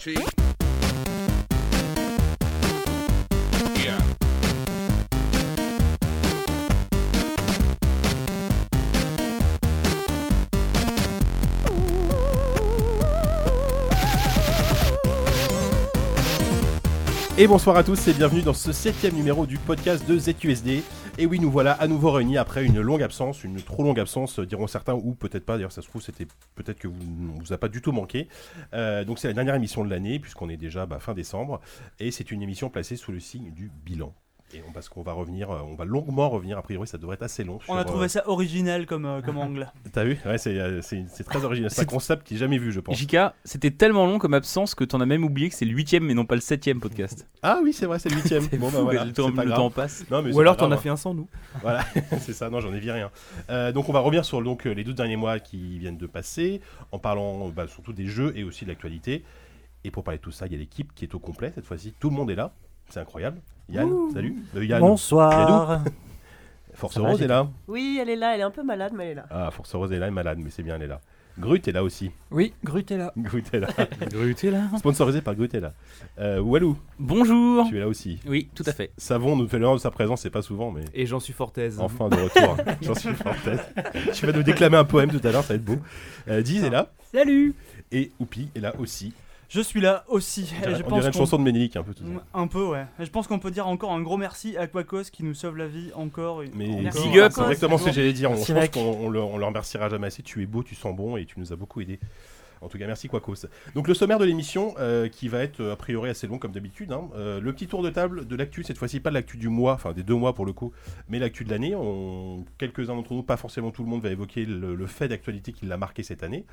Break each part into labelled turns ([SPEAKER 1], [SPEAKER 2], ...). [SPEAKER 1] Tree. Yeah.
[SPEAKER 2] Et bonsoir à tous et bienvenue dans ce septième numéro du podcast de ZQSD. Et oui, nous voilà à nouveau réunis après une longue absence, une trop longue absence, euh, diront certains, ou peut-être pas, d'ailleurs ça se trouve, c'était peut-être que vous, on vous a pas du tout manqué. Euh, donc c'est la dernière émission de l'année, puisqu'on est déjà bah, fin décembre, et c'est une émission placée sous le signe du bilan. Et on, parce qu'on va revenir, euh, on va longuement revenir, a priori ça devrait être assez long.
[SPEAKER 3] On a
[SPEAKER 2] sur,
[SPEAKER 3] trouvé ça original comme, euh, comme angle.
[SPEAKER 2] euh, T'as vu Ouais, c'est, euh, c'est- c'est très original, c'est un
[SPEAKER 4] C'est-
[SPEAKER 2] concept qui est jamais vu, je pense.
[SPEAKER 4] JK, c'était tellement long comme absence que t'en as même oublié que c'est le huitième mais non pas le septième podcast.
[SPEAKER 2] Ah oui, c'est vrai, c'est le huitième.
[SPEAKER 4] C'est
[SPEAKER 2] Bon, bah
[SPEAKER 4] fou,
[SPEAKER 2] voilà,
[SPEAKER 4] le
[SPEAKER 2] c'est
[SPEAKER 4] temps,
[SPEAKER 2] pas
[SPEAKER 4] le
[SPEAKER 2] grave.
[SPEAKER 4] temps passe.
[SPEAKER 2] Non, mais
[SPEAKER 5] Ou
[SPEAKER 2] c'est
[SPEAKER 5] alors
[SPEAKER 2] pas
[SPEAKER 5] t'en as
[SPEAKER 2] grave.
[SPEAKER 5] fait un sans nous.
[SPEAKER 2] Voilà, c'est ça, non, j'en ai vu rien. Euh, donc, on va revenir sur donc, euh, les 12 derniers mois qui viennent de passer, en parlant bah, surtout des jeux et aussi de l'actualité. Et pour parler de tout ça, il y a l'équipe qui est au complet cette fois-ci. Tout le monde est là, c'est incroyable. Yann, salut. Euh, Yann,
[SPEAKER 6] Bonsoir.
[SPEAKER 2] Force
[SPEAKER 6] Ça va,
[SPEAKER 2] Rose
[SPEAKER 6] j'ai-
[SPEAKER 2] est là.
[SPEAKER 7] Oui, elle est là, elle est un peu malade, mais elle est là.
[SPEAKER 2] Ah, Force Rose est là, elle est malade, mais c'est bien, elle est là. Grut est là aussi.
[SPEAKER 5] Oui, Grut est là.
[SPEAKER 2] Grut est là. hein
[SPEAKER 4] Gruté là.
[SPEAKER 2] Sponsorisé par Grut est là. Euh, Walou,
[SPEAKER 4] Bonjour.
[SPEAKER 6] Oh.
[SPEAKER 2] tu es là aussi.
[SPEAKER 4] Oui, tout à fait.
[SPEAKER 2] Savon nous fait l'honneur de sa présence, c'est pas souvent, mais.
[SPEAKER 5] Et j'en suis Fortez.
[SPEAKER 2] Enfin de retour, j'en suis fort peut-être. Tu vas nous déclamer un poème tout à l'heure, ça va être beau. Euh, Diz est là,
[SPEAKER 3] Salut
[SPEAKER 2] et Oupi est là aussi.
[SPEAKER 3] Je suis là aussi.
[SPEAKER 2] On dirait, on
[SPEAKER 3] Euh, je
[SPEAKER 2] dirait
[SPEAKER 3] pense
[SPEAKER 2] une
[SPEAKER 3] qu'on- Mm,
[SPEAKER 2] chanson de Ménélique un peu tout ça.
[SPEAKER 3] Un peu, ouais. Je pense qu'on peut dire encore un gros merci à Quacos qui nous sauve la vie encore. une-
[SPEAKER 2] Mais
[SPEAKER 3] encore.
[SPEAKER 4] Big up.
[SPEAKER 2] c'est exactement ce que j'allais dire. On,
[SPEAKER 6] Merci,
[SPEAKER 2] je pense
[SPEAKER 6] mec.
[SPEAKER 2] qu'on on le, on le remerciera jamais assez. Tu es beau, tu sens bon et tu nous as beaucoup aidé. En tout cas, merci Quacos. Donc le sommaire de l'émission euh, qui va être euh, a priori assez long comme d'habitude. hein. Euh, le petit tour de table de l'actu, cette fois-ci pas de l'actu du mois, enfin des deux mois pour le coup, mais l'actu de l'année. On... Quelques-uns d'entre nous, pas forcément tout le monde, va évoquer le, le fait d'actualité qui l'a marqué cette année.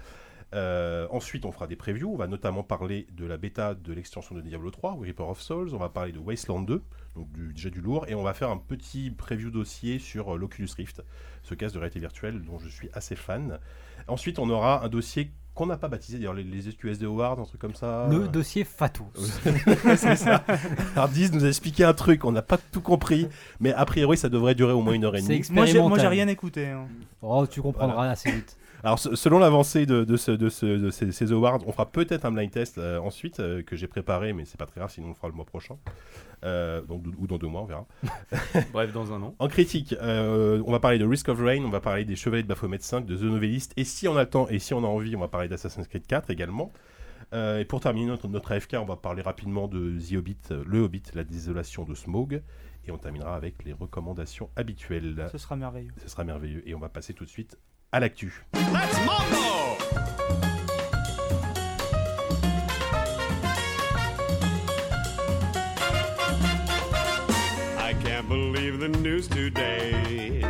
[SPEAKER 2] Euh, ensuite, on fera des previews. On va notamment parler de la bêta de l'extension de Diablo 3, Reaper of Souls. On va parler de Wasteland 2, donc du, déjà du lourd. Et on va faire un petit preview dossier sur euh, l'Oculus Rift, ce casque de réalité virtuelle dont je suis assez fan. Ensuite, on aura un dossier qu'on n'a pas baptisé, d'ailleurs, les, les SQSD Awards, un truc comme ça.
[SPEAKER 6] Le dossier Fatou.
[SPEAKER 2] C'est ça. Hardiz nous a expliqué un truc, on n'a pas tout compris, mais a priori, ça devrait durer au moins une heure et
[SPEAKER 6] C'est
[SPEAKER 2] demie.
[SPEAKER 3] Moi, j'ai-
[SPEAKER 6] expérimental.
[SPEAKER 3] moi, j'ai rien écouté. hein.
[SPEAKER 6] Oh, tu comprendras assez vite.
[SPEAKER 2] Alors, se- selon l'avancée de, de ce- de ce- de ces, ces awards, on fera peut-être un blind test euh, ensuite euh, que j'ai préparé, mais c'est pas très grave, sinon on le fera le mois prochain. Euh, donc, ou dans deux mois, on verra.
[SPEAKER 5] Bref, dans un an.
[SPEAKER 2] En critique, euh, on va parler de Risk of Rain, on va parler des Chevaliers de Baphomet 5, de The Novelist, et si on a le temps et si on a envie, on va parler d'Assassin's Creed 4 également. Euh, et pour terminer notre, notre AFK, on va parler rapidement de The Hobbit, euh, Le Hobbit, La Désolation de Smaug, et on terminera avec les recommandations habituelles.
[SPEAKER 3] Ce sera merveilleux.
[SPEAKER 2] Ce sera merveilleux, et on va passer tout de suite à l'actu.
[SPEAKER 8] I can't believe the news today.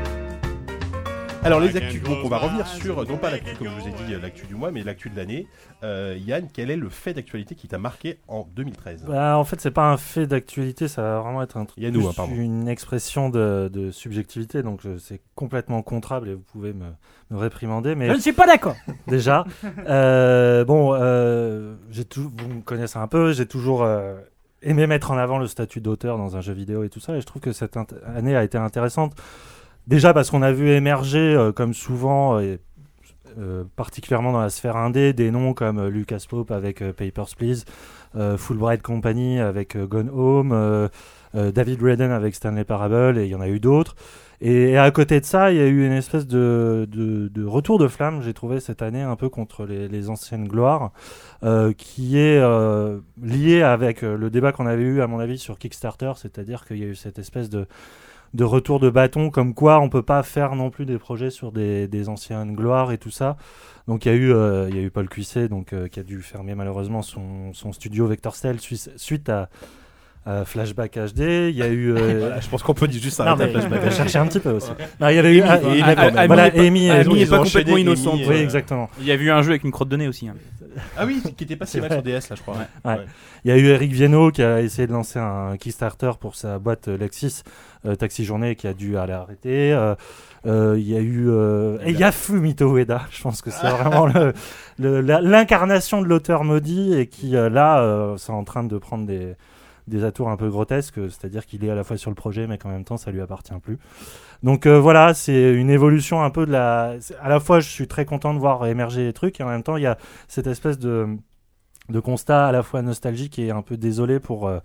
[SPEAKER 2] Alors les
[SPEAKER 8] I can
[SPEAKER 2] actus,
[SPEAKER 8] close
[SPEAKER 2] donc on va
[SPEAKER 8] my
[SPEAKER 2] revenir
[SPEAKER 8] eyes
[SPEAKER 2] sur, euh,
[SPEAKER 8] and
[SPEAKER 2] non pas
[SPEAKER 8] make
[SPEAKER 2] l'actu
[SPEAKER 8] it
[SPEAKER 2] comme je vous ai
[SPEAKER 8] go
[SPEAKER 2] dit, euh,
[SPEAKER 8] away.
[SPEAKER 2] l'actu du mois, mais l'actu de l'année. Euh, Yann, quel est le fait d'actualité qui t'a marqué en 2013
[SPEAKER 6] Bah, en fait, c'est pas un fait d'actualité, ça va vraiment être un truc.
[SPEAKER 2] Yannou,
[SPEAKER 6] plus
[SPEAKER 2] hein, pardon.
[SPEAKER 6] Une expression de, de subjectivité, donc je- c'est complètement contrable et vous pouvez me, me réprimander. Mais
[SPEAKER 3] Je ne suis pas d'accord
[SPEAKER 6] déjà. Euh, bon, euh, j'ai tou- vous me connaissez un peu, j'ai toujours euh, aimé mettre en avant le statut d'auteur dans un jeu vidéo et tout ça, et je trouve que cette int- année a été intéressante. Déjà parce qu'on a vu émerger, euh, comme souvent, et euh, particulièrement dans la sphère indé, des noms comme euh, Lucas Pope avec euh, Papers, Please, euh, Fulbright Company avec euh, Gone Home, euh, euh, David Redden avec Stanley Parable, et il y en a eu d'autres. Et à côté de ça, il y a eu une espèce de, de- de retour de flamme, j'ai trouvé cette année, un peu contre les, les anciennes gloires, euh, qui est euh, lié avec euh, le débat qu'on avait eu, à mon avis, sur Kickstarter, c'est-à-dire qu'il y a eu cette espèce de, de retour de bâton, comme quoi on peut pas faire non plus des projets sur des, des anciennes gloires et tout ça. Donc il y a eu, euh, il y a eu Paul Cuisset, donc, euh, qui a dû fermer malheureusement son, son studio Vector Cell suisse- suite à, à Flashback HD. Il y a eu... euh,
[SPEAKER 2] Voilà, Je pense qu'on peut juste
[SPEAKER 6] non,
[SPEAKER 2] s'arrêter à
[SPEAKER 6] mais
[SPEAKER 2] Flashback.
[SPEAKER 6] je cherchais un petit peu aussi. Non, il y avait eu. Ah,
[SPEAKER 2] Amy,
[SPEAKER 6] ah,
[SPEAKER 2] d'accord,
[SPEAKER 6] ah,
[SPEAKER 2] mais
[SPEAKER 6] voilà,
[SPEAKER 5] Amy est pas-
[SPEAKER 6] Amy,
[SPEAKER 5] Amy
[SPEAKER 6] euh,
[SPEAKER 5] est pas
[SPEAKER 2] ont enchaîné
[SPEAKER 5] complètement
[SPEAKER 2] Amy,
[SPEAKER 5] innocente.
[SPEAKER 2] euh,
[SPEAKER 6] oui, exactement.
[SPEAKER 4] Il y a eu un jeu avec une crotte de nez aussi. hein.
[SPEAKER 2] Ah oui, qui était passé
[SPEAKER 6] C'est
[SPEAKER 2] mal
[SPEAKER 6] vrai.
[SPEAKER 2] sur DS là, je crois.
[SPEAKER 4] Ouais.
[SPEAKER 6] Il y a eu Eric Viennot qui a essayé de lancer un Kickstarter pour sa boîte euh, Lexis euh, Taxi Journée qui a dû aller arrêter. Euh, euh, Il y a eu. euh, et il y a Fumito Ueda. Je pense que c'est vraiment le- le- la- l'incarnation de l'auteur maudit et qui, euh, là, euh, c'est en train de prendre des des atours un peu grotesques, c'est-à-dire qu'il est à la fois sur le projet, mais qu'en même temps, ça lui appartient plus. Donc euh, voilà, c'est une évolution un peu de la. c'est- À la fois, je suis très content de voir émerger les trucs, et en même temps, il y a cette espèce de de constat à la fois nostalgique et un peu désolé pour euh,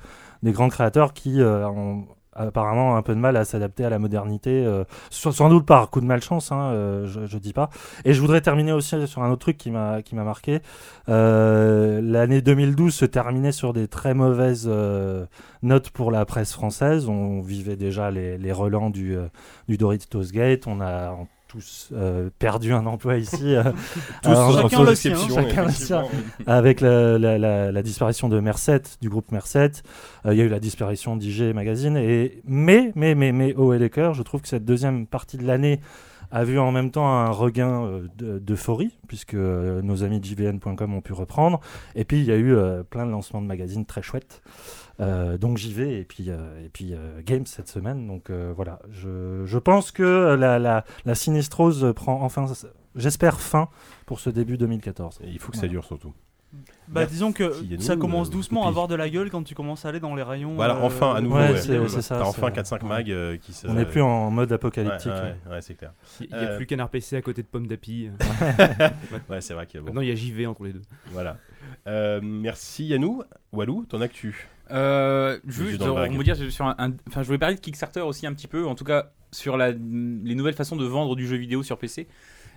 [SPEAKER 6] des grands créateurs qui euh, ont apparemment un peu de mal à s'adapter à la modernité, euh, sans, sans doute par coup de malchance, hein, euh, je, je dis pas. Et je voudrais terminer aussi sur un autre truc qui m'a qui m'a marqué. Euh, L'année 2012 se terminait sur des très mauvaises euh, notes pour la presse française. On vivait déjà les, les relents du, euh, du Doritos Gate. On a tous euh, perdu un emploi ici. euh,
[SPEAKER 2] Tous,
[SPEAKER 6] alors,
[SPEAKER 2] sans
[SPEAKER 6] en-
[SPEAKER 3] chacun le sien,
[SPEAKER 2] exception,
[SPEAKER 6] chacun le sien.
[SPEAKER 2] effectivement.
[SPEAKER 6] avec la, la- la- la disparition de Merced, du groupe Merced. Euh, Il y a eu la disparition d'IG Magazine. Et, mais, mais, mais, mais, haut et les cœurs, je trouve que cette deuxième partie de l'année a vu en même temps un regain euh, de- d'euphorie, puisque euh, nos amis de JVN.com ont pu reprendre. Et puis, il y a eu euh, plein de lancements de magazines très chouettes. Euh, donc j'y vais et puis, euh, et puis euh, Games cette semaine. Donc euh, voilà, je, je pense que la, la, la sinistrose prend enfin, j'espère, fin pour ce début 2014.
[SPEAKER 2] Et Il faut que ça dure surtout.
[SPEAKER 3] Bah,
[SPEAKER 2] Merci,
[SPEAKER 3] disons que
[SPEAKER 2] Yannou,
[SPEAKER 3] ça commence
[SPEAKER 2] euh,
[SPEAKER 3] doucement à
[SPEAKER 2] Poupie.
[SPEAKER 3] avoir de la gueule quand tu commences à aller dans les rayons.
[SPEAKER 2] Voilà,
[SPEAKER 3] euh,
[SPEAKER 2] enfin, à nouveau.
[SPEAKER 6] ouais,
[SPEAKER 2] ouais.
[SPEAKER 6] c'est-
[SPEAKER 2] Voilà.
[SPEAKER 6] c'est ça,
[SPEAKER 2] T'as enfin
[SPEAKER 6] c'est-
[SPEAKER 2] 4-5 mags euh, qui se.
[SPEAKER 6] On n'est plus en hein. mode apocalyptique.
[SPEAKER 2] Ouais, ouais, ouais, c'est clair.
[SPEAKER 5] Il n'y a
[SPEAKER 2] Euh,
[SPEAKER 5] plus Canard PC à côté de Pomme d'Api.
[SPEAKER 2] Ouais, c'est vrai que. Bon,
[SPEAKER 5] Maintenant, il y a JV entre les deux.
[SPEAKER 2] voilà. Euh, merci Yannou. Walou, ton actu.
[SPEAKER 4] Euh,
[SPEAKER 2] Les yeux
[SPEAKER 4] juste,
[SPEAKER 2] dans le
[SPEAKER 4] on
[SPEAKER 2] vague.
[SPEAKER 4] va dire sur un, un- enfin, je voulais parler de Kickstarter aussi un petit peu, en tout cas sur la, les nouvelles façons de vendre du jeu vidéo sur PC.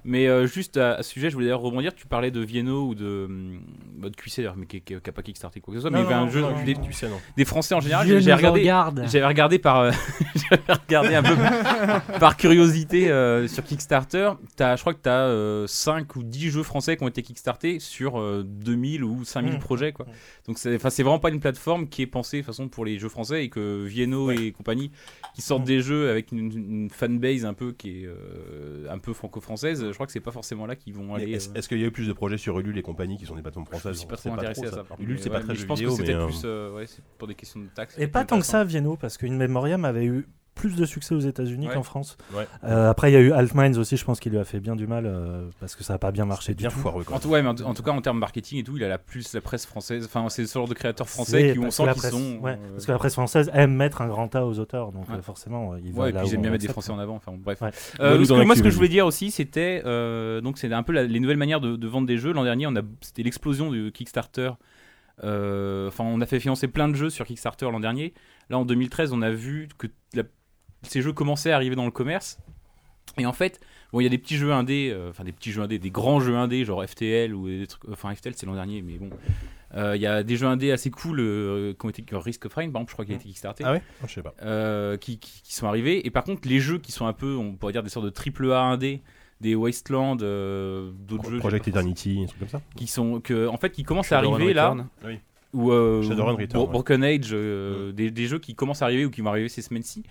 [SPEAKER 4] Mais euh, juste à, à ce sujet, je voulais d'ailleurs rebondir. Tu parlais de Vienno ou de, hum, bah, de Cuisset, d'ailleurs, mais qui n'a pas Kickstarter quoi que ce soit.
[SPEAKER 3] Non,
[SPEAKER 4] mais
[SPEAKER 3] non,
[SPEAKER 4] il y avait un
[SPEAKER 3] non,
[SPEAKER 4] jeu
[SPEAKER 3] non, non,
[SPEAKER 4] des,
[SPEAKER 2] Tu sais, non.
[SPEAKER 4] des Français en général. J'ai j'ai regardé, j'avais regardé par, euh, j'avais regardé un peu par curiosité euh, sur Kickstarter. As, je crois que tu as 5 ou 10 jeux français qui ont été kickstartés sur euh, 2000 ou 5000
[SPEAKER 2] Mmh.
[SPEAKER 6] Mm.
[SPEAKER 4] projets. Quoi. Donc c'est enfin, c'est vraiment pas une plateforme qui est pensée de toute façon pour les jeux français et que Vienno et compagnie qui sortent
[SPEAKER 2] Mmh.
[SPEAKER 6] Mm.
[SPEAKER 4] des jeux avec une, une fanbase un peu qui est euh, un peu franco-française, je crois que c'est pas forcément là qu'ils vont
[SPEAKER 2] Mais
[SPEAKER 4] aller.
[SPEAKER 2] Est-ce
[SPEAKER 4] euh,
[SPEAKER 2] est-ce qu'il y a eu plus de projets sur Ulule et compagnie qui sont des plateformes
[SPEAKER 4] je
[SPEAKER 2] françaises
[SPEAKER 4] suis pas
[SPEAKER 2] On sait
[SPEAKER 4] trop intéressé
[SPEAKER 2] ça.
[SPEAKER 4] à ça. par
[SPEAKER 2] Ulule,
[SPEAKER 4] contre.
[SPEAKER 2] c'est
[SPEAKER 4] Mais
[SPEAKER 2] pas
[SPEAKER 4] ouais,
[SPEAKER 2] très
[SPEAKER 4] Je
[SPEAKER 2] jeu
[SPEAKER 4] pense que
[SPEAKER 2] vidéo,
[SPEAKER 4] c'était
[SPEAKER 2] mais,
[SPEAKER 4] plus
[SPEAKER 2] euh,
[SPEAKER 4] euh, ouais, c'est pour des questions de taxes.
[SPEAKER 6] Et pas tant que ça, Vienno, parce qu'In Memoriam avait eu plus de succès aux États-Unis
[SPEAKER 4] Ouais.
[SPEAKER 6] qu'en France.
[SPEAKER 2] Ouais.
[SPEAKER 6] Euh, après, il y a eu Altminds aussi, je pense qu'il lui a fait bien du mal euh, parce que ça n'a pas bien marché du
[SPEAKER 2] Bien
[SPEAKER 6] tout.
[SPEAKER 2] foireux
[SPEAKER 4] En
[SPEAKER 2] quand
[SPEAKER 4] tout, ouais, mais en, en tout cas, en termes marketing et tout, il a la plus la presse française. Enfin, c'est ce genre de créateurs français
[SPEAKER 6] C'est
[SPEAKER 4] qui on
[SPEAKER 6] parce
[SPEAKER 4] sent
[SPEAKER 6] que la
[SPEAKER 4] qu'ils
[SPEAKER 6] presse-
[SPEAKER 4] sont.
[SPEAKER 6] ouais,
[SPEAKER 4] euh,
[SPEAKER 6] Parce que la presse française aime mettre un grand A aux auteurs, donc
[SPEAKER 4] Ouais.
[SPEAKER 6] euh, forcément, euh, il va
[SPEAKER 4] Ouais, et
[SPEAKER 6] là
[SPEAKER 4] puis
[SPEAKER 6] où
[SPEAKER 4] ils aiment bien
[SPEAKER 6] on
[SPEAKER 4] mettre des
[SPEAKER 6] accepte.
[SPEAKER 4] Français en avant. Enfin, bon, bref.
[SPEAKER 6] Ouais.
[SPEAKER 4] Euh,
[SPEAKER 2] Walou
[SPEAKER 4] parce
[SPEAKER 2] dans
[SPEAKER 4] que moi,
[SPEAKER 2] l'actu,
[SPEAKER 4] ce que je
[SPEAKER 2] vas-y.
[SPEAKER 4] voulais dire aussi, c'était euh, donc c'est un peu la- les nouvelles manières de, de vendre des jeux. L'an dernier, on a c'était l'explosion du Kickstarter. Euh, Enfin, on a fait financer plein de jeux sur Kickstarter l'an dernier. Là, en 2013, on a vu que la- ces jeux commençaient à arriver dans le commerce. Et en fait, bon, il y a des petits jeux indés, euh, enfin des petits jeux indés, des grands jeux indés, genre FTL ou des trucs. Enfin, FTL, c'est l'an dernier, mais bon. Euh, Il y a des jeux indés assez cool euh, qui ont été qui ont Risk of Rain, par exemple, je crois
[SPEAKER 6] Mm.
[SPEAKER 4] qu'il a été Kickstarter
[SPEAKER 2] Ah ouais Je sais pas.
[SPEAKER 4] euh, qui, qui- qui sont arrivés. Et par contre, les jeux qui sont un peu, on pourrait dire, des sortes de triple A 1D, des Wasteland, euh, d'autres jeux
[SPEAKER 2] Project
[SPEAKER 4] j'ai pas forcément-
[SPEAKER 2] Eternity, un truc comme ça.
[SPEAKER 4] qui sont que, en fait, qui commencent à
[SPEAKER 5] Shadowrun
[SPEAKER 4] arriver là,
[SPEAKER 5] Return.
[SPEAKER 4] ou euh,
[SPEAKER 2] Shadowrun Return,
[SPEAKER 4] Bro-
[SPEAKER 2] ouais. Mm.
[SPEAKER 4] Broken Age, euh, des, des jeux qui commencent à arriver ou qui vont arriver ces semaines-ci.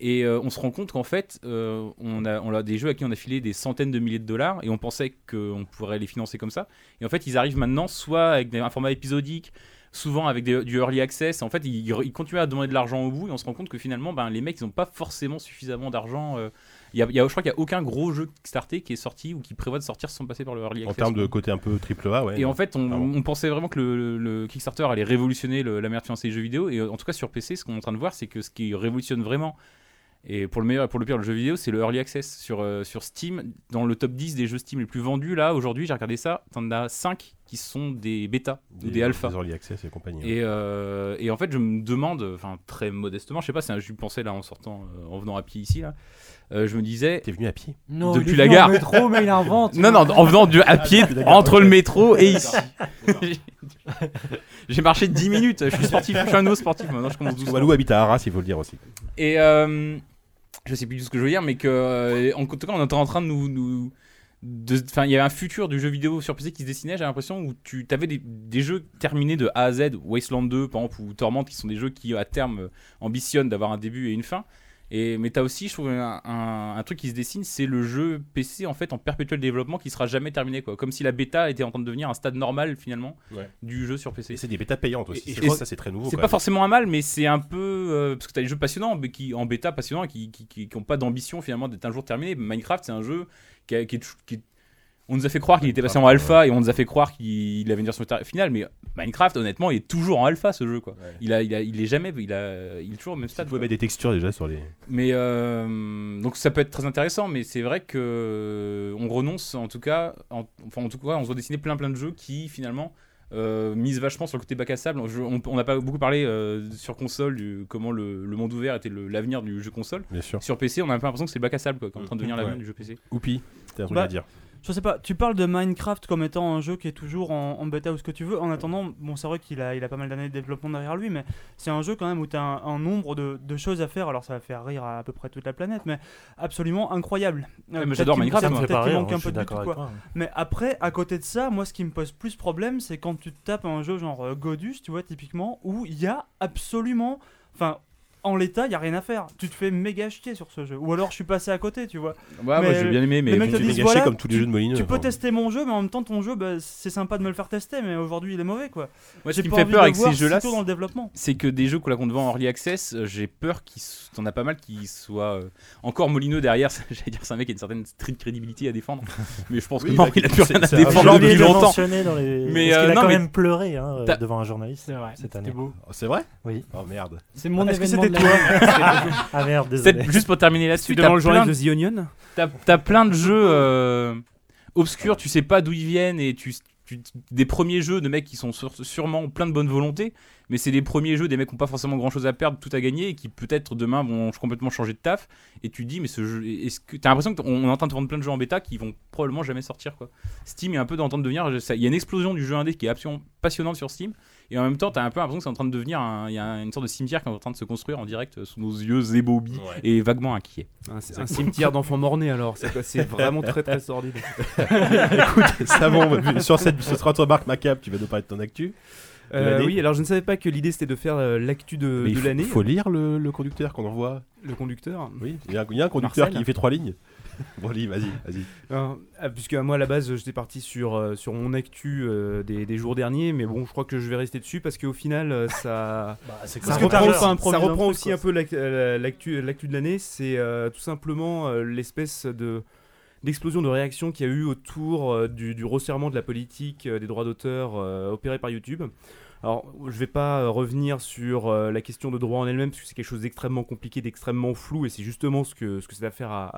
[SPEAKER 4] Et euh, on se rend compte qu'en fait, euh, on, a, on a des jeux à qui on a filé des centaines de milliers de dollars et on pensait qu'on pourrait les financer comme ça. Et en fait, ils arrivent maintenant soit avec des- un format épisodique, souvent avec des- du early access. En fait, ils, ils continuent à demander de l'argent au bout et on se rend compte que finalement, ben, les mecs, ils n'ont pas forcément suffisamment d'argent. euh. Il y a, il y a- je crois qu'il n'y a aucun gros jeu Kickstarter qui est sorti ou qui prévoit de sortir sans passer par le early
[SPEAKER 2] En
[SPEAKER 4] access.
[SPEAKER 2] termes de côté un peu triple A, ouais.
[SPEAKER 4] Et en fait, on,
[SPEAKER 2] Ah bon.
[SPEAKER 4] on pensait vraiment que le, le- le Kickstarter allait révolutionner le- la manière de financer les jeux vidéo. Et euh, en tout cas, sur PC, ce qu'on est en train de voir, c'est que ce qui révolutionne vraiment, et pour le meilleur et pour le pire, le jeu vidéo, c'est le Early Access sur, euh, sur Steam. Dans le top 10 des jeux Steam les plus vendus, là, aujourd'hui, j'ai regardé ça, t'en as 5 qui sont des bêtas ou des alphas.
[SPEAKER 2] Des early access et compagnie.
[SPEAKER 4] Et, euh, et en fait, je me demande, enfin très modestement, je sais pas, c'est un- je pensais là en sortant, euh, en venant à pied ici, là, euh, je me disais,
[SPEAKER 2] T'es venu à pied
[SPEAKER 9] Non,
[SPEAKER 4] Depuis
[SPEAKER 9] il est
[SPEAKER 4] la
[SPEAKER 9] venu
[SPEAKER 4] gare.
[SPEAKER 9] en métro, mais il invente.
[SPEAKER 4] Non, non, en venant du, à pied, entre le métro et ici. J'ai marché 10 minutes, je suis sportif, je suis un nouveau sportif maintenant, je commence
[SPEAKER 2] Parce que
[SPEAKER 4] doucement.
[SPEAKER 2] Walou habite à Arras, il faut le dire aussi.
[SPEAKER 4] Et euh, je sais plus du tout ce que je veux dire, mais que, euh, en tout cas, on était en train de nous. nous- de- Enfin, il y avait un futur du jeu vidéo sur PC qui se dessinait, j'ai l'impression, où tu avais des, des jeux terminés de A à Z, Wasteland 2, par exemple, ou Torment, qui sont des jeux qui, à terme, euh, ambitionnent d'avoir un début et une fin. Et, mais t'as aussi, je trouve, un, un- un truc qui se dessine, c'est le jeu PC en fait en perpétuel développement qui sera jamais terminé, quoi. Comme si la bêta était en train de devenir un stade normal finalement
[SPEAKER 2] Ouais.
[SPEAKER 4] du jeu sur PC.
[SPEAKER 2] Et c'est des bêtas payantes aussi.
[SPEAKER 4] Et- et
[SPEAKER 2] c'est-
[SPEAKER 4] je crois-
[SPEAKER 2] ça, c'est très nouveau.
[SPEAKER 4] C'est
[SPEAKER 2] quand
[SPEAKER 4] pas
[SPEAKER 2] même.
[SPEAKER 4] forcément un mal, mais c'est un peu euh, parce que t'as des jeux passionnants, mais qui en bêta passionnants, et qui qui, qui- qui ont pas d'ambition finalement d'être un jour terminé. Minecraft, c'est un jeu qui, a- qui est tou- qui- on nous a fait croire qu'il était passé en
[SPEAKER 2] Minecraft,
[SPEAKER 4] alpha et on nous a fait croire qu'il allait venir sur le ter- final, mais Minecraft, honnêtement, il est toujours en alpha ce jeu quoi.
[SPEAKER 2] Ouais.
[SPEAKER 4] Il a, il a- il est jamais, il a, il est toujours au même
[SPEAKER 2] Si
[SPEAKER 4] stade.
[SPEAKER 2] tu
[SPEAKER 4] quoi.
[SPEAKER 2] pouvais mettre des textures déjà sur les.
[SPEAKER 4] Mais euh, donc ça peut être très intéressant, mais c'est vrai euh, que on renonce en tout cas, en- enfin en tout cas, on se voit dessiner plein plein de jeux qui finalement euh, mise vachement sur le côté bac à sable. Je- on on n'a pas beaucoup parlé euh, sur console du comment le, le monde ouvert était le- l'avenir du jeu console.
[SPEAKER 2] Bien sûr.
[SPEAKER 4] Sur PC, on a un peu l'impression que c'est le bac à sable quoi, qui est en train de devenir l'avenir
[SPEAKER 2] Ouais.
[SPEAKER 4] du jeu PC.
[SPEAKER 2] Oupi, t'as un truc
[SPEAKER 3] Bah,
[SPEAKER 2] à dire.
[SPEAKER 3] Je sais pas, tu parles de Minecraft comme étant un jeu qui est toujours en, en bêta ou ce que tu veux. En attendant, bon, c'est vrai qu'il a, il a pas mal d'années de développement derrière lui, mais c'est un jeu quand même où tu as un, un nombre de, de choses à faire. Alors ça va faire rire à, à peu près toute la planète, mais absolument incroyable. Euh,
[SPEAKER 4] mais
[SPEAKER 3] peut-être
[SPEAKER 4] j'adore
[SPEAKER 3] qu'il-
[SPEAKER 4] Minecraft,
[SPEAKER 6] Ça
[SPEAKER 3] peut-être
[SPEAKER 4] ça
[SPEAKER 6] me
[SPEAKER 4] me
[SPEAKER 6] fait
[SPEAKER 3] qu'il
[SPEAKER 6] pas rire,
[SPEAKER 3] manque
[SPEAKER 6] je
[SPEAKER 3] un peu
[SPEAKER 6] suis
[SPEAKER 3] de but ou
[SPEAKER 6] d'accord
[SPEAKER 3] quoi.
[SPEAKER 6] avec toi. hein.
[SPEAKER 3] Mais après, à côté de ça, moi, ce qui me pose plus problème, c'est quand tu te tapes un jeu genre euh, Godus, tu vois, typiquement, où il y a absolument. Enfin, en l'état, il y a rien à faire. Tu te fais méga chier sur ce jeu. Ou alors, je suis passé à côté, tu vois.
[SPEAKER 4] Ouais, moi
[SPEAKER 3] Mais
[SPEAKER 4] j'ai bien aimé, mais
[SPEAKER 3] les mecs
[SPEAKER 4] bon,
[SPEAKER 3] te
[SPEAKER 2] Tu
[SPEAKER 3] disent,
[SPEAKER 2] es
[SPEAKER 3] voilà,
[SPEAKER 2] comme tous les
[SPEAKER 3] tu-
[SPEAKER 2] jeux de Molineux.
[SPEAKER 3] tu peux
[SPEAKER 2] enfin.
[SPEAKER 3] tester mon jeu, mais en même temps, ton jeu, bah, c'est sympa de me le faire tester, mais aujourd'hui, il est mauvais, quoi.
[SPEAKER 4] moi, ce
[SPEAKER 3] J'ai
[SPEAKER 4] qui me
[SPEAKER 3] pas
[SPEAKER 4] fait
[SPEAKER 3] envie
[SPEAKER 4] peur
[SPEAKER 3] de
[SPEAKER 4] avec
[SPEAKER 3] voir
[SPEAKER 4] ces
[SPEAKER 3] si
[SPEAKER 4] jeux-là,
[SPEAKER 3] tôt dans le développement.
[SPEAKER 4] c'est que des jeux qu'on qu'on te vend en early access, euh, j'ai peur qu'il s- t'en a pas mal qui soient euh, encore Molineux derrière. ça- J'allais dire, c'est un mec qui a une certaine street crédibilité à défendre, mais je pense que
[SPEAKER 2] Oui,
[SPEAKER 4] non,
[SPEAKER 2] bah,
[SPEAKER 4] il a plus
[SPEAKER 2] c'est-
[SPEAKER 4] rien à
[SPEAKER 2] c'est un
[SPEAKER 6] J'ai
[SPEAKER 2] Pendant
[SPEAKER 4] défendre
[SPEAKER 6] oublié
[SPEAKER 4] depuis
[SPEAKER 6] de le
[SPEAKER 4] longtemps.
[SPEAKER 6] mentionner dans les.
[SPEAKER 4] Mais, euh,
[SPEAKER 6] Parce qu'il a
[SPEAKER 4] non,
[SPEAKER 6] quand
[SPEAKER 4] mais-
[SPEAKER 6] même pleuré hein, euh,
[SPEAKER 4] T'as-
[SPEAKER 6] devant un journaliste
[SPEAKER 9] C'est vrai.
[SPEAKER 6] cette
[SPEAKER 9] C'était
[SPEAKER 6] année.
[SPEAKER 9] beau.
[SPEAKER 2] Oh, C'est vrai
[SPEAKER 6] Oui.
[SPEAKER 2] Oh merde.
[SPEAKER 9] C'est mon
[SPEAKER 3] Est-ce que
[SPEAKER 9] événement de
[SPEAKER 3] c'était
[SPEAKER 9] l'année.
[SPEAKER 6] Ah merde, désolé.
[SPEAKER 4] Peut-être juste pour terminer
[SPEAKER 5] Tu
[SPEAKER 4] là-dessus, t'as
[SPEAKER 5] demandes le
[SPEAKER 4] plein,
[SPEAKER 5] journaliste de The Onion
[SPEAKER 4] t'as- t'as plein de jeux euh, obscurs, tu sais pas d'où ils viennent et tu. tu- Des premiers jeux de mecs qui sont sur- sûrement plein de bonne volonté, mais c'est les premiers jeux des mecs qui n'ont pas forcément grand chose à perdre, tout à gagner, et qui peut-être demain vont complètement changer de taf. Et tu te dis, mais ce jeu, est-ce que t'as l'impression qu'on est en train de vendre plein de jeux en bêta qui vont probablement jamais sortir quoi. Steam est un peu dans- en train de devenir, je- ça- il y a une explosion du jeu indé qui est absolument passionnante sur Steam, et en même temps t'as un peu l'impression que c'est en train de devenir, un- il y a une sorte de cimetière qui est en train de se construire en direct euh, sous nos yeux ébobis et vaguement inquiets.
[SPEAKER 5] un, un cimetière d'enfants morts-nés alors. C'est c'est vraiment très très sordide.
[SPEAKER 2] Écoute, Savon, sur cette, ce sera remarque macabre, tu vas nous parler de ton actu.
[SPEAKER 5] Euh,
[SPEAKER 2] l'année.
[SPEAKER 5] oui, alors je ne savais pas que l'idée c'était de faire euh, l'actu
[SPEAKER 2] Mais
[SPEAKER 5] de, de
[SPEAKER 2] il faut-
[SPEAKER 5] l'année.
[SPEAKER 2] faut lire le, le conducteur qu'on envoie.
[SPEAKER 5] Le conducteur.
[SPEAKER 2] Oui, il y a, il y a un conducteur
[SPEAKER 5] Marcel.
[SPEAKER 2] qui fait trois lignes. Bon, lis, vas-y, vas-y.
[SPEAKER 5] Euh, ah, puisque moi à la base j'étais parti sur, euh, sur mon actu euh, des, des jours derniers, mais bon, je crois que je vais rester dessus parce qu'au final euh, ça.
[SPEAKER 6] Ah, c'est
[SPEAKER 5] Ça
[SPEAKER 3] Parce que
[SPEAKER 5] reprend,
[SPEAKER 3] t'as-
[SPEAKER 5] ça
[SPEAKER 3] un premier
[SPEAKER 5] reprend
[SPEAKER 3] d'un
[SPEAKER 5] aussi
[SPEAKER 3] truc,
[SPEAKER 5] un peu l'ac- euh, l'actu l'actu de l'année, c'est euh, tout simplement euh, l'espèce de d'explosion de réaction qu'il y a eu autour euh, du, du resserrement de la politique euh, des droits d'auteur euh, opérée par YouTube. Alors, je vais pas euh, revenir sur euh, la question de droit en elle-même, parce que c'est quelque chose d'extrêmement compliqué, d'extrêmement flou, et c'est justement ce que, ce que cette affaire a,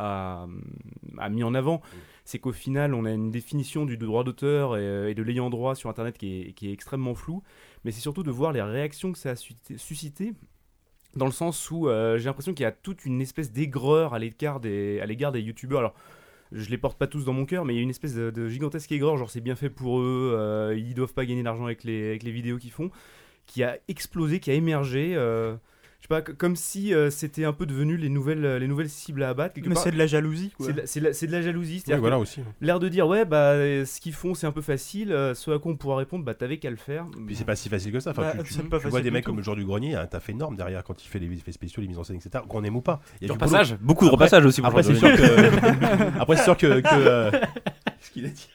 [SPEAKER 5] a- a mis en avant. C'est qu'au final, on a une définition du droit d'auteur et, euh, et de l'ayant droit sur Internet qui est, qui est extrêmement floue, mais c'est surtout de voir les réactions que ça a suscité- suscité, dans le sens où euh, j'ai l'impression qu'il y a toute une espèce d'aigreur à l'écart des, à l'égard des youtubeurs. Alors, je les porte pas tous dans mon cœur, mais il y a une espèce de, de gigantesque aigreur, genre c'est bien fait pour eux, euh, ils doivent pas gagner d'argent avec les, avec les vidéos qu'ils font, qui a explosé, qui a émergé. euh, je sais pas, c- comme si euh, c'était un peu devenu les nouvelles, euh, les nouvelles cibles à abattre. quelque
[SPEAKER 3] Mais
[SPEAKER 5] part.
[SPEAKER 3] c'est de la jalousie, quoi.
[SPEAKER 5] C'est de la- c'est de la- c'est de la jalousie,
[SPEAKER 2] Oui,
[SPEAKER 5] c'est-à-dire
[SPEAKER 2] voilà aussi.
[SPEAKER 5] que l'air de dire ouais bah euh, ce qu'ils font c'est un peu facile, euh, ce à quoi on pourra répondre bah t'avais qu'à le faire.
[SPEAKER 2] Puis c'est pas si facile que ça. Enfin,
[SPEAKER 3] Bah,
[SPEAKER 2] tu, tu-
[SPEAKER 3] c'est pas
[SPEAKER 2] tu vois
[SPEAKER 3] facile
[SPEAKER 2] des
[SPEAKER 3] du
[SPEAKER 2] mecs
[SPEAKER 3] tout.
[SPEAKER 2] comme le jour du grenier, il y a un taf énorme derrière quand il fait les effets spéciaux, les mises en scène, etc. Qu'on aime ou pas. Il y a du boulot.
[SPEAKER 4] Repassage, beaucoup de
[SPEAKER 2] Après-
[SPEAKER 4] repassages aussi. pour
[SPEAKER 2] Après, c'est
[SPEAKER 4] Jean-Jacques
[SPEAKER 2] sûr
[SPEAKER 4] Goldman.
[SPEAKER 2] que. Après, c'est sûr que. que, euh, Qu'est-ce qu'il a dit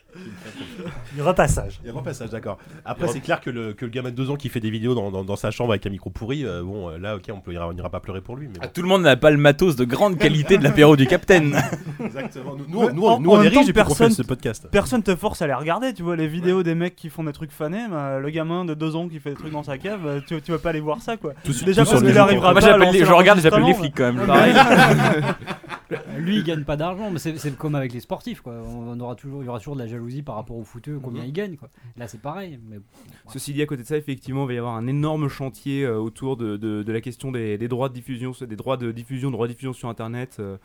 [SPEAKER 6] Du repassage.
[SPEAKER 2] Il y a un repassage, d'accord. Après, c'est clair que le, que le gamin de 2 ans qui fait des vidéos dans, dans, dans sa chambre avec un micro pourri, euh, bon, euh, là, ok, on n'ira on ira pas pleurer pour lui. Mais
[SPEAKER 4] Ah, tout le monde n'a pas le matos de grande qualité de l'apéro du Capitaine.
[SPEAKER 2] bon. Exactement. Nous,
[SPEAKER 3] Mais
[SPEAKER 2] nous, nous,
[SPEAKER 3] en-
[SPEAKER 2] nous,
[SPEAKER 3] en
[SPEAKER 2] on est
[SPEAKER 3] même temps,
[SPEAKER 2] riches depuis qu'on fait
[SPEAKER 3] personne-
[SPEAKER 2] ce podcast.
[SPEAKER 3] Personne te force à les regarder, tu vois, les vidéos des mecs qui font des trucs fanés, bah, le gamin de 2 ans qui fait des trucs dans sa cave, bah, tu, tu vas pas aller voir ça, quoi.
[SPEAKER 2] Tout de suite,
[SPEAKER 3] Déjà
[SPEAKER 2] tout sur hein.
[SPEAKER 3] parce
[SPEAKER 2] le
[SPEAKER 3] qu'il
[SPEAKER 2] jeu.
[SPEAKER 3] arrivera
[SPEAKER 4] Moi,
[SPEAKER 3] pas à
[SPEAKER 4] j'appelle
[SPEAKER 3] lancer
[SPEAKER 4] les- je
[SPEAKER 3] un
[SPEAKER 4] regarde, j'appelle les
[SPEAKER 3] enregistrement,
[SPEAKER 4] flics quand même.
[SPEAKER 9] Pareil.
[SPEAKER 4] pareil.
[SPEAKER 9] Lui, il gagne pas d'argent, mais c'est c'est comme avec les sportifs, quoi. On on aura toujours, il y aura toujours de la jalousie par rapport aux fouteux, combien
[SPEAKER 4] Mhm.
[SPEAKER 9] ils gagnent, quoi. Là, c'est pareil. Mais
[SPEAKER 5] Ceci dit, à côté de ça, effectivement, il va y avoir un énorme chantier euh, autour de, de- de la question des, des droits de diffusion, des droits de diffusion, droits de diffusion sur Internet. euh,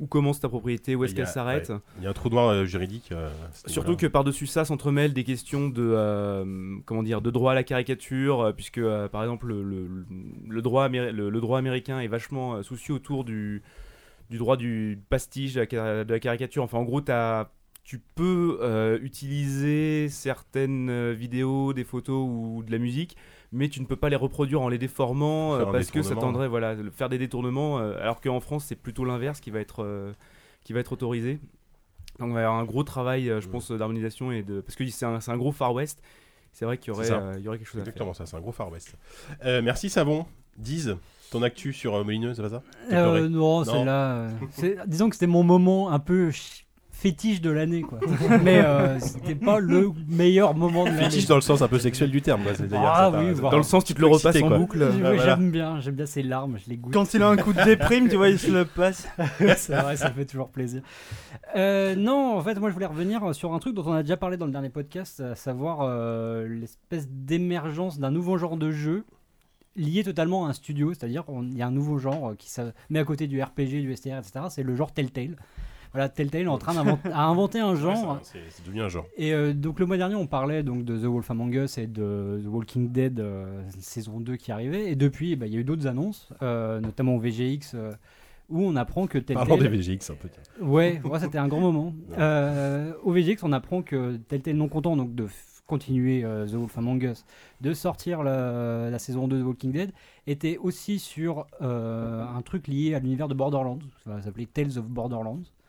[SPEAKER 5] où commence ta propriété, où est-ce
[SPEAKER 2] Il y
[SPEAKER 5] qu'elle
[SPEAKER 2] a-
[SPEAKER 5] s'arrête
[SPEAKER 2] Il y a un trou noir euh, juridique. euh, à ce
[SPEAKER 5] Surtout
[SPEAKER 2] niveau-là.
[SPEAKER 5] que par-dessus ça s'entremêlent des questions de euh, comment dire de droit à la caricature, euh, puisque euh, par exemple le, le- le droit améri- le, le droit américain est vachement euh, soucieux autour du, du droit du pastiche, de la, car- de la caricature. Enfin, en gros, t'as- tu peux euh, utiliser certaines euh, vidéos, des photos ou de la musique, mais tu ne peux pas les reproduire en les déformant euh,
[SPEAKER 2] Faire un
[SPEAKER 5] parce que ça
[SPEAKER 2] détournement.
[SPEAKER 5] tendrait voilà le- faire des détournements, euh, alors qu'en France c'est plutôt l'inverse qui va être euh, qui va être autorisé. Donc, on va avoir un gros travail, euh, je
[SPEAKER 2] Mm.
[SPEAKER 5] pense, euh, d'harmonisation et de. Parce que c'est un, c'est un gros Far West. C'est vrai qu'il y, aurait,
[SPEAKER 2] C'est ça.
[SPEAKER 5] euh, il y aurait quelque chose
[SPEAKER 2] Exactement, ça, c'est un gros Far West. Euh, merci, Savon. Diz, ton actu sur euh, Molineux, c'est pas ça
[SPEAKER 9] Euh,
[SPEAKER 2] pleuré
[SPEAKER 9] non, celle-là. euh, c'est- disons que c'était mon moment un peu ch- fétiche de l'année, quoi. Mais euh, c'était pas le meilleur moment de l'année.
[SPEAKER 2] Fétiche dans le sens un peu sexuel du terme. quoi, c'est- d'ailleurs, ça
[SPEAKER 9] Ah
[SPEAKER 2] t'a-
[SPEAKER 9] oui,
[SPEAKER 2] ça-
[SPEAKER 9] voire-
[SPEAKER 5] Dans le sens, tu te le repasses
[SPEAKER 2] Excité,
[SPEAKER 5] en
[SPEAKER 2] quoi.
[SPEAKER 5] boucle.
[SPEAKER 9] Oui,
[SPEAKER 2] Bah, voilà.
[SPEAKER 9] J'aime bien, j'aime bien ses larmes, je les goûte.
[SPEAKER 3] Quand il a un coup de déprime, tu vois, il se le passe.
[SPEAKER 9] c'est vrai, ça fait toujours plaisir. Euh, non, en fait, moi, je voulais revenir sur un truc dont on a déjà parlé dans le dernier podcast, à savoir euh, l'espèce d'émergence d'un nouveau genre de jeu lié totalement à un studio, c'est-à-dire on- il y a un nouveau genre euh, qui se met à côté du RPG, du STR, etc. C'est le genre Telltale. Voilà, Telltale est en train d'inventer un
[SPEAKER 2] Ouais,
[SPEAKER 9] genre.
[SPEAKER 2] ça- C'est c'est devenu un genre.
[SPEAKER 9] Et euh, donc le mois dernier, on parlait donc de The Wolf Among Us et de The Walking Dead euh, saison 2 qui arrivait. Et depuis, bah, il y a eu d'autres annonces, euh, notamment au VGX, euh, où on apprend que
[SPEAKER 2] Parlons des
[SPEAKER 9] Telltale.
[SPEAKER 2] VGX un peu. tiens.
[SPEAKER 9] Ouais, ouais, c'était un grand moment.
[SPEAKER 2] Ouais.
[SPEAKER 9] Euh, au VGX, on apprend que Telltale, non content donc de f- continuer euh, The Wolf Among Us, de sortir la, la saison 2 de The Walking Dead, était aussi sur euh, un truc lié à l'univers de Borderlands. Ça va s'appeler Tales of Borderlands.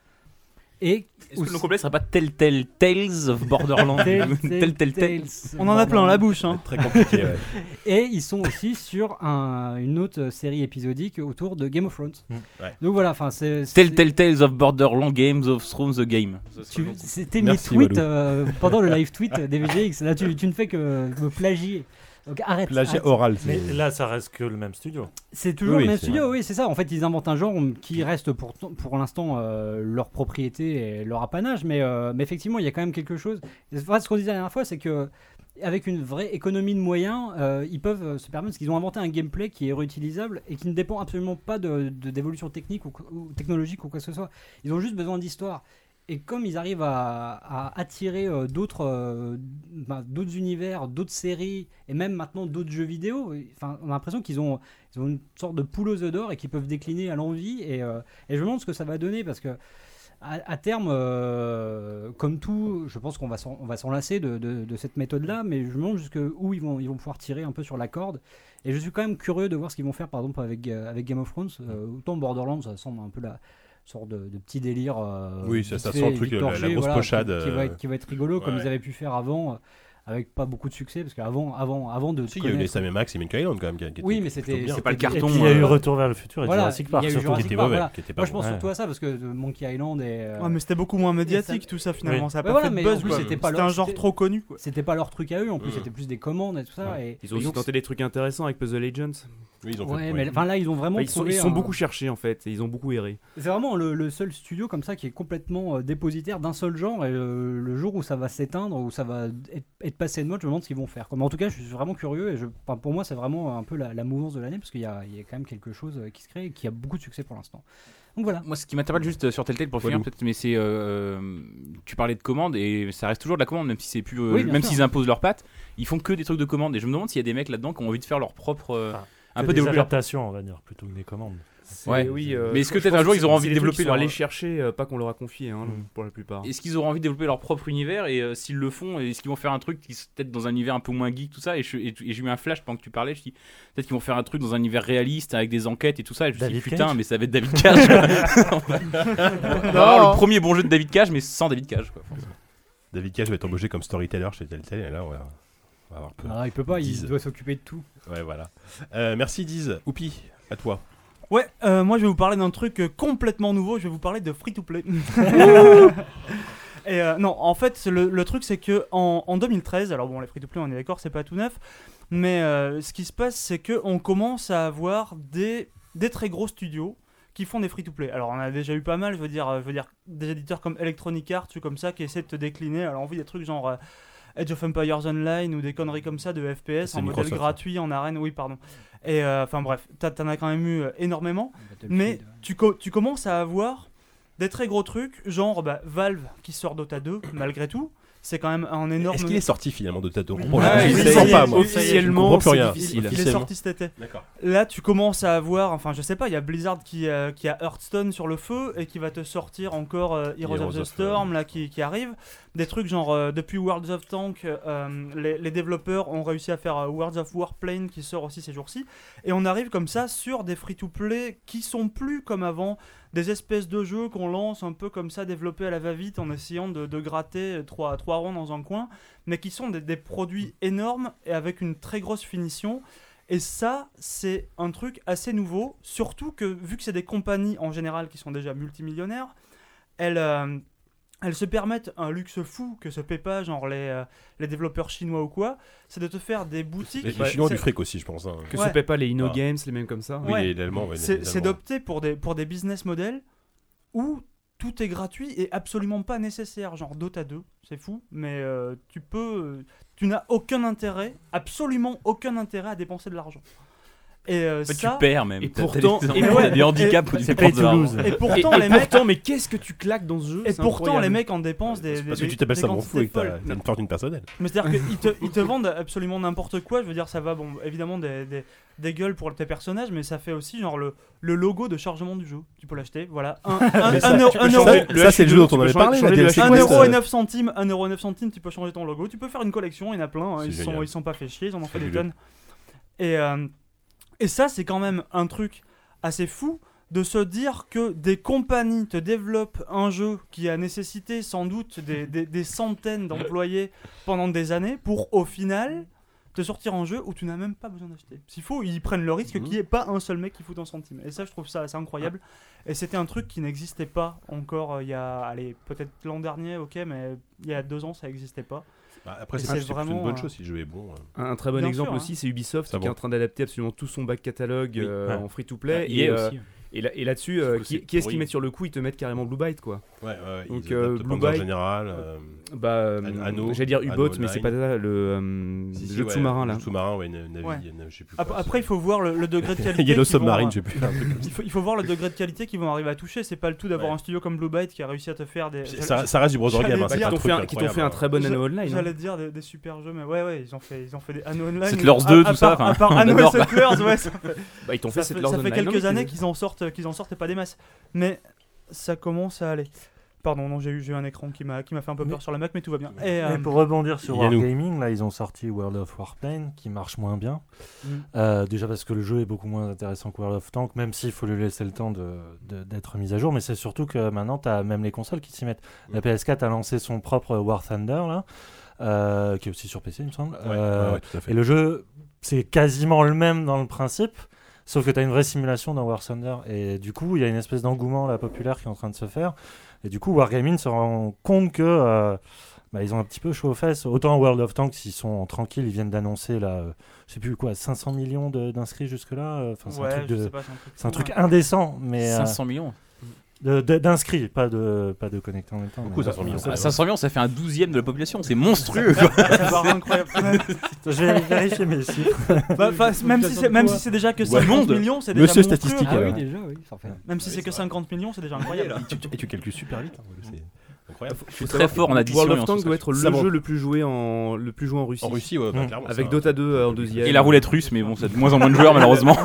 [SPEAKER 9] Et
[SPEAKER 4] Est-ce que
[SPEAKER 9] aussi-
[SPEAKER 4] le nom complet serait pas Tell Tell Tales of Borderlands Tell Tell Tales
[SPEAKER 3] On en a plein la bouche, hein.
[SPEAKER 2] Très compliqué. ouais.
[SPEAKER 9] Et ils sont aussi sur un- une autre série épisodique autour de Game of Thrones.
[SPEAKER 2] Mm. ouais.
[SPEAKER 9] Donc voilà, enfin c'est. c'est-
[SPEAKER 4] Tell Tell Tales of Borderlands Games of Thrones The Game.
[SPEAKER 9] tu- C'était mes
[SPEAKER 2] Merci,
[SPEAKER 9] tweets
[SPEAKER 2] Walou.
[SPEAKER 9] euh, pendant le live tweet des VGX. Là, tu, tu ne fais que me plagier. Donc arrête.
[SPEAKER 2] Plagiat
[SPEAKER 9] arrête.
[SPEAKER 2] oral.
[SPEAKER 6] Mais
[SPEAKER 2] c'est-
[SPEAKER 6] là, ça reste que le même studio.
[SPEAKER 9] C'est toujours
[SPEAKER 2] Oui,
[SPEAKER 9] le même
[SPEAKER 2] c'est
[SPEAKER 9] studio, oui, c'est ça. En fait, ils inventent un genre qui reste pour, pour l'instant euh, leur propriété et leur apanage, mais, euh, mais effectivement, il y a quand même quelque chose. Enfin, ce qu'on disait la dernière fois, c'est que avec une vraie économie de moyens, euh, ils peuvent euh, se permettre, parce qu'ils ont inventé un gameplay qui est réutilisable et qui ne dépend absolument pas de de- d'évolution technique ou, ou technologique ou quoi que ce soit. Ils ont juste besoin d'histoire. Et comme ils arrivent à, à attirer euh, d'autres euh, bah, d'autres univers, d'autres séries, et même maintenant d'autres jeux vidéo, enfin, on a l'impression qu'ils ont ils ont une sorte de poule aux œufs d'or et qui peuvent décliner à l'envie. Et, euh, et je me demande ce que ça va donner parce que, à, à terme, euh, comme tout, je pense qu'on va s'en- on va s'en lasser de, de- de cette méthode-là, mais je me demande jusqu'où ils vont, ils vont pouvoir tirer un peu sur la corde. Et je suis quand même curieux de voir ce qu'ils vont faire, par exemple, avec, euh, avec Game of Thrones. Euh, autant Borderlands, ça semble un peu la sorte de, de petit délire. euh,
[SPEAKER 2] Oui, ça-
[SPEAKER 9] vite
[SPEAKER 2] ça
[SPEAKER 9] fait,
[SPEAKER 2] sent le truc,
[SPEAKER 9] vite
[SPEAKER 2] la- la
[SPEAKER 9] torché,
[SPEAKER 2] grosse
[SPEAKER 9] voilà, qui-
[SPEAKER 2] pochade,
[SPEAKER 9] Qui, va
[SPEAKER 2] euh,
[SPEAKER 9] être, qui va être rigolo,
[SPEAKER 2] ouais,
[SPEAKER 9] comme ils
[SPEAKER 2] ouais.
[SPEAKER 9] avaient pu faire avant, euh, avec pas beaucoup de succès, parce qu'avant avant, avant de. te
[SPEAKER 2] Si, il y a eu
[SPEAKER 9] connaître-
[SPEAKER 2] les Sam et Max et Monkey Island quand même. qui- qui
[SPEAKER 9] oui,
[SPEAKER 2] étaient
[SPEAKER 9] mais
[SPEAKER 2] plutôt
[SPEAKER 9] c'était
[SPEAKER 2] bien.
[SPEAKER 9] c'était
[SPEAKER 4] pas le
[SPEAKER 9] bien.
[SPEAKER 6] Et
[SPEAKER 4] carton,
[SPEAKER 6] puis
[SPEAKER 4] Ton,
[SPEAKER 6] il y a eu
[SPEAKER 4] euh,
[SPEAKER 6] Retour vers le futur et
[SPEAKER 9] voilà,
[SPEAKER 6] Jurassic Park
[SPEAKER 9] il y a eu
[SPEAKER 6] surtout.
[SPEAKER 2] Qui
[SPEAKER 9] Jurassic
[SPEAKER 2] était
[SPEAKER 9] Park,
[SPEAKER 2] mauvais.
[SPEAKER 9] voilà.
[SPEAKER 2] Qui était pas
[SPEAKER 9] Bah, Moi, je
[SPEAKER 2] bon.
[SPEAKER 9] pense
[SPEAKER 6] Ouais.
[SPEAKER 9] surtout à ça parce que euh, Monkey Island et. euh,
[SPEAKER 3] Ouais, mais c'était beaucoup moins médiatique, tout ça, finalement. Ça a
[SPEAKER 9] Mais
[SPEAKER 3] pas
[SPEAKER 9] voilà,
[SPEAKER 3] fait de
[SPEAKER 9] mais en
[SPEAKER 3] buzz,
[SPEAKER 9] plus,
[SPEAKER 3] quoi.
[SPEAKER 9] c'était
[SPEAKER 3] C'était
[SPEAKER 9] pas leur-
[SPEAKER 3] un genre
[SPEAKER 9] c'était-
[SPEAKER 3] trop connu, quoi.
[SPEAKER 9] C'était pas leur truc à eux, en plus,
[SPEAKER 2] Mhm.
[SPEAKER 9] c'était plus des commandes et tout ça. Et,
[SPEAKER 5] Ils ont
[SPEAKER 9] et
[SPEAKER 5] aussi
[SPEAKER 9] donc,
[SPEAKER 5] tenté des trucs intéressants avec Puzzle Legends.
[SPEAKER 2] Oui, ils ont fait-
[SPEAKER 9] Ouais,
[SPEAKER 2] ouais.
[SPEAKER 9] mais enfin là, ils ont vraiment.
[SPEAKER 5] Enfin, Bah, ils sont,
[SPEAKER 9] trouvé
[SPEAKER 5] ils sont
[SPEAKER 9] un-
[SPEAKER 5] beaucoup cherchés en fait, et ils ont beaucoup erré.
[SPEAKER 9] C'est vraiment le, le seul studio comme ça qui est complètement euh, dépositaire d'un seul genre. Et euh, le jour où ça va s'éteindre, où ça va être, être passé de mode, je me demande ce qu'ils vont faire. quoi. Mais en tout cas, je suis vraiment curieux. Et je, enfin, pour moi, c'est vraiment un peu la, la mouvance de l'année parce qu'il y, a il y a quand même quelque chose euh, qui se crée et qui a beaucoup de succès pour l'instant. Donc voilà.
[SPEAKER 4] Moi, ce qui m'interpelle juste euh, sur Telltale pour finir,
[SPEAKER 2] Walou.
[SPEAKER 4] peut-être, mais c'est. euh, tu parlais de commande et ça reste toujours de la commande, même si c'est plus. euh,
[SPEAKER 9] Oui, bien
[SPEAKER 4] même
[SPEAKER 9] sûr.
[SPEAKER 4] s'ils imposent leurs pattes, ils font que des trucs de commande. Et je me demande s'il y a des mecs là-dedans qui ont envie de faire leur propre. euh,
[SPEAKER 6] Ah,
[SPEAKER 4] un
[SPEAKER 6] C'est
[SPEAKER 4] peu
[SPEAKER 6] des
[SPEAKER 4] développer leur.
[SPEAKER 6] adaptations, on va dire, plutôt que des commandes.
[SPEAKER 5] C'est-
[SPEAKER 4] Ouais.
[SPEAKER 5] oui, euh,
[SPEAKER 4] Mais est-ce
[SPEAKER 5] je-
[SPEAKER 4] que
[SPEAKER 5] je
[SPEAKER 4] peut-être un
[SPEAKER 5] pense
[SPEAKER 4] jour,
[SPEAKER 5] c'est-
[SPEAKER 4] ils auront
[SPEAKER 5] c'est
[SPEAKER 4] envie
[SPEAKER 5] des
[SPEAKER 4] de
[SPEAKER 5] trucs
[SPEAKER 4] développer
[SPEAKER 5] qu'ils sont
[SPEAKER 4] leur-
[SPEAKER 5] allés chercher, euh, pas qu'on leur a confié hein, pour la plupart.
[SPEAKER 4] Est-ce qu'ils auront envie de développer leur propre univers et euh, s'ils le font, est-ce qu'ils vont faire un truc qui se- peut-être dans un univers un peu moins geek tout ça et, je- et- et j'ai eu un flash pendant que tu parlais, je dis peut-être qu'ils vont faire un truc dans un univers réaliste avec des enquêtes et tout ça et je me suis dit,
[SPEAKER 6] David
[SPEAKER 4] putain
[SPEAKER 6] Cage
[SPEAKER 4] mais ça va être David Cage. quoi. On va- on va avoir le premier bon jeu de David Cage mais sans David Cage quoi.
[SPEAKER 2] David Cage va être embauché comme storyteller chez Telltale et là on va, on va avoir peur.
[SPEAKER 9] Ah, il peut pas,
[SPEAKER 2] Dise.
[SPEAKER 9] il doit s'occuper de tout.
[SPEAKER 2] Ouais, voilà. Euh, merci Diz. Oupi, à toi.
[SPEAKER 3] Ouais, euh, moi je vais vous parler d'un truc euh, complètement nouveau, je vais vous parler de free to play. Et euh, non, en fait, le, le truc c'est que en, en 2013, alors bon, les free to play, on est d'accord, c'est pas tout neuf, mais euh, ce qui se passe, c'est que on commence à avoir des, des très gros studios qui font des free to play. Alors, on a déjà eu pas mal, je veux dire, euh, je veux dire des éditeurs comme Electronic Arts ou comme ça qui essaient de te décliner à l'envie des trucs genre. euh, Age of Empires Online ou des conneries comme ça de FPS
[SPEAKER 2] C'est
[SPEAKER 3] en modèle
[SPEAKER 2] Microsoft, ça.
[SPEAKER 3] gratuit en arène, oui pardon. Et euh, enfin bref, t'as- t'en as quand même eu euh, énormément. Mais
[SPEAKER 9] Battlefield.
[SPEAKER 3] tu, co- tu commences à avoir des très gros trucs, genre bah, Valve qui sort Dota 2, malgré tout. C'est quand même un énorme.
[SPEAKER 2] Est-ce qu'il est sorti finalement de Tato
[SPEAKER 3] Oui.
[SPEAKER 2] Bon, je
[SPEAKER 3] Ouais, il
[SPEAKER 2] ne
[SPEAKER 3] est-
[SPEAKER 2] sens
[SPEAKER 3] il
[SPEAKER 2] Ah, pas
[SPEAKER 3] est-
[SPEAKER 2] moi.
[SPEAKER 5] officiellement,
[SPEAKER 2] Je comprends plus
[SPEAKER 5] c'est
[SPEAKER 2] rien.
[SPEAKER 5] difficile.
[SPEAKER 3] il est
[SPEAKER 2] Officiellement.
[SPEAKER 3] sorti cet été.
[SPEAKER 2] D'accord.
[SPEAKER 3] Là, tu commences à avoir, enfin, je sais pas, il y a Blizzard qui, euh, qui a Hearthstone sur le feu et qui va te sortir encore euh, Heroes,
[SPEAKER 2] Heroes
[SPEAKER 3] of the
[SPEAKER 2] of,
[SPEAKER 3] Storm là qui, qui arrive. Des trucs genre euh, depuis World of Tank, euh, les, les développeurs ont réussi à faire euh, World of Warplane qui sort aussi ces jours-ci. Et on arrive comme ça sur des free-to-play qui sont plus comme avant des espèces de jeux qu'on lance un peu comme ça, développés à la va-vite en essayant de, de gratter euh, trois, trois ronds dans un coin, mais qui sont des, des produits énormes et avec une très grosse finition. Et ça, c'est un truc assez nouveau, surtout que vu que c'est des compagnies en général qui sont déjà multimillionnaires, elles, euh, elles se permettent un luxe fou que se paient pas genre les, euh, les développeurs chinois ou quoi, c'est de te faire des boutiques.
[SPEAKER 2] Les, les Chinois ont
[SPEAKER 3] c'est-
[SPEAKER 2] du fric aussi, je pense. hein.
[SPEAKER 5] Que
[SPEAKER 3] Ouais.
[SPEAKER 5] se paient pas les Inno
[SPEAKER 2] Ah.
[SPEAKER 5] Games, les mêmes comme ça.
[SPEAKER 2] Oui,
[SPEAKER 3] Ouais.
[SPEAKER 2] les- les Allemands, ouais, les-
[SPEAKER 3] C'est
[SPEAKER 2] les
[SPEAKER 3] c'est
[SPEAKER 2] Allemands.
[SPEAKER 3] d'opter pour des, pour des business models où tout est gratuit et absolument pas nécessaire, genre Dota 2, c'est fou, mais euh, tu peux, euh, tu n'as aucun intérêt, absolument aucun intérêt à dépenser de l'argent. Et euh,
[SPEAKER 4] Bah,
[SPEAKER 3] ça,
[SPEAKER 4] tu perds même.
[SPEAKER 5] et
[SPEAKER 4] T'as- t'as
[SPEAKER 5] pourtant-
[SPEAKER 4] des,
[SPEAKER 5] et
[SPEAKER 4] t'as
[SPEAKER 3] ouais,
[SPEAKER 4] des handicaps
[SPEAKER 3] et-
[SPEAKER 4] ou du
[SPEAKER 3] c'est
[SPEAKER 4] port de
[SPEAKER 6] pay to
[SPEAKER 4] l'argent.
[SPEAKER 6] lose.
[SPEAKER 3] et pourtant les mecs,
[SPEAKER 5] Pourtant, mais qu'est-ce que tu claques dans ce jeu
[SPEAKER 3] et
[SPEAKER 5] c'est
[SPEAKER 3] pourtant les
[SPEAKER 5] incroyable.
[SPEAKER 3] mecs en dépensent des,
[SPEAKER 2] C'est parce
[SPEAKER 3] des-
[SPEAKER 2] que tu t'appelles
[SPEAKER 3] des
[SPEAKER 2] ça mon fou
[SPEAKER 3] quantités
[SPEAKER 2] et que t'as
[SPEAKER 3] folles.
[SPEAKER 2] t'as une fortune personnelle.
[SPEAKER 3] Mais c'est-à-dire qu'ils te, ils te vendent absolument n'importe quoi. Je veux dire, ça va, bon, évidemment, des, des, des gueules pour tes personnages, mais ça fait aussi, genre, le, le logo de chargement du jeu. Tu peux l'acheter, voilà. Un, un-
[SPEAKER 2] Mais ça,
[SPEAKER 3] un euro-
[SPEAKER 2] tu peux
[SPEAKER 3] un euro.
[SPEAKER 2] changer- ça, c'est le jeu dont on avait
[SPEAKER 5] Tu peux
[SPEAKER 2] parlé.
[SPEAKER 5] changer
[SPEAKER 2] la
[SPEAKER 5] le
[SPEAKER 2] DLC
[SPEAKER 5] H2O.
[SPEAKER 3] un
[SPEAKER 2] Quest,
[SPEAKER 3] euro
[SPEAKER 2] euh,
[SPEAKER 3] et 9 centimes, un euro et 9 centimes, tu peux changer ton logo, tu peux faire une collection, il y en a plein, hein,
[SPEAKER 2] C'est
[SPEAKER 3] ils se sont,
[SPEAKER 2] génial.
[SPEAKER 3] ils se sont pas fait chier, ils en ont fait des
[SPEAKER 2] Fabuleux.
[SPEAKER 3] tonnes. Et, euh, et ça, c'est quand même un truc assez fou de se dire que des compagnies te développent un jeu qui a nécessité sans doute des, des- des centaines d'employés pendant des années pour au final te sortir un jeu où tu n'as même pas besoin d'acheter. S'il faut, ils prennent le risque
[SPEAKER 2] Mhm.
[SPEAKER 3] qu'il n'y ait pas un seul mec qui fout un centime. Et ça, je trouve ça assez incroyable. Et c'était un truc qui n'existait pas encore euh, il y a, allez, peut-être l'an dernier, ok, mais il y a deux ans ça n'existait pas.
[SPEAKER 2] bah, Après,
[SPEAKER 3] Et
[SPEAKER 2] c'est
[SPEAKER 3] c'est
[SPEAKER 2] plutôt
[SPEAKER 3] vraiment,
[SPEAKER 2] une bonne
[SPEAKER 3] euh,
[SPEAKER 2] chose si le jeu est bon. euh.
[SPEAKER 5] Un très bon
[SPEAKER 3] Bien
[SPEAKER 5] exemple
[SPEAKER 3] sûr,
[SPEAKER 5] aussi, c'est Ubisoft
[SPEAKER 2] Ça
[SPEAKER 5] qui est
[SPEAKER 2] bon.
[SPEAKER 5] en train d'adapter absolument tout son back catalogue
[SPEAKER 4] Oui.
[SPEAKER 5] euh,
[SPEAKER 6] Ouais.
[SPEAKER 5] en free to play.
[SPEAKER 4] Il y
[SPEAKER 5] et,
[SPEAKER 4] a
[SPEAKER 5] euh,
[SPEAKER 4] aussi.
[SPEAKER 5] et là- et là-dessus, euh,
[SPEAKER 4] Sauf que
[SPEAKER 5] qui,
[SPEAKER 4] c'est
[SPEAKER 5] qui est-ce
[SPEAKER 4] pourri.
[SPEAKER 5] qu'ils mettent sur le coup Ils te mettent carrément Blue Byte quoi.
[SPEAKER 2] Ouais, ouais,
[SPEAKER 5] donc,
[SPEAKER 2] ils
[SPEAKER 5] euh,
[SPEAKER 2] adaptent
[SPEAKER 5] Blue
[SPEAKER 2] Panzer
[SPEAKER 5] Byte-
[SPEAKER 2] Général. euh,
[SPEAKER 5] Bah, euh,
[SPEAKER 2] An- Anno,
[SPEAKER 5] j'allais dire
[SPEAKER 2] Anno
[SPEAKER 5] U-Bot, mais c'est
[SPEAKER 2] Online.
[SPEAKER 5] pas ça, le euh,
[SPEAKER 2] si, si,
[SPEAKER 5] jeu de
[SPEAKER 2] ouais,
[SPEAKER 5] sous-marin là.
[SPEAKER 2] le Sous-marin, ouais, na- navi,
[SPEAKER 3] Ouais.
[SPEAKER 2] na- je sais plus
[SPEAKER 3] Ap-
[SPEAKER 2] quoi,
[SPEAKER 3] Après, il
[SPEAKER 2] c'est-
[SPEAKER 3] faut voir le, le degré de qualité.
[SPEAKER 2] Yellow
[SPEAKER 3] qu'ils vont,
[SPEAKER 2] Submarine,
[SPEAKER 3] euh,
[SPEAKER 2] je sais plus. un truc comme ça.
[SPEAKER 3] il, faut, il faut voir le degré de qualité qu'ils vont arriver à toucher. C'est pas le tout d'avoir
[SPEAKER 2] Ouais.
[SPEAKER 3] un studio comme Blue Byte qui a réussi à te faire des.
[SPEAKER 2] C'est- Ça, ça reste du browser
[SPEAKER 3] J'allais
[SPEAKER 2] game, hein,
[SPEAKER 5] Bah,
[SPEAKER 2] c'est
[SPEAKER 5] qui
[SPEAKER 2] pas
[SPEAKER 5] t'ont
[SPEAKER 2] un
[SPEAKER 5] fait,
[SPEAKER 2] truc
[SPEAKER 5] un- qui t'ont fait un
[SPEAKER 2] incroyable,
[SPEAKER 5] très bon Anno Online. hein.
[SPEAKER 3] J'allais te dire des, des super jeux, mais ouais, ouais, ils ont fait, ils ont fait des Anno Online.
[SPEAKER 4] Settlers
[SPEAKER 3] À-
[SPEAKER 4] 2,
[SPEAKER 3] à
[SPEAKER 4] tout ça,
[SPEAKER 3] part-
[SPEAKER 4] enfin,
[SPEAKER 3] À part
[SPEAKER 4] on
[SPEAKER 3] Anno et
[SPEAKER 4] adore.
[SPEAKER 3] Settlers, ouais, ça fait,
[SPEAKER 5] Bah, ils t'ont fait
[SPEAKER 3] ça
[SPEAKER 5] cette
[SPEAKER 3] fait-
[SPEAKER 5] Lords
[SPEAKER 3] ça fait
[SPEAKER 5] Online. Non, mais
[SPEAKER 3] quelques
[SPEAKER 5] c'est-
[SPEAKER 3] années qu'ils en sortent, qu'ils en sortent pas des masses. Mais ça commence à aller. Pardon, non, j'ai eu, j'ai eu un écran qui m'a, qui m'a fait un peu peur sur la Mac, mais tout va bien. Et, euh,
[SPEAKER 6] Mais pour rebondir sur
[SPEAKER 2] Yannou.
[SPEAKER 6] Wargaming, là, ils ont sorti World of Warplane, qui marche moins bien.
[SPEAKER 3] Mm.
[SPEAKER 6] Euh, déjà parce que le jeu est beaucoup moins intéressant que World of Tank, même s'il faut lui laisser le temps de- de- d'être mis à jour. Mais c'est surtout que maintenant, tu as même les consoles qui s'y mettent. La PS4 a lancé son propre War Thunder, là, euh, qui est aussi sur PC, il me semble.
[SPEAKER 2] Ouais,
[SPEAKER 6] Euh,
[SPEAKER 2] ouais, ouais, tout à fait.
[SPEAKER 6] Et le jeu, c'est quasiment le même dans le principe, sauf que tu as une vraie simulation dans War Thunder. Et du coup, il y a une espèce d'engouement là populaire qui est en train de se faire. Et du coup, Wargaming se rend compte que euh, bah, ils ont un petit peu chaud aux fesses. Autant World of Tanks, ils sont tranquilles, ils viennent d'annoncer là, euh, je sais plus quoi, 500 millions de- d'inscrits jusque-là. Enfin, c'est un
[SPEAKER 3] euh, ouais,
[SPEAKER 6] truc,
[SPEAKER 3] je
[SPEAKER 6] de-
[SPEAKER 3] sais pas, c'est un truc,
[SPEAKER 6] c'est un
[SPEAKER 3] fou,
[SPEAKER 6] truc
[SPEAKER 3] ouais.
[SPEAKER 6] indécent, mais euh,
[SPEAKER 4] 500 millions.
[SPEAKER 6] de- de- d'inscrits, pas de, pas de connectés en même temps.
[SPEAKER 2] Beaucoup,
[SPEAKER 6] mais,
[SPEAKER 2] 500 millions.
[SPEAKER 6] euh,
[SPEAKER 4] Ah, 500 millions, ça fait un douzième de la population. C'est monstrueux. quoi.
[SPEAKER 3] Ça paraît incroyable.
[SPEAKER 6] Je vais vérifier mes chiffres.
[SPEAKER 3] Bah, enfin, même si c'est même si c'est déjà que
[SPEAKER 2] Ouais.
[SPEAKER 3] 50
[SPEAKER 2] Monde.
[SPEAKER 3] millions, c'est déjà
[SPEAKER 2] Monsieur
[SPEAKER 3] monstrueux. hein.
[SPEAKER 2] Statistique.
[SPEAKER 9] Ah oui,
[SPEAKER 2] euh,
[SPEAKER 9] déjà, oui, ça fait.
[SPEAKER 3] Même si c'est que 50 millions, c'est déjà incroyable.
[SPEAKER 2] Et tu- et tu calcules super vite. hein, c'est Incroyable.
[SPEAKER 4] Je suis très fort en addition.
[SPEAKER 5] World
[SPEAKER 4] et en
[SPEAKER 5] of Tanks doit
[SPEAKER 4] soustraction.
[SPEAKER 5] être le
[SPEAKER 2] Ça
[SPEAKER 5] jeu le plus joué en le plus joué en Russie.
[SPEAKER 2] En Russie, ouais, bah,
[SPEAKER 6] Mm.
[SPEAKER 2] clairement.
[SPEAKER 5] Avec
[SPEAKER 2] ça-
[SPEAKER 5] Dota 2 euh, en deuxième.
[SPEAKER 4] Et la roulette russe, mais bon, ça a de moins en moins de joueurs malheureusement.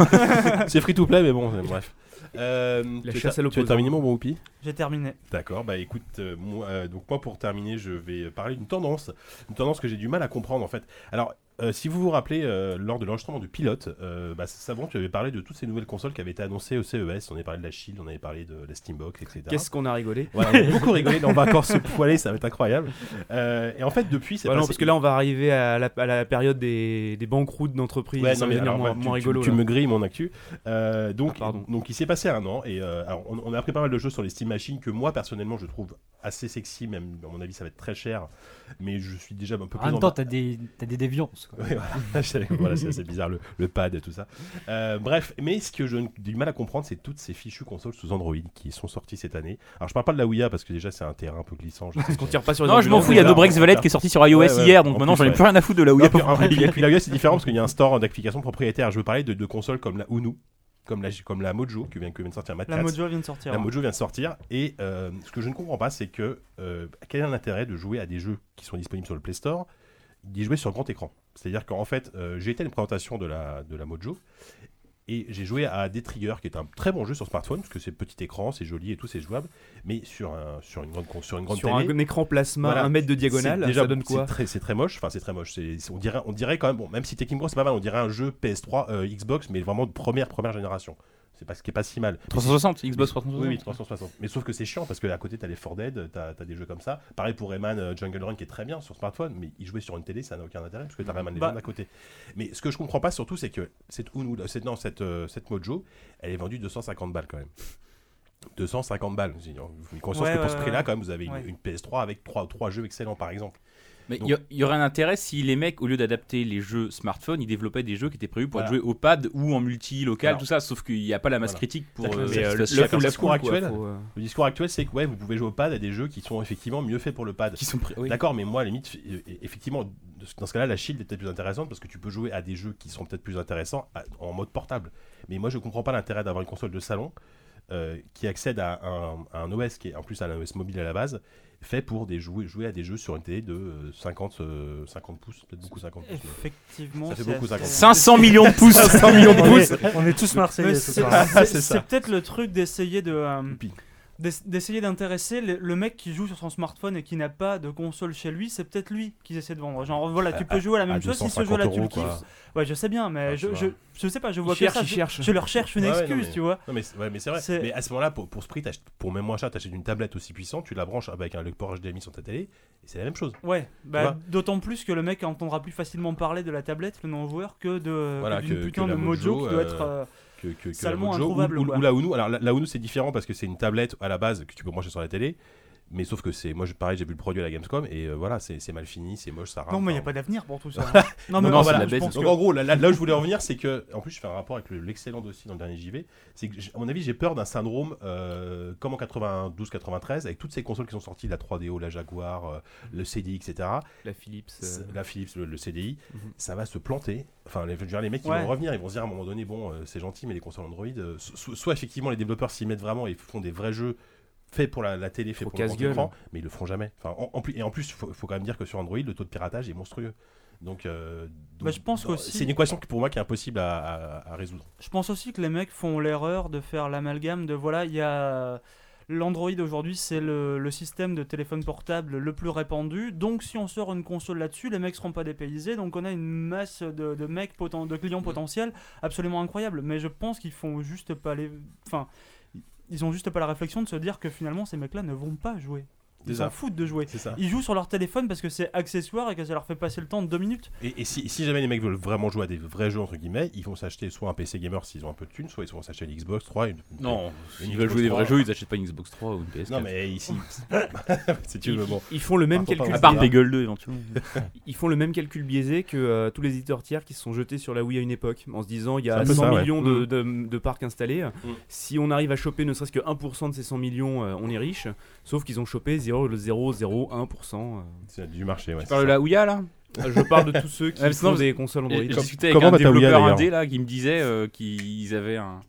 [SPEAKER 2] C'est free to play, mais bon, c'est- bref. Euh,
[SPEAKER 5] La
[SPEAKER 2] tu as-
[SPEAKER 5] chasse à
[SPEAKER 2] tu as
[SPEAKER 5] l'opposant.
[SPEAKER 2] terminé mon bon Whoopi
[SPEAKER 3] J'ai terminé.
[SPEAKER 2] D'accord, bah écoute, euh, moi, euh, donc moi pour terminer, je vais parler d'une tendance, une tendance que j'ai du mal à comprendre en fait. Alors, euh, si vous vous rappelez, euh, lors de l'enregistrement du pilote, euh, bah, Savon, tu avais parlé de toutes ces nouvelles consoles qui avaient été annoncées au CES. On avait parlé de la Shield, on avait parlé de la Steambox, etc.
[SPEAKER 5] Qu'est-ce qu'on a rigolé
[SPEAKER 2] Voilà, on a beaucoup rigolé, là, on va encore se poiler, ça va être incroyable. Euh, et en fait, depuis, c'est
[SPEAKER 5] Bah non,
[SPEAKER 2] passé-
[SPEAKER 5] parce que là, on va arriver à la, à la période des, des banqueroutes d'entreprises.
[SPEAKER 2] Ouais, non,
[SPEAKER 5] ça va
[SPEAKER 2] mais
[SPEAKER 5] devenir
[SPEAKER 2] alors,
[SPEAKER 5] moins,
[SPEAKER 2] ouais, tu,
[SPEAKER 5] moins
[SPEAKER 2] tu-
[SPEAKER 5] rigolo.
[SPEAKER 2] tu
[SPEAKER 5] là.
[SPEAKER 2] me grilles mon actu. Euh, donc,
[SPEAKER 5] Ah, pardon.
[SPEAKER 2] donc, il s'est passé un an et euh, alors, on, on a appris pas mal de choses sur les Steam Machines que moi personnellement je trouve assez sexy, même à mon avis ça va être très cher, mais je suis déjà un peu plus
[SPEAKER 9] En même
[SPEAKER 2] embar-
[SPEAKER 9] temps, t'as des, t'as des déviances. quoi.
[SPEAKER 2] Ouais, voilà, je savais- voilà, c'est assez bizarre le, le pad et tout ça. Euh, bref, mais ce que je n'ai du mal à comprendre, c'est toutes ces fichues consoles sous Android qui sont sorties cette année. Alors je parle pas de la Ouya parce que déjà c'est un terrain un peu glissant. Je sais
[SPEAKER 5] Parce qu'on tire pas sur les
[SPEAKER 4] Non, je m'en
[SPEAKER 5] ambulants.
[SPEAKER 4] fous, il y a
[SPEAKER 2] bizarre,
[SPEAKER 4] No Breaks
[SPEAKER 2] bizarre.
[SPEAKER 4] Valet qui est sorti sur iOS
[SPEAKER 2] Ouais, ouais,
[SPEAKER 4] hier,
[SPEAKER 2] ouais.
[SPEAKER 4] donc
[SPEAKER 2] En
[SPEAKER 4] maintenant
[SPEAKER 2] plus,
[SPEAKER 4] j'en ai
[SPEAKER 2] ouais.
[SPEAKER 4] plus rien à foutre de la
[SPEAKER 2] Non,
[SPEAKER 4] Ouya.
[SPEAKER 2] puis, en- et puis la gueule, c'est différent parce qu'il y a un store d'applications propriétaires. Je veux parler de, de consoles comme la Unu, comme la, comme la Mojo que vient, que vient de sortir
[SPEAKER 3] La
[SPEAKER 2] Matlas.
[SPEAKER 3] Mojo vient de sortir. hein.
[SPEAKER 2] La
[SPEAKER 3] ouais.
[SPEAKER 2] Mojo vient de sortir et euh, ce que je ne comprends pas, c'est que euh, quel est l'intérêt de jouer à des jeux qui sont disponibles sur le Play Store, d'y jouer sur grand écran C'est-à-dire qu'en fait, euh, j'ai été à une présentation de la, de la Mojo et j'ai joué à Detrigger, qui est un très bon jeu sur smartphone, parce que c'est petit écran, c'est joli et tout, c'est jouable, mais sur, un, sur une grande, con- sur une grande
[SPEAKER 5] Sur
[SPEAKER 2] télé,
[SPEAKER 5] un écran plasma,
[SPEAKER 2] Voilà.
[SPEAKER 5] un mètre de diagonale,
[SPEAKER 2] c'est déjà
[SPEAKER 5] ça donne quoi
[SPEAKER 2] c'est très, c'est très moche. Enfin, c'est très moche. C'est- c'est- on dirait, on dirait quand même. Bon, même si techniquement c'est pas mal, on dirait un jeu PS3, euh, Xbox, mais vraiment de première première génération. C'est pas ce qui est pas si mal.
[SPEAKER 4] 360, Xbox 360.
[SPEAKER 2] Oui, oui, 360. Mais sauf que c'est chiant parce que à côté t'as les 4 Dead, t'as as des jeux comme ça. Pareil pour Rayman euh, Jungle Run qui est très bien sur smartphone, mais il jouait sur une télé, ça n'a aucun intérêt parce que t'as Rayman
[SPEAKER 3] Bah.
[SPEAKER 2] Legends à côté. Mais ce que je comprends pas surtout, c'est que cette Unu, cette non, cette euh, cette Mojo, elle est vendue 250 balles quand même. 250 balles. Je dis, Vous avez conscience
[SPEAKER 3] Ouais,
[SPEAKER 2] que pour
[SPEAKER 3] ouais,
[SPEAKER 2] ce
[SPEAKER 3] ouais,
[SPEAKER 2] prix-là,
[SPEAKER 3] ouais.
[SPEAKER 2] quand même, vous avez une,
[SPEAKER 3] Ouais.
[SPEAKER 2] une PS3 avec trois trois jeux excellents, par exemple.
[SPEAKER 4] Mais il
[SPEAKER 2] Donc-
[SPEAKER 4] y, a- il y aurait un intérêt si les mecs, au lieu d'adapter les jeux smartphone, ils développaient des jeux qui étaient prévus pour
[SPEAKER 2] Voilà.
[SPEAKER 4] être joués au pad ou en multi local,
[SPEAKER 2] Alors.
[SPEAKER 4] tout ça. Sauf qu'il n'y a pas la masse
[SPEAKER 2] Voilà.
[SPEAKER 4] critique pour.
[SPEAKER 2] C'est-à-dire que
[SPEAKER 4] euh,
[SPEAKER 2] c'est-
[SPEAKER 4] cette
[SPEAKER 2] c'est-
[SPEAKER 4] situation.
[SPEAKER 2] c'est- c'est- discours actuel.
[SPEAKER 5] faut, euh,
[SPEAKER 2] Le discours actuel, c'est que ouais, vous pouvez jouer au pad à des jeux qui sont effectivement mieux faits pour le pad.
[SPEAKER 4] qui sont pré- oui.
[SPEAKER 2] D'accord, mais moi, à la limite, euh, effectivement, de ce- dans ce cas-là, la Shield est peut-être plus intéressante parce que tu peux jouer à des jeux qui sont peut-être plus intéressants à- en mode portable. Mais moi, je comprends pas l'intérêt d'avoir une console de salon euh, qui accède à un, à un OS qui est en plus à un OS mobile à la base, fait pour des jouer, jouer à des jeux sur une télé de euh, 50, euh, 50 pouces, peut-être beaucoup 50 pouces. mais-
[SPEAKER 3] Effectivement.
[SPEAKER 2] Ça fait
[SPEAKER 3] c'est
[SPEAKER 2] beaucoup, ça,
[SPEAKER 3] assez-
[SPEAKER 2] quand même.
[SPEAKER 4] 500 millions de pouces 500 millions de
[SPEAKER 6] on,
[SPEAKER 4] pouces
[SPEAKER 6] est, on est tous
[SPEAKER 3] Mais
[SPEAKER 6] Marseillais ce
[SPEAKER 3] C'est
[SPEAKER 6] soir.
[SPEAKER 2] Ah,
[SPEAKER 3] c'est-
[SPEAKER 2] c'est ça.
[SPEAKER 3] c'est peut-être le truc d'essayer de. euh,
[SPEAKER 2] Youpi.
[SPEAKER 3] d'ess- d'essayer d'intéresser le, le mec qui joue sur son smartphone et qui n'a pas de console chez lui, c'est peut-être lui qu'ils essaient de vendre. Genre voilà, tu
[SPEAKER 2] À-
[SPEAKER 3] peux jouer à la
[SPEAKER 2] Ah, à
[SPEAKER 3] même chose si ce
[SPEAKER 2] 250
[SPEAKER 3] jeu-là tu
[SPEAKER 2] euros,
[SPEAKER 3] le
[SPEAKER 2] quoi.
[SPEAKER 3] kiffes. Ouais, je sais bien, mais
[SPEAKER 2] Ah, tu
[SPEAKER 3] je,
[SPEAKER 2] vois.
[SPEAKER 3] je, je sais pas, je vois
[SPEAKER 5] Ils
[SPEAKER 3] que ça.
[SPEAKER 5] cherchent, ils
[SPEAKER 3] je-
[SPEAKER 5] cherchent.
[SPEAKER 3] Je leur cherche une
[SPEAKER 2] Ouais, ouais, non,
[SPEAKER 3] excuse,
[SPEAKER 2] mais-
[SPEAKER 3] tu vois.
[SPEAKER 2] Non, mais, c'est- ouais, mais c'est vrai.
[SPEAKER 3] C'est-
[SPEAKER 2] Mais à ce moment-là, pour, pour ce prix, t'achètes- pour même moins cher, t'achètes une tablette aussi puissante, tu la branches avec un lecteur HDMI sur ta télé, et c'est la même chose.
[SPEAKER 3] Ouais,
[SPEAKER 2] vois.
[SPEAKER 3] bah, d'autant plus que le mec entendra plus facilement parler de la tablette, le non-joueur, que de
[SPEAKER 2] Voilà,
[SPEAKER 3] que d'une
[SPEAKER 2] que-
[SPEAKER 3] putain
[SPEAKER 2] que la
[SPEAKER 3] de mojo,
[SPEAKER 2] Mojo,
[SPEAKER 3] qui doit
[SPEAKER 2] euh,
[SPEAKER 3] être. euh,
[SPEAKER 2] que, que, que la
[SPEAKER 3] Salement
[SPEAKER 2] Mojo ou,
[SPEAKER 3] introuvable,
[SPEAKER 2] ou-
[SPEAKER 3] quoi.
[SPEAKER 2] ou la Unu. Alors la, la Unu c'est différent parce que c'est une tablette à la base que tu peux brancher sur la télé. Mais sauf que c'est moi je- pareil j'ai vu le produit à la Gamescom et euh, voilà c'est c'est mal fini c'est moche ça rame.
[SPEAKER 3] Non, mais il n'y a
[SPEAKER 2] enfin,
[SPEAKER 3] pas d'avenir pour tout ça.
[SPEAKER 4] Non,
[SPEAKER 3] mais
[SPEAKER 4] non, c'est de la
[SPEAKER 3] je
[SPEAKER 4] baise.
[SPEAKER 3] pense
[SPEAKER 2] donc
[SPEAKER 3] que-
[SPEAKER 2] en gros là, là- là où je voulais en venir c'est que en plus je fais un rapport avec le- l'excellent dossier dans le dernier JV c'est que j'- à mon avis j'ai peur d'un syndrome euh, comme en 92 93 avec toutes ces consoles qui sont sorties la 3DO la Jaguar euh, le CDI etc
[SPEAKER 5] La Philips. euh,
[SPEAKER 2] ça- la Philips, le, le CDI,
[SPEAKER 5] Mhm.
[SPEAKER 2] ça va se planter. Enfin, les, je veux dire, les mecs qui
[SPEAKER 3] Ouais.
[SPEAKER 2] vont revenir, ils vont se dire à un moment donné, bon, euh, c'est gentil, mais les consoles Android, euh, so- so- soit effectivement les développeurs s'y mettent vraiment et font des vrais jeux faits pour la, la télé, faits
[SPEAKER 5] Au
[SPEAKER 2] pour le grand
[SPEAKER 5] casse-gueule.
[SPEAKER 2] écran, mais ils le feront jamais. Enfin, en, en plus, et en plus, faut, faut quand même dire que sur Android, le taux de piratage est monstrueux. Donc, euh, donc,
[SPEAKER 3] Bah, je pense
[SPEAKER 2] dans-
[SPEAKER 3] qu'aussi-
[SPEAKER 2] c'est une équation qui, pour moi qui est impossible à, à- à résoudre.
[SPEAKER 3] Je pense aussi que les mecs font l'erreur de faire l'amalgame de voilà, il y a. L'Android aujourd'hui, c'est le, le système de téléphone portable le plus répandu. Donc, si on sort une console là-dessus, les mecs seront pas dépaysés. Donc, on a une masse de, de mecs, poten- de
[SPEAKER 2] Mm.
[SPEAKER 3] clients potentiels absolument incroyable. Mais je pense qu'ils font juste pas les. Enfin, ils ont juste pas la réflexion de se dire que finalement, ces mecs-là ne vont pas jouer. Ils
[SPEAKER 2] Déjà.
[SPEAKER 3] s'en foutent de jouer.
[SPEAKER 2] C'est ça.
[SPEAKER 3] Ils jouent sur leur téléphone parce que c'est accessoire et que ça leur fait passer le temps de deux minutes.
[SPEAKER 2] Et, et si, si jamais les mecs veulent vraiment jouer à des vrais jeux, entre guillemets, ils vont s'acheter soit un PC gamer s'ils ont un peu de thunes, soit ils vont s'acheter une Xbox 3. Une, une-
[SPEAKER 4] Non,
[SPEAKER 2] une
[SPEAKER 4] ils veulent
[SPEAKER 2] Xbox
[SPEAKER 4] jouer des vrais
[SPEAKER 2] 3.
[SPEAKER 4] jeux, ils achètent pas une Xbox 3 ou une PS4.
[SPEAKER 2] Non, mais ici, si tu
[SPEAKER 5] Ils,
[SPEAKER 2] veux, bon.
[SPEAKER 5] ils font le même
[SPEAKER 2] Pardon,
[SPEAKER 5] calcul.
[SPEAKER 4] À
[SPEAKER 2] pardon.
[SPEAKER 4] part
[SPEAKER 2] c'est-
[SPEAKER 4] Peggle 2 éventuellement.
[SPEAKER 2] Bah,
[SPEAKER 5] Ils font le même calcul biaisé que euh, tous les éditeurs tiers qui se sont jetés sur la Wii à une époque, en se disant il y
[SPEAKER 2] C'est un
[SPEAKER 5] a
[SPEAKER 2] peu
[SPEAKER 5] 100
[SPEAKER 2] ça, ouais.
[SPEAKER 5] millions de, de- de parcs installés.
[SPEAKER 2] Mm.
[SPEAKER 5] Si on arrive à choper ne serait-ce que 1% de ces 100 millions, euh, on est riche. Sauf qu'ils ont chopé 0,001%. euh.
[SPEAKER 2] C'est du marché, ouais.
[SPEAKER 4] Tu
[SPEAKER 2] c'est
[SPEAKER 4] parles de
[SPEAKER 2] ça.
[SPEAKER 4] la Ouya là
[SPEAKER 5] Je parle de tous ceux qui
[SPEAKER 4] Ouais, mais
[SPEAKER 5] font
[SPEAKER 4] sinon,
[SPEAKER 5] des consoles Android.
[SPEAKER 4] J'ai discuté avec
[SPEAKER 2] comment
[SPEAKER 4] un
[SPEAKER 2] va ta Ouya,
[SPEAKER 4] développeur
[SPEAKER 2] d'ailleurs
[SPEAKER 4] indé là qui me disait euh, qu'ils avaient un.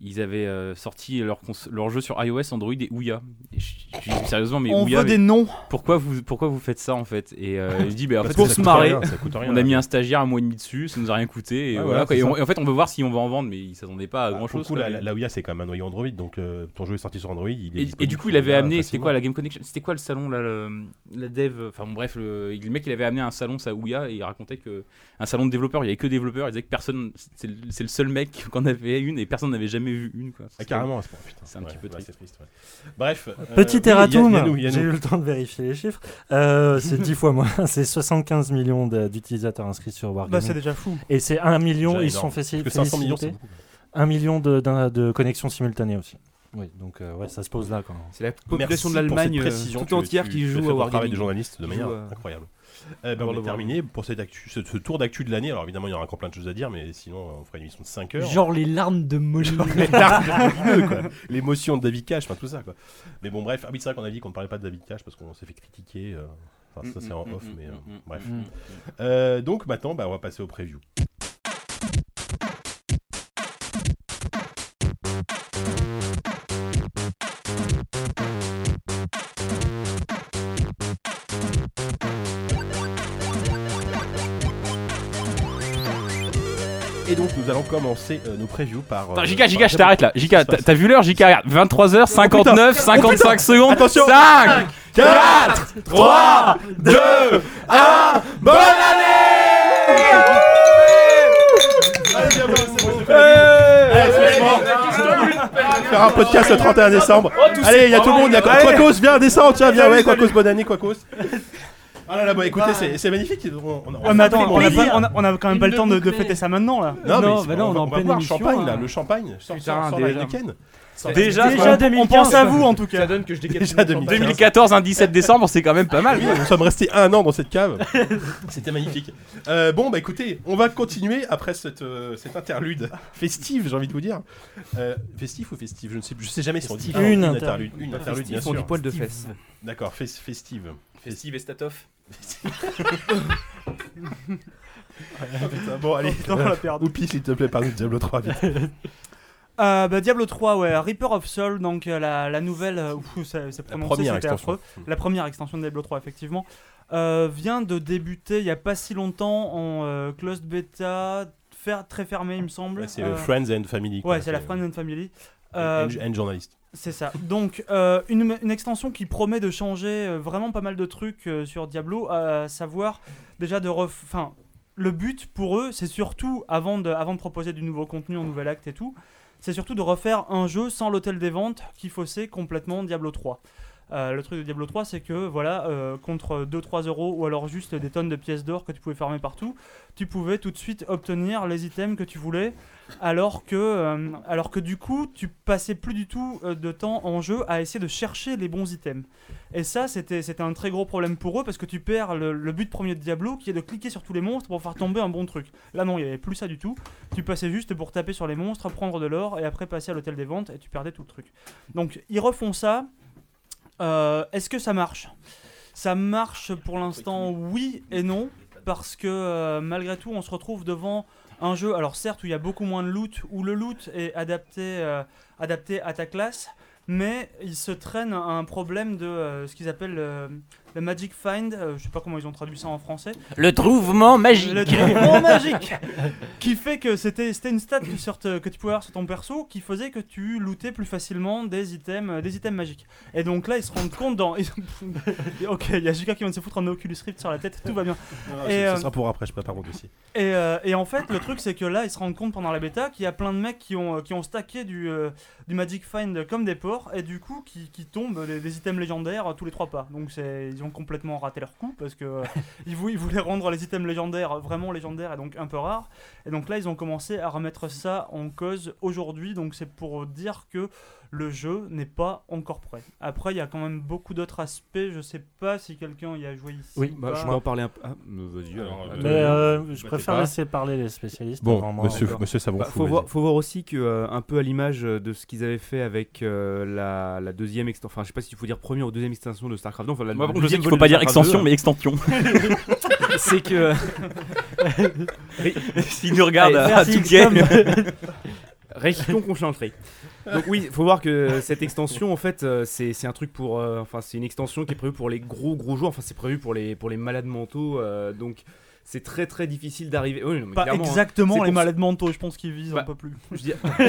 [SPEAKER 4] Ils avaient euh, sorti leur, cons- leur jeu sur iOS, Android et Ouya. Et je- je dis, sérieusement, mais
[SPEAKER 3] on
[SPEAKER 4] Ouya,
[SPEAKER 3] veut
[SPEAKER 4] mais
[SPEAKER 3] des noms.
[SPEAKER 4] pourquoi, vous, pourquoi vous faites ça en fait Et euh, il dit, bah, en
[SPEAKER 2] Parce
[SPEAKER 4] fait,
[SPEAKER 2] que
[SPEAKER 4] pour
[SPEAKER 2] ça
[SPEAKER 4] se
[SPEAKER 2] coûte
[SPEAKER 4] marrer,
[SPEAKER 2] rien, ça coûte rien.
[SPEAKER 4] on a mis un stagiaire un mois et demi dessus, ça nous a rien coûté. Et,
[SPEAKER 2] Ouais,
[SPEAKER 4] voilà,
[SPEAKER 2] voilà,
[SPEAKER 4] quoi.
[SPEAKER 2] c'est
[SPEAKER 4] Et on,
[SPEAKER 2] ça.
[SPEAKER 4] et en fait, on veut voir si on va en vendre, mais ça n'en est pas à grand
[SPEAKER 2] Ah, pour le
[SPEAKER 4] chose.
[SPEAKER 2] coup, la, la- la Ouya, c'est quand même un noyau Android, donc euh, ton jeu est sorti sur Android. Il est
[SPEAKER 4] Et, et
[SPEAKER 2] disponible
[SPEAKER 4] du coup,
[SPEAKER 2] sur
[SPEAKER 4] il avait
[SPEAKER 2] Ouya
[SPEAKER 4] amené, c'était
[SPEAKER 2] facilement.
[SPEAKER 4] quoi la Game Connection C'était quoi le salon là, le- La dev Enfin bon, bref, le, le mec il avait amené un salon, ça Ouya, et il racontait que un salon de développeurs, il n'y avait que développeurs, il disait que personne, c'est le c'est le seul mec qu'on avait une et personne n'avait jamais vu une quoi.
[SPEAKER 2] Ah, carrément, à ce point, putain.
[SPEAKER 4] C'est un petit peu
[SPEAKER 2] bah,
[SPEAKER 4] triste.
[SPEAKER 2] c'est triste. ouais. Bref. euh,
[SPEAKER 6] Petit
[SPEAKER 2] oui,
[SPEAKER 6] erratum,
[SPEAKER 2] y a- y a nous, y a
[SPEAKER 6] j'ai
[SPEAKER 2] nous.
[SPEAKER 6] eu le temps de vérifier les chiffres. Euh, c'est 10 fois moins, c'est 75 millions de- d'utilisateurs inscrits sur
[SPEAKER 3] Bah, c'est
[SPEAKER 6] Wargaming.
[SPEAKER 3] déjà fou.
[SPEAKER 6] et c'est 1 million,
[SPEAKER 2] Déjà
[SPEAKER 6] ils se sont
[SPEAKER 2] énorme.
[SPEAKER 6] faci-
[SPEAKER 2] Parce que
[SPEAKER 6] félicités.
[SPEAKER 2] 500 millions, c'est beaucoup.
[SPEAKER 6] 1 million de, d'un- de connexions simultanées aussi. Oui, donc euh, ouais, ça se pose là quand même.
[SPEAKER 5] C'est la
[SPEAKER 2] Merci
[SPEAKER 5] population
[SPEAKER 2] pour
[SPEAKER 5] de
[SPEAKER 2] cette
[SPEAKER 5] l'Allemagne
[SPEAKER 2] précision,
[SPEAKER 5] euh,
[SPEAKER 2] tu-
[SPEAKER 5] tout entière
[SPEAKER 2] tu-
[SPEAKER 5] qui
[SPEAKER 2] tu fais
[SPEAKER 5] joue
[SPEAKER 2] ton
[SPEAKER 5] à
[SPEAKER 2] travail de
[SPEAKER 5] Wargaming.
[SPEAKER 2] journaliste de
[SPEAKER 5] Qui
[SPEAKER 2] manière
[SPEAKER 5] joue à-
[SPEAKER 2] incroyable. Euh, ben, on est
[SPEAKER 5] World of Wargaming.
[SPEAKER 2] terminé pour cette actu, ce, ce tour d'actu de l'année. Alors évidemment, il y aura encore plein de choses à dire, mais sinon, on fera une émission de 5 heures.
[SPEAKER 9] Genre les larmes de Molly.
[SPEAKER 2] quoi. L'émotion de David Cash, enfin tout ça quoi. Mais bon bref, ah oui c'est vrai qu'on a dit qu'on ne parlait pas de David Cash parce qu'on s'est fait critiquer. euh, Enfin ça c'est en off, mais euh, bref. Euh, donc maintenant bah, on va passer au preview. Et donc nous allons commencer euh, nos previews par. euh,
[SPEAKER 4] Attends, Giga, Giga,
[SPEAKER 2] par-
[SPEAKER 4] je t'arrête là. Giga,
[SPEAKER 2] Qu'est-ce qui
[SPEAKER 4] t'as
[SPEAKER 2] se
[SPEAKER 4] t'as vu l'heure, Giga regarde. 23h59, 55 secondes.
[SPEAKER 2] Attention.
[SPEAKER 4] 5,
[SPEAKER 2] 4 3 2 1 Bonne Faire un podcast le 31 décembre. Allez, il y a tout le monde. il y a Qua- Quacos, viens, descends. Tiens, viens, ouais, Quacos, bonne année, Quacos. Ah là là, bon, écoutez, c'est- c'est magnifique. On, on- on-
[SPEAKER 3] Ouais, Ah, mais attends, on a,
[SPEAKER 2] plaisir.
[SPEAKER 3] pas- on a- on a quand même pas le temps de, de fêter ça maintenant là.
[SPEAKER 2] Non, mais
[SPEAKER 9] Non,
[SPEAKER 2] c'est-
[SPEAKER 9] bah non,
[SPEAKER 2] on,
[SPEAKER 9] on est
[SPEAKER 2] va,
[SPEAKER 9] en
[SPEAKER 2] on va
[SPEAKER 9] pleine
[SPEAKER 2] boire
[SPEAKER 9] émission,
[SPEAKER 2] champagne
[SPEAKER 9] hein.
[SPEAKER 2] là, le champagne. Sors,
[SPEAKER 4] Putain,
[SPEAKER 2] sors, sors la
[SPEAKER 4] déjà.
[SPEAKER 2] Heineken.
[SPEAKER 4] Déjà,
[SPEAKER 3] Déjà
[SPEAKER 4] on-
[SPEAKER 3] 2015.
[SPEAKER 4] on pense à vous en tout
[SPEAKER 5] Ça
[SPEAKER 4] cas.
[SPEAKER 5] donne que je décapite.
[SPEAKER 2] Déjà
[SPEAKER 5] mon champagne.
[SPEAKER 4] 2014, un 17 décembre, c'est quand même pas mal.
[SPEAKER 2] Oui, nous sommes restés un an dans cette cave. C'était magnifique. Euh, bon, bah écoutez, on va continuer après cette, euh, cette interlude festive, j'ai envie de vous dire. Euh, festif ou festive Je ne sais, je sais jamais si on dit
[SPEAKER 3] Festive. Une
[SPEAKER 2] interlude. Une interlude, bien
[SPEAKER 5] Festif, on dit
[SPEAKER 2] sûr.
[SPEAKER 5] poil de fesses.
[SPEAKER 2] D'accord, fes- festive.
[SPEAKER 4] Festive et Statoff.
[SPEAKER 2] bon, allez.
[SPEAKER 3] Non, on l'a perdu.
[SPEAKER 2] Oupi, s'il te plaît, parle de Diablo 3 vite.
[SPEAKER 3] Euh, bah, Diablo 3, ouais. Reaper of Soul, donc euh, la, la nouvelle. euh, ouf, ça- c'est prononcé,
[SPEAKER 2] première
[SPEAKER 3] c'était
[SPEAKER 2] extension.
[SPEAKER 3] affreux. La première extension de Diablo 3, effectivement. euh, vient de débuter il n'y a pas si longtemps en euh, closed beta, fer- très fermé, il me semble.
[SPEAKER 2] Ouais, c'est
[SPEAKER 3] Euh,
[SPEAKER 2] le Friends and Family. quoi.
[SPEAKER 3] Ouais, c'est la Friends and Family. Euh,
[SPEAKER 2] and, and journalist.
[SPEAKER 3] c'est ça. Donc, euh, une, une extension qui promet de changer euh, vraiment pas mal de trucs euh, sur Diablo, à savoir déjà de ref... Enfin, le but pour eux, c'est surtout, avant de, avant de proposer du nouveau contenu en nouvel acte et tout, c'est surtout de refaire un jeu sans l'hôtel des ventes qui faussait complètement Diablo 3. Euh, le truc de Diablo 3, c'est que voilà, euh, contre 2-3 euros ou alors juste des tonnes de pièces d'or que tu pouvais farmer partout, tu pouvais tout de suite obtenir les items que tu voulais alors que, euh, alors que du coup, tu passais plus du tout euh, de temps en jeu à essayer de chercher les bons items. Et ça, c'était c'était un très gros problème pour eux parce que tu perds le, le but premier de Diablo qui est de cliquer sur tous les monstres pour faire tomber un bon truc. Là, non, il n'y avait plus ça du tout. Tu passais juste pour taper sur les monstres, prendre de l'or et après passer à l'hôtel des ventes et tu perdais tout le truc. Donc, ils refont ça. Euh, Est-ce que ça marche Ça marche pour l'instant, oui et non. Parce que euh, malgré tout, on se retrouve devant un jeu, alors certes, où il y a beaucoup moins de loot, où le loot est adapté, euh, adapté à ta classe, mais il se traîne un problème de euh, ce qu'ils appellent euh, le Magic Find, euh, je sais pas comment ils ont traduit ça en français.
[SPEAKER 4] Le trouvement magique.
[SPEAKER 3] Le trouvement magique Qui fait que c'était c'était une stat que, sur te- que tu pouvais avoir sur ton perso qui faisait que tu lootais plus facilement des items, euh, des items magiques. Et donc là, ils se rendent compte dans. ok, il y a Jika qui vient de se foutre un Oculus Rift sur la tête, tout va bien.
[SPEAKER 2] Et
[SPEAKER 3] Et, euh,
[SPEAKER 2] Ça Ah, sera pour après, je prépare mon dossier.
[SPEAKER 3] Et, euh, et en fait, le truc, c'est que là, ils se rendent compte pendant la bêta qu'il y a plein de mecs qui ont, euh, qui ont stacké du, euh, du Magic Find comme des porcs et du coup, qui, qui tombent des, des items légendaires euh, tous les trois pas. Donc, c'est- ils ont complètement raté leur coup parce que euh, ils, vou- ils voulaient rendre les items légendaires euh, vraiment légendaires et donc un peu rares. Et donc là, ils ont commencé à remettre ça en cause aujourd'hui. Donc, c'est pour dire que le jeu n'est pas encore prêt. Après, il y a quand même beaucoup d'autres aspects. Je sais pas si quelqu'un y a joué ici.
[SPEAKER 6] Oui,
[SPEAKER 3] ou
[SPEAKER 5] Bah,
[SPEAKER 3] pas.
[SPEAKER 5] je peux en parler un peu. Ah, mais vas-y, alors,
[SPEAKER 2] Alors,
[SPEAKER 5] attends.
[SPEAKER 6] Mais euh, je
[SPEAKER 2] Bah,
[SPEAKER 6] préfère
[SPEAKER 2] t'es pas.
[SPEAKER 6] laisser parler les spécialistes. avant moi encore.
[SPEAKER 2] monsieur Savon,
[SPEAKER 5] Bah, faut, voir, faut voir aussi que, euh, un peu à l'image euh, de ce qu'ils avaient fait avec euh, la, la deuxième extension, enfin je sais pas s'il faut dire première ou deuxième extension de StarCraft. Non, enfin, la,
[SPEAKER 4] Moi, par
[SPEAKER 5] la
[SPEAKER 4] contre, je sais
[SPEAKER 5] deuxième
[SPEAKER 4] qu'il faut
[SPEAKER 5] volume
[SPEAKER 4] pas
[SPEAKER 5] de
[SPEAKER 4] dire
[SPEAKER 5] StarCraft
[SPEAKER 4] extension,
[SPEAKER 5] 2,
[SPEAKER 4] mais extension.
[SPEAKER 5] c'est que euh,
[SPEAKER 4] S'il nous regarde
[SPEAKER 5] Allez,
[SPEAKER 4] à tout game.
[SPEAKER 5] Récitons concentré. Donc oui, faut voir que cette extension, en fait, euh, c'est c'est un truc pour, euh, enfin, c'est une extension qui est prévue pour les gros gros joueurs. Enfin, c'est prévu pour les pour les malades mentaux. euh, donc c'est très très difficile d'arriver. Oui, non, mais
[SPEAKER 3] Pas
[SPEAKER 5] clairement, hein. C'est
[SPEAKER 3] Bah, exactement les
[SPEAKER 5] pour-
[SPEAKER 3] malades mentaux, je Ah, pense qu'ils visent
[SPEAKER 5] Bah,
[SPEAKER 3] un peu plus.
[SPEAKER 5] Je dis-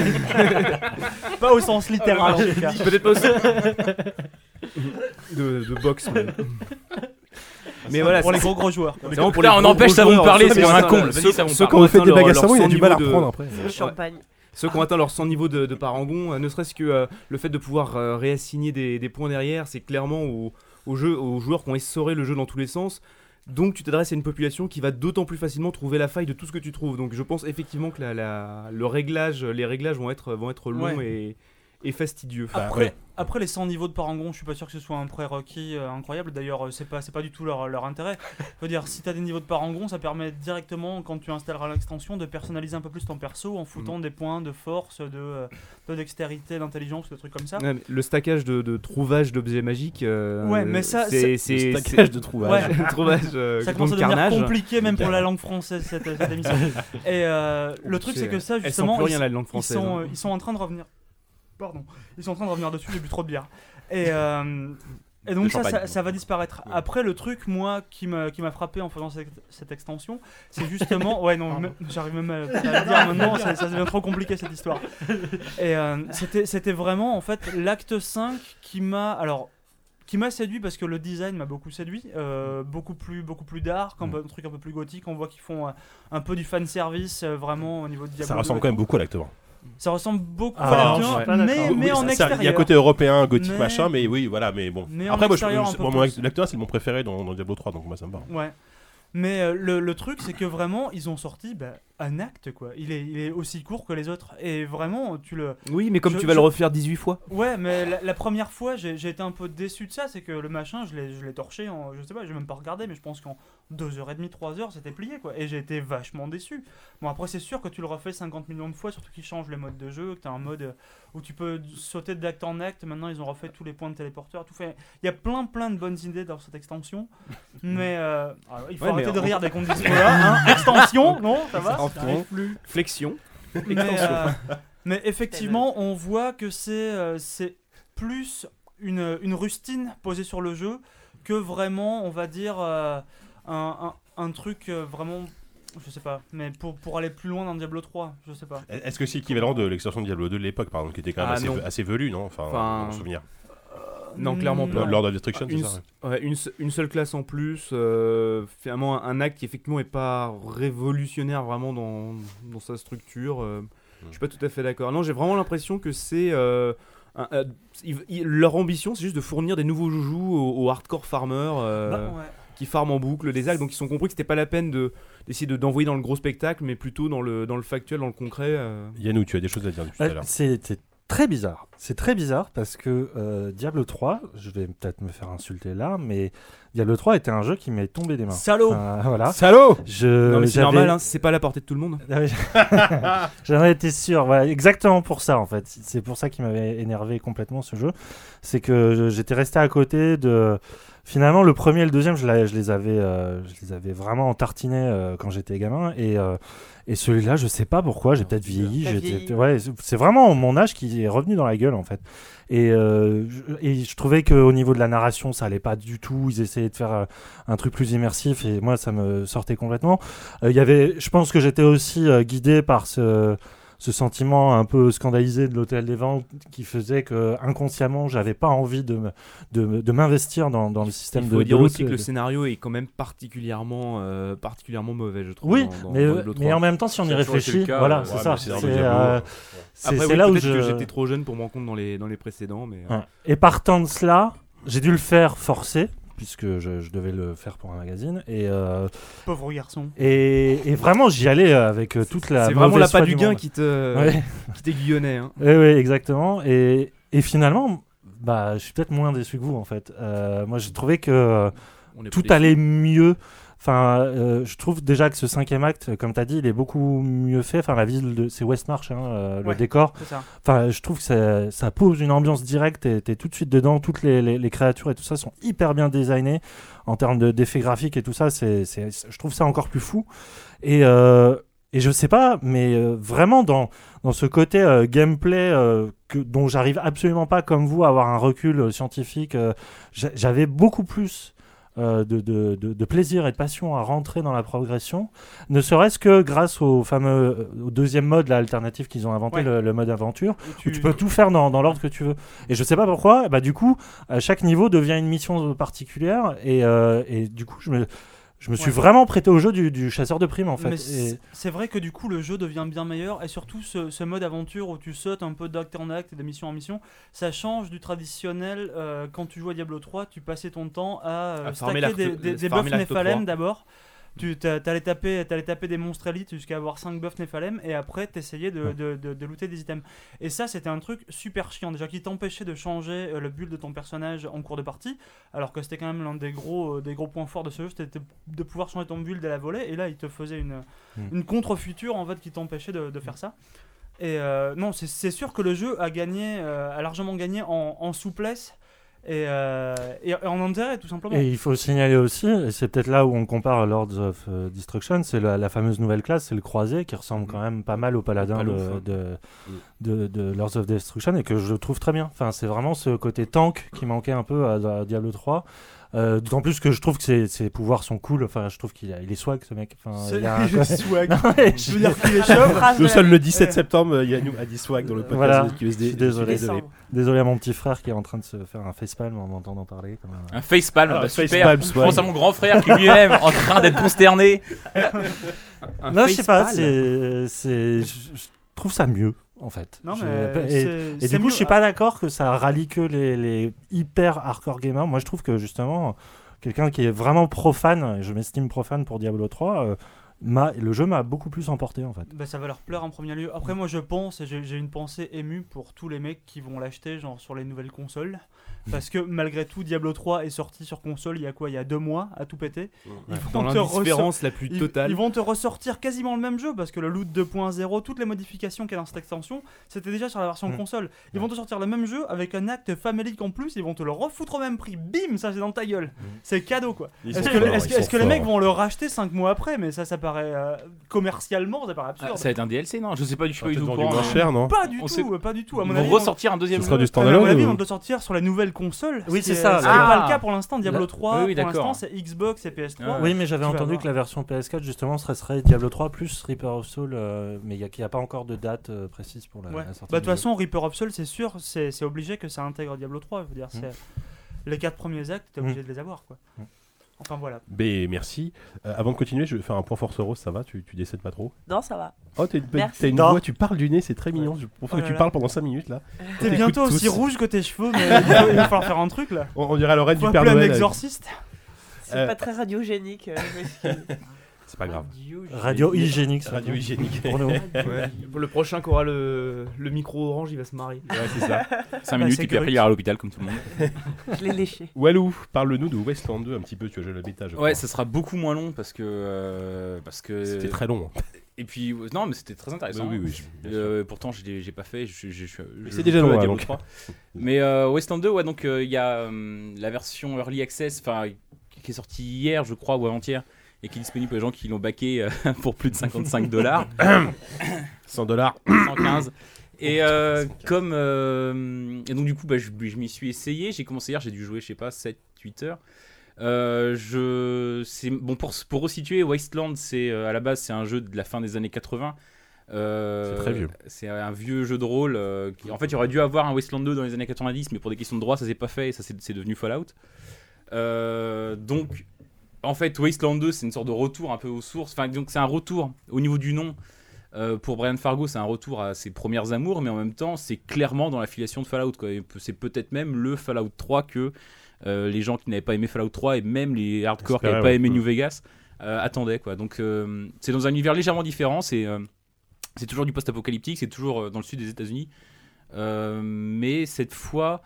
[SPEAKER 3] Pas au sens littéral en tout cas.
[SPEAKER 5] Peut-être pas aussi. de, de boxe. même. Mais voilà,
[SPEAKER 3] pour
[SPEAKER 5] c'est-
[SPEAKER 3] les gros gros joueurs.
[SPEAKER 5] c'est vraiment pour
[SPEAKER 4] Là,
[SPEAKER 5] les
[SPEAKER 4] on
[SPEAKER 5] gros,
[SPEAKER 4] empêche
[SPEAKER 5] gros
[SPEAKER 4] Savon de
[SPEAKER 5] joueurs,
[SPEAKER 4] parler,
[SPEAKER 5] ceux
[SPEAKER 4] c'est
[SPEAKER 5] qui ont
[SPEAKER 4] un
[SPEAKER 5] atteint-
[SPEAKER 4] comble.
[SPEAKER 5] ceux-
[SPEAKER 4] Vas-y, Savon,
[SPEAKER 5] ceux qui
[SPEAKER 4] parle.
[SPEAKER 5] ont
[SPEAKER 2] Quand on fait
[SPEAKER 5] atteint
[SPEAKER 2] des
[SPEAKER 5] leur-
[SPEAKER 2] bagues à
[SPEAKER 5] leur
[SPEAKER 2] savon, il y a
[SPEAKER 5] 100
[SPEAKER 2] du mal à
[SPEAKER 5] niveau de-
[SPEAKER 2] reprendre après.
[SPEAKER 7] Le champagne.
[SPEAKER 5] ceux qui ont atteint leur 100 niveau de, de parangon, euh, ne serait-ce que euh, le fait de pouvoir euh, réassigner des, des points derrière, c'est clairement au, au jeu, aux joueurs qui ont essoré le jeu dans tous les sens. Donc tu t'adresses à une population qui va d'autant plus facilement trouver la faille de tout ce que tu trouves. Donc je pense effectivement que la, la- le réglage, les réglages vont être, vont être longs et, et fastidieux.
[SPEAKER 3] Après,
[SPEAKER 2] ouais.
[SPEAKER 3] après les 100 niveaux de Parangon, je suis pas sûr que ce soit un prérequis euh, incroyable. D'ailleurs, euh, c'est pas, c'est pas du tout leur, leur intérêt. Je veux dire, si t'as des niveaux de Parangon, ça permet directement, quand tu installeras l'extension, de personnaliser un peu plus ton perso en foutant des points de force, de, euh, de dextérité, d'intelligence, de trucs comme ça.
[SPEAKER 5] Ouais, mais le stackage de, de trouvage d'objets magiques, euh,
[SPEAKER 3] Ouais, mais ça,
[SPEAKER 5] c'est
[SPEAKER 2] Le
[SPEAKER 5] c'est-
[SPEAKER 2] stackage de
[SPEAKER 5] c'est-
[SPEAKER 2] trouvage.
[SPEAKER 5] le trouvage euh,
[SPEAKER 3] Ça
[SPEAKER 5] donc
[SPEAKER 3] commence à devenir
[SPEAKER 5] carnage.
[SPEAKER 3] compliqué même pour la langue française cette, cette émission. Et euh, le truc c'est que ça
[SPEAKER 5] Elle sent
[SPEAKER 3] justement,
[SPEAKER 5] plus
[SPEAKER 3] ils-
[SPEAKER 5] rien la langue française.
[SPEAKER 3] Ils sont,
[SPEAKER 5] hein.
[SPEAKER 3] euh, ils sont en train de revenir. Pardon. Ils sont en train de revenir dessus, j'ai bu trop de bière. Et, euh, et
[SPEAKER 4] Le
[SPEAKER 3] donc ça,
[SPEAKER 4] champagne.
[SPEAKER 3] ça, ça va disparaître. Après, le truc, moi, qui m'a qui m'a frappé en faisant cette, cette extension, c'est justement. Ouais, non, me- j'arrive même à, à le dire maintenant, ça, ça devient trop compliqué cette histoire. Et euh, c'était c'était vraiment, en fait, l'acte 5 qui m'a. Alors. Qui m'a séduit parce que le design m'a beaucoup séduit, euh, beaucoup plus beaucoup plus dark, un, peu- un truc un peu plus gothique. On voit qu'ils font euh, un peu du fan service vraiment au niveau du
[SPEAKER 2] Ça ressemble quand même beaucoup à l'acte 1.
[SPEAKER 3] ça ressemble beaucoup
[SPEAKER 6] Ah,
[SPEAKER 3] à
[SPEAKER 6] non, je
[SPEAKER 3] la
[SPEAKER 6] suis
[SPEAKER 3] Turquie,
[SPEAKER 6] pas
[SPEAKER 3] mais,
[SPEAKER 6] d'accord.
[SPEAKER 3] mais
[SPEAKER 2] Oui,
[SPEAKER 3] en
[SPEAKER 2] ça- ça-
[SPEAKER 3] extérieur.
[SPEAKER 2] Il y a un côté européen, gothique,
[SPEAKER 3] Mais-
[SPEAKER 2] machin, mais oui, voilà, mais bon.
[SPEAKER 3] Mais en
[SPEAKER 2] Après, moi, je-
[SPEAKER 3] extérieur, un
[SPEAKER 2] je-
[SPEAKER 3] peu
[SPEAKER 2] moi, mon
[SPEAKER 3] plus.
[SPEAKER 2] acte- l'acte 1, c'est mon préféré dans, dans Diablo 3, donc moi, ça me va.
[SPEAKER 3] Ouais. Mais euh, le, le truc, c'est que vraiment, ils ont sorti bah, un acte, quoi. Il est, il est aussi court que les autres. Et vraiment, tu le.
[SPEAKER 5] Oui, mais comme
[SPEAKER 3] euh, Je-
[SPEAKER 5] tu vas le
[SPEAKER 3] je-
[SPEAKER 5] refaire 18 fois.
[SPEAKER 3] Ouais, mais la, la première fois, j'ai j'ai été un peu déçu de ça, c'est que le machin, je l'ai je l'ai torché en, je sais pas, j'ai même pas regardé, mais je pense qu'en 2h30, 3h, c'était plié, quoi. Et j'ai été vachement déçu. Bon, après, c'est sûr que tu le refais 50 millions de fois, surtout qu'ils changent les modes de jeu, que t'as un mode euh, où tu peux sauter d'acte en acte, maintenant ils ont refait tous les points de téléporteur, tout fait. Il y a plein, plein de bonnes idées dans cette extension, mais euh, alors, il faut
[SPEAKER 5] Ouais, mais
[SPEAKER 3] arrêter de
[SPEAKER 5] en-
[SPEAKER 3] rire dès qu'on dit ce là Extension, non, ça va
[SPEAKER 5] Extension.
[SPEAKER 3] J'arrive plus.
[SPEAKER 5] Flexion.
[SPEAKER 3] Mais,
[SPEAKER 5] Extension.
[SPEAKER 3] euh, mais effectivement, on voit que c'est euh, c'est plus une, une rustine posée sur le jeu que vraiment, on va dire, euh, un, un- un truc euh, vraiment. Je sais pas, mais pour, pour aller plus loin dans Diablo 3, je sais pas.
[SPEAKER 2] Est-ce que c'est équivalent de l'extension de Diablo 2 de l'époque, par exemple, qui était quand même
[SPEAKER 5] Ah,
[SPEAKER 2] assez,
[SPEAKER 5] non.
[SPEAKER 2] ve- assez velue, non Enfin,
[SPEAKER 5] Enfin,
[SPEAKER 2] dans mon souvenir.
[SPEAKER 5] Non, clairement
[SPEAKER 3] Mm,
[SPEAKER 5] pas.
[SPEAKER 2] Lord of Destruction, c'est
[SPEAKER 5] une,
[SPEAKER 2] ça ouais.
[SPEAKER 5] ouais, une, se- une seule classe en plus, euh, finalement un, un acte qui effectivement est pas révolutionnaire vraiment dans, dans sa structure. euh, Je suis pas tout à fait d'accord. Non, j'ai vraiment l'impression que c'est euh, un- un- ils- ils- leur ambition, c'est juste de fournir des nouveaux joujoux aux, aux hardcore farmers euh,
[SPEAKER 3] Ouais.
[SPEAKER 5] qui farment en boucle des actes. Donc ils ont compris que c'était pas la peine de d'essayer de d'envoyer dans le gros spectacle, mais plutôt dans le dans le factuel, dans le concret. euh.
[SPEAKER 2] Yannou, tu as des choses à dire depuis tout à
[SPEAKER 6] Euh,
[SPEAKER 2] l'heure.
[SPEAKER 6] C'est c'est très bizarre. C'est très bizarre parce que euh, Diablo 3, je vais peut-être me faire insulter là, mais Diablo 3 était un jeu qui m'est tombé des mains.
[SPEAKER 2] Oh.
[SPEAKER 3] Salaud
[SPEAKER 6] Enfin, voilà.
[SPEAKER 2] Salaud
[SPEAKER 6] Je,
[SPEAKER 5] non mais c'est
[SPEAKER 6] Ah. Euh, j'avais-
[SPEAKER 5] normal, hein, c'est pas à la portée de tout le monde.
[SPEAKER 6] Ah oui. J'en étais sûr, voilà, exactement pour ça en fait. C'est pour ça qui m'avait énervé complètement ce jeu. C'est que je- j'étais resté à côté de. Finalement, le premier et le deuxième, je, l'ai- je les, avais, euh, je les avais vraiment tartinés euh, quand j'étais gamin. Et, euh, et celui-là, je sais pas pourquoi, j'ai peut-être vieilli.
[SPEAKER 7] T'as
[SPEAKER 6] j'étais-
[SPEAKER 7] vieilli.
[SPEAKER 6] Ouais, c'est- c'est vraiment mon âge qui est revenu dans la gueule en fait. Et, euh, je, et je trouvais qu'au niveau de la narration, ça allait pas du tout. Ils essayaient de faire euh, un truc plus immersif et moi, ça me sortait complètement. Euh, Il y avait, je pense que j'étais aussi euh, guidé par ce, ce sentiment un peu scandalisé de l'hôtel des ventes qui faisait que inconsciemment, j'avais pas envie de me- de, me- de m'investir dans, dans le système
[SPEAKER 5] Il faut
[SPEAKER 6] de, de
[SPEAKER 5] dire
[SPEAKER 6] loot,
[SPEAKER 5] aussi que
[SPEAKER 6] euh,
[SPEAKER 5] le
[SPEAKER 6] de-
[SPEAKER 5] scénario est quand même particulièrement, euh, particulièrement mauvais, je trouve.
[SPEAKER 6] Oui,
[SPEAKER 5] dans- dans-
[SPEAKER 6] mais, euh,
[SPEAKER 5] dans Diablo
[SPEAKER 6] mais
[SPEAKER 5] 3.
[SPEAKER 6] en même temps, si on y
[SPEAKER 4] Ça a toujours été
[SPEAKER 6] réfléchit,
[SPEAKER 4] le cas,
[SPEAKER 6] voilà,
[SPEAKER 4] ouais,
[SPEAKER 6] c'est
[SPEAKER 2] mais
[SPEAKER 6] ça.
[SPEAKER 2] c'est
[SPEAKER 6] C'est
[SPEAKER 2] dans
[SPEAKER 6] euh,
[SPEAKER 2] Diablo, ouais.
[SPEAKER 6] c'est-
[SPEAKER 5] Après,
[SPEAKER 6] c'est
[SPEAKER 5] oui,
[SPEAKER 6] là où
[SPEAKER 5] peut-être
[SPEAKER 6] je-
[SPEAKER 5] que j'étais trop jeune pour me rendre compte dans les, dans les précédents, mais. euh,
[SPEAKER 6] Ouais. Et partant de cela, j'ai dû le faire forcé puisque je, je devais le faire pour un magazine et euh,
[SPEAKER 3] Pauvre garçon.
[SPEAKER 6] et, et vraiment j'y allais avec euh, toute la
[SPEAKER 5] C'est vraiment
[SPEAKER 6] mauvaise
[SPEAKER 5] l'appât
[SPEAKER 6] foi
[SPEAKER 5] du gain
[SPEAKER 6] monde.
[SPEAKER 5] qui euh, te
[SPEAKER 6] Ouais.
[SPEAKER 5] qui t'aiguillonnait. hein.
[SPEAKER 6] Oui, oui, exactement. Et, et finalement, bah, je suis peut-être moins déçu que vous, en fait. Euh, moi, j'ai trouvé que euh,
[SPEAKER 5] On est
[SPEAKER 6] tout
[SPEAKER 5] pas
[SPEAKER 6] allait mieux. Enfin, euh, je trouve déjà que ce cinquième acte, comme tu as dit, il est beaucoup mieux fait. Enfin, la ville, de, c'est Westmarch, hein, euh,
[SPEAKER 3] Ouais.
[SPEAKER 6] le décor.
[SPEAKER 3] C'est ça.
[SPEAKER 6] Enfin, je trouve que ça, ça pose une ambiance directe. et T'es tout de suite dedans. Toutes les, les- les créatures et tout ça sont hyper bien designées en termes de- d'effets graphiques et tout ça. C'est, c'est- je trouve ça encore plus fou. Et, euh, et je sais pas, mais euh, vraiment dans, dans ce côté euh, gameplay euh, que, dont j'arrive absolument pas, comme vous, à avoir un recul euh, scientifique, euh, j'a- j'avais beaucoup plus. euh, de, de- de- de plaisir et de passion à rentrer dans la progression, ne serait-ce que grâce au fameux euh, au deuxième mode, là, alternatif qu'ils ont inventé,
[SPEAKER 3] Ouais.
[SPEAKER 6] le- le mode aventure,
[SPEAKER 3] Et
[SPEAKER 6] où tu peux tout faire dans, dans l'ordre que tu veux. Et je sais pas pourquoi, bah du coup, à chaque niveau devient une mission particulière et, euh, et du coup, je me, je me suis
[SPEAKER 3] Ouais.
[SPEAKER 6] vraiment prêté au jeu du, du chasseur de primes en fait.
[SPEAKER 3] Mais
[SPEAKER 6] Et-
[SPEAKER 3] c'est- c'est vrai que du coup le jeu devient bien meilleur et surtout ce, ce mode aventure où tu sautes un peu d'acte en acte et de mission en mission, ça change du traditionnel euh, quand tu joues à Diablo 3, tu passais ton temps à, euh,
[SPEAKER 5] À farmer
[SPEAKER 3] stacker des,
[SPEAKER 5] l'arc-
[SPEAKER 3] des,
[SPEAKER 5] euh,
[SPEAKER 3] des
[SPEAKER 5] farmer
[SPEAKER 3] buffs
[SPEAKER 5] l'arc de Mm.
[SPEAKER 3] Nephalem
[SPEAKER 5] proie.
[SPEAKER 3] d'abord. Tu t'a- t'allais taper, t'allais taper des monstres élites jusqu'à avoir 5 buffs Nephalem et après t'essayais de,
[SPEAKER 5] Mm.
[SPEAKER 6] Ouais.
[SPEAKER 3] de, de- de looter des items. Et ça c'était un truc super chiant déjà qui t'empêchait de changer euh, le build de ton personnage en cours de partie alors que c'était quand même l'un des gros, euh, des gros points forts de ce jeu, c'était de- de pouvoir changer ton build à la volée, et là il te faisait une,
[SPEAKER 6] Mm.
[SPEAKER 3] une contre-future en fait qui t'empêchait de,
[SPEAKER 6] Hmm.
[SPEAKER 3] de faire ça. Et euh, non, c'est- c'est sûr que le jeu a gagné, euh, a largement gagné en, en souplesse et, euh, et- et en intérêt tout simplement.
[SPEAKER 6] Et il faut signaler aussi, et c'est peut-être là où on compare Lords of euh, Destruction, c'est la, la fameuse nouvelle classe, c'est le croisé qui ressemble
[SPEAKER 3] Mm.
[SPEAKER 6] quand même pas mal au paladin de,
[SPEAKER 5] Palouf, hein.
[SPEAKER 6] de, de- de Lords of Destruction et que je trouve très bien. Enfin, c'est vraiment ce côté tank qui manquait un peu à, à Diablo 3. Euh, D'autant plus que je trouve que ses, ses pouvoirs sont cool. Enfin, je trouve qu'il a- il est swag ce mec. Enfin,
[SPEAKER 3] C'est-
[SPEAKER 6] il a un-
[SPEAKER 2] swag.
[SPEAKER 6] Non, mais je-
[SPEAKER 3] Je veux dire qu'il est
[SPEAKER 7] La
[SPEAKER 3] chauve.
[SPEAKER 7] phrase de
[SPEAKER 2] Nous
[SPEAKER 7] la-
[SPEAKER 2] sommes le 17 septembre, euh, Yannou a dit swag dans le podcast
[SPEAKER 6] Voilà,
[SPEAKER 2] de QSD.
[SPEAKER 6] je suis désolé.
[SPEAKER 2] désolé.
[SPEAKER 7] Décembre.
[SPEAKER 6] Désolé à mon petit frère qui est en train de se faire un facepalm en m'entendant parler. comme un-
[SPEAKER 4] Un facepalm,
[SPEAKER 2] Ah,
[SPEAKER 4] bah, super.
[SPEAKER 2] facepalm,
[SPEAKER 4] Je
[SPEAKER 2] swag.
[SPEAKER 4] pense à mon grand frère qui lui-même en train d'être consterné.
[SPEAKER 5] Un
[SPEAKER 6] Non, je sais pas,
[SPEAKER 5] facepalm.
[SPEAKER 6] c'est. c'est- Je je trouve ça mieux, en fait.
[SPEAKER 3] Non,
[SPEAKER 6] Je-
[SPEAKER 3] mais
[SPEAKER 6] et-
[SPEAKER 3] c'est- c'est
[SPEAKER 6] Et du coup,
[SPEAKER 3] mieux.
[SPEAKER 6] je suis pas d'accord que ça rallie que les, les hyper hardcore gamers. Moi, je trouve que justement, quelqu'un qui est vraiment profane, et je m'estime profane pour Diablo 3, euh, m'a- le jeu m'a beaucoup plus emporté en fait.
[SPEAKER 3] Bah, ça va leur plaire en premier lieu. Après, moi, je pense, et j'ai j'ai une pensée émue pour tous les mecs qui vont l'acheter, genre sur les nouvelles consoles. Parce que malgré tout, Diablo 3 est sorti sur console il y a quoi Il y a deux mois, à tout péter. Ils vont
[SPEAKER 5] Dans
[SPEAKER 3] te ressor-
[SPEAKER 5] l'indifférence la plus
[SPEAKER 3] ils-
[SPEAKER 5] totale.
[SPEAKER 3] Ils, vont te ressortir quasiment le même jeu parce que le loot 2.0, toutes les modifications qu'il y a dans cette extension, c'était déjà sur la version
[SPEAKER 6] Mm.
[SPEAKER 3] console. Ils vont te sortir le même jeu avec un acte famélique en plus, ils vont te le refoutre au même prix. Bim, ça c'est dans ta gueule. C'est cadeau quoi.
[SPEAKER 2] Ils
[SPEAKER 3] Est-ce
[SPEAKER 2] sont
[SPEAKER 3] que,
[SPEAKER 2] forts,
[SPEAKER 3] est-ce que-
[SPEAKER 2] ils sont
[SPEAKER 3] est-ce que les mecs
[SPEAKER 2] forts.
[SPEAKER 3] vont le racheter 5 mois après Mais ça, ça paraît euh, commercialement, ça paraît absurde.
[SPEAKER 4] Ah, ça va être un DLC, non Je sais pas du
[SPEAKER 2] Ça
[SPEAKER 4] tout.
[SPEAKER 2] va
[SPEAKER 4] du
[SPEAKER 2] Ah, peut-être
[SPEAKER 4] tout
[SPEAKER 2] vendu
[SPEAKER 4] courant,
[SPEAKER 2] moins
[SPEAKER 4] mais-
[SPEAKER 2] cher, non
[SPEAKER 3] pas du
[SPEAKER 4] on
[SPEAKER 3] tout, euh,
[SPEAKER 4] sait-
[SPEAKER 3] pas du tout. À
[SPEAKER 4] Ils
[SPEAKER 3] mon
[SPEAKER 4] vont
[SPEAKER 3] avis,
[SPEAKER 4] ressortir un
[SPEAKER 2] Ce
[SPEAKER 4] deuxième
[SPEAKER 2] sera
[SPEAKER 4] jeu.
[SPEAKER 2] du
[SPEAKER 3] on- à mon avis,
[SPEAKER 2] standalone
[SPEAKER 3] ils
[SPEAKER 2] ou-
[SPEAKER 3] vont te sortir sur la nouvelle console.
[SPEAKER 6] Oui,
[SPEAKER 3] ce
[SPEAKER 6] c'est
[SPEAKER 3] qui est-
[SPEAKER 6] ça,
[SPEAKER 3] Ce qui
[SPEAKER 6] là.
[SPEAKER 3] n'est pas
[SPEAKER 9] Ah.
[SPEAKER 3] le cas pour l'instant. Diablo
[SPEAKER 6] Là-
[SPEAKER 3] 3,
[SPEAKER 4] Oui, oui,
[SPEAKER 3] pour
[SPEAKER 4] d'accord.
[SPEAKER 3] l'instant, c'est Xbox et PS3.
[SPEAKER 4] Ah.
[SPEAKER 6] Oui, mais j'avais
[SPEAKER 3] Tu vas
[SPEAKER 6] entendu
[SPEAKER 3] voir.
[SPEAKER 6] que la version PS4 justement serait, serait Diablo 3 plus Reaper of Soul, euh, mais il n'y a, pas encore de date euh, précise pour la,
[SPEAKER 3] Ouais.
[SPEAKER 6] la sortie.
[SPEAKER 3] Bah, de toute
[SPEAKER 6] du jeu.
[SPEAKER 3] façon, Reaper of Soul, c'est sûr, c'est c'est obligé que ça intègre Diablo 3. Je veux dire, c'est- les quatre premiers actes, t'es obligé de les avoir, quoi.
[SPEAKER 6] Mm.
[SPEAKER 3] Enfin voilà.
[SPEAKER 2] B, merci. Euh, avant de continuer, je vais faire un point force rose, ça va Tu, tu décèdes pas trop
[SPEAKER 7] Non, ça va.
[SPEAKER 2] Oh, t'as une, bonne-
[SPEAKER 7] Merci.
[SPEAKER 2] t'as une
[SPEAKER 6] Non.
[SPEAKER 2] voix, tu parles du nez, c'est très mignon. Je pense
[SPEAKER 3] Oh
[SPEAKER 2] que
[SPEAKER 3] là
[SPEAKER 2] tu
[SPEAKER 3] là.
[SPEAKER 2] parles pendant 5 minutes là.
[SPEAKER 3] T'es
[SPEAKER 2] T'écoutes
[SPEAKER 3] bientôt aussi
[SPEAKER 2] tous.
[SPEAKER 3] rouge que tes cheveux, mais il va- il va falloir faire un truc là.
[SPEAKER 2] On, on dirait l'oreille
[SPEAKER 3] Faut
[SPEAKER 2] du Père
[SPEAKER 3] appeler un
[SPEAKER 2] Noël.
[SPEAKER 3] exorciste.
[SPEAKER 7] C'est
[SPEAKER 2] Euh,
[SPEAKER 7] pas très radiogénique. euh, mais c'est-
[SPEAKER 2] C'est pas grave.
[SPEAKER 6] Radio hygiénique. ça.
[SPEAKER 2] Radio hygiénique.
[SPEAKER 6] Pour nous.
[SPEAKER 5] Pour le prochain qui aura le, le micro orange, il va se marier.
[SPEAKER 2] Ouais, c'est ça.
[SPEAKER 4] 5
[SPEAKER 3] Bah,
[SPEAKER 4] minutes,
[SPEAKER 3] c'est
[SPEAKER 4] et puis après,
[SPEAKER 3] correct.
[SPEAKER 4] il ira à l'hôpital comme tout le monde.
[SPEAKER 7] Je l'ai léché.
[SPEAKER 2] Walou, parle-nous de Westland 2 un petit peu. Tu as joué à la bêta, je crois.
[SPEAKER 4] Ouais, ça sera beaucoup moins long parce que. euh, parce que
[SPEAKER 2] C'était très long.
[SPEAKER 4] Et puis, euh, non, mais c'était très intéressant.
[SPEAKER 2] Bah oui, oui,
[SPEAKER 4] hein.
[SPEAKER 2] je- bien
[SPEAKER 4] Euh, pourtant, je l'ai j'ai pas fait. Je, je- je- je
[SPEAKER 2] c'est déjà
[SPEAKER 4] joue
[SPEAKER 2] dans
[SPEAKER 4] à
[SPEAKER 2] la
[SPEAKER 4] Diablo
[SPEAKER 2] donc.
[SPEAKER 4] 3. Mais euh, Westland 2, ouais, donc euh, il y a hum, la version Early Access, enfin, qui est sortie hier, je crois, ou avant-hier, et qui est disponible pour les gens qui l'ont baqué euh, pour plus de 55 dollars.
[SPEAKER 2] 100 dollars. Oh,
[SPEAKER 4] 115. Et euh, comme. euh, et donc, du coup, bah, je, je m'y suis essayé. J'ai commencé hier, j'ai dû jouer, je sais pas, 7, 8 heures. Euh, je, c'est- bon, pour, pour resituer, Wasteland, c'est, euh, à la base, c'est un jeu de la fin des années 80. Euh,
[SPEAKER 2] C'est très vieux.
[SPEAKER 4] C'est un vieux jeu de rôle. euh, qui, en fait, il aurait dû avoir un Wasteland 2 dans les années 90, mais pour des questions de droit, ça s'est pas fait et ça, c'est c'est devenu Fallout. Euh, donc, en fait, Wasteland 2, c'est une sorte de retour un peu aux sources. Enfin, donc, c'est un retour au niveau du nom. Euh, pour Brian Fargo, c'est un retour à ses premières amours, mais en même temps, c'est clairement dans l'affiliation de Fallout. quoi. Et C'est peut-être même le Fallout 3 que euh, les gens qui n'avaient pas aimé Fallout 3 et même les hardcore qui
[SPEAKER 2] Espéraient,
[SPEAKER 4] n'avaient pas
[SPEAKER 2] ouais.
[SPEAKER 4] aimé
[SPEAKER 2] Mm.
[SPEAKER 4] New Vegas euh, attendaient. Quoi. Donc, euh, c'est dans un univers légèrement différent. C'est euh, c'est toujours du post-apocalyptique, c'est toujours euh, dans le sud des États-Unis. Euh, mais cette fois,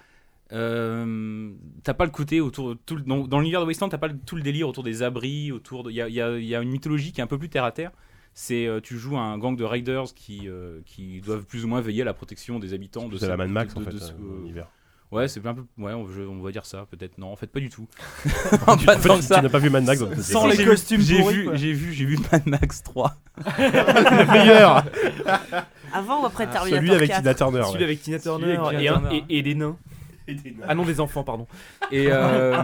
[SPEAKER 4] euh, t'as pas le côté autour. Tout, le- dans dans l'univers de Wasteland, t'as pas le- tout le délire autour des abris. autour de- Il y a, il y a- il y a une mythologie qui est un peu plus terre à terre. C'est euh, tu joues un gang de raiders qui, euh, qui doivent plus ou moins veiller à la protection des habitants de
[SPEAKER 2] C'est la
[SPEAKER 4] ce-
[SPEAKER 2] Mad Max
[SPEAKER 4] de-
[SPEAKER 2] en
[SPEAKER 4] de
[SPEAKER 2] fait.
[SPEAKER 4] ce-
[SPEAKER 2] euh, en hiver.
[SPEAKER 4] Ouais, c'est un peu. Ouais, on, je- on va dire ça, peut-être. Non, en fait, pas du tout.
[SPEAKER 2] Tu
[SPEAKER 4] Pas
[SPEAKER 2] tu-
[SPEAKER 4] tant que
[SPEAKER 2] tu
[SPEAKER 4] ça.
[SPEAKER 2] n'as pas vu Mad Max dans le
[SPEAKER 3] Sans les
[SPEAKER 4] J'ai-
[SPEAKER 3] costumes
[SPEAKER 4] J'ai
[SPEAKER 3] pourris,
[SPEAKER 4] vu,
[SPEAKER 3] quoi.
[SPEAKER 4] j'ai vu, j'ai vu Mad Max 3.
[SPEAKER 2] meilleur.
[SPEAKER 7] Avant ou après Terminator
[SPEAKER 2] Ah, Celui avec
[SPEAKER 7] 4
[SPEAKER 2] Tina Turner.
[SPEAKER 5] Celui
[SPEAKER 2] ouais.
[SPEAKER 5] avec Tina
[SPEAKER 4] Celui
[SPEAKER 5] Turner
[SPEAKER 4] avec Tina
[SPEAKER 5] et, un-
[SPEAKER 4] Turner.
[SPEAKER 5] et- et des nains. Ah non, des enfants, pardon.
[SPEAKER 4] Et, euh,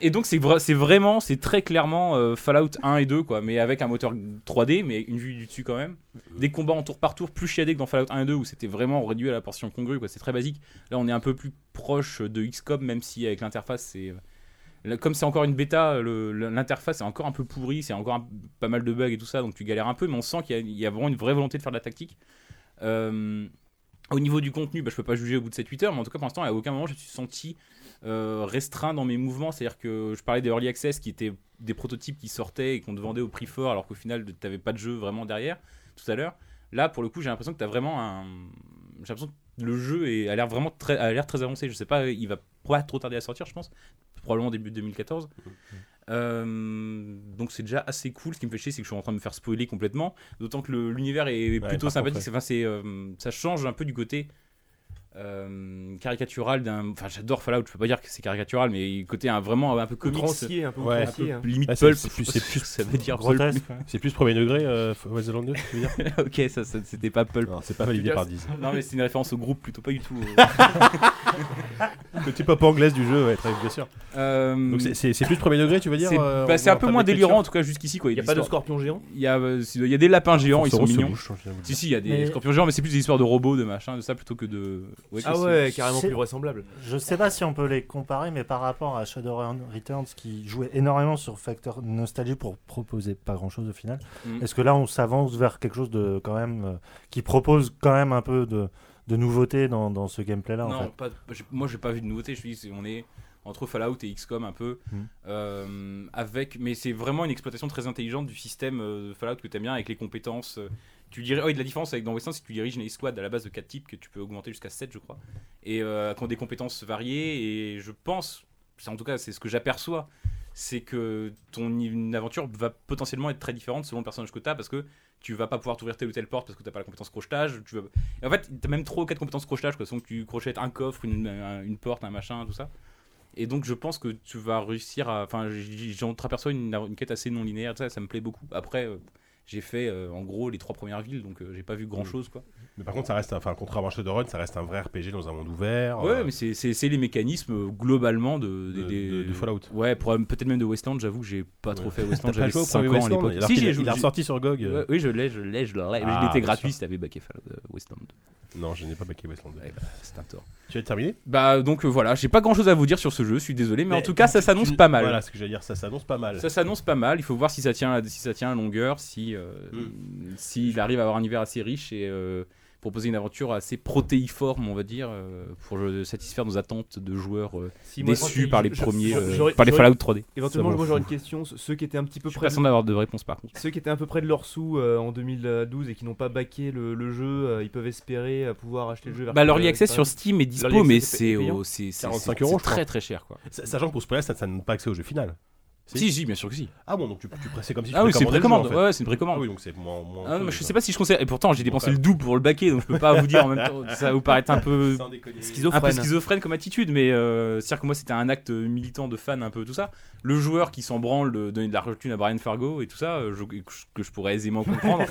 [SPEAKER 4] et donc, c'est vra- c'est vraiment, c'est très clairement euh, Fallout 1 et 2, quoi, mais avec un moteur 3D, mais une vue du dessus quand même. Des combats en tour par tour plus chiadés que dans Fallout 1 et 2, où c'était vraiment réduit à la portion congrue, quoi. C'est très basique. Là, on est un peu plus proche de XCOM, même si avec l'interface, c'est. euh, là, Comme c'est encore une bêta, le- le- l'interface est encore un peu pourrie, c'est encore un- pas mal de bugs et tout ça, donc tu galères un peu, mais on sent qu'il y a- il y, a vraiment une vraie volonté de faire de la tactique. Euh, au niveau du contenu, bah, je peux pas juger au bout de 7-8 heures, mais en tout cas pour l'instant, à aucun moment je me suis senti euh, restreint dans mes mouvements. C'est-à-dire que je parlais des early access qui étaient des prototypes qui sortaient et qu'on te vendait au prix fort alors qu'au final tu n'avais pas de jeu vraiment derrière tout à l'heure. Là pour le coup j'ai l'impression que tu as vraiment un... J'ai l'impression que le jeu est- a l'air vraiment très... A l'air très avancé. Je sais pas, il va pas trop tarder à sortir je pense. Probablement début 2014. Euh, donc c'est déjà assez cool. Ce qui me fait chier c'est que je suis en train de me faire spoiler complètement. D'autant que le- l'univers est
[SPEAKER 2] par
[SPEAKER 4] plutôt
[SPEAKER 2] contre,
[SPEAKER 4] sympathique.
[SPEAKER 2] ouais.
[SPEAKER 4] Enfin, c'est, euh, ça change un peu du côté euh, caricatural d'un. Enfin, j'adore Fallout, je peux pas dire que c'est caricatural, mais il- côté un, vraiment un peu comics.
[SPEAKER 5] Outrancier, un peu
[SPEAKER 2] Ouais, un
[SPEAKER 5] outrancier, hein.
[SPEAKER 4] Limite
[SPEAKER 2] Ah, c'est-
[SPEAKER 4] pulp,
[SPEAKER 2] c'est plus- c'est plus-
[SPEAKER 4] ça veut dire pulp.
[SPEAKER 6] Grotesque. ouais.
[SPEAKER 2] C'est plus premier degré, euh, Wasteland 2, tu veux dire
[SPEAKER 4] ok, ça, ça- c'était pas pulp.
[SPEAKER 2] Non, c'est pas Olivier Pardis.
[SPEAKER 4] Non, mais c'est une référence au groupe plutôt, pas du tout. euh.
[SPEAKER 2] Côté pop anglaise du jeu, ouais, très bien sûr.
[SPEAKER 4] Euh,
[SPEAKER 2] Donc c'est- c'est c'est plus premier degré, tu veux dire
[SPEAKER 4] c'est
[SPEAKER 2] euh,
[SPEAKER 4] bah,
[SPEAKER 2] on
[SPEAKER 4] c'est
[SPEAKER 2] voit
[SPEAKER 4] un peu
[SPEAKER 2] tableau
[SPEAKER 4] moins
[SPEAKER 2] de
[SPEAKER 4] délirant en tout cas jusqu'ici. quoi.
[SPEAKER 5] Il n'y a pas de
[SPEAKER 4] l'histoire-
[SPEAKER 5] scorpion géant.
[SPEAKER 4] Il y, a, euh, il y a des lapins géants, ils
[SPEAKER 2] Force
[SPEAKER 4] sont
[SPEAKER 2] Rose se
[SPEAKER 4] mignons.
[SPEAKER 2] bouge, je viens de vous
[SPEAKER 4] Si,
[SPEAKER 2] dire.
[SPEAKER 4] si, il y a des
[SPEAKER 9] Mais-
[SPEAKER 4] scorpions géants, mais c'est plus des histoires de robots, de machin, de ça plutôt que de. Ouais,
[SPEAKER 5] Ah
[SPEAKER 4] que c'est-
[SPEAKER 5] ouais, carrément
[SPEAKER 6] c'est-
[SPEAKER 5] plus vraisemblable.
[SPEAKER 6] Je sais pas si on peut les comparer, mais par rapport à Shadowrun Returns qui jouait énormément sur facteur nostalgie pour proposer pas grand chose au final,
[SPEAKER 4] Mm.
[SPEAKER 6] est-ce que là on s'avance vers quelque chose de quand même euh, qui propose quand même un peu de, de nouveauté dans, dans ce gameplay là
[SPEAKER 4] Non,
[SPEAKER 6] en fait
[SPEAKER 4] pas- j'ai- moi j'ai pas vu de nouveauté. Je suis, on est, entre Fallout et XCOM un peu.
[SPEAKER 6] Mm.
[SPEAKER 4] Euh, avec, mais c'est vraiment une exploitation très intelligente du système euh, Fallout que tu aimes bien avec les compétences. euh, tu dirais, oh, et de la différence avec dans Westland, c'est que tu diriges une escouade à la base de 4 types que tu peux augmenter jusqu'à 7, je crois. Et euh, qui ont des compétences variées. Et je pense, c'est- en tout cas, c'est ce que j'aperçois, c'est que ton i- aventure va potentiellement être très différente selon le personnage que tu as parce que tu vas pas pouvoir t'ouvrir telle ou telle porte parce que t'as pas la compétence crochetage. Tu vas... et en fait, t'as même trop quatre compétences crochetage, quoi. Sinon, tu crochettes un coffre, une, un- une porte, un machin, tout ça. Et donc, je pense que tu vas réussir à. Enfin, j- j'en aperçois une, une quête assez non linéaire, ça, ça me plaît beaucoup. Après, euh, j'ai fait euh, en gros les trois premières villes, donc euh, j'ai pas vu grand chose, quoi.
[SPEAKER 2] Mais par contre, ça reste, un- enfin, contrairement à Shadowrun, ça reste un vrai RPG dans un monde ouvert.
[SPEAKER 4] Ouais,
[SPEAKER 2] euh,
[SPEAKER 4] mais c'est- c'est c'est les mécanismes euh, globalement de, des-
[SPEAKER 2] de-
[SPEAKER 4] des-
[SPEAKER 2] de- de Fallout.
[SPEAKER 4] Ouais, probablement- peut-être même de Westland, j'avoue que j'ai pas trop
[SPEAKER 2] Ouais.
[SPEAKER 4] fait
[SPEAKER 2] T'as
[SPEAKER 4] Westland,
[SPEAKER 2] pas
[SPEAKER 4] j'avais
[SPEAKER 2] joué au
[SPEAKER 4] 5
[SPEAKER 2] premier
[SPEAKER 4] ans à
[SPEAKER 2] Westland
[SPEAKER 4] l'époque.
[SPEAKER 2] alors
[SPEAKER 4] Si,
[SPEAKER 2] qu'il a-
[SPEAKER 4] j'ai joué.
[SPEAKER 2] Il a ressorti sur GOG. euh.
[SPEAKER 4] Ouais, Oui, je l'ai, je l'ai, je l'ai.
[SPEAKER 2] Ah,
[SPEAKER 4] il
[SPEAKER 2] bien
[SPEAKER 4] était gratuit
[SPEAKER 2] sûr.
[SPEAKER 4] si t'avais backé Fallout, euh, Westland.
[SPEAKER 2] Non, je n'ai pas backé Westland.
[SPEAKER 4] Ouais, C'est un tort.
[SPEAKER 2] Tu as terminé
[SPEAKER 4] Bah donc euh, voilà, j'ai pas grand chose à vous dire sur ce jeu, je suis désolé, mais,
[SPEAKER 2] Mais
[SPEAKER 4] en tout cas ça s'annonce
[SPEAKER 2] Tu-
[SPEAKER 4] pas mal.
[SPEAKER 2] Voilà ce que j'allais dire, ça s'annonce pas mal.
[SPEAKER 4] Ça s'annonce pas mal, il faut voir si ça tient, à- si ça tient à longueur, si, euh,
[SPEAKER 5] Hmm.
[SPEAKER 4] s'il arrive à avoir un univers assez riche et euh, proposer une aventure assez protéiforme, on va dire, euh, pour euh, satisfaire nos attentes de joueurs euh,
[SPEAKER 5] Si, moi,
[SPEAKER 4] déçus
[SPEAKER 5] je-
[SPEAKER 4] par les
[SPEAKER 5] je-
[SPEAKER 4] premiers, euh,
[SPEAKER 5] j'aurais-
[SPEAKER 4] par les
[SPEAKER 5] j'aurais-
[SPEAKER 4] Fallout 3D.
[SPEAKER 6] Ça
[SPEAKER 5] Éventuellement,
[SPEAKER 6] m'en
[SPEAKER 5] moi j'aurais une
[SPEAKER 6] fout.
[SPEAKER 5] question. Ce- Ceux qui étaient un petit
[SPEAKER 4] Je
[SPEAKER 5] peu
[SPEAKER 4] suis
[SPEAKER 5] près
[SPEAKER 4] pas
[SPEAKER 5] de-
[SPEAKER 4] certain d'avoir de réponse par contre.
[SPEAKER 5] Ceux qui étaient à peu près de leur sou euh, en 2012 et qui n'ont pas baqué le, le jeu, euh, ils peuvent espérer euh, pouvoir acheter le jeu. vers-
[SPEAKER 4] Bah l'Early
[SPEAKER 5] euh,
[SPEAKER 4] Access
[SPEAKER 5] vers-
[SPEAKER 4] sur Steam est dispo,
[SPEAKER 5] L'Early
[SPEAKER 4] mais
[SPEAKER 5] Access est
[SPEAKER 4] c'est
[SPEAKER 5] payant.
[SPEAKER 4] au- c'est c'est-
[SPEAKER 2] 45
[SPEAKER 4] c'est-
[SPEAKER 2] euros,
[SPEAKER 4] c'est
[SPEAKER 2] je crois.
[SPEAKER 4] très très cher quoi.
[SPEAKER 2] Sa- Sachant que pour ce prix-là, ça ça ne donne pas accès au jeu final. Si.
[SPEAKER 4] Si, si, bien sûr que si.
[SPEAKER 2] Ah bon, donc tu, tu pressais comme si tu
[SPEAKER 4] Ah oui, c'est une
[SPEAKER 2] précommandais le jeu,
[SPEAKER 4] précommande,
[SPEAKER 2] en fait.
[SPEAKER 4] ouais, ouais, c'est une précommande.
[SPEAKER 2] Ah oui, donc c'est moins. moins
[SPEAKER 4] Ah, non,
[SPEAKER 2] chaud,
[SPEAKER 4] mais je
[SPEAKER 2] quoi.
[SPEAKER 4] sais pas si je conseille. Et pourtant, j'ai dépensé
[SPEAKER 2] pas.
[SPEAKER 4] le double pour le baquet, donc je peux pas vous dire en même temps. Ça va vous paraître un peu,
[SPEAKER 2] Sans déconner.
[SPEAKER 4] un peu
[SPEAKER 5] Schizophrène.
[SPEAKER 4] schizophrène comme attitude, mais euh, c'est-à-dire que moi, c'était un acte militant de fan, un peu tout ça. Le joueur qui s'en branle de donner de la fortune à Brian Fargo et tout ça, euh, je- que je pourrais aisément comprendre.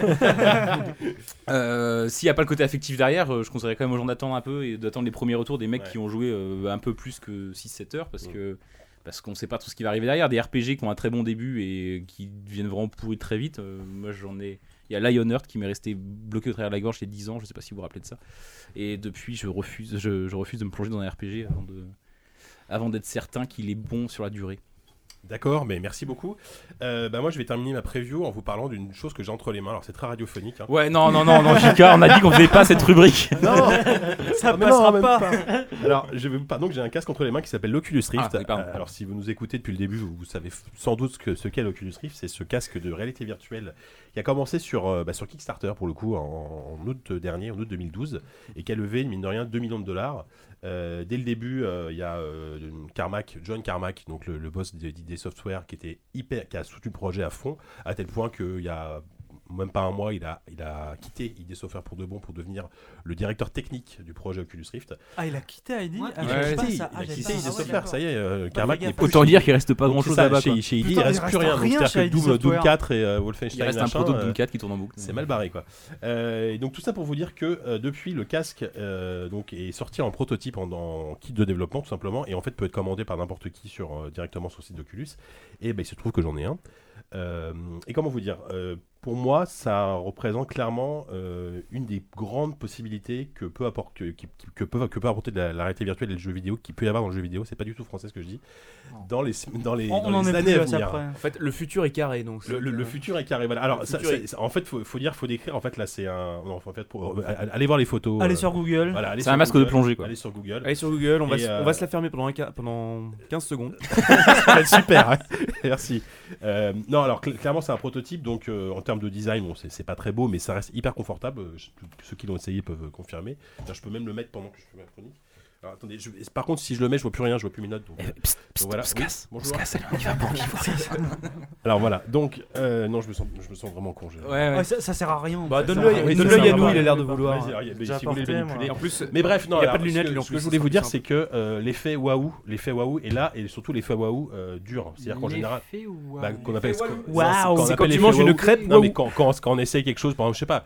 [SPEAKER 4] Euh, S'il n'y a pas le côté affectif derrière, euh, je conseillerais quand même aux gens d'attendre un peu et d'attendre les premiers retours des mecs
[SPEAKER 2] Ouais.
[SPEAKER 4] qui ont joué euh, un peu plus que 6-7 heures parce
[SPEAKER 2] Ouais.
[SPEAKER 4] que. Parce qu'on sait pas tout ce qui va arriver derrière. Des RPG qui ont un très bon début et qui deviennent vraiment pourris très vite. euh, moi, j'en ai. Il y a Lionheart qui m'est resté bloqué au travers de la gorge il y a 10 ans. Je sais pas si vous vous rappelez de ça. Et depuis, je refuse, je, je refuse de me plonger dans un RPG avant de, avant d'être certain qu'il est bon sur la durée.
[SPEAKER 2] D'accord, mais merci beaucoup. Euh, bah moi, je vais terminer ma preview en vous parlant d'une chose que j'ai entre les mains. Alors, c'est très radiophonique. hein.
[SPEAKER 4] Ouais, non, non, non, non, Jika, on a dit qu'on faisait pas cette rubrique.
[SPEAKER 2] Non,
[SPEAKER 3] Ça
[SPEAKER 2] Ah, mais non,
[SPEAKER 3] passera
[SPEAKER 2] même
[SPEAKER 3] pas.
[SPEAKER 2] Alors, je vais vous par- donc j'ai un casque entre les mains qui s'appelle l'Oculus Rift.
[SPEAKER 4] Ah, oui, pardon.
[SPEAKER 2] Euh, Alors, si vous nous écoutez depuis le début, vous, vous savez f- sans doute ce que- ce qu'est l'Oculus Rift. C'est ce casque de réalité virtuelle qui a commencé sur, euh, bah, sur Kickstarter, pour le coup, en, en août dernier, en août 2012, et qui a levé, mine de rien, 2 millions de dollars. Euh, dès le début, euh, il y a euh, Carmack, John Carmack, donc le, le boss d'ID Software, qui était hyper, qui a soutenu le projet à fond, à tel point qu'il y a même pas un mois, il a, il a quitté ID Software pour de bon pour devenir le directeur technique du projet Oculus Rift.
[SPEAKER 3] Ah, il a quitté ID.
[SPEAKER 7] Ouais,
[SPEAKER 3] Ah,
[SPEAKER 7] il
[SPEAKER 2] Il
[SPEAKER 4] a
[SPEAKER 3] j'avais
[SPEAKER 2] a
[SPEAKER 4] quitté,
[SPEAKER 3] pas
[SPEAKER 2] quitté,
[SPEAKER 3] ça. Ah,
[SPEAKER 2] il a
[SPEAKER 3] j'avais
[SPEAKER 2] quitté
[SPEAKER 3] pas
[SPEAKER 2] ID
[SPEAKER 3] ça. Ah ouais,
[SPEAKER 2] Software, ça y est, euh, Carmack
[SPEAKER 3] fait
[SPEAKER 2] n'est
[SPEAKER 3] gaffe.
[SPEAKER 2] plus
[SPEAKER 4] Autant dire qu'il reste pas
[SPEAKER 2] donc
[SPEAKER 4] grand
[SPEAKER 2] c'est
[SPEAKER 4] chose
[SPEAKER 2] ça,
[SPEAKER 4] là-bas.
[SPEAKER 2] Chez,
[SPEAKER 4] quoi.
[SPEAKER 2] chez ID,
[SPEAKER 3] Putain,
[SPEAKER 2] il reste
[SPEAKER 3] il
[SPEAKER 2] plus
[SPEAKER 3] reste
[SPEAKER 2] rien. Donc,
[SPEAKER 3] rien chez
[SPEAKER 2] c'est-à-dire que
[SPEAKER 3] ID
[SPEAKER 2] Doom, Doom
[SPEAKER 3] Software.
[SPEAKER 2] 4 et euh,
[SPEAKER 4] Il
[SPEAKER 2] Wolfenstein,
[SPEAKER 4] reste un
[SPEAKER 2] machin,
[SPEAKER 4] proto de
[SPEAKER 2] euh,
[SPEAKER 4] Doom 4 qui tourne en boucle.
[SPEAKER 2] c'est mal barré quoi. Euh, et donc tout ça pour vous dire que euh, depuis le casque euh, donc est sorti en prototype en, en kit de développement tout simplement et en fait peut être commandé par n'importe qui sur euh, directement sur le site d'Oculus et ben il se trouve que j'en ai un. Euh, et comment vous dire euh, pour moi, ça représente clairement euh, une des grandes possibilités que peut, apporter, que, que- que peut, que peut apporter de la, la réalité virtuelle et le jeu vidéo, qui peut y avoir dans le jeu vidéo. C'est pas du tout français ce que je dis. Dans les, dans les,
[SPEAKER 3] On,
[SPEAKER 2] dans
[SPEAKER 3] on en
[SPEAKER 2] les
[SPEAKER 3] est
[SPEAKER 2] années
[SPEAKER 3] plus
[SPEAKER 2] à
[SPEAKER 3] à ça
[SPEAKER 2] venir.
[SPEAKER 3] après.
[SPEAKER 5] En fait, le futur est carré donc.
[SPEAKER 2] Le, le- le futur est carré. Voilà. Alors,
[SPEAKER 5] Le
[SPEAKER 2] ça-
[SPEAKER 5] futur est-
[SPEAKER 2] ça- en fait, faut, faut dire, faut décrire. En fait, là, c'est un. non, en fait, pour-
[SPEAKER 5] Oh.
[SPEAKER 2] euh, allez voir les photos. euh,
[SPEAKER 3] Allez sur Google.
[SPEAKER 2] voilà, allez
[SPEAKER 4] C'est
[SPEAKER 2] sur
[SPEAKER 4] un masque
[SPEAKER 2] Google,
[SPEAKER 4] de plongée quoi.
[SPEAKER 2] Allez sur Google.
[SPEAKER 5] Allez sur Google, on va,
[SPEAKER 2] Et,
[SPEAKER 5] se-
[SPEAKER 2] euh,
[SPEAKER 5] on va se la fermer pendant, un quin- pendant 15 secondes.
[SPEAKER 2] Ça va être super. hein. Merci. Euh, non, alors cl- clairement, c'est un prototype. Donc, euh, en termes de design, bon, c'est c'est pas très beau, mais ça reste hyper confortable. euh, je- ceux qui l'ont essayé peuvent euh, confirmer. D'ailleurs, je peux même le mettre pendant que je fais ma chronique. Alors, attendez, je- par contre, si je le mets, je vois plus rien, je vois plus mes notes. donc-
[SPEAKER 4] Eh,
[SPEAKER 2] Donc voilà. Oui, bonjour. Alors voilà. Donc, euh, non, je me sens, je me sens vraiment con. je-
[SPEAKER 4] Ouais, ouais.
[SPEAKER 3] Ouais, ça, ça sert à rien.
[SPEAKER 5] Bah,
[SPEAKER 3] Ça
[SPEAKER 5] donne
[SPEAKER 3] sert à
[SPEAKER 5] l'œil
[SPEAKER 3] rien.
[SPEAKER 5] donne
[SPEAKER 3] Ça
[SPEAKER 5] l'œil à
[SPEAKER 3] sert
[SPEAKER 5] nous, il a
[SPEAKER 3] rien.
[SPEAKER 5] l'air de vouloir.
[SPEAKER 2] Vas-y, alors, y a-
[SPEAKER 3] J'ai
[SPEAKER 2] si vous voulez le
[SPEAKER 3] apporté, moi.
[SPEAKER 2] manipuler,
[SPEAKER 5] en plus,
[SPEAKER 2] Mais bref, non.
[SPEAKER 5] Il y a
[SPEAKER 2] alors,
[SPEAKER 5] pas de
[SPEAKER 2] Ce
[SPEAKER 5] lunettes, lui,
[SPEAKER 2] que,
[SPEAKER 5] en
[SPEAKER 2] ce que
[SPEAKER 5] plus,
[SPEAKER 2] je voulais
[SPEAKER 5] c'est
[SPEAKER 2] vous dire,
[SPEAKER 5] simple.
[SPEAKER 2] c'est que euh, l'effet waouh, l'effet waouh est là et surtout l'effet waouh euh, dur. C'est-à-dire qu'en général,
[SPEAKER 9] L'effet ou-
[SPEAKER 2] bah, qu'on appelle
[SPEAKER 3] Waouh.
[SPEAKER 2] on
[SPEAKER 5] c'est
[SPEAKER 2] appelle
[SPEAKER 5] quand tu
[SPEAKER 2] l'effet
[SPEAKER 5] manges une
[SPEAKER 2] waouh.
[SPEAKER 5] crêpe.
[SPEAKER 2] Non mais quand, quand, quand on essaye quelque chose, par exemple, je sais pas,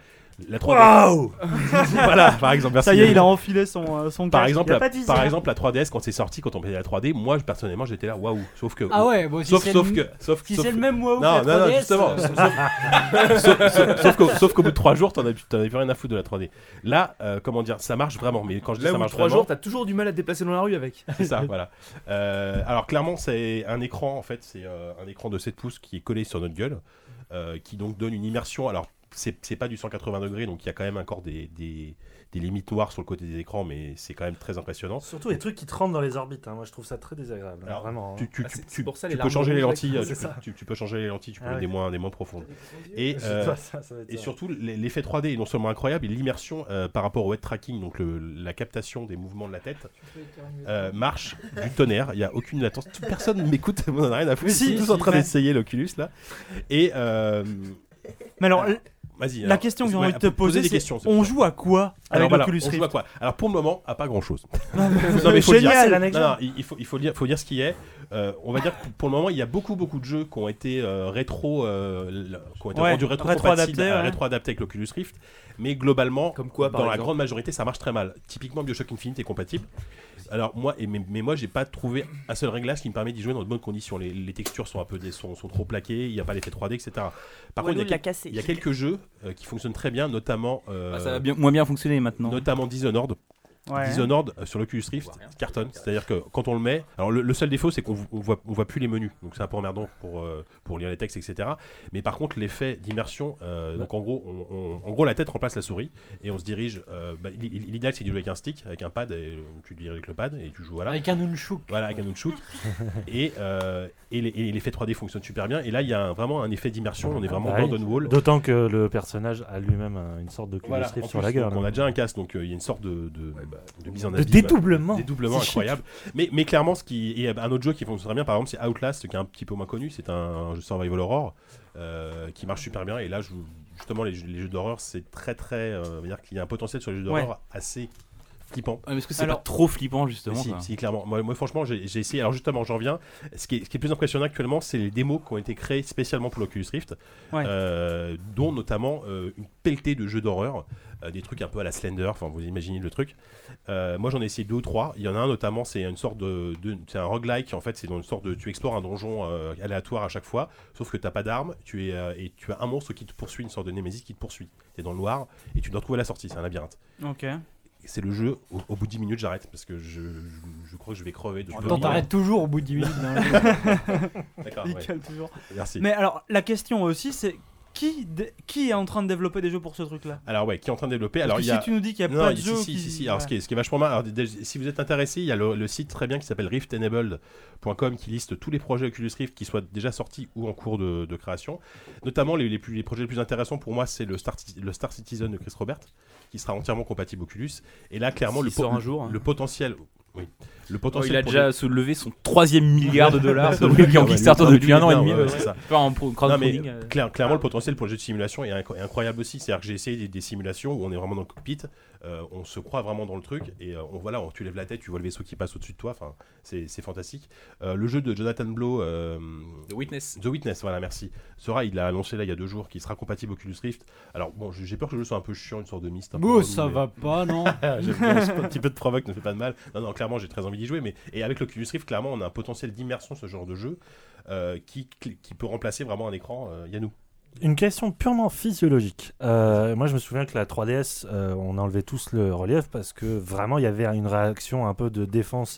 [SPEAKER 2] la 3DS. voilà, par exemple. merci.
[SPEAKER 3] Ça y est, il a enfilé son euh, son
[SPEAKER 2] Par
[SPEAKER 3] casque.
[SPEAKER 2] exemple,
[SPEAKER 3] Il y a
[SPEAKER 2] la,
[SPEAKER 3] pas de viseur.
[SPEAKER 2] par exemple, la 3DS quand c'est sorti, quand on payait la 3D, moi je- personnellement j'étais là waouh. Sauf que,
[SPEAKER 9] Ah ouais, bon, si
[SPEAKER 2] sauf
[SPEAKER 9] c'est
[SPEAKER 2] sauf
[SPEAKER 9] le-
[SPEAKER 2] que, sauf
[SPEAKER 3] Si
[SPEAKER 2] sauf
[SPEAKER 3] c'est le
[SPEAKER 2] que-
[SPEAKER 3] même waouh.
[SPEAKER 2] non,
[SPEAKER 9] que
[SPEAKER 2] non,
[SPEAKER 9] la
[SPEAKER 2] non,
[SPEAKER 9] 3DS,
[SPEAKER 2] justement.
[SPEAKER 9] euh.
[SPEAKER 2] sauf- sauf- sauf- sauf qu'au- Sauf qu'au bout de 3 jours, t'en as plus t'en avais plus rien à foutre de la 3D. Là, euh, comment dire, ça marche vraiment. Mais quand je dis
[SPEAKER 5] Là
[SPEAKER 2] ça
[SPEAKER 5] où
[SPEAKER 2] marche
[SPEAKER 5] 3
[SPEAKER 2] vraiment,
[SPEAKER 5] jours, t'as toujours du mal à te déplacer dans la rue avec.
[SPEAKER 2] C'est ça, voilà. Euh, alors clairement, c'est un écran, en fait, c'est euh, un écran de 7 pouces qui est collé sur notre gueule, euh, qui donc donne une immersion. Alors c'est c'est pas du 180 degrés, donc il y a quand même encore des, des, des limites noires sur le côté des écrans, mais c'est quand même très impressionnant.
[SPEAKER 6] Surtout les trucs qui te rentrent dans les orbites. hein. Moi, je trouve ça très désagréable. hein,
[SPEAKER 2] Alors,
[SPEAKER 6] vraiment. hein.
[SPEAKER 2] Tu, tu-
[SPEAKER 5] Ah,
[SPEAKER 2] tu-
[SPEAKER 5] c'est-
[SPEAKER 2] tu-
[SPEAKER 5] c'est pour ça,
[SPEAKER 2] tu
[SPEAKER 5] les
[SPEAKER 2] peux
[SPEAKER 5] larmes
[SPEAKER 2] changer les
[SPEAKER 5] rouges,
[SPEAKER 2] lentilles, tu
[SPEAKER 6] c'est
[SPEAKER 2] peux,
[SPEAKER 6] ça.
[SPEAKER 2] tu- tu peux changer les lentilles, tu peux
[SPEAKER 6] Ah
[SPEAKER 2] mettre des
[SPEAKER 6] oui.
[SPEAKER 2] moins, des moins profondes. Et, euh,
[SPEAKER 6] Toi, ça, ça va être
[SPEAKER 2] Et
[SPEAKER 6] ça.
[SPEAKER 2] surtout, l'e- l'effet 3D est non seulement incroyable, mais l'immersion euh, par rapport au head tracking, donc le- la captation des mouvements de la tête, euh, marche du tonnerre. Il n'y a aucune latence. Tout- Personne ne m'écoute, on en a rien à foutre.
[SPEAKER 3] Si,
[SPEAKER 2] Ils sont tous
[SPEAKER 3] si,
[SPEAKER 2] en train
[SPEAKER 3] mais-
[SPEAKER 2] d'essayer l'Oculus là. Et euh,
[SPEAKER 3] Mais alors,
[SPEAKER 2] vas-y.
[SPEAKER 3] la
[SPEAKER 2] alors,
[SPEAKER 3] question que j'ai
[SPEAKER 2] ouais,
[SPEAKER 3] envie de te
[SPEAKER 2] poser
[SPEAKER 3] poser,
[SPEAKER 2] des
[SPEAKER 3] c'est
[SPEAKER 2] questions. c'est
[SPEAKER 3] on
[SPEAKER 2] pour ça.
[SPEAKER 3] joue à quoi
[SPEAKER 2] alors,
[SPEAKER 3] avec
[SPEAKER 2] voilà,
[SPEAKER 3] Ah l'Oculus
[SPEAKER 2] on joue à
[SPEAKER 3] Rift
[SPEAKER 2] quoi Alors pour le moment, à pas grand chose.
[SPEAKER 3] Non,
[SPEAKER 2] mais faut le dire,
[SPEAKER 3] génial.
[SPEAKER 6] c'est l'anecdote.
[SPEAKER 2] Non, non, il il faut, il faut, dire, faut dire ce qui est. Euh, on va dire que pour le moment, il y a beaucoup, beaucoup de jeux qui ont été euh, rétro, euh, l- qui ont été
[SPEAKER 3] Ouais,
[SPEAKER 2] rendus rétro,
[SPEAKER 3] rétro-adaptés, ouais.
[SPEAKER 2] avec l'Oculus Rift, mais globalement,
[SPEAKER 5] Comme quoi, par
[SPEAKER 2] dans la
[SPEAKER 5] exemple
[SPEAKER 2] grande majorité, ça marche très mal. Typiquement, Bioshock Infinite est compatible. Alors moi, et, mais, mais moi, j'ai pas trouvé un seul réglage qui me permet d'y jouer dans de bonnes conditions. Les, les textures sont un peu, des- sont, sont trop plaquées, il n'y a pas l'effet 3D, etc. Par contre, il y, a
[SPEAKER 7] l'a
[SPEAKER 2] quel-
[SPEAKER 7] cassé.
[SPEAKER 2] il y a quelques jeux euh, qui fonctionnent très bien, notamment. euh,
[SPEAKER 4] Ah, ça va bien, moins bien fonctionner maintenant.
[SPEAKER 2] Notamment Dishonored,
[SPEAKER 3] Ouais.
[SPEAKER 2] Dishonored euh, sur l'Oculus Rift cartonne, c'est-à-dire que quand on le met, alors le, le seul défaut c'est qu'on vo- on voit, on voit plus les menus, donc c'est un peu emmerdant pour, euh, pour lire les textes, etc. Mais par contre l'effet d'immersion, euh, donc en gros, on, on- en gros la tête remplace la souris et on se dirige. euh, bah, l'i- L'idéal c'est de jouer avec un stick, avec un pad, et euh, tu diriges avec le pad et tu joues voilà.
[SPEAKER 9] Avec un nunchuk.
[SPEAKER 2] Voilà, avec un nunchuk. et, euh, et les- et l'effet 3D fonctionne super bien. Et là, il y a un- vraiment un effet d'immersion. On est vraiment
[SPEAKER 6] Ah ouais.
[SPEAKER 2] dans Dunwall.
[SPEAKER 6] D'autant que le personnage a lui-même un- une sorte de cul
[SPEAKER 2] Voilà, en
[SPEAKER 6] sur
[SPEAKER 2] plus,
[SPEAKER 6] la gueule.
[SPEAKER 2] donc, On
[SPEAKER 6] hein. bah,
[SPEAKER 2] a déjà un casque, donc euh, il y a une sorte de, de, de mise en
[SPEAKER 6] De
[SPEAKER 2] abîme.
[SPEAKER 6] dédoublement.
[SPEAKER 2] Dédoublement
[SPEAKER 6] C'est chic.
[SPEAKER 2] incroyable. Mais, mais clairement, ce qui et un autre jeu qui fonctionne très bien, par exemple, c'est Outlast, qui est un petit peu moins connu. C'est un jeu survival horror euh, qui marche super bien. Et là, je, vous- justement, les, jeux- les jeux d'horreur, c'est très très. euh, on va dire qu'il y a un potentiel sur les jeux d'horreur assez flippant.
[SPEAKER 4] Ah, mais Est-ce que c'est
[SPEAKER 3] Alors-
[SPEAKER 4] pas trop flippant justement
[SPEAKER 2] Si,
[SPEAKER 4] ça
[SPEAKER 2] si, clairement. Moi, moi, franchement, j'ai j'ai essayé. Alors, justement, j'en reviens. Ce qui, est, ce qui est plus impressionnant actuellement, c'est les démos qui ont été créées spécialement pour l'Oculus Rift,
[SPEAKER 3] Ouais.
[SPEAKER 2] euh, dont notamment euh, une pelletée de jeux d'horreur, euh, des trucs un peu à la Slender. Enfin, vous imaginez le truc. Euh, moi, j'en ai essayé deux ou trois. Il y en a un notamment, c'est une sorte de, de- c'est un roguelike. En fait, c'est dans une sorte de, tu explores un donjon euh, aléatoire à chaque fois, sauf que t'as pas d'armes, tu es euh, et tu as un monstre qui te poursuit, une sorte de némésis qui te poursuit. T'es dans le noir et tu dois trouver la sortie. C'est un labyrinthe.
[SPEAKER 3] Ok.
[SPEAKER 2] Et c'est le jeu, au, au bout de 10 minutes, j'arrête parce que je, je, je crois que je vais crever de
[SPEAKER 9] Attends, t'arrêtes toujours au bout de 10 minutes. dans le-
[SPEAKER 2] D'accord, ouais.
[SPEAKER 3] Nickel, toujours.
[SPEAKER 2] merci.
[SPEAKER 3] Mais alors, la question aussi, c'est qui, dé- qui est en train de développer des jeux pour ce truc-là
[SPEAKER 2] Alors, ouais, qui est en train de développer
[SPEAKER 3] Parce
[SPEAKER 2] Alors,
[SPEAKER 3] que
[SPEAKER 2] il y
[SPEAKER 3] si
[SPEAKER 2] a.
[SPEAKER 3] tu nous dis qu'il n'y a
[SPEAKER 2] non,
[SPEAKER 3] pas de
[SPEAKER 2] si,
[SPEAKER 3] jeu.
[SPEAKER 2] si,
[SPEAKER 3] qui...
[SPEAKER 2] si, si. Alors, ce qui est, ce qui est vachement mal. alors, dé- si vous êtes intéressé, il y a le, le site très bien qui s'appelle riftenabled.com qui liste tous les projets Oculus Rift qui soient déjà sortis ou en cours de, de création. Notamment, les, les plus, les projets les plus intéressants pour moi, c'est le Star, Citi- le Star Citizen de Chris Robert qui sera entièrement compatible Oculus. Et là, clairement,
[SPEAKER 4] S'il
[SPEAKER 2] le, po-
[SPEAKER 4] sort un jour, hein.
[SPEAKER 2] le potentiel. Oui. Le
[SPEAKER 4] Oh,
[SPEAKER 2] potentiel
[SPEAKER 4] il a
[SPEAKER 2] pour
[SPEAKER 4] déjà soulevé son troisième milliard de dollars
[SPEAKER 2] le-
[SPEAKER 4] celui qui est en Kickstarter
[SPEAKER 2] Ouais,
[SPEAKER 4] depuis un an et demi.
[SPEAKER 2] ouais, ouais,
[SPEAKER 4] ouais.
[SPEAKER 2] c'est ça.
[SPEAKER 4] Enfin, en pro-
[SPEAKER 2] Non, mais
[SPEAKER 4] crowdfunding. euh,
[SPEAKER 2] clair- clairement, le potentiel pour le jeu de simulation est, inc- est incroyable aussi. C'est-à-dire que j'ai essayé des, des simulations où on est vraiment dans le cockpit, euh, on se croit vraiment dans le truc, et euh, on, voilà, on- tu lèves la tête, tu vois le vaisseau qui passe au-dessus de toi, enfin, c'est c'est fantastique. Euh, le jeu de Jonathan Blow, euh,
[SPEAKER 4] The Witness.
[SPEAKER 2] The Witness, voilà, merci, sera, il l'a annoncé là il y a deux jours, qu'il sera compatible Oculus Rift. Alors bon, j'ai j'ai peur que le jeu soit un peu chiant, une sorte de mist. un peu
[SPEAKER 9] Bon,
[SPEAKER 2] relou,
[SPEAKER 9] ça
[SPEAKER 2] mais-
[SPEAKER 9] va pas, non
[SPEAKER 2] J'aime bien, c'est un petit peu de provoque ne fait pas de mal. Non, non, clairement, j'ai très envie d'y jouer. Mais... Et avec l'Oculus Rift, clairement, on a un potentiel d'immersion, ce genre de jeu, euh, qui, qui peut remplacer vraiment un écran euh, Yannou.
[SPEAKER 6] Une question purement physiologique. Euh, moi, je me souviens que la 3DS, euh, on enlevait tous le relief parce que vraiment, il y avait une réaction un peu de défense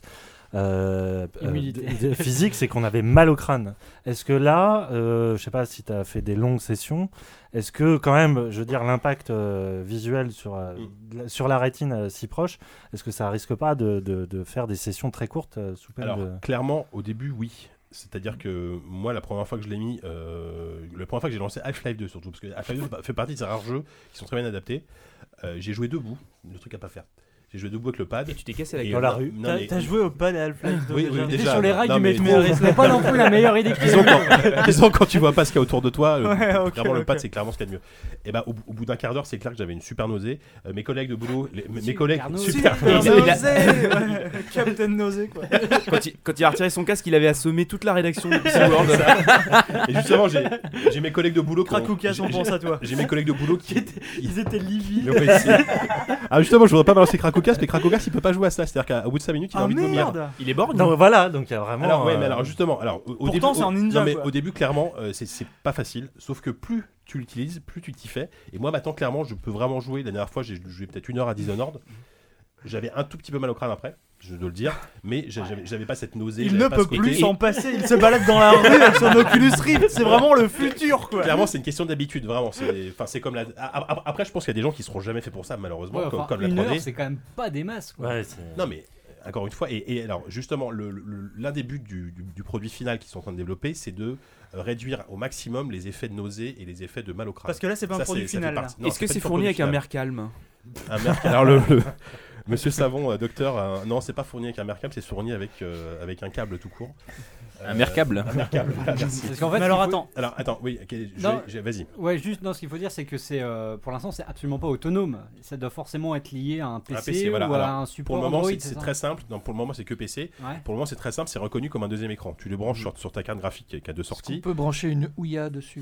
[SPEAKER 6] euh, euh,
[SPEAKER 9] Immunité.
[SPEAKER 6] d- d- physique, c'est qu'on avait mal au crâne. Est-ce que là, euh, je sais pas si tu as fait des longues sessions, est-ce que quand même, je veux dire, l'impact euh, visuel sur, euh,
[SPEAKER 2] Mm.
[SPEAKER 6] de la- sur la rétine euh, si proche, est-ce que ça risque pas de, de- de faire des sessions très courtes euh, sous peine
[SPEAKER 2] Alors,
[SPEAKER 6] de...
[SPEAKER 2] clairement, au début, oui. C'est-à-dire que moi, la première fois que je l'ai mis, euh, la première fois que j'ai lancé Half-Life 2, surtout, parce que Half-Life 2 fait pa- fait partie de ces rares jeux qui sont très bien adaptés. Euh, j'ai joué debout, le truc à pas faire. J'ai joué debout avec le pad.
[SPEAKER 5] Et tu t'es cassé la gueule.
[SPEAKER 6] dans la rue.
[SPEAKER 2] non,
[SPEAKER 3] T'as
[SPEAKER 2] mais-
[SPEAKER 3] t'as joué au pad à Half-Life 2
[SPEAKER 2] Oui, oui,
[SPEAKER 3] déjà
[SPEAKER 9] T'es
[SPEAKER 2] déjà,
[SPEAKER 9] sur les
[SPEAKER 2] non,
[SPEAKER 9] rails du
[SPEAKER 2] mais
[SPEAKER 9] métro.
[SPEAKER 2] trop-
[SPEAKER 9] Ce n'est pas non plus la meilleure idée qu'il y ait.
[SPEAKER 2] Disons quand, disons quand tu vois pas ce qu'il y a autour de toi, euh,
[SPEAKER 3] Ouais, ok,
[SPEAKER 2] clairement le
[SPEAKER 3] ok.
[SPEAKER 2] pad c'est clairement ce qu'il y a de mieux. Et bah au, bou- au bout d'un quart d'heure, c'est clair que j'avais une super nausée. Euh, mes collègues de boulot, les- mes- mes collègues
[SPEAKER 9] nausée.
[SPEAKER 2] super.
[SPEAKER 3] Super
[SPEAKER 2] Il a- il a-
[SPEAKER 3] Nausée, ouais. Captain Nausée, quoi.
[SPEAKER 5] quand, il, quand il a retiré son casque, il avait assommé toute la rédaction de PC World.
[SPEAKER 2] Et justement, j'ai j'ai mes collègues de boulot qui ont-
[SPEAKER 3] Krakouka,
[SPEAKER 2] j'ai-
[SPEAKER 3] on pense à toi.
[SPEAKER 2] j'ai- J'ai mes collègues de boulot qui
[SPEAKER 3] Ils étaient livides.
[SPEAKER 2] Mais ouais, c'est- ah justement, je voudrais pas balancer Krakoukas, mais Krakoukas il peut pas jouer à ça. C'est-à-dire qu'au bout de 5 minutes, il a
[SPEAKER 3] Ah
[SPEAKER 2] envie de vomir.
[SPEAKER 3] merde
[SPEAKER 5] Il est borgne
[SPEAKER 6] Donc voilà, donc il y a vraiment...
[SPEAKER 2] Alors ouais,
[SPEAKER 6] euh,
[SPEAKER 2] mais alors justement, alors au, au
[SPEAKER 3] hein, Pourtant,
[SPEAKER 2] début,
[SPEAKER 3] c'est
[SPEAKER 2] au-
[SPEAKER 3] un ninja,
[SPEAKER 2] non, mais
[SPEAKER 3] quoi.
[SPEAKER 2] au début clairement, euh, c'est- c'est pas facile. Sauf que plus tu l'utilises, plus tu t'y fais. Et moi maintenant clairement, je peux vraiment jouer. La dernière fois, j'ai joué peut-être une heure à Dishonored. J'avais un tout petit peu mal au crâne après. J'ai- je dois le dire, mais j'a- j'avais j'avais pas cette nausée.
[SPEAKER 3] Il
[SPEAKER 2] j'avais
[SPEAKER 3] ne
[SPEAKER 2] pas
[SPEAKER 3] peut
[SPEAKER 2] ce côté.
[SPEAKER 3] plus s'en passer, il se balade dans la rue avec son Oculus Rift, c'est vraiment le futur quoi.
[SPEAKER 2] Clairement, c'est une question d'habitude, vraiment. C'est enfin, c'est comme la. a- a- Après, je pense qu'il y a des gens qui seront jamais faits pour ça, malheureusement,
[SPEAKER 9] Ouais,
[SPEAKER 2] comme,
[SPEAKER 9] enfin,
[SPEAKER 2] comme la
[SPEAKER 9] une
[SPEAKER 2] 3D.
[SPEAKER 9] heure, c'est quand même pas des masses. Quoi.
[SPEAKER 6] Ouais, c'est-
[SPEAKER 2] Non, mais euh, encore une fois, et, et alors justement, le- le- l'un des buts du, du- du produit final qu'ils sont en train de développer, c'est de euh, réduire au maximum les effets de nausée et les effets de mal au crâne.
[SPEAKER 3] Parce que là, c'est pas un
[SPEAKER 2] Ça,
[SPEAKER 3] produit
[SPEAKER 2] c'est- ça fait
[SPEAKER 3] final. là.
[SPEAKER 2] partie- non,
[SPEAKER 5] Est-ce que
[SPEAKER 2] pas
[SPEAKER 5] c'est
[SPEAKER 2] du tout un
[SPEAKER 5] fourni
[SPEAKER 2] produit
[SPEAKER 5] avec un
[SPEAKER 2] final.
[SPEAKER 5] mer calme
[SPEAKER 2] Un mercal. Alors le, le- Monsieur Savon, euh, docteur, euh, non, c'est pas fourni avec un mercable, c'est fourni avec euh, avec un câble tout court. Euh,
[SPEAKER 4] Un mercable.
[SPEAKER 2] Un mercable. voilà, merci.
[SPEAKER 9] Parce qu'en fait,
[SPEAKER 3] Mais alors
[SPEAKER 9] il faut-
[SPEAKER 3] attends,
[SPEAKER 2] Alors attends, oui, ok, je
[SPEAKER 9] Non.
[SPEAKER 2] vais- je- vas-y.
[SPEAKER 9] Ouais, juste, non, ce qu'il faut dire, c'est que c'est euh, pour l'instant, c'est absolument pas autonome. Ça doit forcément être lié à un PC,
[SPEAKER 2] PC, voilà.
[SPEAKER 9] ou à
[SPEAKER 2] Alors,
[SPEAKER 9] un
[SPEAKER 2] Pour
[SPEAKER 9] support
[SPEAKER 2] le moment,
[SPEAKER 9] Android.
[SPEAKER 2] c'est- c'est
[SPEAKER 9] ça
[SPEAKER 2] très simple. Non, pour le moment, c'est que PC.
[SPEAKER 9] Ouais.
[SPEAKER 2] Pour le moment, c'est très simple. C'est reconnu comme un deuxième écran. Tu le branches sur, sur ta carte graphique qui a- qui a deux
[SPEAKER 10] On
[SPEAKER 2] sorties.
[SPEAKER 10] peut brancher une ouïa dessus.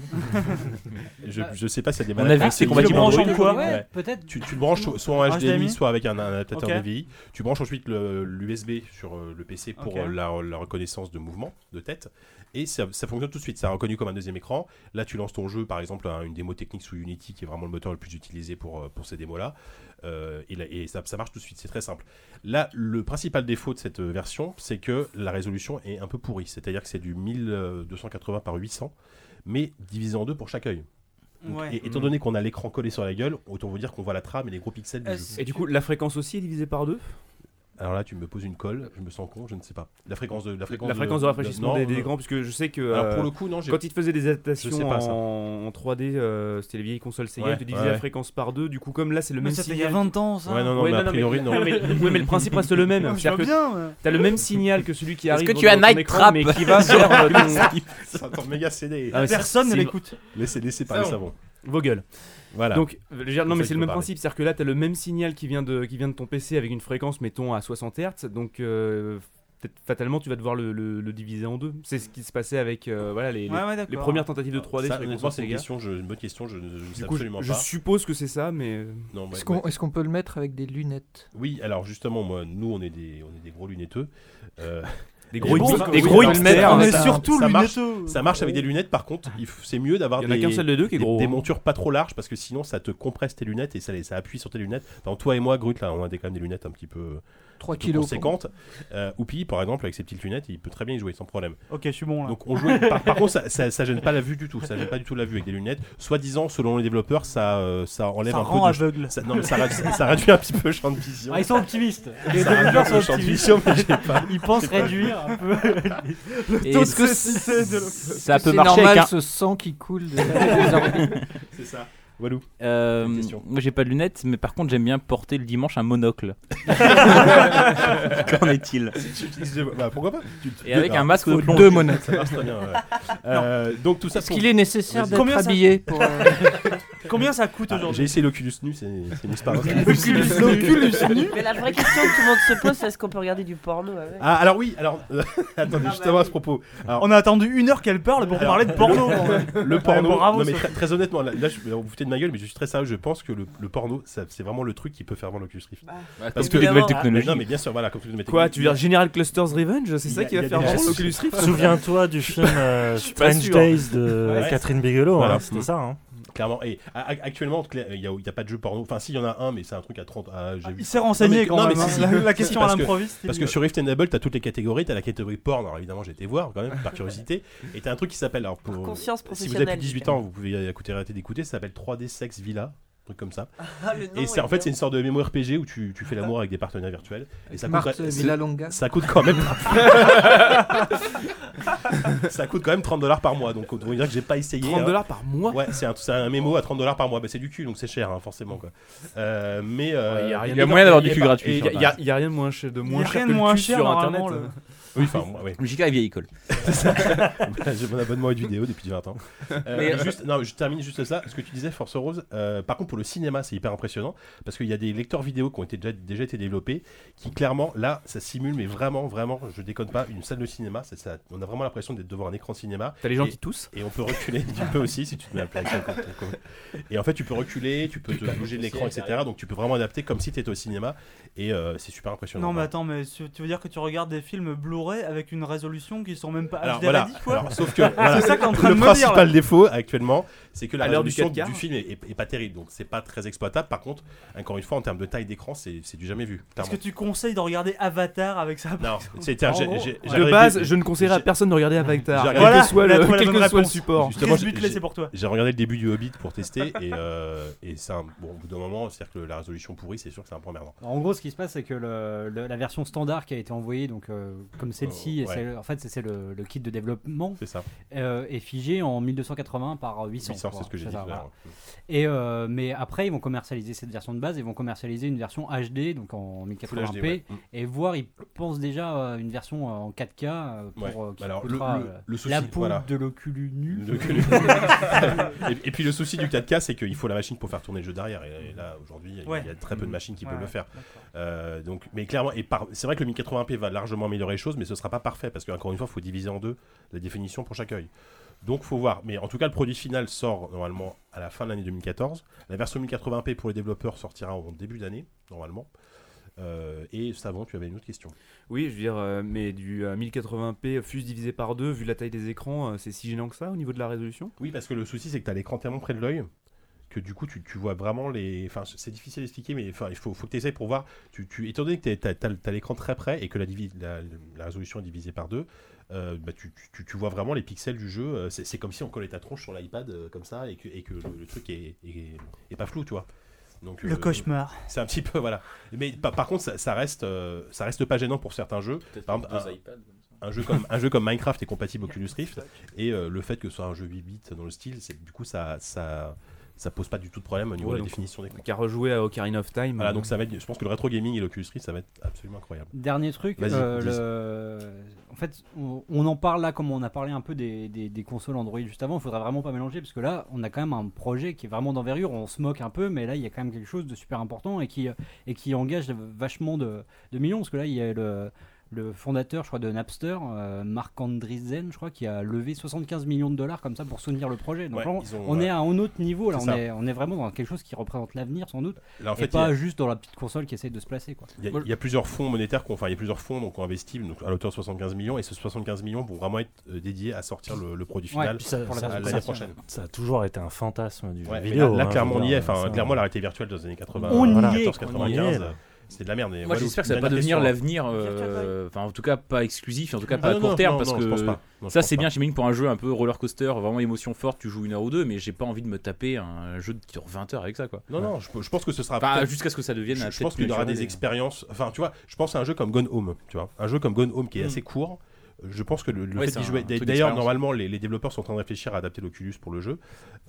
[SPEAKER 2] Je, je sais pas si y a des
[SPEAKER 4] On a
[SPEAKER 2] malades
[SPEAKER 4] vu que
[SPEAKER 2] qui
[SPEAKER 4] c'est
[SPEAKER 2] ont
[SPEAKER 3] compatible
[SPEAKER 2] utilisé
[SPEAKER 3] branches en
[SPEAKER 2] Android.
[SPEAKER 3] quoi
[SPEAKER 9] Ouais,
[SPEAKER 2] Ouais.
[SPEAKER 9] peut-être.
[SPEAKER 2] tu, tu le branches soit en
[SPEAKER 3] Un
[SPEAKER 2] HDMI,
[SPEAKER 3] HDMI?
[SPEAKER 2] soit avec un, un adaptateur
[SPEAKER 3] Ok.
[SPEAKER 2] DVI. Tu branches ensuite le- l'USB sur euh, le PC pour
[SPEAKER 3] Ok.
[SPEAKER 2] euh, la, la reconnaissance de mouvement, de tête. Et ça, ça fonctionne tout de suite. Ça reconnu comme un deuxième écran. Là, tu lances ton jeu, par exemple, un- une démo technique sous Unity, qui est vraiment le moteur le plus utilisé pour, euh, pour ces démos-là. Euh, et là- et ça, ça marche tout de suite. C'est très simple. Là, le principal défaut de cette euh, version, c'est que la résolution est un peu pourrie. C'est-à-dire que c'est du euh, 1280 par 800, mais divisé en deux pour chaque œil. Donc,
[SPEAKER 3] ouais.
[SPEAKER 2] et, étant donné qu'on a l'écran collé sur la gueule, autant vous dire qu'on voit la trame et les gros pixels du
[SPEAKER 3] Euh,
[SPEAKER 2] jeu.
[SPEAKER 5] Et du coup, la fréquence aussi est divisée par deux
[SPEAKER 2] Alors là, tu me poses une colle, je me sens con, je ne sais pas. La fréquence de la fréquence,
[SPEAKER 5] La fréquence de rafraîchissement
[SPEAKER 2] non,
[SPEAKER 5] des,
[SPEAKER 2] non,
[SPEAKER 5] des
[SPEAKER 2] non.
[SPEAKER 5] écrans, puisque je sais que
[SPEAKER 2] Alors pour
[SPEAKER 5] euh,
[SPEAKER 2] le coup, non, j'ai.
[SPEAKER 5] quand ils te faisaient des
[SPEAKER 2] Je sais
[SPEAKER 5] adaptations
[SPEAKER 2] pas, ça.
[SPEAKER 5] en, en 3D, euh, c'était les vieilles consoles Sega,
[SPEAKER 2] Ouais,
[SPEAKER 5] ils te divisaient
[SPEAKER 2] ouais.
[SPEAKER 5] la fréquence par deux. Du coup, comme là, c'est le
[SPEAKER 3] Mais
[SPEAKER 5] même
[SPEAKER 3] ça fait il y a
[SPEAKER 5] signal.
[SPEAKER 3] 20 ans ça.
[SPEAKER 2] Ouais, non, non,
[SPEAKER 5] Ouais,
[SPEAKER 2] mais a
[SPEAKER 5] non, Ah, non, mais-
[SPEAKER 2] priori, non.
[SPEAKER 5] Ouais, mais, ouais, mais le principe reste le même.
[SPEAKER 3] Je vois
[SPEAKER 5] C'est-à-dire que
[SPEAKER 3] bien. ouais.
[SPEAKER 5] t'as le même signal que celui qui
[SPEAKER 4] Est-ce
[SPEAKER 5] arrive.
[SPEAKER 4] que tu
[SPEAKER 5] dans
[SPEAKER 4] as
[SPEAKER 5] ton
[SPEAKER 4] Night
[SPEAKER 5] écran,
[SPEAKER 4] Trap
[SPEAKER 5] mais qui va vers euh, ton...
[SPEAKER 2] C'est encore méga CD.
[SPEAKER 5] Ah, mais c'est-
[SPEAKER 3] Personne ne
[SPEAKER 5] c'est-
[SPEAKER 3] l'écoute.
[SPEAKER 2] Laissez, laissez parler
[SPEAKER 5] Ça, on-
[SPEAKER 2] savon.
[SPEAKER 5] Vos gueules.
[SPEAKER 2] Voilà.
[SPEAKER 5] Donc, je veux dire, non,
[SPEAKER 2] C'est
[SPEAKER 5] mais
[SPEAKER 2] ça qu'il
[SPEAKER 5] c'est le
[SPEAKER 2] faut
[SPEAKER 5] même
[SPEAKER 2] parler.
[SPEAKER 5] principe, c'est-à-dire que là, t'as le même signal qui vient de, qui vient de ton PC avec une fréquence, mettons, à 60 Hz, donc euh, peut-être fatalement, tu vas devoir le, le- le diviser en deux. C'est ce qui se passait avec euh, voilà, les, les-
[SPEAKER 3] Ouais, ouais,
[SPEAKER 5] les
[SPEAKER 3] d'accord.
[SPEAKER 5] premières tentatives de 3D
[SPEAKER 2] ça,
[SPEAKER 5] sur les
[SPEAKER 2] honnêtement,
[SPEAKER 5] consoles
[SPEAKER 2] c'est une
[SPEAKER 5] Sega.
[SPEAKER 2] question, je, une bonne question, je ne je ne sais
[SPEAKER 5] Du coup, je,
[SPEAKER 2] absolument
[SPEAKER 5] je
[SPEAKER 2] pas.
[SPEAKER 5] suppose que c'est ça, mais euh,
[SPEAKER 2] Non, ouais,
[SPEAKER 10] Est-ce qu'on
[SPEAKER 2] ouais.
[SPEAKER 10] est-ce qu'on peut le mettre avec des lunettes
[SPEAKER 2] Oui, alors justement, moi, nous, on est des, on est des gros lunetteux. Euh,
[SPEAKER 5] des
[SPEAKER 2] Et
[SPEAKER 5] gros,
[SPEAKER 2] bon,
[SPEAKER 5] X-
[SPEAKER 2] ça-
[SPEAKER 5] des
[SPEAKER 2] oui,
[SPEAKER 5] gros
[SPEAKER 2] alors,
[SPEAKER 5] hipsters.
[SPEAKER 2] ça-
[SPEAKER 3] On est
[SPEAKER 2] ça-
[SPEAKER 3] surtout
[SPEAKER 2] ça
[SPEAKER 3] le
[SPEAKER 2] marche-
[SPEAKER 3] lunetteux.
[SPEAKER 2] ça marche avec des lunettes, par contre, il f- c'est mieux d'avoir
[SPEAKER 5] Il y en a
[SPEAKER 2] des,
[SPEAKER 5] qu'un seul des deux qui est
[SPEAKER 2] des-
[SPEAKER 5] gros.
[SPEAKER 2] des
[SPEAKER 5] hein.
[SPEAKER 2] montures pas trop larges parce que sinon ça te compresse tes lunettes et ça, les- ça appuie sur tes lunettes. Dans toi et moi, Grut, là, on a des, quand même des lunettes un petit peu,
[SPEAKER 10] 3
[SPEAKER 2] un peu
[SPEAKER 10] kilos.
[SPEAKER 2] conséquentes. Euh, Oupi, par exemple, avec ses petites lunettes, il peut très bien y jouer sans problème.
[SPEAKER 3] Ok, je suis bon là.
[SPEAKER 2] Donc on jouait. par, par contre, ça, ça, ça gêne pas la vue du tout. Ça gêne pas du tout la vue avec des lunettes. Soi-disant, selon les développeurs, ça, euh, ça enlève
[SPEAKER 3] Ça
[SPEAKER 2] un
[SPEAKER 3] rend
[SPEAKER 2] peu de.
[SPEAKER 3] aveugle.
[SPEAKER 2] ça- non, mais ça, ra- ça- ça réduit un petit peu le champ de vision.
[SPEAKER 9] Ah, ils sont optimistes. Les
[SPEAKER 2] ça réduit un
[SPEAKER 9] développeurs
[SPEAKER 2] peu
[SPEAKER 9] sont
[SPEAKER 2] le champ de
[SPEAKER 9] optimistes.
[SPEAKER 2] vision, mais j'ai pas.
[SPEAKER 9] Ils pensent réduire un peu.
[SPEAKER 4] Et
[SPEAKER 9] Tout ce que
[SPEAKER 4] ça
[SPEAKER 10] C'est
[SPEAKER 4] peut marcher
[SPEAKER 10] normal
[SPEAKER 4] avec un.
[SPEAKER 10] ce sang qui coule de- des orbites.
[SPEAKER 2] C'est ça. Walou.
[SPEAKER 4] Euh,
[SPEAKER 2] une question.
[SPEAKER 4] moi j'ai pas de lunettes, mais par contre j'aime bien porter le dimanche un monocle. Qu'en est-il
[SPEAKER 2] Bah, pourquoi pas Tu- tu-
[SPEAKER 4] Et avec
[SPEAKER 2] alors,
[SPEAKER 4] un masque de
[SPEAKER 2] faut
[SPEAKER 4] plomb.
[SPEAKER 2] Deux monettes. Ça marche très bien. ouais. Euh, donc tout ça
[SPEAKER 10] Est-ce
[SPEAKER 2] pour-
[SPEAKER 10] qu'il est nécessaire
[SPEAKER 2] Vas-y.
[SPEAKER 10] d'être
[SPEAKER 3] Combien ça-
[SPEAKER 10] habillé pour. euh,
[SPEAKER 3] Combien ça coûte
[SPEAKER 2] Ah, J'ai
[SPEAKER 3] aujourd'hui
[SPEAKER 2] essayé l'Oculus nu, c'est c'est une expérience.
[SPEAKER 7] Mais la vraie question que tout le monde se pose, c'est est-ce qu'on peut regarder du porno avec
[SPEAKER 2] Ah, alors oui, alors euh, attendez,
[SPEAKER 7] Ah,
[SPEAKER 2] justement
[SPEAKER 7] bah
[SPEAKER 2] à ce propos. Alors,
[SPEAKER 3] On a attendu une heure qu'elle parle pour
[SPEAKER 2] Alors,
[SPEAKER 3] parler de porno.
[SPEAKER 2] le porno,
[SPEAKER 3] bon, bravo,
[SPEAKER 2] non, mais
[SPEAKER 3] ça.
[SPEAKER 2] très, très honnêtement, là, là, je, alors, vous foutez de ma gueule, mais je suis très sérieux, je pense que le, le porno, ça, c'est vraiment le truc qui peut faire voir l'Oculus Rift.
[SPEAKER 4] Parce que les
[SPEAKER 7] Évidemment.
[SPEAKER 4] nouvelles technologies.
[SPEAKER 2] Non, mais bien sûr, voilà, comme tu le mettais.
[SPEAKER 5] Quoi, tu veux dire General Clusters Revenge C'est
[SPEAKER 2] Il
[SPEAKER 5] ça
[SPEAKER 2] y a-
[SPEAKER 5] qui
[SPEAKER 2] il
[SPEAKER 5] va
[SPEAKER 2] y a
[SPEAKER 5] faire
[SPEAKER 2] des
[SPEAKER 5] genre
[SPEAKER 2] gens-
[SPEAKER 5] l'Oculus Rift
[SPEAKER 6] Souviens-toi du film euh,
[SPEAKER 5] pas
[SPEAKER 6] Strange
[SPEAKER 5] sûr.
[SPEAKER 6] Days de
[SPEAKER 2] Ouais.
[SPEAKER 6] Catherine Bigelow.
[SPEAKER 2] Voilà.
[SPEAKER 6] hein, C'était ça. hein.
[SPEAKER 2] Clairement, et a- a- actuellement, en tout cas, il n'y a, il y a pas de jeu porno. Enfin, si, il y en a un, mais c'est un truc à 30. ah, j'ai vu.
[SPEAKER 3] Il s'est renseigné
[SPEAKER 2] mais-
[SPEAKER 3] quand
[SPEAKER 2] non, mais
[SPEAKER 3] même. hein.
[SPEAKER 2] si, si.
[SPEAKER 3] La, la
[SPEAKER 2] Si,
[SPEAKER 3] question
[SPEAKER 2] parce
[SPEAKER 3] à
[SPEAKER 2] que-
[SPEAKER 3] l'improviste. il-
[SPEAKER 2] Parce que sur Rift Enable, t'as toutes les catégories, t'as la catégorie porn, alors évidemment j'ai été voir quand même, par curiosité, et t'as un truc qui s'appelle, alors pour,
[SPEAKER 7] Conscience
[SPEAKER 2] si vous avez
[SPEAKER 7] professionnelle.
[SPEAKER 2] plus de 18 ans, vous pouvez écouter, arrêter d'écouter, ça s'appelle 3D Sex Villa, un truc comme ça.
[SPEAKER 7] Ah, le nom
[SPEAKER 2] et c'est en fait c'est
[SPEAKER 7] bien.
[SPEAKER 2] une sorte de mémo RPG où tu, tu fais l'amour avec des partenaires virtuels et ça coûte,
[SPEAKER 10] Marthe
[SPEAKER 2] quand-
[SPEAKER 10] Villalonga.
[SPEAKER 2] ça coûte quand même ça coûte quand même 30 dollars par mois donc autant vous dire que j'ai pas essayé
[SPEAKER 5] 30
[SPEAKER 2] hein.
[SPEAKER 5] dollars par mois
[SPEAKER 2] ouais c'est un, c'est un mémo à 30 dollars par mois bah, c'est du cul donc c'est cher hein, forcément quoi Euh, mais euh,
[SPEAKER 5] Ouais, y a rien-
[SPEAKER 4] Il y a moyen d'avoir
[SPEAKER 2] il y
[SPEAKER 4] du
[SPEAKER 2] a
[SPEAKER 4] cul
[SPEAKER 2] pas-
[SPEAKER 4] gratuit.
[SPEAKER 5] Et
[SPEAKER 4] sur
[SPEAKER 5] il n'y a, y a rien de moins cher, de
[SPEAKER 3] Il y a
[SPEAKER 5] moins
[SPEAKER 3] rien
[SPEAKER 5] cher
[SPEAKER 3] de
[SPEAKER 5] que
[SPEAKER 3] moins
[SPEAKER 5] le cul
[SPEAKER 3] cher
[SPEAKER 5] sur internet.
[SPEAKER 3] normalement.
[SPEAKER 2] euh,
[SPEAKER 3] le-
[SPEAKER 2] oui enfin moi, ouais.
[SPEAKER 4] J'écris à vieille école.
[SPEAKER 2] j'ai mon abonnement à du vidéo depuis 20 ans Euh,
[SPEAKER 4] Mais, euh,
[SPEAKER 2] juste, non, je termine juste ça ce que tu disais Force Rose euh, par contre pour le cinéma c'est hyper impressionnant parce qu'il y a des lecteurs vidéo qui ont été déjà, déjà été développés qui clairement là ça simule mais vraiment vraiment je déconne pas une salle de cinéma ça, ça- on a vraiment l'impression d'être devant un écran cinéma
[SPEAKER 5] T'as les gens
[SPEAKER 2] Et-
[SPEAKER 5] qui toussent
[SPEAKER 2] Et on peut reculer, tu peux aussi si tu te mets à plat. avec ton- ton- ton- Et en fait, tu peux reculer, tu peux te bouger de l'écran, etc. Donc tu peux vraiment adapter comme si tu étais au cinéma. Et euh, c'est super impressionnant.
[SPEAKER 3] Non, mais attends, mais tu tu veux dire que tu regardes des films Blu-ray Blu-ray avec une résolution qui sont même pas
[SPEAKER 2] Alors
[SPEAKER 3] HD
[SPEAKER 2] voilà.
[SPEAKER 3] ready, quoi.
[SPEAKER 2] Alors, sauf que voilà.
[SPEAKER 3] c'est ça qu'on est en train
[SPEAKER 2] le
[SPEAKER 3] de me dire.
[SPEAKER 2] principal
[SPEAKER 3] là.
[SPEAKER 2] défaut actuellement, c'est que la
[SPEAKER 5] À l'heure du
[SPEAKER 2] résolution du,
[SPEAKER 5] 4K.
[SPEAKER 2] film est, est- est pas terrible, donc c'est pas très exploitable. Par contre, encore une fois, en termes de taille d'écran, c'est c'est du jamais vu.
[SPEAKER 3] Est-ce que tu conseilles de regarder Avatar avec ça par
[SPEAKER 2] Non,
[SPEAKER 3] exemple
[SPEAKER 2] c'est- tiens,
[SPEAKER 3] En
[SPEAKER 2] j'ai-
[SPEAKER 3] gros,
[SPEAKER 2] j'ai- j'ai
[SPEAKER 5] De
[SPEAKER 2] regardé-
[SPEAKER 5] base, je ne conseillerais à
[SPEAKER 2] j'ai-
[SPEAKER 5] personne de regarder Avatar,
[SPEAKER 2] j'ai
[SPEAKER 5] quel
[SPEAKER 2] regardé-
[SPEAKER 5] que soit
[SPEAKER 3] Voilà,
[SPEAKER 5] le,
[SPEAKER 3] toi, la
[SPEAKER 5] quel
[SPEAKER 3] bonne
[SPEAKER 5] que soit le
[SPEAKER 3] réponse.
[SPEAKER 5] support.
[SPEAKER 2] Justement,
[SPEAKER 3] Chris
[SPEAKER 2] j'ai-
[SPEAKER 3] Butler,
[SPEAKER 2] j'ai-
[SPEAKER 3] c'est pour toi.
[SPEAKER 2] J'ai regardé le début du Hobbit pour tester et, euh, et c'est un bon au bout d'un moment, c'est-à-dire que la résolution pourrie, c'est sûr que c'est un point merdant.
[SPEAKER 9] Alors, en gros, ce qui se passe, c'est que le- le- la version standard qui a été envoyée, donc euh, comme celle-ci,
[SPEAKER 2] Euh, ouais.
[SPEAKER 9] c'est- en fait, c'est- c'est le, le kit de développement,
[SPEAKER 2] C'est ça.
[SPEAKER 9] euh, est figée en 1280 par 800.
[SPEAKER 2] 800,
[SPEAKER 9] quoi.
[SPEAKER 2] c'est ce que j'ai
[SPEAKER 9] C'est
[SPEAKER 2] dit.
[SPEAKER 9] ça,
[SPEAKER 2] tout à
[SPEAKER 9] voilà.
[SPEAKER 2] l'heure.
[SPEAKER 9] Et euh, mais après, ils vont commercialiser cette version de base, ils vont commercialiser une version HD, donc en
[SPEAKER 2] Full HD,
[SPEAKER 9] 1080p,
[SPEAKER 2] ouais. Mm,
[SPEAKER 9] et voir, ils pensent déjà à une version euh, en 4K euh, pour,
[SPEAKER 2] Ouais. Bah,
[SPEAKER 9] euh, qui
[SPEAKER 2] Alors, le-
[SPEAKER 9] coûtera,
[SPEAKER 2] le-
[SPEAKER 9] euh,
[SPEAKER 2] le souci,
[SPEAKER 9] la peau
[SPEAKER 2] voilà.
[SPEAKER 9] de l'oculus nu.
[SPEAKER 2] Le- et, et puis le souci du 4K, c'est qu'il faut la machine pour faire tourner le jeu derrière. Et, et là, aujourd'hui, il y a- il y a très peu de machines qui
[SPEAKER 3] Ouais,
[SPEAKER 2] peuvent le
[SPEAKER 3] ouais,
[SPEAKER 2] faire.
[SPEAKER 3] d'accord.
[SPEAKER 2] Euh, donc, mais clairement, et par- c'est vrai que le 1080p va largement améliorer les choses, mais ce sera pas parfait parce qu'encore une fois, il faut diviser en deux la définition pour chaque œil. Donc, faut voir. Mais en tout cas, le produit final sort normalement à la fin de l'année 2014. La version 1080p pour les développeurs sortira en début d'année, normalement. Euh, et Savon, tu avais une autre question.
[SPEAKER 5] Oui, je veux dire, euh, mais du euh, 1080p fuse divisé par 2, vu la taille des écrans, euh, c'est si gênant que ça au niveau de la résolution
[SPEAKER 2] Oui, parce que le souci, c'est que tu as l'écran tellement près de l'œil que du coup, tu, tu vois vraiment les. Enfin, c'est difficile à expliquer, mais enfin, il faut, faut que tu essayes pour voir. Tu, tu- Étant donné que tu as, l'écran très près et que la, divi- la- la résolution est divisée par deux, euh, bah, tu, tu- tu- tu vois vraiment les pixels du jeu. Euh, C'est c'est comme si on collait ta tronche sur l'iPad euh, comme ça et que, et que le, le truc est, est- est pas flou, tu vois. Donc,
[SPEAKER 3] Le
[SPEAKER 2] euh,
[SPEAKER 3] cauchemar.
[SPEAKER 2] C'est un petit peu, voilà. Mais par, par contre, ça, ça reste, euh, ça reste pas gênant pour certains jeux.
[SPEAKER 1] Peut-être
[SPEAKER 2] Par
[SPEAKER 1] avec
[SPEAKER 2] exemple,
[SPEAKER 1] deux
[SPEAKER 2] un-
[SPEAKER 1] iPads. comme ça.
[SPEAKER 2] Un jeu comme, un jeu comme Minecraft est compatible Oculus Rift. Et euh, le fait que ce soit un jeu 8 bits dans le style, c'est du coup ça ça ça pose pas du tout de problème au niveau de
[SPEAKER 5] Ouais,
[SPEAKER 2] la
[SPEAKER 5] donc-
[SPEAKER 2] définition des comptes.
[SPEAKER 5] Qu'à rejouer à Ocarina of Time. euh,
[SPEAKER 2] Voilà, donc ça va être, je pense que le rétro gaming et l'Oculus Rift, ça va être absolument incroyable.
[SPEAKER 9] Dernier truc,
[SPEAKER 2] Vas-y,
[SPEAKER 9] euh,
[SPEAKER 2] dis.
[SPEAKER 9] le- en fait, on, on en parle là comme on a parlé un peu des, des- des consoles Android juste avant. Il faudrait vraiment pas mélanger parce que là, on a quand même un projet qui est vraiment d'envergure. On se moque un peu, mais là, il y a quand même quelque chose de super important et qui, et qui engage vachement de, de millions. Parce que là, il y a le, le fondateur, je crois, de Napster, euh, Marc Andreessen, je crois, qui a levé 75 millions de dollars comme ça pour soutenir le projet. Donc
[SPEAKER 2] Ouais,
[SPEAKER 9] là, on,
[SPEAKER 2] ils ont,
[SPEAKER 9] on
[SPEAKER 2] euh,
[SPEAKER 9] est à un autre niveau. Là,
[SPEAKER 2] c'est
[SPEAKER 9] on
[SPEAKER 2] ça.
[SPEAKER 9] est, on est vraiment dans quelque chose qui représente l'avenir sans doute,
[SPEAKER 2] Là en
[SPEAKER 9] et
[SPEAKER 2] fait, il y a-
[SPEAKER 9] pas juste dans la petite console qui essaye de se placer. Quoi.
[SPEAKER 2] il y, a-
[SPEAKER 4] Moi,
[SPEAKER 2] il y a plusieurs fonds monétaires, qu'on- enfin il y a plusieurs fonds donc investibles donc à l'auteur de 75 millions et ces 75 millions vont vraiment être euh, dédiés à sortir le, le produit
[SPEAKER 9] Ouais,
[SPEAKER 2] final
[SPEAKER 9] puis ça-
[SPEAKER 2] à
[SPEAKER 9] ça-
[SPEAKER 2] l'année
[SPEAKER 9] ça-
[SPEAKER 2] prochaine.
[SPEAKER 6] Ça a toujours été un fantasme du jeu
[SPEAKER 2] Ouais, mais
[SPEAKER 6] vidéo.
[SPEAKER 2] là, là,
[SPEAKER 6] hein,
[SPEAKER 2] clairement
[SPEAKER 6] je
[SPEAKER 2] on
[SPEAKER 6] veux
[SPEAKER 2] y est,
[SPEAKER 6] dire,
[SPEAKER 2] enfin
[SPEAKER 6] ça-
[SPEAKER 2] clairement la réalité virtuelle dans les années 80,
[SPEAKER 9] On y
[SPEAKER 2] 94,
[SPEAKER 9] est, on y est,
[SPEAKER 2] 95,
[SPEAKER 6] là.
[SPEAKER 2] euh, c'est de la merde. mais
[SPEAKER 4] Moi,
[SPEAKER 2] Walou,
[SPEAKER 4] j'espère que ça va pas
[SPEAKER 2] dernière
[SPEAKER 4] devenir
[SPEAKER 2] question.
[SPEAKER 4] l'avenir,
[SPEAKER 7] Virtual Boy.
[SPEAKER 4] euh, enfin, en tout cas, pas exclusif, en tout cas,
[SPEAKER 2] Ah
[SPEAKER 4] pas
[SPEAKER 2] non,
[SPEAKER 4] à court
[SPEAKER 2] non,
[SPEAKER 4] terme,
[SPEAKER 2] non,
[SPEAKER 4] parce
[SPEAKER 2] non, je
[SPEAKER 4] que
[SPEAKER 2] pense pas. Non, je
[SPEAKER 4] ça,
[SPEAKER 2] pense
[SPEAKER 4] c'est
[SPEAKER 2] pas.
[SPEAKER 4] bien, j'imagine, pour un jeu un peu roller coaster, vraiment émotion forte, tu joues une heure ou deux, mais j'ai pas envie de me taper un jeu qui dure 20 heures avec ça, quoi.
[SPEAKER 2] Non, non, je, je pense que ce sera
[SPEAKER 4] Enfin,
[SPEAKER 2] peut-être-
[SPEAKER 4] jusqu'à ce que ça devienne
[SPEAKER 2] je,
[SPEAKER 4] un
[SPEAKER 2] je
[SPEAKER 4] tête
[SPEAKER 2] pense qu'il y aura
[SPEAKER 4] culturel
[SPEAKER 2] des
[SPEAKER 4] et-
[SPEAKER 2] expériences. Enfin, tu vois, je pense à un jeu comme Gone Home, tu vois. Un jeu comme Gone Home qui est assez court. Je pense que le, le
[SPEAKER 4] Mm. Ouais,
[SPEAKER 2] fait
[SPEAKER 4] c'est
[SPEAKER 2] d'y
[SPEAKER 4] un
[SPEAKER 2] jouer.
[SPEAKER 4] truc
[SPEAKER 2] D'ailleurs,
[SPEAKER 4] d'expérience.
[SPEAKER 2] normalement, les, les développeurs sont en train de réfléchir à adapter l'Oculus pour le jeu.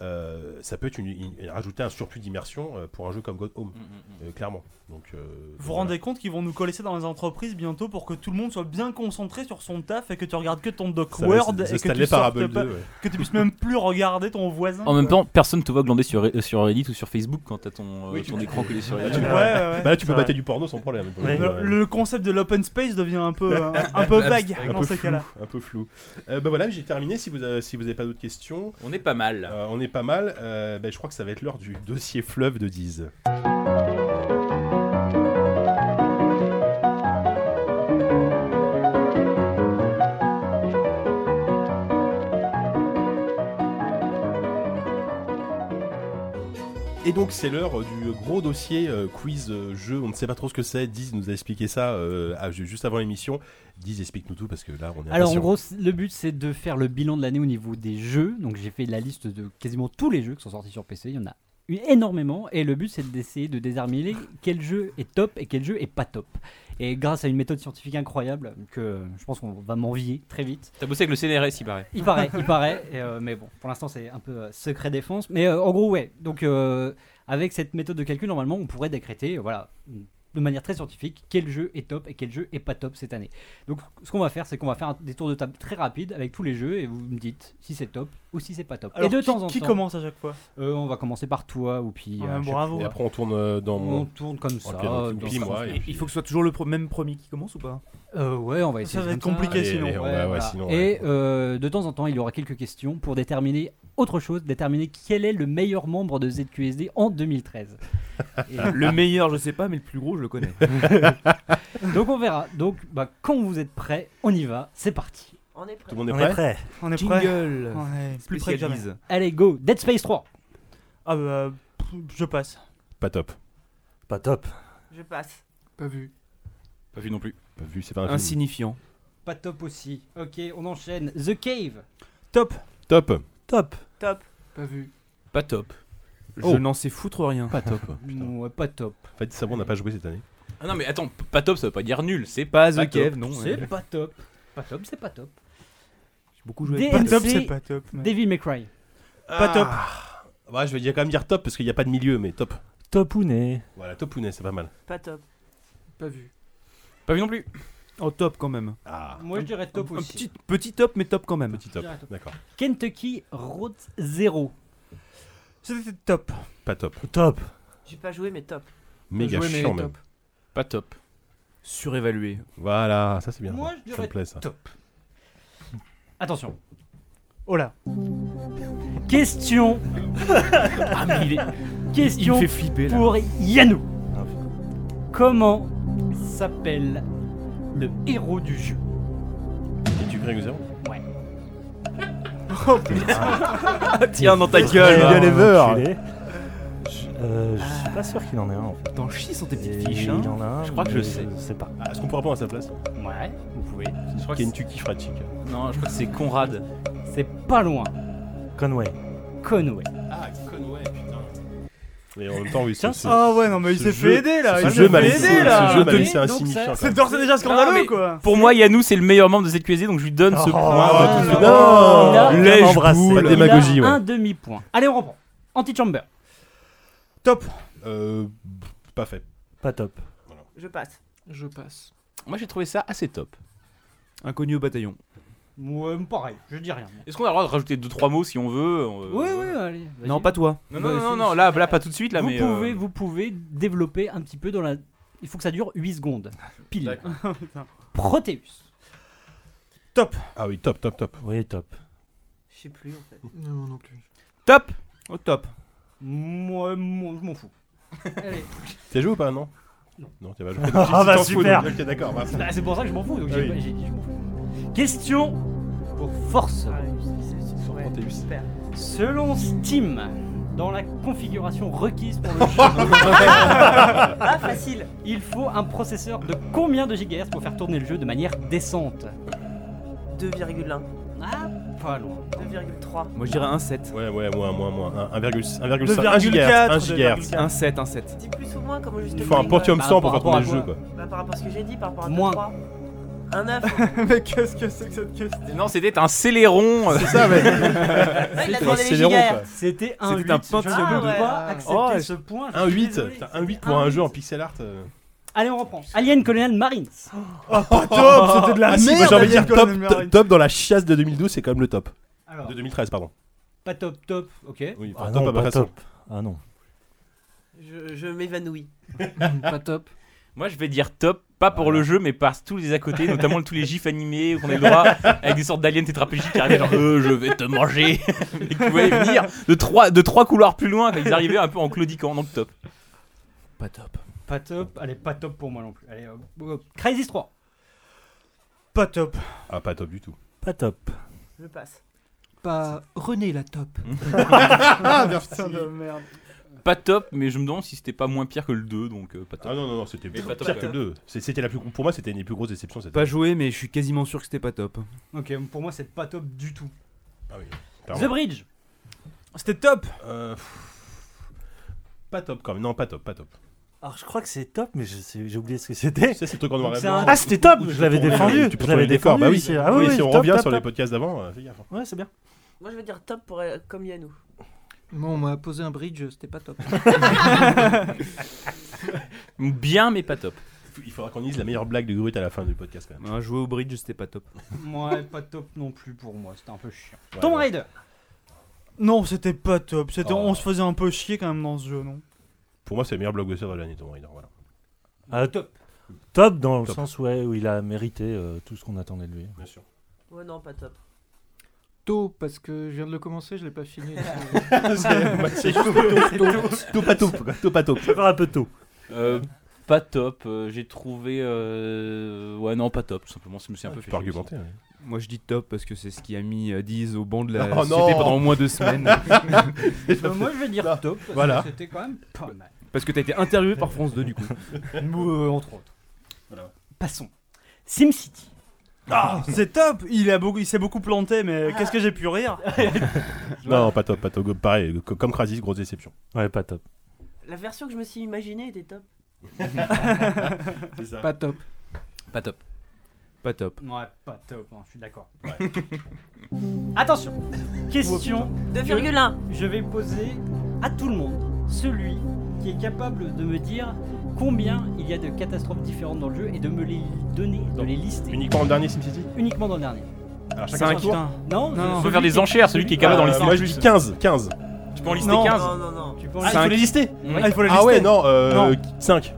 [SPEAKER 2] Euh, ça peut être une, une- rajouter un surplus d'immersion euh, pour un jeu comme Gone Home,
[SPEAKER 4] Mm, mm,
[SPEAKER 2] euh, clairement. Donc, euh, donc
[SPEAKER 3] Vous vous
[SPEAKER 2] voilà.
[SPEAKER 3] rendez compte qu'ils vont nous coller ça dans les entreprises bientôt pour que tout le monde soit bien concentré sur son taf et que tu regardes que ton doc
[SPEAKER 2] Ça va,
[SPEAKER 3] Word
[SPEAKER 2] c'est-
[SPEAKER 3] et
[SPEAKER 2] c'est
[SPEAKER 3] que
[SPEAKER 2] Stanley
[SPEAKER 3] tu, sortes
[SPEAKER 2] Parable
[SPEAKER 3] pas-
[SPEAKER 2] 2, ouais.
[SPEAKER 3] que tu puisses même plus regarder ton voisin.
[SPEAKER 4] mm. En même temps, personne te voit glander sur, euh, sur Reddit ou sur Facebook quand t'as ton, euh,
[SPEAKER 2] Oui, tu-
[SPEAKER 4] ton écran collé sur
[SPEAKER 2] Bah,
[SPEAKER 4] Reddit.
[SPEAKER 2] tu-
[SPEAKER 3] Ouais, ouais, ouais.
[SPEAKER 2] Bah, là, tu peux
[SPEAKER 6] Ouais.
[SPEAKER 2] mater du porno sans problème.
[SPEAKER 6] Ouais.
[SPEAKER 2] Euh,
[SPEAKER 3] Le, le concept de l'open space devient un peu, euh, un peu vague
[SPEAKER 2] Un
[SPEAKER 3] dans
[SPEAKER 2] peu,
[SPEAKER 3] ces
[SPEAKER 2] flou,
[SPEAKER 3] cas-là.
[SPEAKER 2] un peu flou. Euh, bah voilà, j'ai terminé. Si vous n'avez si vous avez pas d'autres questions,
[SPEAKER 4] On est pas mal.
[SPEAKER 2] Euh, on est pas mal. Euh, ben, je crois que ça va être l'heure du dossier fleuve de Diz. Et donc c'est l'heure euh, du gros dossier euh, quiz euh, jeu, on ne sait pas trop ce que c'est, Diz nous a expliqué ça euh, à- juste avant l'émission. Diz explique-nous tout parce que là on est
[SPEAKER 9] Alors en
[SPEAKER 2] impatients.
[SPEAKER 9] gros, c- le but c'est de faire le bilan de l'année au niveau des jeux. Donc j'ai fait la liste de quasiment tous les jeux qui sont sortis sur PC. Il y en a eu énormément. Et le but c'est d'essayer de déterminer quel jeu est top et quel jeu est pas top. Et grâce à une méthode scientifique incroyable que euh, je pense qu'on va m'envier très vite.
[SPEAKER 4] T'as bossé avec le CNRS, il paraît.
[SPEAKER 9] Il paraît, il paraît. et, euh, mais bon, pour l'instant c'est un peu euh, secret défense. Mais euh, en gros ouais. Donc euh, avec cette méthode de calcul normalement on pourrait décréter euh, voilà de manière très scientifique quel jeu est top et quel jeu est pas top cette année. Donc ce qu'on va faire, c'est qu'on va faire un- des tours de table très rapides avec tous les jeux et vous me dites si c'est top ou si c'est pas top.
[SPEAKER 3] Alors,
[SPEAKER 9] et de
[SPEAKER 3] qui,
[SPEAKER 9] temps en
[SPEAKER 3] qui
[SPEAKER 9] temps,
[SPEAKER 3] commence à chaque fois
[SPEAKER 9] euh, on va commencer par toi ou puis
[SPEAKER 3] Ah,
[SPEAKER 9] euh, je sais
[SPEAKER 3] Bravo.
[SPEAKER 2] Et après on tourne euh, dans
[SPEAKER 9] pas, on
[SPEAKER 2] mon...
[SPEAKER 9] tourne comme ça. euh,
[SPEAKER 2] Oh, puis, donc,
[SPEAKER 9] dans
[SPEAKER 2] puis
[SPEAKER 9] ce
[SPEAKER 2] moi,
[SPEAKER 9] sens-là.
[SPEAKER 2] et puis-
[SPEAKER 5] Il faut que ce soit toujours le pro- même premier qui commence ou pas
[SPEAKER 9] Euh, ouais, on va essayer.
[SPEAKER 3] va
[SPEAKER 9] comme
[SPEAKER 3] être compliqué,
[SPEAKER 2] Allez,
[SPEAKER 3] sinon.
[SPEAKER 2] allez, on va-
[SPEAKER 9] Ouais,
[SPEAKER 2] ouais,
[SPEAKER 9] voilà.
[SPEAKER 2] sinon, ouais.
[SPEAKER 9] Et euh, de temps en temps, il y aura quelques questions pour déterminer autre chose, déterminer quel est le meilleur membre de ZQSD en 2013. Et-
[SPEAKER 5] Le meilleur, je sais pas, mais le plus gros, je le connais.
[SPEAKER 9] Donc on verra. Donc bah, quand vous êtes prêts, on y va. C'est parti.
[SPEAKER 7] On est prêt.
[SPEAKER 2] Tout le monde est prêt
[SPEAKER 3] On est prêt.
[SPEAKER 5] Jingle.
[SPEAKER 3] On est plus près que jamais.
[SPEAKER 5] Spécialise.
[SPEAKER 9] Allez, go. Dead Space 3.
[SPEAKER 3] Ah bah, pff, je passe.
[SPEAKER 2] Pas top.
[SPEAKER 6] Pas top.
[SPEAKER 7] Je passe.
[SPEAKER 10] Pas vu.
[SPEAKER 4] Pas vu non plus.
[SPEAKER 2] Pas vu, c'est pas un film.
[SPEAKER 5] Insignifiant.
[SPEAKER 9] Pas top aussi. Ok, on enchaîne. The Cave.
[SPEAKER 3] Top.
[SPEAKER 2] Top.
[SPEAKER 6] Top.
[SPEAKER 7] Top.
[SPEAKER 10] Pas vu.
[SPEAKER 4] Pas top.
[SPEAKER 3] Oh.
[SPEAKER 5] Je n'en sais foutre rien.
[SPEAKER 2] Pas top.
[SPEAKER 9] Ouais, pas top.
[SPEAKER 2] Faites Sabon n'a pas joué cette année.
[SPEAKER 4] Ah non mais attends, p- pas top ça veut pas dire nul, c'est pas
[SPEAKER 5] Pas
[SPEAKER 4] The
[SPEAKER 5] The
[SPEAKER 4] Cave,
[SPEAKER 5] Cave, non.
[SPEAKER 9] C'est
[SPEAKER 5] J'ai
[SPEAKER 9] pas top. Pas top, c'est pas top.
[SPEAKER 5] beaucoup joué.
[SPEAKER 3] Pas
[SPEAKER 9] DMC,
[SPEAKER 3] top, c'est pas top. mais-
[SPEAKER 9] Devil May Cry.
[SPEAKER 3] Pas top.
[SPEAKER 2] Ah. Ouais, je vais dire- quand même dire top parce qu'il n'y a pas de milieu, mais top.
[SPEAKER 6] Top ou né
[SPEAKER 2] Voilà, top ou n'est, c'est pas mal.
[SPEAKER 7] Pas top.
[SPEAKER 10] Pas vu.
[SPEAKER 4] Pas vu non plus.
[SPEAKER 5] En top quand même.
[SPEAKER 2] Ah,
[SPEAKER 9] Moi je dirais top
[SPEAKER 5] Un
[SPEAKER 9] aussi.
[SPEAKER 5] petit, petit top, mais top quand même.
[SPEAKER 2] petit top.
[SPEAKER 9] Je dirais top.
[SPEAKER 2] D'accord.
[SPEAKER 9] Kentucky Road Zero.
[SPEAKER 3] C'était top.
[SPEAKER 2] Pas top.
[SPEAKER 6] Top.
[SPEAKER 7] J'ai pas joué, mais top.
[SPEAKER 2] Méga
[SPEAKER 10] Joué, mais
[SPEAKER 2] chiant même.
[SPEAKER 10] top.
[SPEAKER 4] Pas top.
[SPEAKER 5] Surévalué.
[SPEAKER 2] Voilà, ça c'est bien.
[SPEAKER 9] Moi,
[SPEAKER 2] ça.
[SPEAKER 9] je
[SPEAKER 2] ça
[SPEAKER 9] dirais
[SPEAKER 2] me plaît ça.
[SPEAKER 9] Attention.
[SPEAKER 3] Oh là.
[SPEAKER 9] Question.
[SPEAKER 4] Ah mais il, est, il me
[SPEAKER 9] Question
[SPEAKER 4] fait flipper là. Ah,
[SPEAKER 9] pour Yannou. Comment s'appelle le héros du jeu
[SPEAKER 2] Et tu crées que zéro
[SPEAKER 4] Ah,
[SPEAKER 5] Tiens dans ta
[SPEAKER 6] Euh,
[SPEAKER 5] gueule.
[SPEAKER 6] enculé.
[SPEAKER 5] là.
[SPEAKER 6] Je- euh, je suis pas sûr qu'il en ait un en fait.
[SPEAKER 5] T'en chies sur tes petites
[SPEAKER 6] Et
[SPEAKER 5] fiches.
[SPEAKER 6] Il
[SPEAKER 5] Hein.
[SPEAKER 6] en a un,
[SPEAKER 5] Je crois que je
[SPEAKER 6] mais
[SPEAKER 5] sais.
[SPEAKER 6] Je sais pas.
[SPEAKER 2] Ah, Est-ce qu'on pourra prendre à sa place
[SPEAKER 9] Ouais, vous pouvez.
[SPEAKER 4] Je crois que c'est-
[SPEAKER 2] Kentucky Fried Chicken.
[SPEAKER 4] non, je crois que c'est Conrad.
[SPEAKER 9] C'est pas loin.
[SPEAKER 6] Conway.
[SPEAKER 9] Conway.
[SPEAKER 2] Ah, Conway, putain. Et en même temps, oui, c'est. c'est-
[SPEAKER 3] Ah ouais, non mais il
[SPEAKER 2] ce
[SPEAKER 3] s'est
[SPEAKER 2] jeu-
[SPEAKER 3] fait aider là.
[SPEAKER 2] ce
[SPEAKER 3] Il
[SPEAKER 2] jeu
[SPEAKER 3] s'est
[SPEAKER 2] m'a
[SPEAKER 3] fait
[SPEAKER 2] laissé- ce
[SPEAKER 3] aider
[SPEAKER 2] jeu
[SPEAKER 3] là.
[SPEAKER 2] m'a laissé
[SPEAKER 9] Donc ça-
[SPEAKER 2] insignifiant.
[SPEAKER 3] C'est d'ores et déjà
[SPEAKER 4] Non,
[SPEAKER 3] scandaleux
[SPEAKER 4] mais-
[SPEAKER 3] quoi.
[SPEAKER 4] Pour moi, Yannou, c'est le meilleur membre de cette cuisine, donc je lui donne ce
[SPEAKER 6] Oh,
[SPEAKER 4] point.
[SPEAKER 2] ah,
[SPEAKER 9] tout
[SPEAKER 2] tout
[SPEAKER 9] de
[SPEAKER 2] de
[SPEAKER 9] là,
[SPEAKER 2] non
[SPEAKER 4] lèche
[SPEAKER 2] embrasse,
[SPEAKER 4] boule.
[SPEAKER 2] pas de
[SPEAKER 9] Il a
[SPEAKER 2] démagogie, ouais.
[SPEAKER 9] Un demi-point. Allez, on reprend. Antichamber.
[SPEAKER 3] Top.
[SPEAKER 2] Euh, pff, pas fait.
[SPEAKER 6] Pas top.
[SPEAKER 7] Je passe.
[SPEAKER 10] Je passe.
[SPEAKER 4] Moi, j'ai trouvé ça assez top.
[SPEAKER 5] Inconnu au bataillon.
[SPEAKER 9] Ouais, pareil, je dis rien.
[SPEAKER 4] Est-ce qu'on a le droit de rajouter deux trois mots si on veut euh,
[SPEAKER 9] Oui, oui,
[SPEAKER 4] voilà.
[SPEAKER 9] allez. vas-y.
[SPEAKER 5] Non, pas toi.
[SPEAKER 4] Non, non,
[SPEAKER 9] Bah,
[SPEAKER 4] non, non,
[SPEAKER 9] si,
[SPEAKER 4] non,
[SPEAKER 9] si.
[SPEAKER 4] là, là, pas tout de suite, là,
[SPEAKER 9] vous,
[SPEAKER 4] mais. euh,
[SPEAKER 9] pouvez, vous pouvez développer un petit peu dans la. Il faut que ça dure 8 secondes. Pile.
[SPEAKER 4] D'accord.
[SPEAKER 9] Proteus.
[SPEAKER 2] Ah oui, top, top, top.
[SPEAKER 6] Oui, top.
[SPEAKER 7] Je sais plus en fait.
[SPEAKER 10] Non, non plus.
[SPEAKER 5] Top. Au top.
[SPEAKER 9] Moi, moi, je m'en fous. Allez.
[SPEAKER 2] T'as joué ou pas, non Non. Non, t'as pas joué.
[SPEAKER 6] Ah, bah,
[SPEAKER 2] Tu t'en fous,
[SPEAKER 6] super.
[SPEAKER 2] donc, Ok, d'accord. bah,
[SPEAKER 9] Bah, c'est pour ça que je m'en fous. donc
[SPEAKER 2] Ah
[SPEAKER 9] j'ai
[SPEAKER 2] oui.
[SPEAKER 9] pas- j'ai dit je m'en fous. Question pour force.
[SPEAKER 7] Ah, Ouais, super.
[SPEAKER 9] Selon Steam, dans la configuration requise pour le jeu,
[SPEAKER 7] Ah, facile.
[SPEAKER 9] il faut un processeur de combien de gigahertz pour faire tourner le jeu de manière décente
[SPEAKER 7] 2,1.
[SPEAKER 9] Ah, pas loin.
[SPEAKER 7] 2,3.
[SPEAKER 5] Moi, je dirais un 7.
[SPEAKER 2] Ouais, ouais, moins, moins, moins. 1,5 1,5
[SPEAKER 3] 2,4,
[SPEAKER 2] 1 GHz.
[SPEAKER 3] 2,4.
[SPEAKER 5] Un 7, un 7.
[SPEAKER 7] Dis plus ou moins comme au juste
[SPEAKER 2] Il faut un
[SPEAKER 7] prix,
[SPEAKER 2] Pentium
[SPEAKER 9] Bah,
[SPEAKER 2] 100 pour
[SPEAKER 9] par
[SPEAKER 2] faire tourner le
[SPEAKER 9] rapport à
[SPEAKER 2] jeu, quoi.
[SPEAKER 9] quoi
[SPEAKER 7] ouais. Bah, par rapport à ce que j'ai dit, par rapport à
[SPEAKER 9] Moins.
[SPEAKER 7] 3. Un 9.
[SPEAKER 3] Mais qu'est-ce que c'est que cette question
[SPEAKER 4] Non, c'était un Céléron. euh,
[SPEAKER 7] Ah, il a
[SPEAKER 2] un
[SPEAKER 7] demandé les
[SPEAKER 2] Celeron,
[SPEAKER 7] gigahertz.
[SPEAKER 2] quoi.
[SPEAKER 9] C'était un
[SPEAKER 5] C'était
[SPEAKER 9] 8.
[SPEAKER 5] un
[SPEAKER 9] je
[SPEAKER 5] pentium
[SPEAKER 9] ne
[SPEAKER 7] de-
[SPEAKER 9] peux pas
[SPEAKER 7] Ah.
[SPEAKER 9] accepter
[SPEAKER 5] Oh,
[SPEAKER 9] ce point. je suis
[SPEAKER 2] 1,8.
[SPEAKER 9] désolé,
[SPEAKER 2] Putain,
[SPEAKER 9] c'était
[SPEAKER 2] 1,8 pour un jeu en
[SPEAKER 9] 8.
[SPEAKER 2] pixel art. euh.
[SPEAKER 9] Allez, on reprend. Alien Colonial Marines.
[SPEAKER 3] Pas top, c'était de la
[SPEAKER 2] Ah, si, moi,
[SPEAKER 3] merde.
[SPEAKER 2] j'ai envie de dire
[SPEAKER 3] Alien
[SPEAKER 2] top,
[SPEAKER 3] Colonial
[SPEAKER 2] top,
[SPEAKER 3] Marines.
[SPEAKER 2] top dans la chasse de 2012, c'est quand même le top.
[SPEAKER 9] Alors,
[SPEAKER 2] De 2013, pardon.
[SPEAKER 9] pas top, top, ok.
[SPEAKER 2] Oui, enfin,
[SPEAKER 6] Ah
[SPEAKER 2] top à ma
[SPEAKER 6] non, pas
[SPEAKER 2] façon.
[SPEAKER 6] top. Ah non.
[SPEAKER 7] Je, je m'évanouis.
[SPEAKER 10] pas top.
[SPEAKER 4] Moi, je vais dire top, pas pour le jeu, mais par tous les à côté, notamment tous les gifs animés qu'on a le droit, avec des sortes d'aliens tétrapégiques qui arrivaient genre, euh, je vais te manger. Et qui pouvaient venir de trois, de trois couloirs plus loin, quand ils arrivaient un peu en claudiquant, donc top.
[SPEAKER 5] Pas top.
[SPEAKER 9] Pas top, allez, pas top pour moi non plus. Allez, hop, hop. Crisis 3.
[SPEAKER 3] Pas top.
[SPEAKER 2] Ah, pas top du tout.
[SPEAKER 6] Pas top.
[SPEAKER 7] Je passe.
[SPEAKER 9] Euh,
[SPEAKER 10] Pas René la top.
[SPEAKER 3] Ah putain de merde.
[SPEAKER 4] Pas top, mais je me demande si c'était pas moins pire que le 2, donc euh, pas top.
[SPEAKER 2] Ah non, non, non, c'était
[SPEAKER 4] Mais
[SPEAKER 2] pire
[SPEAKER 4] pas top,
[SPEAKER 2] pire que
[SPEAKER 4] quoi.
[SPEAKER 2] le 2. C'est- C'était la plus, pour moi, c'était une des plus grosses déceptions. Cette...
[SPEAKER 5] Pas joué, mais je suis quasiment sûr que c'était pas top.
[SPEAKER 9] Ok, pour moi, c'est pas top du tout.
[SPEAKER 2] Ah oui.
[SPEAKER 9] The Bridge.
[SPEAKER 3] C'était top.
[SPEAKER 2] Euh, pff, Pas top quand même. Non, pas top, pas top.
[SPEAKER 6] Alors, je crois que c'est top, mais je sais- j'ai oublié ce que c'était.
[SPEAKER 2] Tu sais, ces trucs en noir et
[SPEAKER 9] C'est
[SPEAKER 2] blanc.
[SPEAKER 9] un-
[SPEAKER 6] Ah, c'était top Je l'avais
[SPEAKER 2] Tu peux tourner-
[SPEAKER 6] défendu.
[SPEAKER 2] tu peux
[SPEAKER 6] Je l'avais
[SPEAKER 2] tourner le décor,
[SPEAKER 6] défendu.
[SPEAKER 2] bah oui.
[SPEAKER 6] c'est- ah
[SPEAKER 2] oui, si on
[SPEAKER 6] top,
[SPEAKER 2] revient
[SPEAKER 6] top,
[SPEAKER 2] sur les
[SPEAKER 6] top.
[SPEAKER 2] podcasts d'avant, euh, fais gaffe.
[SPEAKER 6] Ouais, c'est bien.
[SPEAKER 7] Moi, je veux dire top pour, euh, comme Yannou.
[SPEAKER 10] Moi, on m'a posé un bridge, c'était pas top.
[SPEAKER 4] Bien, mais pas top.
[SPEAKER 2] Il faudra qu'on dise la meilleure blague de Grut à la fin du podcast quand même.
[SPEAKER 5] Un joué au bridge, c'était pas top.
[SPEAKER 9] Ouais, pas top non plus pour moi, c'était un peu chiant.
[SPEAKER 2] Ouais,
[SPEAKER 9] Tomb
[SPEAKER 2] ouais.
[SPEAKER 9] Raider.
[SPEAKER 3] Non, c'était pas top. C'était-
[SPEAKER 2] Oh.
[SPEAKER 3] On se faisait un peu chier quand même dans ce jeu, non
[SPEAKER 2] Pour moi, c'est le meilleur blockbuster de l'année, Tomb Raider. Voilà.
[SPEAKER 6] Ah,
[SPEAKER 9] top.
[SPEAKER 6] Top dans le
[SPEAKER 2] Top.
[SPEAKER 6] sens ouais, où il a mérité euh, tout ce qu'on attendait de lui.
[SPEAKER 2] Bien sûr.
[SPEAKER 7] Ouais, non, pas top.
[SPEAKER 10] Tôt, parce que je viens de le commencer, je l'ai pas fini.
[SPEAKER 2] Bah, c'est tout, tout, tout, tout, pas tout, quoi. Tout pas tout.
[SPEAKER 6] Encore un peu tôt.
[SPEAKER 4] Euh, pas top. Euh, J'ai trouvé. euh, Ouais, non, pas top, tout simplement. Je me suis un peu fait.
[SPEAKER 2] Ah, peux
[SPEAKER 4] chier aussi.
[SPEAKER 2] argumenter, hein. ouais.
[SPEAKER 5] Moi je dis top parce que c'est ce qui a mis euh, Diz au banc de la
[SPEAKER 2] Oh
[SPEAKER 5] société
[SPEAKER 2] non
[SPEAKER 5] pendant au moins deux semaines.
[SPEAKER 9] Euh, moi, je vais dire top, parce
[SPEAKER 5] Voilà.
[SPEAKER 9] que c'était quand même pas mal.
[SPEAKER 5] Parce que t'as été interviewé par France 2 du coup.
[SPEAKER 9] Euh, entre autres. Passons.
[SPEAKER 3] SimCity. Ah, c'est top Il, a beaucoup, il s'est beaucoup planté, mais Euh,
[SPEAKER 10] Ah.
[SPEAKER 3] qu'est-ce que j'ai pu rire
[SPEAKER 2] Non, pas top, pas top. Pareil, co- comme Krasis, grosse déception.
[SPEAKER 6] Ouais, pas top.
[SPEAKER 7] La version que je me suis imaginée était top.
[SPEAKER 2] C'est ça.
[SPEAKER 10] Pas top.
[SPEAKER 4] Pas top.
[SPEAKER 5] Pas top.
[SPEAKER 9] Ouais, pas top, hein, je suis d'accord. Attention Question
[SPEAKER 7] putain. 2,1.
[SPEAKER 9] que Je vais poser à tout le monde. Celui qui est capable de me dire combien il y a de catastrophes différentes dans le jeu et de me les donner, de les lister.
[SPEAKER 2] Uniquement dans le dernier SimCity
[SPEAKER 9] Uniquement dans le dernier.
[SPEAKER 2] Alors, chacun son tour
[SPEAKER 9] Non,
[SPEAKER 2] Non, non.
[SPEAKER 4] On peut faire des enchères, celui qui est capable
[SPEAKER 2] Euh,
[SPEAKER 4] d'en lister
[SPEAKER 2] Moi je
[SPEAKER 4] plus.
[SPEAKER 2] dis 15, 15.
[SPEAKER 4] Tu peux en lister
[SPEAKER 3] Ah, Non.
[SPEAKER 4] 15
[SPEAKER 3] Non,
[SPEAKER 9] Tu
[SPEAKER 3] Ah, il faut les lister
[SPEAKER 4] Mm.
[SPEAKER 3] Ah, il faut les
[SPEAKER 2] Ah
[SPEAKER 3] lister.
[SPEAKER 2] ouais, non, euh,
[SPEAKER 3] Non.
[SPEAKER 2] 5.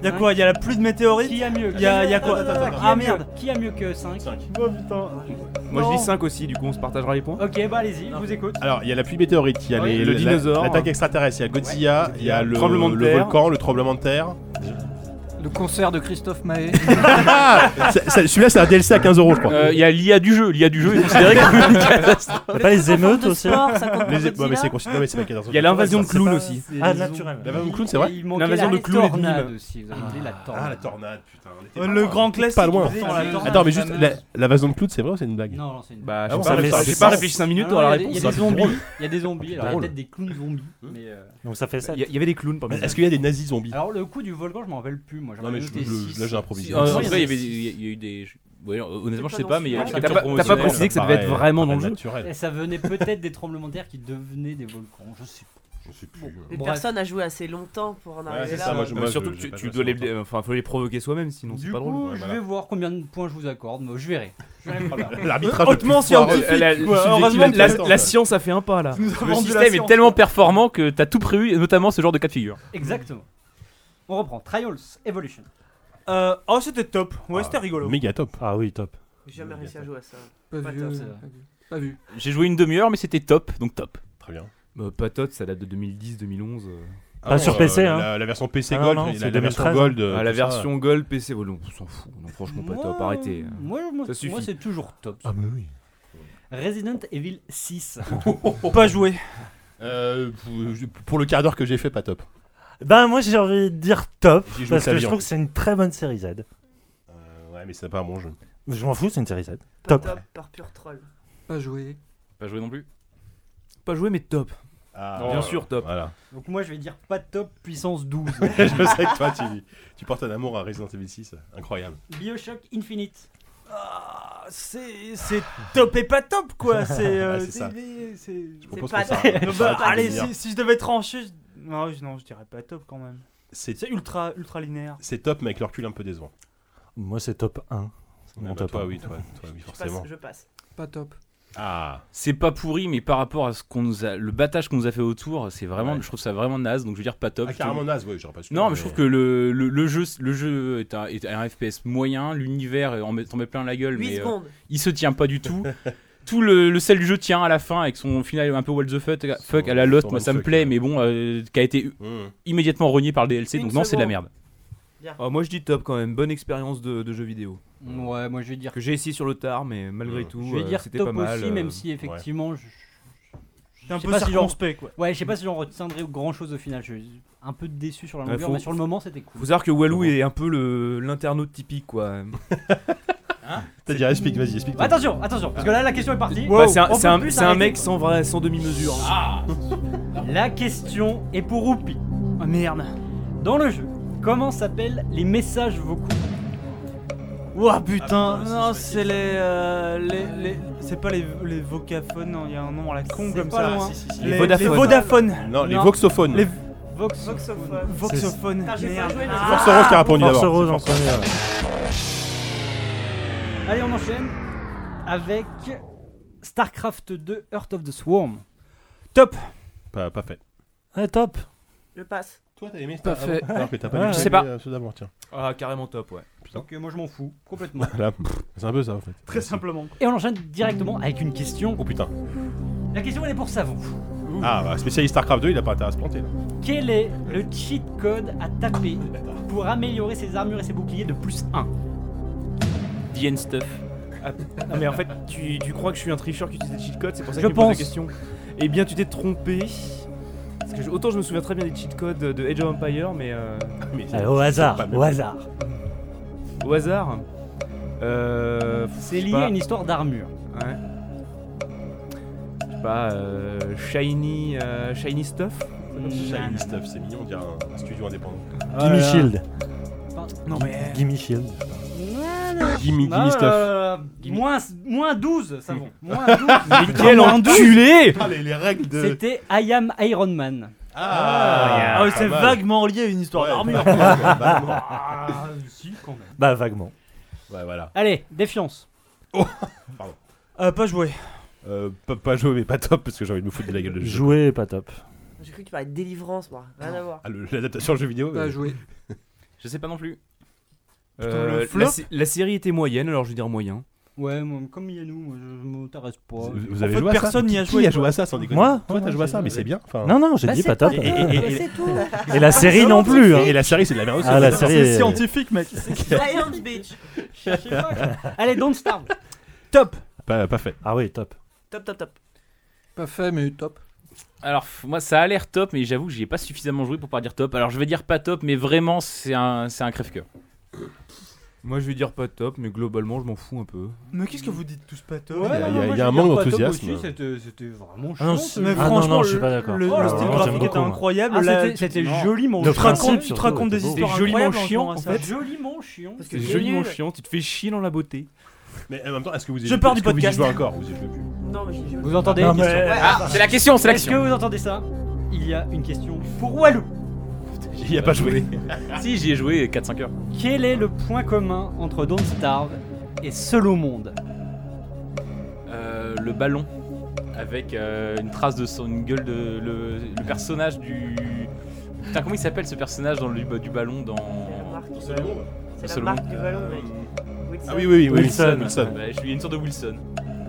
[SPEAKER 3] Il y a quoi Il y a la pluie de météorites
[SPEAKER 9] Qui a mieux
[SPEAKER 3] Il y a, il y a quoi
[SPEAKER 9] Attends, attends, attends. Qui a
[SPEAKER 3] Ah
[SPEAKER 9] mieux
[SPEAKER 3] merde
[SPEAKER 9] Qui a mieux que 5
[SPEAKER 2] Oh
[SPEAKER 9] putain
[SPEAKER 5] Moi
[SPEAKER 9] Non.
[SPEAKER 5] je dis 5 aussi, du coup on se partagera les points.
[SPEAKER 9] Ok, bah allez-y, je vous écoute.
[SPEAKER 2] Alors, il y a la pluie météorite, il y a
[SPEAKER 5] Ouais.
[SPEAKER 2] les-
[SPEAKER 5] Le
[SPEAKER 2] la-
[SPEAKER 5] dinosaure.
[SPEAKER 2] l'attaque extraterrestre, il y a Godzilla, il y a le,
[SPEAKER 5] Tremblement de
[SPEAKER 2] le
[SPEAKER 5] terre.
[SPEAKER 2] volcan, le tremblement de terre.
[SPEAKER 10] Le concert de Christophe Mahé.
[SPEAKER 2] Ah, ça- ça- Celui-là, c'est un DLC à 15 euros, je crois.
[SPEAKER 4] Euh, Il y a l'IA du jeu. L'IA du jeu est considérée comme une catastrophe.
[SPEAKER 6] Pas les émeutes aussi
[SPEAKER 2] Les- ouais, mais c'est considéré- ouais, mais c'est pas 15 euros.
[SPEAKER 5] Il y a l'invasion de
[SPEAKER 2] Ça,
[SPEAKER 5] clowns
[SPEAKER 2] c'est
[SPEAKER 5] aussi.
[SPEAKER 6] Ah, naturel.
[SPEAKER 2] pas- L'invasion de clowns, c'est vrai
[SPEAKER 9] Il manquait
[SPEAKER 5] L'invasion
[SPEAKER 9] la
[SPEAKER 5] de Clou et de
[SPEAKER 9] tornade
[SPEAKER 5] Nîmes.
[SPEAKER 9] aussi, vous avez oublié la tornade.
[SPEAKER 2] Ah, la tornade, putain. on était
[SPEAKER 3] Le
[SPEAKER 2] pas loin.
[SPEAKER 3] grand classique.
[SPEAKER 2] Pas loin.
[SPEAKER 3] faisait la tornade.
[SPEAKER 2] Attends, mais juste, la- l'invasion de clowns, c'est vrai ou c'est une blague
[SPEAKER 9] Non, non, c'est une
[SPEAKER 5] Bah,
[SPEAKER 2] Ah bon,
[SPEAKER 5] j'ai
[SPEAKER 2] ça
[SPEAKER 5] pas,
[SPEAKER 2] fait- ça fait
[SPEAKER 5] réfléchi- j'ai pas
[SPEAKER 2] sens.
[SPEAKER 5] réfléchi 5 minutes
[SPEAKER 4] Ah
[SPEAKER 9] Alors,
[SPEAKER 5] à la
[SPEAKER 9] Il y a
[SPEAKER 5] réponse.
[SPEAKER 9] des zombies,
[SPEAKER 2] drôle.
[SPEAKER 9] il y a des zombies, alors il y a
[SPEAKER 2] Drôle.
[SPEAKER 9] peut-être des clowns zombies, mais euh,
[SPEAKER 6] Donc ça
[SPEAKER 2] bah,
[SPEAKER 6] fait 7.
[SPEAKER 5] Il y a- il y avait des clowns parmi
[SPEAKER 2] Mais
[SPEAKER 5] les
[SPEAKER 2] Est-ce qu'il y a des nazis zombies
[SPEAKER 9] Alors le coup du volcan, je m'en rappelle plus, moi j'en
[SPEAKER 2] Non, mais
[SPEAKER 9] avais
[SPEAKER 2] je-
[SPEAKER 9] noté
[SPEAKER 2] je-
[SPEAKER 9] six.
[SPEAKER 2] là, j'ai improvisé.
[SPEAKER 4] Euh,
[SPEAKER 9] Non,
[SPEAKER 4] en
[SPEAKER 9] il y
[SPEAKER 4] tout
[SPEAKER 9] en
[SPEAKER 4] cas,
[SPEAKER 9] a
[SPEAKER 4] il y avait- il y a- il y a eu des. Ouais, honnêtement, je sais
[SPEAKER 7] pas
[SPEAKER 4] pas,
[SPEAKER 7] dans
[SPEAKER 4] mais il y a
[SPEAKER 7] ce
[SPEAKER 4] eu
[SPEAKER 5] T'as
[SPEAKER 4] quelques
[SPEAKER 5] pas, t'as pas
[SPEAKER 4] promotionnels.
[SPEAKER 5] précisé que ça devait être vraiment dans le jeu
[SPEAKER 2] Naturel.
[SPEAKER 9] Et ça venait peut-être des tremblements de terre qui devenaient des volcans, je sais pas.
[SPEAKER 2] Je sais plus.
[SPEAKER 7] Mais
[SPEAKER 9] Bref.
[SPEAKER 7] personne n'a joué assez longtemps pour en arriver
[SPEAKER 2] c'est
[SPEAKER 7] là.
[SPEAKER 2] ça, moi, je-
[SPEAKER 5] Non, mais Surtout que
[SPEAKER 2] j'ai
[SPEAKER 5] tu-
[SPEAKER 2] pas
[SPEAKER 5] tu
[SPEAKER 2] joué
[SPEAKER 5] dois
[SPEAKER 2] ça
[SPEAKER 5] les. Enfin, faut les provoquer soi-même, sinon c'est
[SPEAKER 9] Du
[SPEAKER 5] pas
[SPEAKER 9] coup,
[SPEAKER 5] drôle.
[SPEAKER 9] je
[SPEAKER 2] voilà.
[SPEAKER 9] vais voir combien de points je vous accorde, moi, je verrai. Je verrai par là.
[SPEAKER 2] L'arbitrage
[SPEAKER 3] Hautement scientifique
[SPEAKER 5] Euh, la-
[SPEAKER 3] quoi.
[SPEAKER 5] la-
[SPEAKER 3] Heureusement que
[SPEAKER 5] la,
[SPEAKER 2] que-
[SPEAKER 5] la science a fait un pas là.
[SPEAKER 4] Le système est tellement performant que t'as tout prévu, et notamment ce genre de cas de figure.
[SPEAKER 9] Exactement. On reprend, Trials Evolution.
[SPEAKER 3] Euh, Oh, c'était top. Ouais, c'était rigolo.
[SPEAKER 2] Méga top.
[SPEAKER 6] Ah oui, top.
[SPEAKER 7] J'ai jamais réussi à jouer à ça.
[SPEAKER 10] Pas
[SPEAKER 7] Pas
[SPEAKER 10] vu.
[SPEAKER 7] top,
[SPEAKER 9] ça va.
[SPEAKER 10] Pas vu. Pas vu.
[SPEAKER 4] J'ai joué une demi-heure, mais c'était top, donc top.
[SPEAKER 2] Très bien.
[SPEAKER 5] Bah, Patote, ça date de 2010-2011.
[SPEAKER 2] Ah
[SPEAKER 6] Pas
[SPEAKER 2] bon,
[SPEAKER 6] sur
[SPEAKER 2] euh,
[SPEAKER 6] PC, hein.
[SPEAKER 2] La, la version PC
[SPEAKER 6] Ah non,
[SPEAKER 2] Gold,
[SPEAKER 6] non,
[SPEAKER 2] la-
[SPEAKER 6] c'est
[SPEAKER 2] la,
[SPEAKER 6] 2013,
[SPEAKER 2] version Gold. euh,
[SPEAKER 5] Ah, la
[SPEAKER 2] tout ça.
[SPEAKER 5] version Gold PC, ouais, non, on s'en fout. Non, franchement, pas top, arrêtez. hein.
[SPEAKER 9] Moi, moi,
[SPEAKER 5] Ça suffit.
[SPEAKER 9] moi, c'est toujours top.
[SPEAKER 6] mais oui.
[SPEAKER 9] Resident Evil 6.
[SPEAKER 3] Pas joué.
[SPEAKER 2] Euh, pour- pour le quart d'heure que j'ai fait, pas top.
[SPEAKER 6] Bah moi j'ai envie de dire top
[SPEAKER 2] J'y joue
[SPEAKER 6] parce
[SPEAKER 2] au
[SPEAKER 6] que
[SPEAKER 2] clavier,
[SPEAKER 6] je
[SPEAKER 2] en
[SPEAKER 6] trouve que c'est une très bonne série Z.
[SPEAKER 2] Euh, ouais, mais c'est pas un bon jeu.
[SPEAKER 6] Je m'en fous, c'est une série Z.
[SPEAKER 7] Pas
[SPEAKER 6] Top.
[SPEAKER 7] top par pur troll.
[SPEAKER 10] Pas joué.
[SPEAKER 4] Pas joué non plus.
[SPEAKER 5] Pas joué, mais top.
[SPEAKER 2] Ah,
[SPEAKER 5] Bien sûr, top.
[SPEAKER 2] Voilà.
[SPEAKER 9] Donc moi, je vais dire pas top puissance 12.
[SPEAKER 2] je sais que toi, tu, tu portes un amour à Resident Evil 6. Incroyable.
[SPEAKER 9] Bioshock Infinite.
[SPEAKER 3] Ah, C'est c'est top et pas top quoi. C'est. euh,
[SPEAKER 2] Ouais, c'est ça.
[SPEAKER 3] c'est- c'est-
[SPEAKER 2] Je propose
[SPEAKER 7] pas
[SPEAKER 2] qu'on s'arrête-
[SPEAKER 7] top.
[SPEAKER 2] qu'on
[SPEAKER 3] Non, bah,
[SPEAKER 2] s'arrête une
[SPEAKER 3] allez,
[SPEAKER 2] demi-heure.
[SPEAKER 3] si, si je devais trancher, je... Non, je- non, je dirais pas top quand même.
[SPEAKER 2] C'est
[SPEAKER 3] C'est ultra, ultra linéaire.
[SPEAKER 2] c'est top, mais avec le recul un peu décevant.
[SPEAKER 6] Moi c'est top 1. C'est
[SPEAKER 2] Ah
[SPEAKER 6] mon
[SPEAKER 2] bah,
[SPEAKER 6] top
[SPEAKER 2] toi,
[SPEAKER 6] 1.
[SPEAKER 2] oui, toi, toi, oui,
[SPEAKER 7] Je passe,
[SPEAKER 2] forcément.
[SPEAKER 7] je passe.
[SPEAKER 10] Pas top.
[SPEAKER 2] Ah,
[SPEAKER 4] C'est pas pourri, mais par rapport à ce qu'on nous a, le battage qu'on nous a fait autour, c'est vraiment,
[SPEAKER 2] Ouais.
[SPEAKER 4] je trouve ça vraiment naze. Donc je veux dire pas top.
[SPEAKER 2] ah,
[SPEAKER 4] Je
[SPEAKER 2] carrément
[SPEAKER 4] trouve-
[SPEAKER 2] naze, oui, j'aurais pas su.
[SPEAKER 4] Non, mais je trouve que le, le, le jeu, le jeu est un, est un FPS moyen. L'univers en met, t'en met plein la gueule,
[SPEAKER 7] 8
[SPEAKER 4] mais euh,
[SPEAKER 7] secondes.
[SPEAKER 4] il se tient pas du tout. tout le, le sel du jeu tient à la fin avec son final un peu what the fuck, fuck à la lot.
[SPEAKER 2] son
[SPEAKER 4] Moi ça me
[SPEAKER 2] fuck,
[SPEAKER 4] plaît,
[SPEAKER 2] ouais.
[SPEAKER 4] mais bon, euh, qui a été
[SPEAKER 2] Mmh.
[SPEAKER 4] immédiatement rogné par le DLC.
[SPEAKER 7] Une
[SPEAKER 4] donc non, c'est de la
[SPEAKER 7] seconde.
[SPEAKER 4] merde.
[SPEAKER 5] Ah, moi, je dis top quand même. Bonne expérience de, de jeu vidéo.
[SPEAKER 9] Ouais, moi, je vais dire
[SPEAKER 5] Que j'ai essayé sur le tard, mais malgré
[SPEAKER 2] Mm.
[SPEAKER 5] tout,
[SPEAKER 9] Je vais
[SPEAKER 5] euh,
[SPEAKER 9] dire
[SPEAKER 5] c'était
[SPEAKER 9] top
[SPEAKER 5] pas mal.
[SPEAKER 9] aussi,
[SPEAKER 5] euh,
[SPEAKER 9] même si effectivement, je,
[SPEAKER 3] C'est un
[SPEAKER 9] je sais
[SPEAKER 3] peu
[SPEAKER 9] pas si j'en-
[SPEAKER 3] circonspect quoi.
[SPEAKER 9] ouais, je sais pas si j'en retiendrai grand chose au final. Je suis un peu déçu sur la
[SPEAKER 5] Ouais,
[SPEAKER 9] longueur,
[SPEAKER 5] faut-
[SPEAKER 9] mais sur le moment, c'était cool.
[SPEAKER 5] Faut savoir que Walou est un peu le- l'internaute typique, quoi.
[SPEAKER 2] T'as dit, explique, vas-y, explique.
[SPEAKER 9] Attention, attention, parce que là, la question est partie.
[SPEAKER 5] Bah, c'est un,
[SPEAKER 9] On
[SPEAKER 5] c'est
[SPEAKER 9] peut
[SPEAKER 5] un-
[SPEAKER 9] plus
[SPEAKER 5] c'est un
[SPEAKER 9] s'arrêter.
[SPEAKER 5] mec sans, vrai, sans demi-mesure.
[SPEAKER 9] La question est pour Oupi.
[SPEAKER 3] Oh merde.
[SPEAKER 9] Dans le jeu, comment s'appellent les messages vocaux
[SPEAKER 3] Ouah putain, non, c'est les, euh, les, les- C'est pas les, les vocaphones, non, il y a un nom à la con
[SPEAKER 9] C'est
[SPEAKER 3] comme
[SPEAKER 9] pas
[SPEAKER 3] ça.
[SPEAKER 9] loin.
[SPEAKER 2] Si, si, si.
[SPEAKER 3] Les, les
[SPEAKER 5] Vodafone.
[SPEAKER 3] Vodafone.
[SPEAKER 2] Non, les
[SPEAKER 9] Non.
[SPEAKER 2] voxophones.
[SPEAKER 3] Les-
[SPEAKER 9] Vox.
[SPEAKER 7] Voxophone.
[SPEAKER 3] Voxophones.
[SPEAKER 7] euh, Putain, j'ai pas
[SPEAKER 3] merde.
[SPEAKER 7] joué, mais-
[SPEAKER 2] Ah, Force Rose qui a répondu
[SPEAKER 6] Force
[SPEAKER 2] d'abord.
[SPEAKER 6] Rose en premier. ouais.
[SPEAKER 9] Allez, on enchaîne avec StarCraft 2 Heart of the Swarm.
[SPEAKER 3] Top.
[SPEAKER 2] Pas, pas fait.
[SPEAKER 6] Ouais, top.
[SPEAKER 7] Je passe.
[SPEAKER 2] Toi, t'as aimé
[SPEAKER 10] Pas
[SPEAKER 2] ça
[SPEAKER 10] fait.
[SPEAKER 2] Alors que t'as
[SPEAKER 6] Ouais,
[SPEAKER 2] pas vu.
[SPEAKER 4] je sais pas.
[SPEAKER 2] Ceux d'abord, tiens.
[SPEAKER 5] Ah, carrément top, ouais.
[SPEAKER 9] Donc euh, moi je m'en fous complètement.
[SPEAKER 2] Là, pff, c'est un peu ça, en fait.
[SPEAKER 3] Très simplement.
[SPEAKER 9] Et on enchaîne directement avec une question.
[SPEAKER 2] Oh putain.
[SPEAKER 9] La question elle est pour Savon.
[SPEAKER 2] Ah, bah, spécialiste StarCraft 2, il a pas intérêt à se planter. là.
[SPEAKER 9] Quel est le cheat code à taper pour améliorer ses armures et ses boucliers de plus 1
[SPEAKER 4] The end stuff.
[SPEAKER 5] non mais en fait, tu, tu crois que je suis un tricheur qui utilise des cheat codes, c'est pour ça que
[SPEAKER 9] Je
[SPEAKER 5] tu me poses la
[SPEAKER 9] pense.
[SPEAKER 5] question. Eh bien, tu t'es trompé. Parce que je- autant je me souviens très bien des cheat codes de Age of Empire, mais... euh,
[SPEAKER 2] Ah,
[SPEAKER 9] Allez, au hasard, au hasard.
[SPEAKER 5] Au hasard euh,
[SPEAKER 9] C'est lié à une histoire d'armure.
[SPEAKER 5] Ouais. Je sais pas, euh, shiny, euh, shiny stuff
[SPEAKER 2] Shiny stuff, c'est mignon, on dirait un studio indépendant.
[SPEAKER 6] Gimme Shield.
[SPEAKER 9] Non mais...
[SPEAKER 6] Gimme Shield.
[SPEAKER 2] Gimme,
[SPEAKER 9] Ah,
[SPEAKER 2] gimme stuff.
[SPEAKER 9] euh, moins, moins 12, ça va. Moins 12.
[SPEAKER 5] Mais quel
[SPEAKER 9] Moins 12.
[SPEAKER 5] enculé
[SPEAKER 2] Ah, les, les règles de.
[SPEAKER 9] C'était I am Iron Man.
[SPEAKER 2] Ah,
[SPEAKER 3] Ah, oui, c'est
[SPEAKER 2] pas mal.
[SPEAKER 3] vaguement lié à une histoire
[SPEAKER 2] Ouais,
[SPEAKER 3] d'armure.
[SPEAKER 2] vaguement, vaguement.
[SPEAKER 3] Ah, si, quand même.
[SPEAKER 6] Bah, vaguement.
[SPEAKER 2] Ouais, voilà.
[SPEAKER 9] Allez, défiance.
[SPEAKER 3] Euh, pas joué.
[SPEAKER 2] Euh, pas, pas jouer, mais pas top, parce que j'ai envie de me foutre de la gueule de ce jeu.
[SPEAKER 6] Jouer, pas top.
[SPEAKER 7] J'ai cru que tu parlais de délivrance, moi. Rien à voir.
[SPEAKER 2] Ah, le- l'adaptation jeu vidéo
[SPEAKER 10] Pas
[SPEAKER 2] euh,
[SPEAKER 10] joué.
[SPEAKER 4] Je sais pas non plus.
[SPEAKER 5] Euh,
[SPEAKER 10] le
[SPEAKER 5] la,
[SPEAKER 10] flop
[SPEAKER 5] sé- la série était moyenne, alors je vais dire moyen.
[SPEAKER 9] Ouais, moi, comme il y a nous, moi, je m'intéresse pas.
[SPEAKER 2] Vous, vous avez
[SPEAKER 3] fait,
[SPEAKER 2] joué à ça
[SPEAKER 3] personne n'y a
[SPEAKER 2] hein. Qui
[SPEAKER 3] joué,
[SPEAKER 2] a
[SPEAKER 3] toi.
[SPEAKER 2] joué à ça sans déconner
[SPEAKER 6] Moi
[SPEAKER 2] Toi, t'as
[SPEAKER 6] Ouais,
[SPEAKER 2] joué à ça,
[SPEAKER 6] j'ai-
[SPEAKER 2] mais c'est bien. enfin.
[SPEAKER 6] Non, non, j'ai
[SPEAKER 7] Bah,
[SPEAKER 6] dit
[SPEAKER 7] c'est
[SPEAKER 6] pas top.
[SPEAKER 7] pas
[SPEAKER 2] Et- et- et- et-
[SPEAKER 7] C'est tout.
[SPEAKER 6] Et la série non plus. hein.
[SPEAKER 2] Et la série, c'est de la merde aussi.
[SPEAKER 6] Ah, la
[SPEAKER 3] C'est
[SPEAKER 6] série est-
[SPEAKER 3] scientifique, mec.
[SPEAKER 7] Science bitch.
[SPEAKER 9] Allez, don't starve.
[SPEAKER 3] Top.
[SPEAKER 2] Pas, pas fait.
[SPEAKER 6] Ah oui, top.
[SPEAKER 7] Top, top, top.
[SPEAKER 10] Pas fait, mais top.
[SPEAKER 4] Alors, f- moi, ça a l'air top, mais j'avoue que j'y ai pas suffisamment joué pour pas dire top. Alors, je vais dire pas top, mais vraiment, c'est un, c'est un crève-coeur.
[SPEAKER 5] Moi je vais dire pas top, mais globalement je m'en fous un peu.
[SPEAKER 3] Mais qu'est-ce que vous dites tous pas top
[SPEAKER 2] y a- il y a- il y a un manque d'enthousiasme.
[SPEAKER 9] C'était c'était vraiment
[SPEAKER 6] Ah non,
[SPEAKER 9] chiant.
[SPEAKER 6] c'est-
[SPEAKER 3] Mais
[SPEAKER 6] Ah, non,
[SPEAKER 3] franchement,
[SPEAKER 6] non, je suis
[SPEAKER 3] le-
[SPEAKER 6] pas d'accord.
[SPEAKER 3] Le, le
[SPEAKER 9] Ah,
[SPEAKER 3] style
[SPEAKER 9] vraiment,
[SPEAKER 3] graphique
[SPEAKER 9] j'aime
[SPEAKER 3] était
[SPEAKER 6] beaucoup, moi.
[SPEAKER 3] incroyable.
[SPEAKER 9] Ah,
[SPEAKER 3] là,
[SPEAKER 9] c'était- c'était
[SPEAKER 3] tu-
[SPEAKER 9] joliment
[SPEAKER 6] Le
[SPEAKER 3] tu te racontes,
[SPEAKER 6] principe,
[SPEAKER 3] tu te
[SPEAKER 6] surtout,
[SPEAKER 3] racontes
[SPEAKER 6] était
[SPEAKER 3] des
[SPEAKER 6] beau.
[SPEAKER 3] histoires
[SPEAKER 5] C'était joliment
[SPEAKER 3] incroyables. en
[SPEAKER 5] chiant,
[SPEAKER 3] jouant à
[SPEAKER 5] en
[SPEAKER 3] ça.
[SPEAKER 5] fait.
[SPEAKER 9] Joliment chiant.
[SPEAKER 7] Parce
[SPEAKER 5] C'est
[SPEAKER 7] que
[SPEAKER 5] joliment
[SPEAKER 7] nul.
[SPEAKER 5] chiant, tu te fais chier dans la beauté.
[SPEAKER 2] Mais en même temps, est-ce que vous
[SPEAKER 3] Je pars du
[SPEAKER 2] est-ce que
[SPEAKER 3] podcast.
[SPEAKER 2] Vous y jouez encore vous y jouez plus
[SPEAKER 7] Non, mais j'ai
[SPEAKER 9] Vous entendez
[SPEAKER 6] Non,
[SPEAKER 9] la question
[SPEAKER 6] mais-
[SPEAKER 4] Ah, c'est la question, c'est la
[SPEAKER 9] Est-ce que
[SPEAKER 4] question.
[SPEAKER 9] vous entendez ça Il y a une question pour Walou.
[SPEAKER 2] Il y a pas joué.
[SPEAKER 4] Si, j'y ai joué 4-5 heures.
[SPEAKER 9] Quel est le point commun entre Don't Starve et Seul au monde
[SPEAKER 4] Euh, le ballon avec euh, une trace de son une gueule de le, le personnage du putain comment il s'appelle ce personnage dans le bah, du ballon dans
[SPEAKER 7] la marque. C'est la
[SPEAKER 4] Seulement.
[SPEAKER 7] marque du ballon, mec. Wilson.
[SPEAKER 2] Ah oui, oui, oui. oui.
[SPEAKER 6] Wilson.
[SPEAKER 2] Wilson.
[SPEAKER 4] Ouais, je suis une sorte de Wilson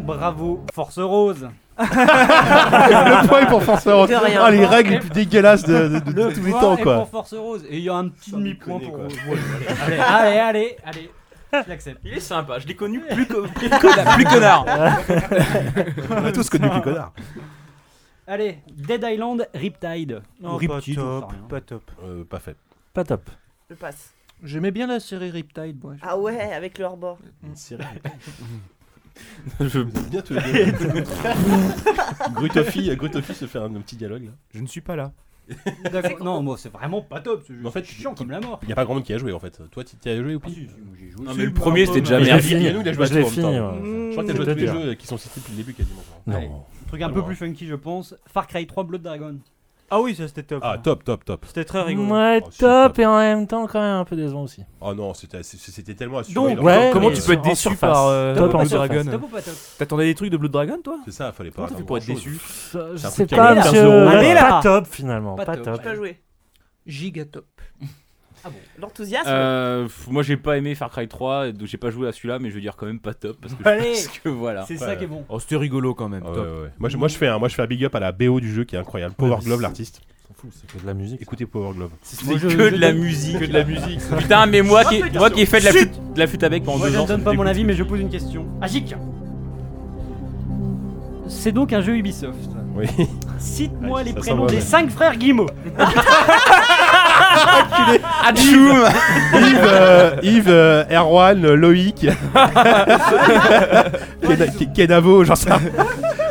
[SPEAKER 9] Bravo, Force Rose.
[SPEAKER 2] le point est pour Force Rose.
[SPEAKER 7] De rien.
[SPEAKER 2] Ah, les règles les plus dégueulasses de, de- de- de tous les
[SPEAKER 9] point
[SPEAKER 2] temps,
[SPEAKER 9] est
[SPEAKER 2] quoi.
[SPEAKER 9] pour Force Rose. Et il y a un petit
[SPEAKER 2] Sans
[SPEAKER 9] demi-point
[SPEAKER 2] déconner,
[SPEAKER 9] pour
[SPEAKER 2] quoi.
[SPEAKER 9] Rose. allez, allez, allez, allez. Je l'accepte.
[SPEAKER 4] il est sympa je l'ai connu plus que plus connard, plus connard.
[SPEAKER 2] On a tous connu plus connard.
[SPEAKER 9] Allez, Dead Island, Riptide.
[SPEAKER 3] Non,
[SPEAKER 9] Ou
[SPEAKER 3] pas
[SPEAKER 9] Riptide, j'en sais rien.
[SPEAKER 3] top, pas top.
[SPEAKER 2] Euh, pas fait.
[SPEAKER 6] Pas top.
[SPEAKER 7] Je passe.
[SPEAKER 10] J'aimais bien la série Riptide, moi.
[SPEAKER 7] Ah ouais, avec le hors-bord.
[SPEAKER 2] Une série. Je bien te Grutofi, euh, Grutofi se fait un petit dialogue là.
[SPEAKER 5] Je ne suis pas là.
[SPEAKER 9] D'accord. Non, moi, c'est vraiment pas top. C'est juste
[SPEAKER 2] En fait,
[SPEAKER 9] chiant comme la mort.
[SPEAKER 2] Il y a pas grand monde qui a joué en fait. Toi, tu t'y as joué ou pas
[SPEAKER 4] non mais le premier c'était déjà
[SPEAKER 2] Mais
[SPEAKER 4] merde
[SPEAKER 2] il y a nous, il a joué à
[SPEAKER 6] Je
[SPEAKER 2] tout
[SPEAKER 6] l'ai
[SPEAKER 2] en même
[SPEAKER 6] fini.
[SPEAKER 2] temps.
[SPEAKER 6] ouais.
[SPEAKER 2] Je crois que t'as
[SPEAKER 6] C'est
[SPEAKER 2] joué à tous les
[SPEAKER 6] peut-être
[SPEAKER 2] jeux qui sont cités depuis le début quasiment.
[SPEAKER 6] Non.
[SPEAKER 9] Truc un peu plus funky, je pense. Far Cry 3, Blood Dragon.
[SPEAKER 3] Ah oui, ça c'était top.
[SPEAKER 2] Ah, top, top, top.
[SPEAKER 3] C'était très rigolo.
[SPEAKER 6] Ouais,
[SPEAKER 2] Oh, c'est
[SPEAKER 6] top,
[SPEAKER 2] top.
[SPEAKER 6] et en même temps, quand même, un peu décevant aussi.
[SPEAKER 2] Oh non, c'était c'était tellement assuré.
[SPEAKER 9] Donc,
[SPEAKER 2] leur-
[SPEAKER 6] ouais,
[SPEAKER 5] Comment
[SPEAKER 6] mais
[SPEAKER 5] tu peux être
[SPEAKER 6] en
[SPEAKER 5] déçu
[SPEAKER 6] surface.
[SPEAKER 5] par euh,
[SPEAKER 6] Top
[SPEAKER 5] Blood
[SPEAKER 6] en surface.
[SPEAKER 5] Dragon
[SPEAKER 9] Top ou pas top
[SPEAKER 5] T'attendais des trucs de Blood Dragon toi
[SPEAKER 2] C'est ça, fallait pas.
[SPEAKER 5] Comment t'as fait pour être
[SPEAKER 2] grand-chose.
[SPEAKER 5] déçu
[SPEAKER 6] Euh, Je
[SPEAKER 2] C'est un
[SPEAKER 6] sais
[SPEAKER 2] truc qui
[SPEAKER 6] pas,
[SPEAKER 9] arrive à
[SPEAKER 6] monsieur.
[SPEAKER 9] 15 euros.
[SPEAKER 6] Ouais,
[SPEAKER 9] Allez,
[SPEAKER 6] Pas
[SPEAKER 9] là.
[SPEAKER 6] top, finalement.
[SPEAKER 9] Pas
[SPEAKER 6] Pas
[SPEAKER 9] top.
[SPEAKER 6] top.
[SPEAKER 7] J'ai pas joué. Ah
[SPEAKER 10] Gigatop.
[SPEAKER 7] L'enthousiasme.
[SPEAKER 4] Euh, f- moi j'ai pas aimé Far Cry 3 donc j'ai pas joué à celui-là mais je veux dire quand même pas top parce que,
[SPEAKER 9] Allez.
[SPEAKER 4] parce que voilà
[SPEAKER 9] C'est
[SPEAKER 2] Ouais.
[SPEAKER 9] ça qui est bon.
[SPEAKER 5] Oh c'était rigolo quand même,
[SPEAKER 2] Ah ouais,
[SPEAKER 5] top.
[SPEAKER 2] ouais, ouais. Moi, je, moi, je fais un, moi je fais un big up à la BO du jeu qui est incroyable. Power
[SPEAKER 6] mais
[SPEAKER 2] Glove
[SPEAKER 6] c'est-
[SPEAKER 2] l'artiste.
[SPEAKER 6] C'est que de la musique.
[SPEAKER 2] Écoutez Power Glove.
[SPEAKER 4] c'est
[SPEAKER 9] Moi, je-
[SPEAKER 4] que
[SPEAKER 9] je-
[SPEAKER 4] de la musique que de la musique putain mais moi qui moi qui ai fait de la flûte de la flûte avec pendant
[SPEAKER 9] Moi,
[SPEAKER 4] deux
[SPEAKER 9] je
[SPEAKER 4] ans
[SPEAKER 9] ne
[SPEAKER 4] ça
[SPEAKER 9] donne
[SPEAKER 4] me
[SPEAKER 9] pas mon
[SPEAKER 4] dégoûte.
[SPEAKER 9] avis, mais je pose une question. Agic C'est donc un jeu Ubisoft.
[SPEAKER 2] Oui.
[SPEAKER 9] Cite-moi
[SPEAKER 2] Ouais,
[SPEAKER 9] les
[SPEAKER 2] ça
[SPEAKER 9] prénoms
[SPEAKER 2] s'envole.
[SPEAKER 9] des 5 frères Guimau.
[SPEAKER 4] Atchoum
[SPEAKER 2] Yves, euh, Yves euh, Erwan, euh, Loïc, Kena- Ke- Kenavo, j'en sais rien.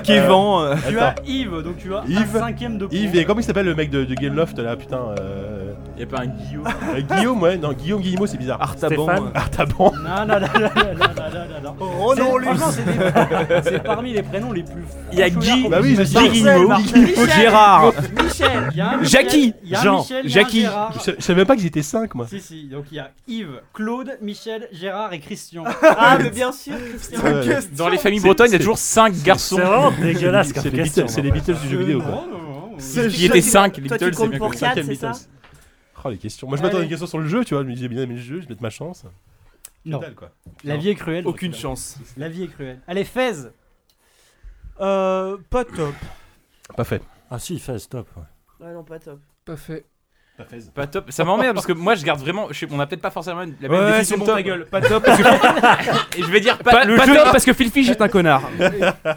[SPEAKER 5] Kevin, euh,
[SPEAKER 9] Tu as
[SPEAKER 2] Attends.
[SPEAKER 9] Yves, donc tu as
[SPEAKER 2] Yves.
[SPEAKER 9] un cinquième de point.
[SPEAKER 2] Yves, et comment il s'appelle le mec de, de Gameloft là, putain euh,
[SPEAKER 4] Y'a pas un Guillaume
[SPEAKER 2] euh, Guillaume, ouais, non, Guillaume Guillemot, c'est bizarre.
[SPEAKER 5] Artaban,
[SPEAKER 6] Stéphane.
[SPEAKER 5] euh,
[SPEAKER 2] Artaban.
[SPEAKER 9] Non, non, non, non, non, non, non, non, non. C'est- franchement, c'est des- C'est parmi les prénoms les plus.
[SPEAKER 4] Il y a
[SPEAKER 9] franchouillards
[SPEAKER 4] Guy-
[SPEAKER 9] qu'on
[SPEAKER 2] Bah oui,
[SPEAKER 9] puisse
[SPEAKER 2] je
[SPEAKER 9] imaginer.
[SPEAKER 2] sais.
[SPEAKER 4] Guillemot.
[SPEAKER 7] Michel.
[SPEAKER 4] Gérard
[SPEAKER 7] Michel.
[SPEAKER 9] Il y a un
[SPEAKER 4] Jackie.
[SPEAKER 9] Michel, il y a un
[SPEAKER 4] Jean.
[SPEAKER 9] Michel, il y a un
[SPEAKER 4] Jackie.
[SPEAKER 9] Gérard.
[SPEAKER 2] Je, je savais même pas qu'ils étaient 5 moi.
[SPEAKER 9] Si, si, donc il y a Yves, Claude, Michel, Gérard et Christian.
[SPEAKER 7] Ah, mais bien sûr, Christian.
[SPEAKER 2] Ouais, ouais.
[SPEAKER 4] Dans les familles bretonnes, il y a toujours 5
[SPEAKER 6] C'est
[SPEAKER 4] garçons.
[SPEAKER 6] vraiment dégueulasse
[SPEAKER 2] C'est
[SPEAKER 6] comme
[SPEAKER 2] les,
[SPEAKER 6] question.
[SPEAKER 2] Beatles, c'est les Beatles du jeu vidéo quoi.
[SPEAKER 9] Non, non, non.
[SPEAKER 4] Il y était 5, les
[SPEAKER 7] Toi, tu
[SPEAKER 4] Beatles, c'est
[SPEAKER 7] comptes
[SPEAKER 4] bien
[SPEAKER 7] pour
[SPEAKER 4] connu.
[SPEAKER 7] quatre,
[SPEAKER 2] Cinquième
[SPEAKER 7] c'est ça
[SPEAKER 2] Beatles. Oh les questions. Moi je m'attendais à
[SPEAKER 9] Allez.
[SPEAKER 2] une question sur le jeu, tu vois, je me disais bien aimé le jeu, je vais mettre ma chance.
[SPEAKER 9] Non,
[SPEAKER 2] Dalle, quoi.
[SPEAKER 9] la vie est cruelle.
[SPEAKER 5] aucune
[SPEAKER 9] donc,
[SPEAKER 5] chance.
[SPEAKER 9] La vie est cruelle. Allez, Fez
[SPEAKER 3] Euh, pas top.
[SPEAKER 2] Pas fait.
[SPEAKER 6] Ah si, il fait stop. ouais.
[SPEAKER 7] Ouais, non, pas top.
[SPEAKER 10] Pas fait.
[SPEAKER 2] Pas faise.
[SPEAKER 4] Pas top, ça m'emmerde parce que moi je garde vraiment. je sais- on a peut-être pas forcément une- la même
[SPEAKER 5] Ouais, ouais,
[SPEAKER 4] définition
[SPEAKER 5] c'est
[SPEAKER 4] de
[SPEAKER 5] bon,
[SPEAKER 4] top.
[SPEAKER 5] ta gueule. Pas top parce que-
[SPEAKER 4] Et je vais dire pas,
[SPEAKER 5] Pas-
[SPEAKER 4] le
[SPEAKER 5] pas
[SPEAKER 4] jeu-
[SPEAKER 5] top parce que Phil Fish est un connard.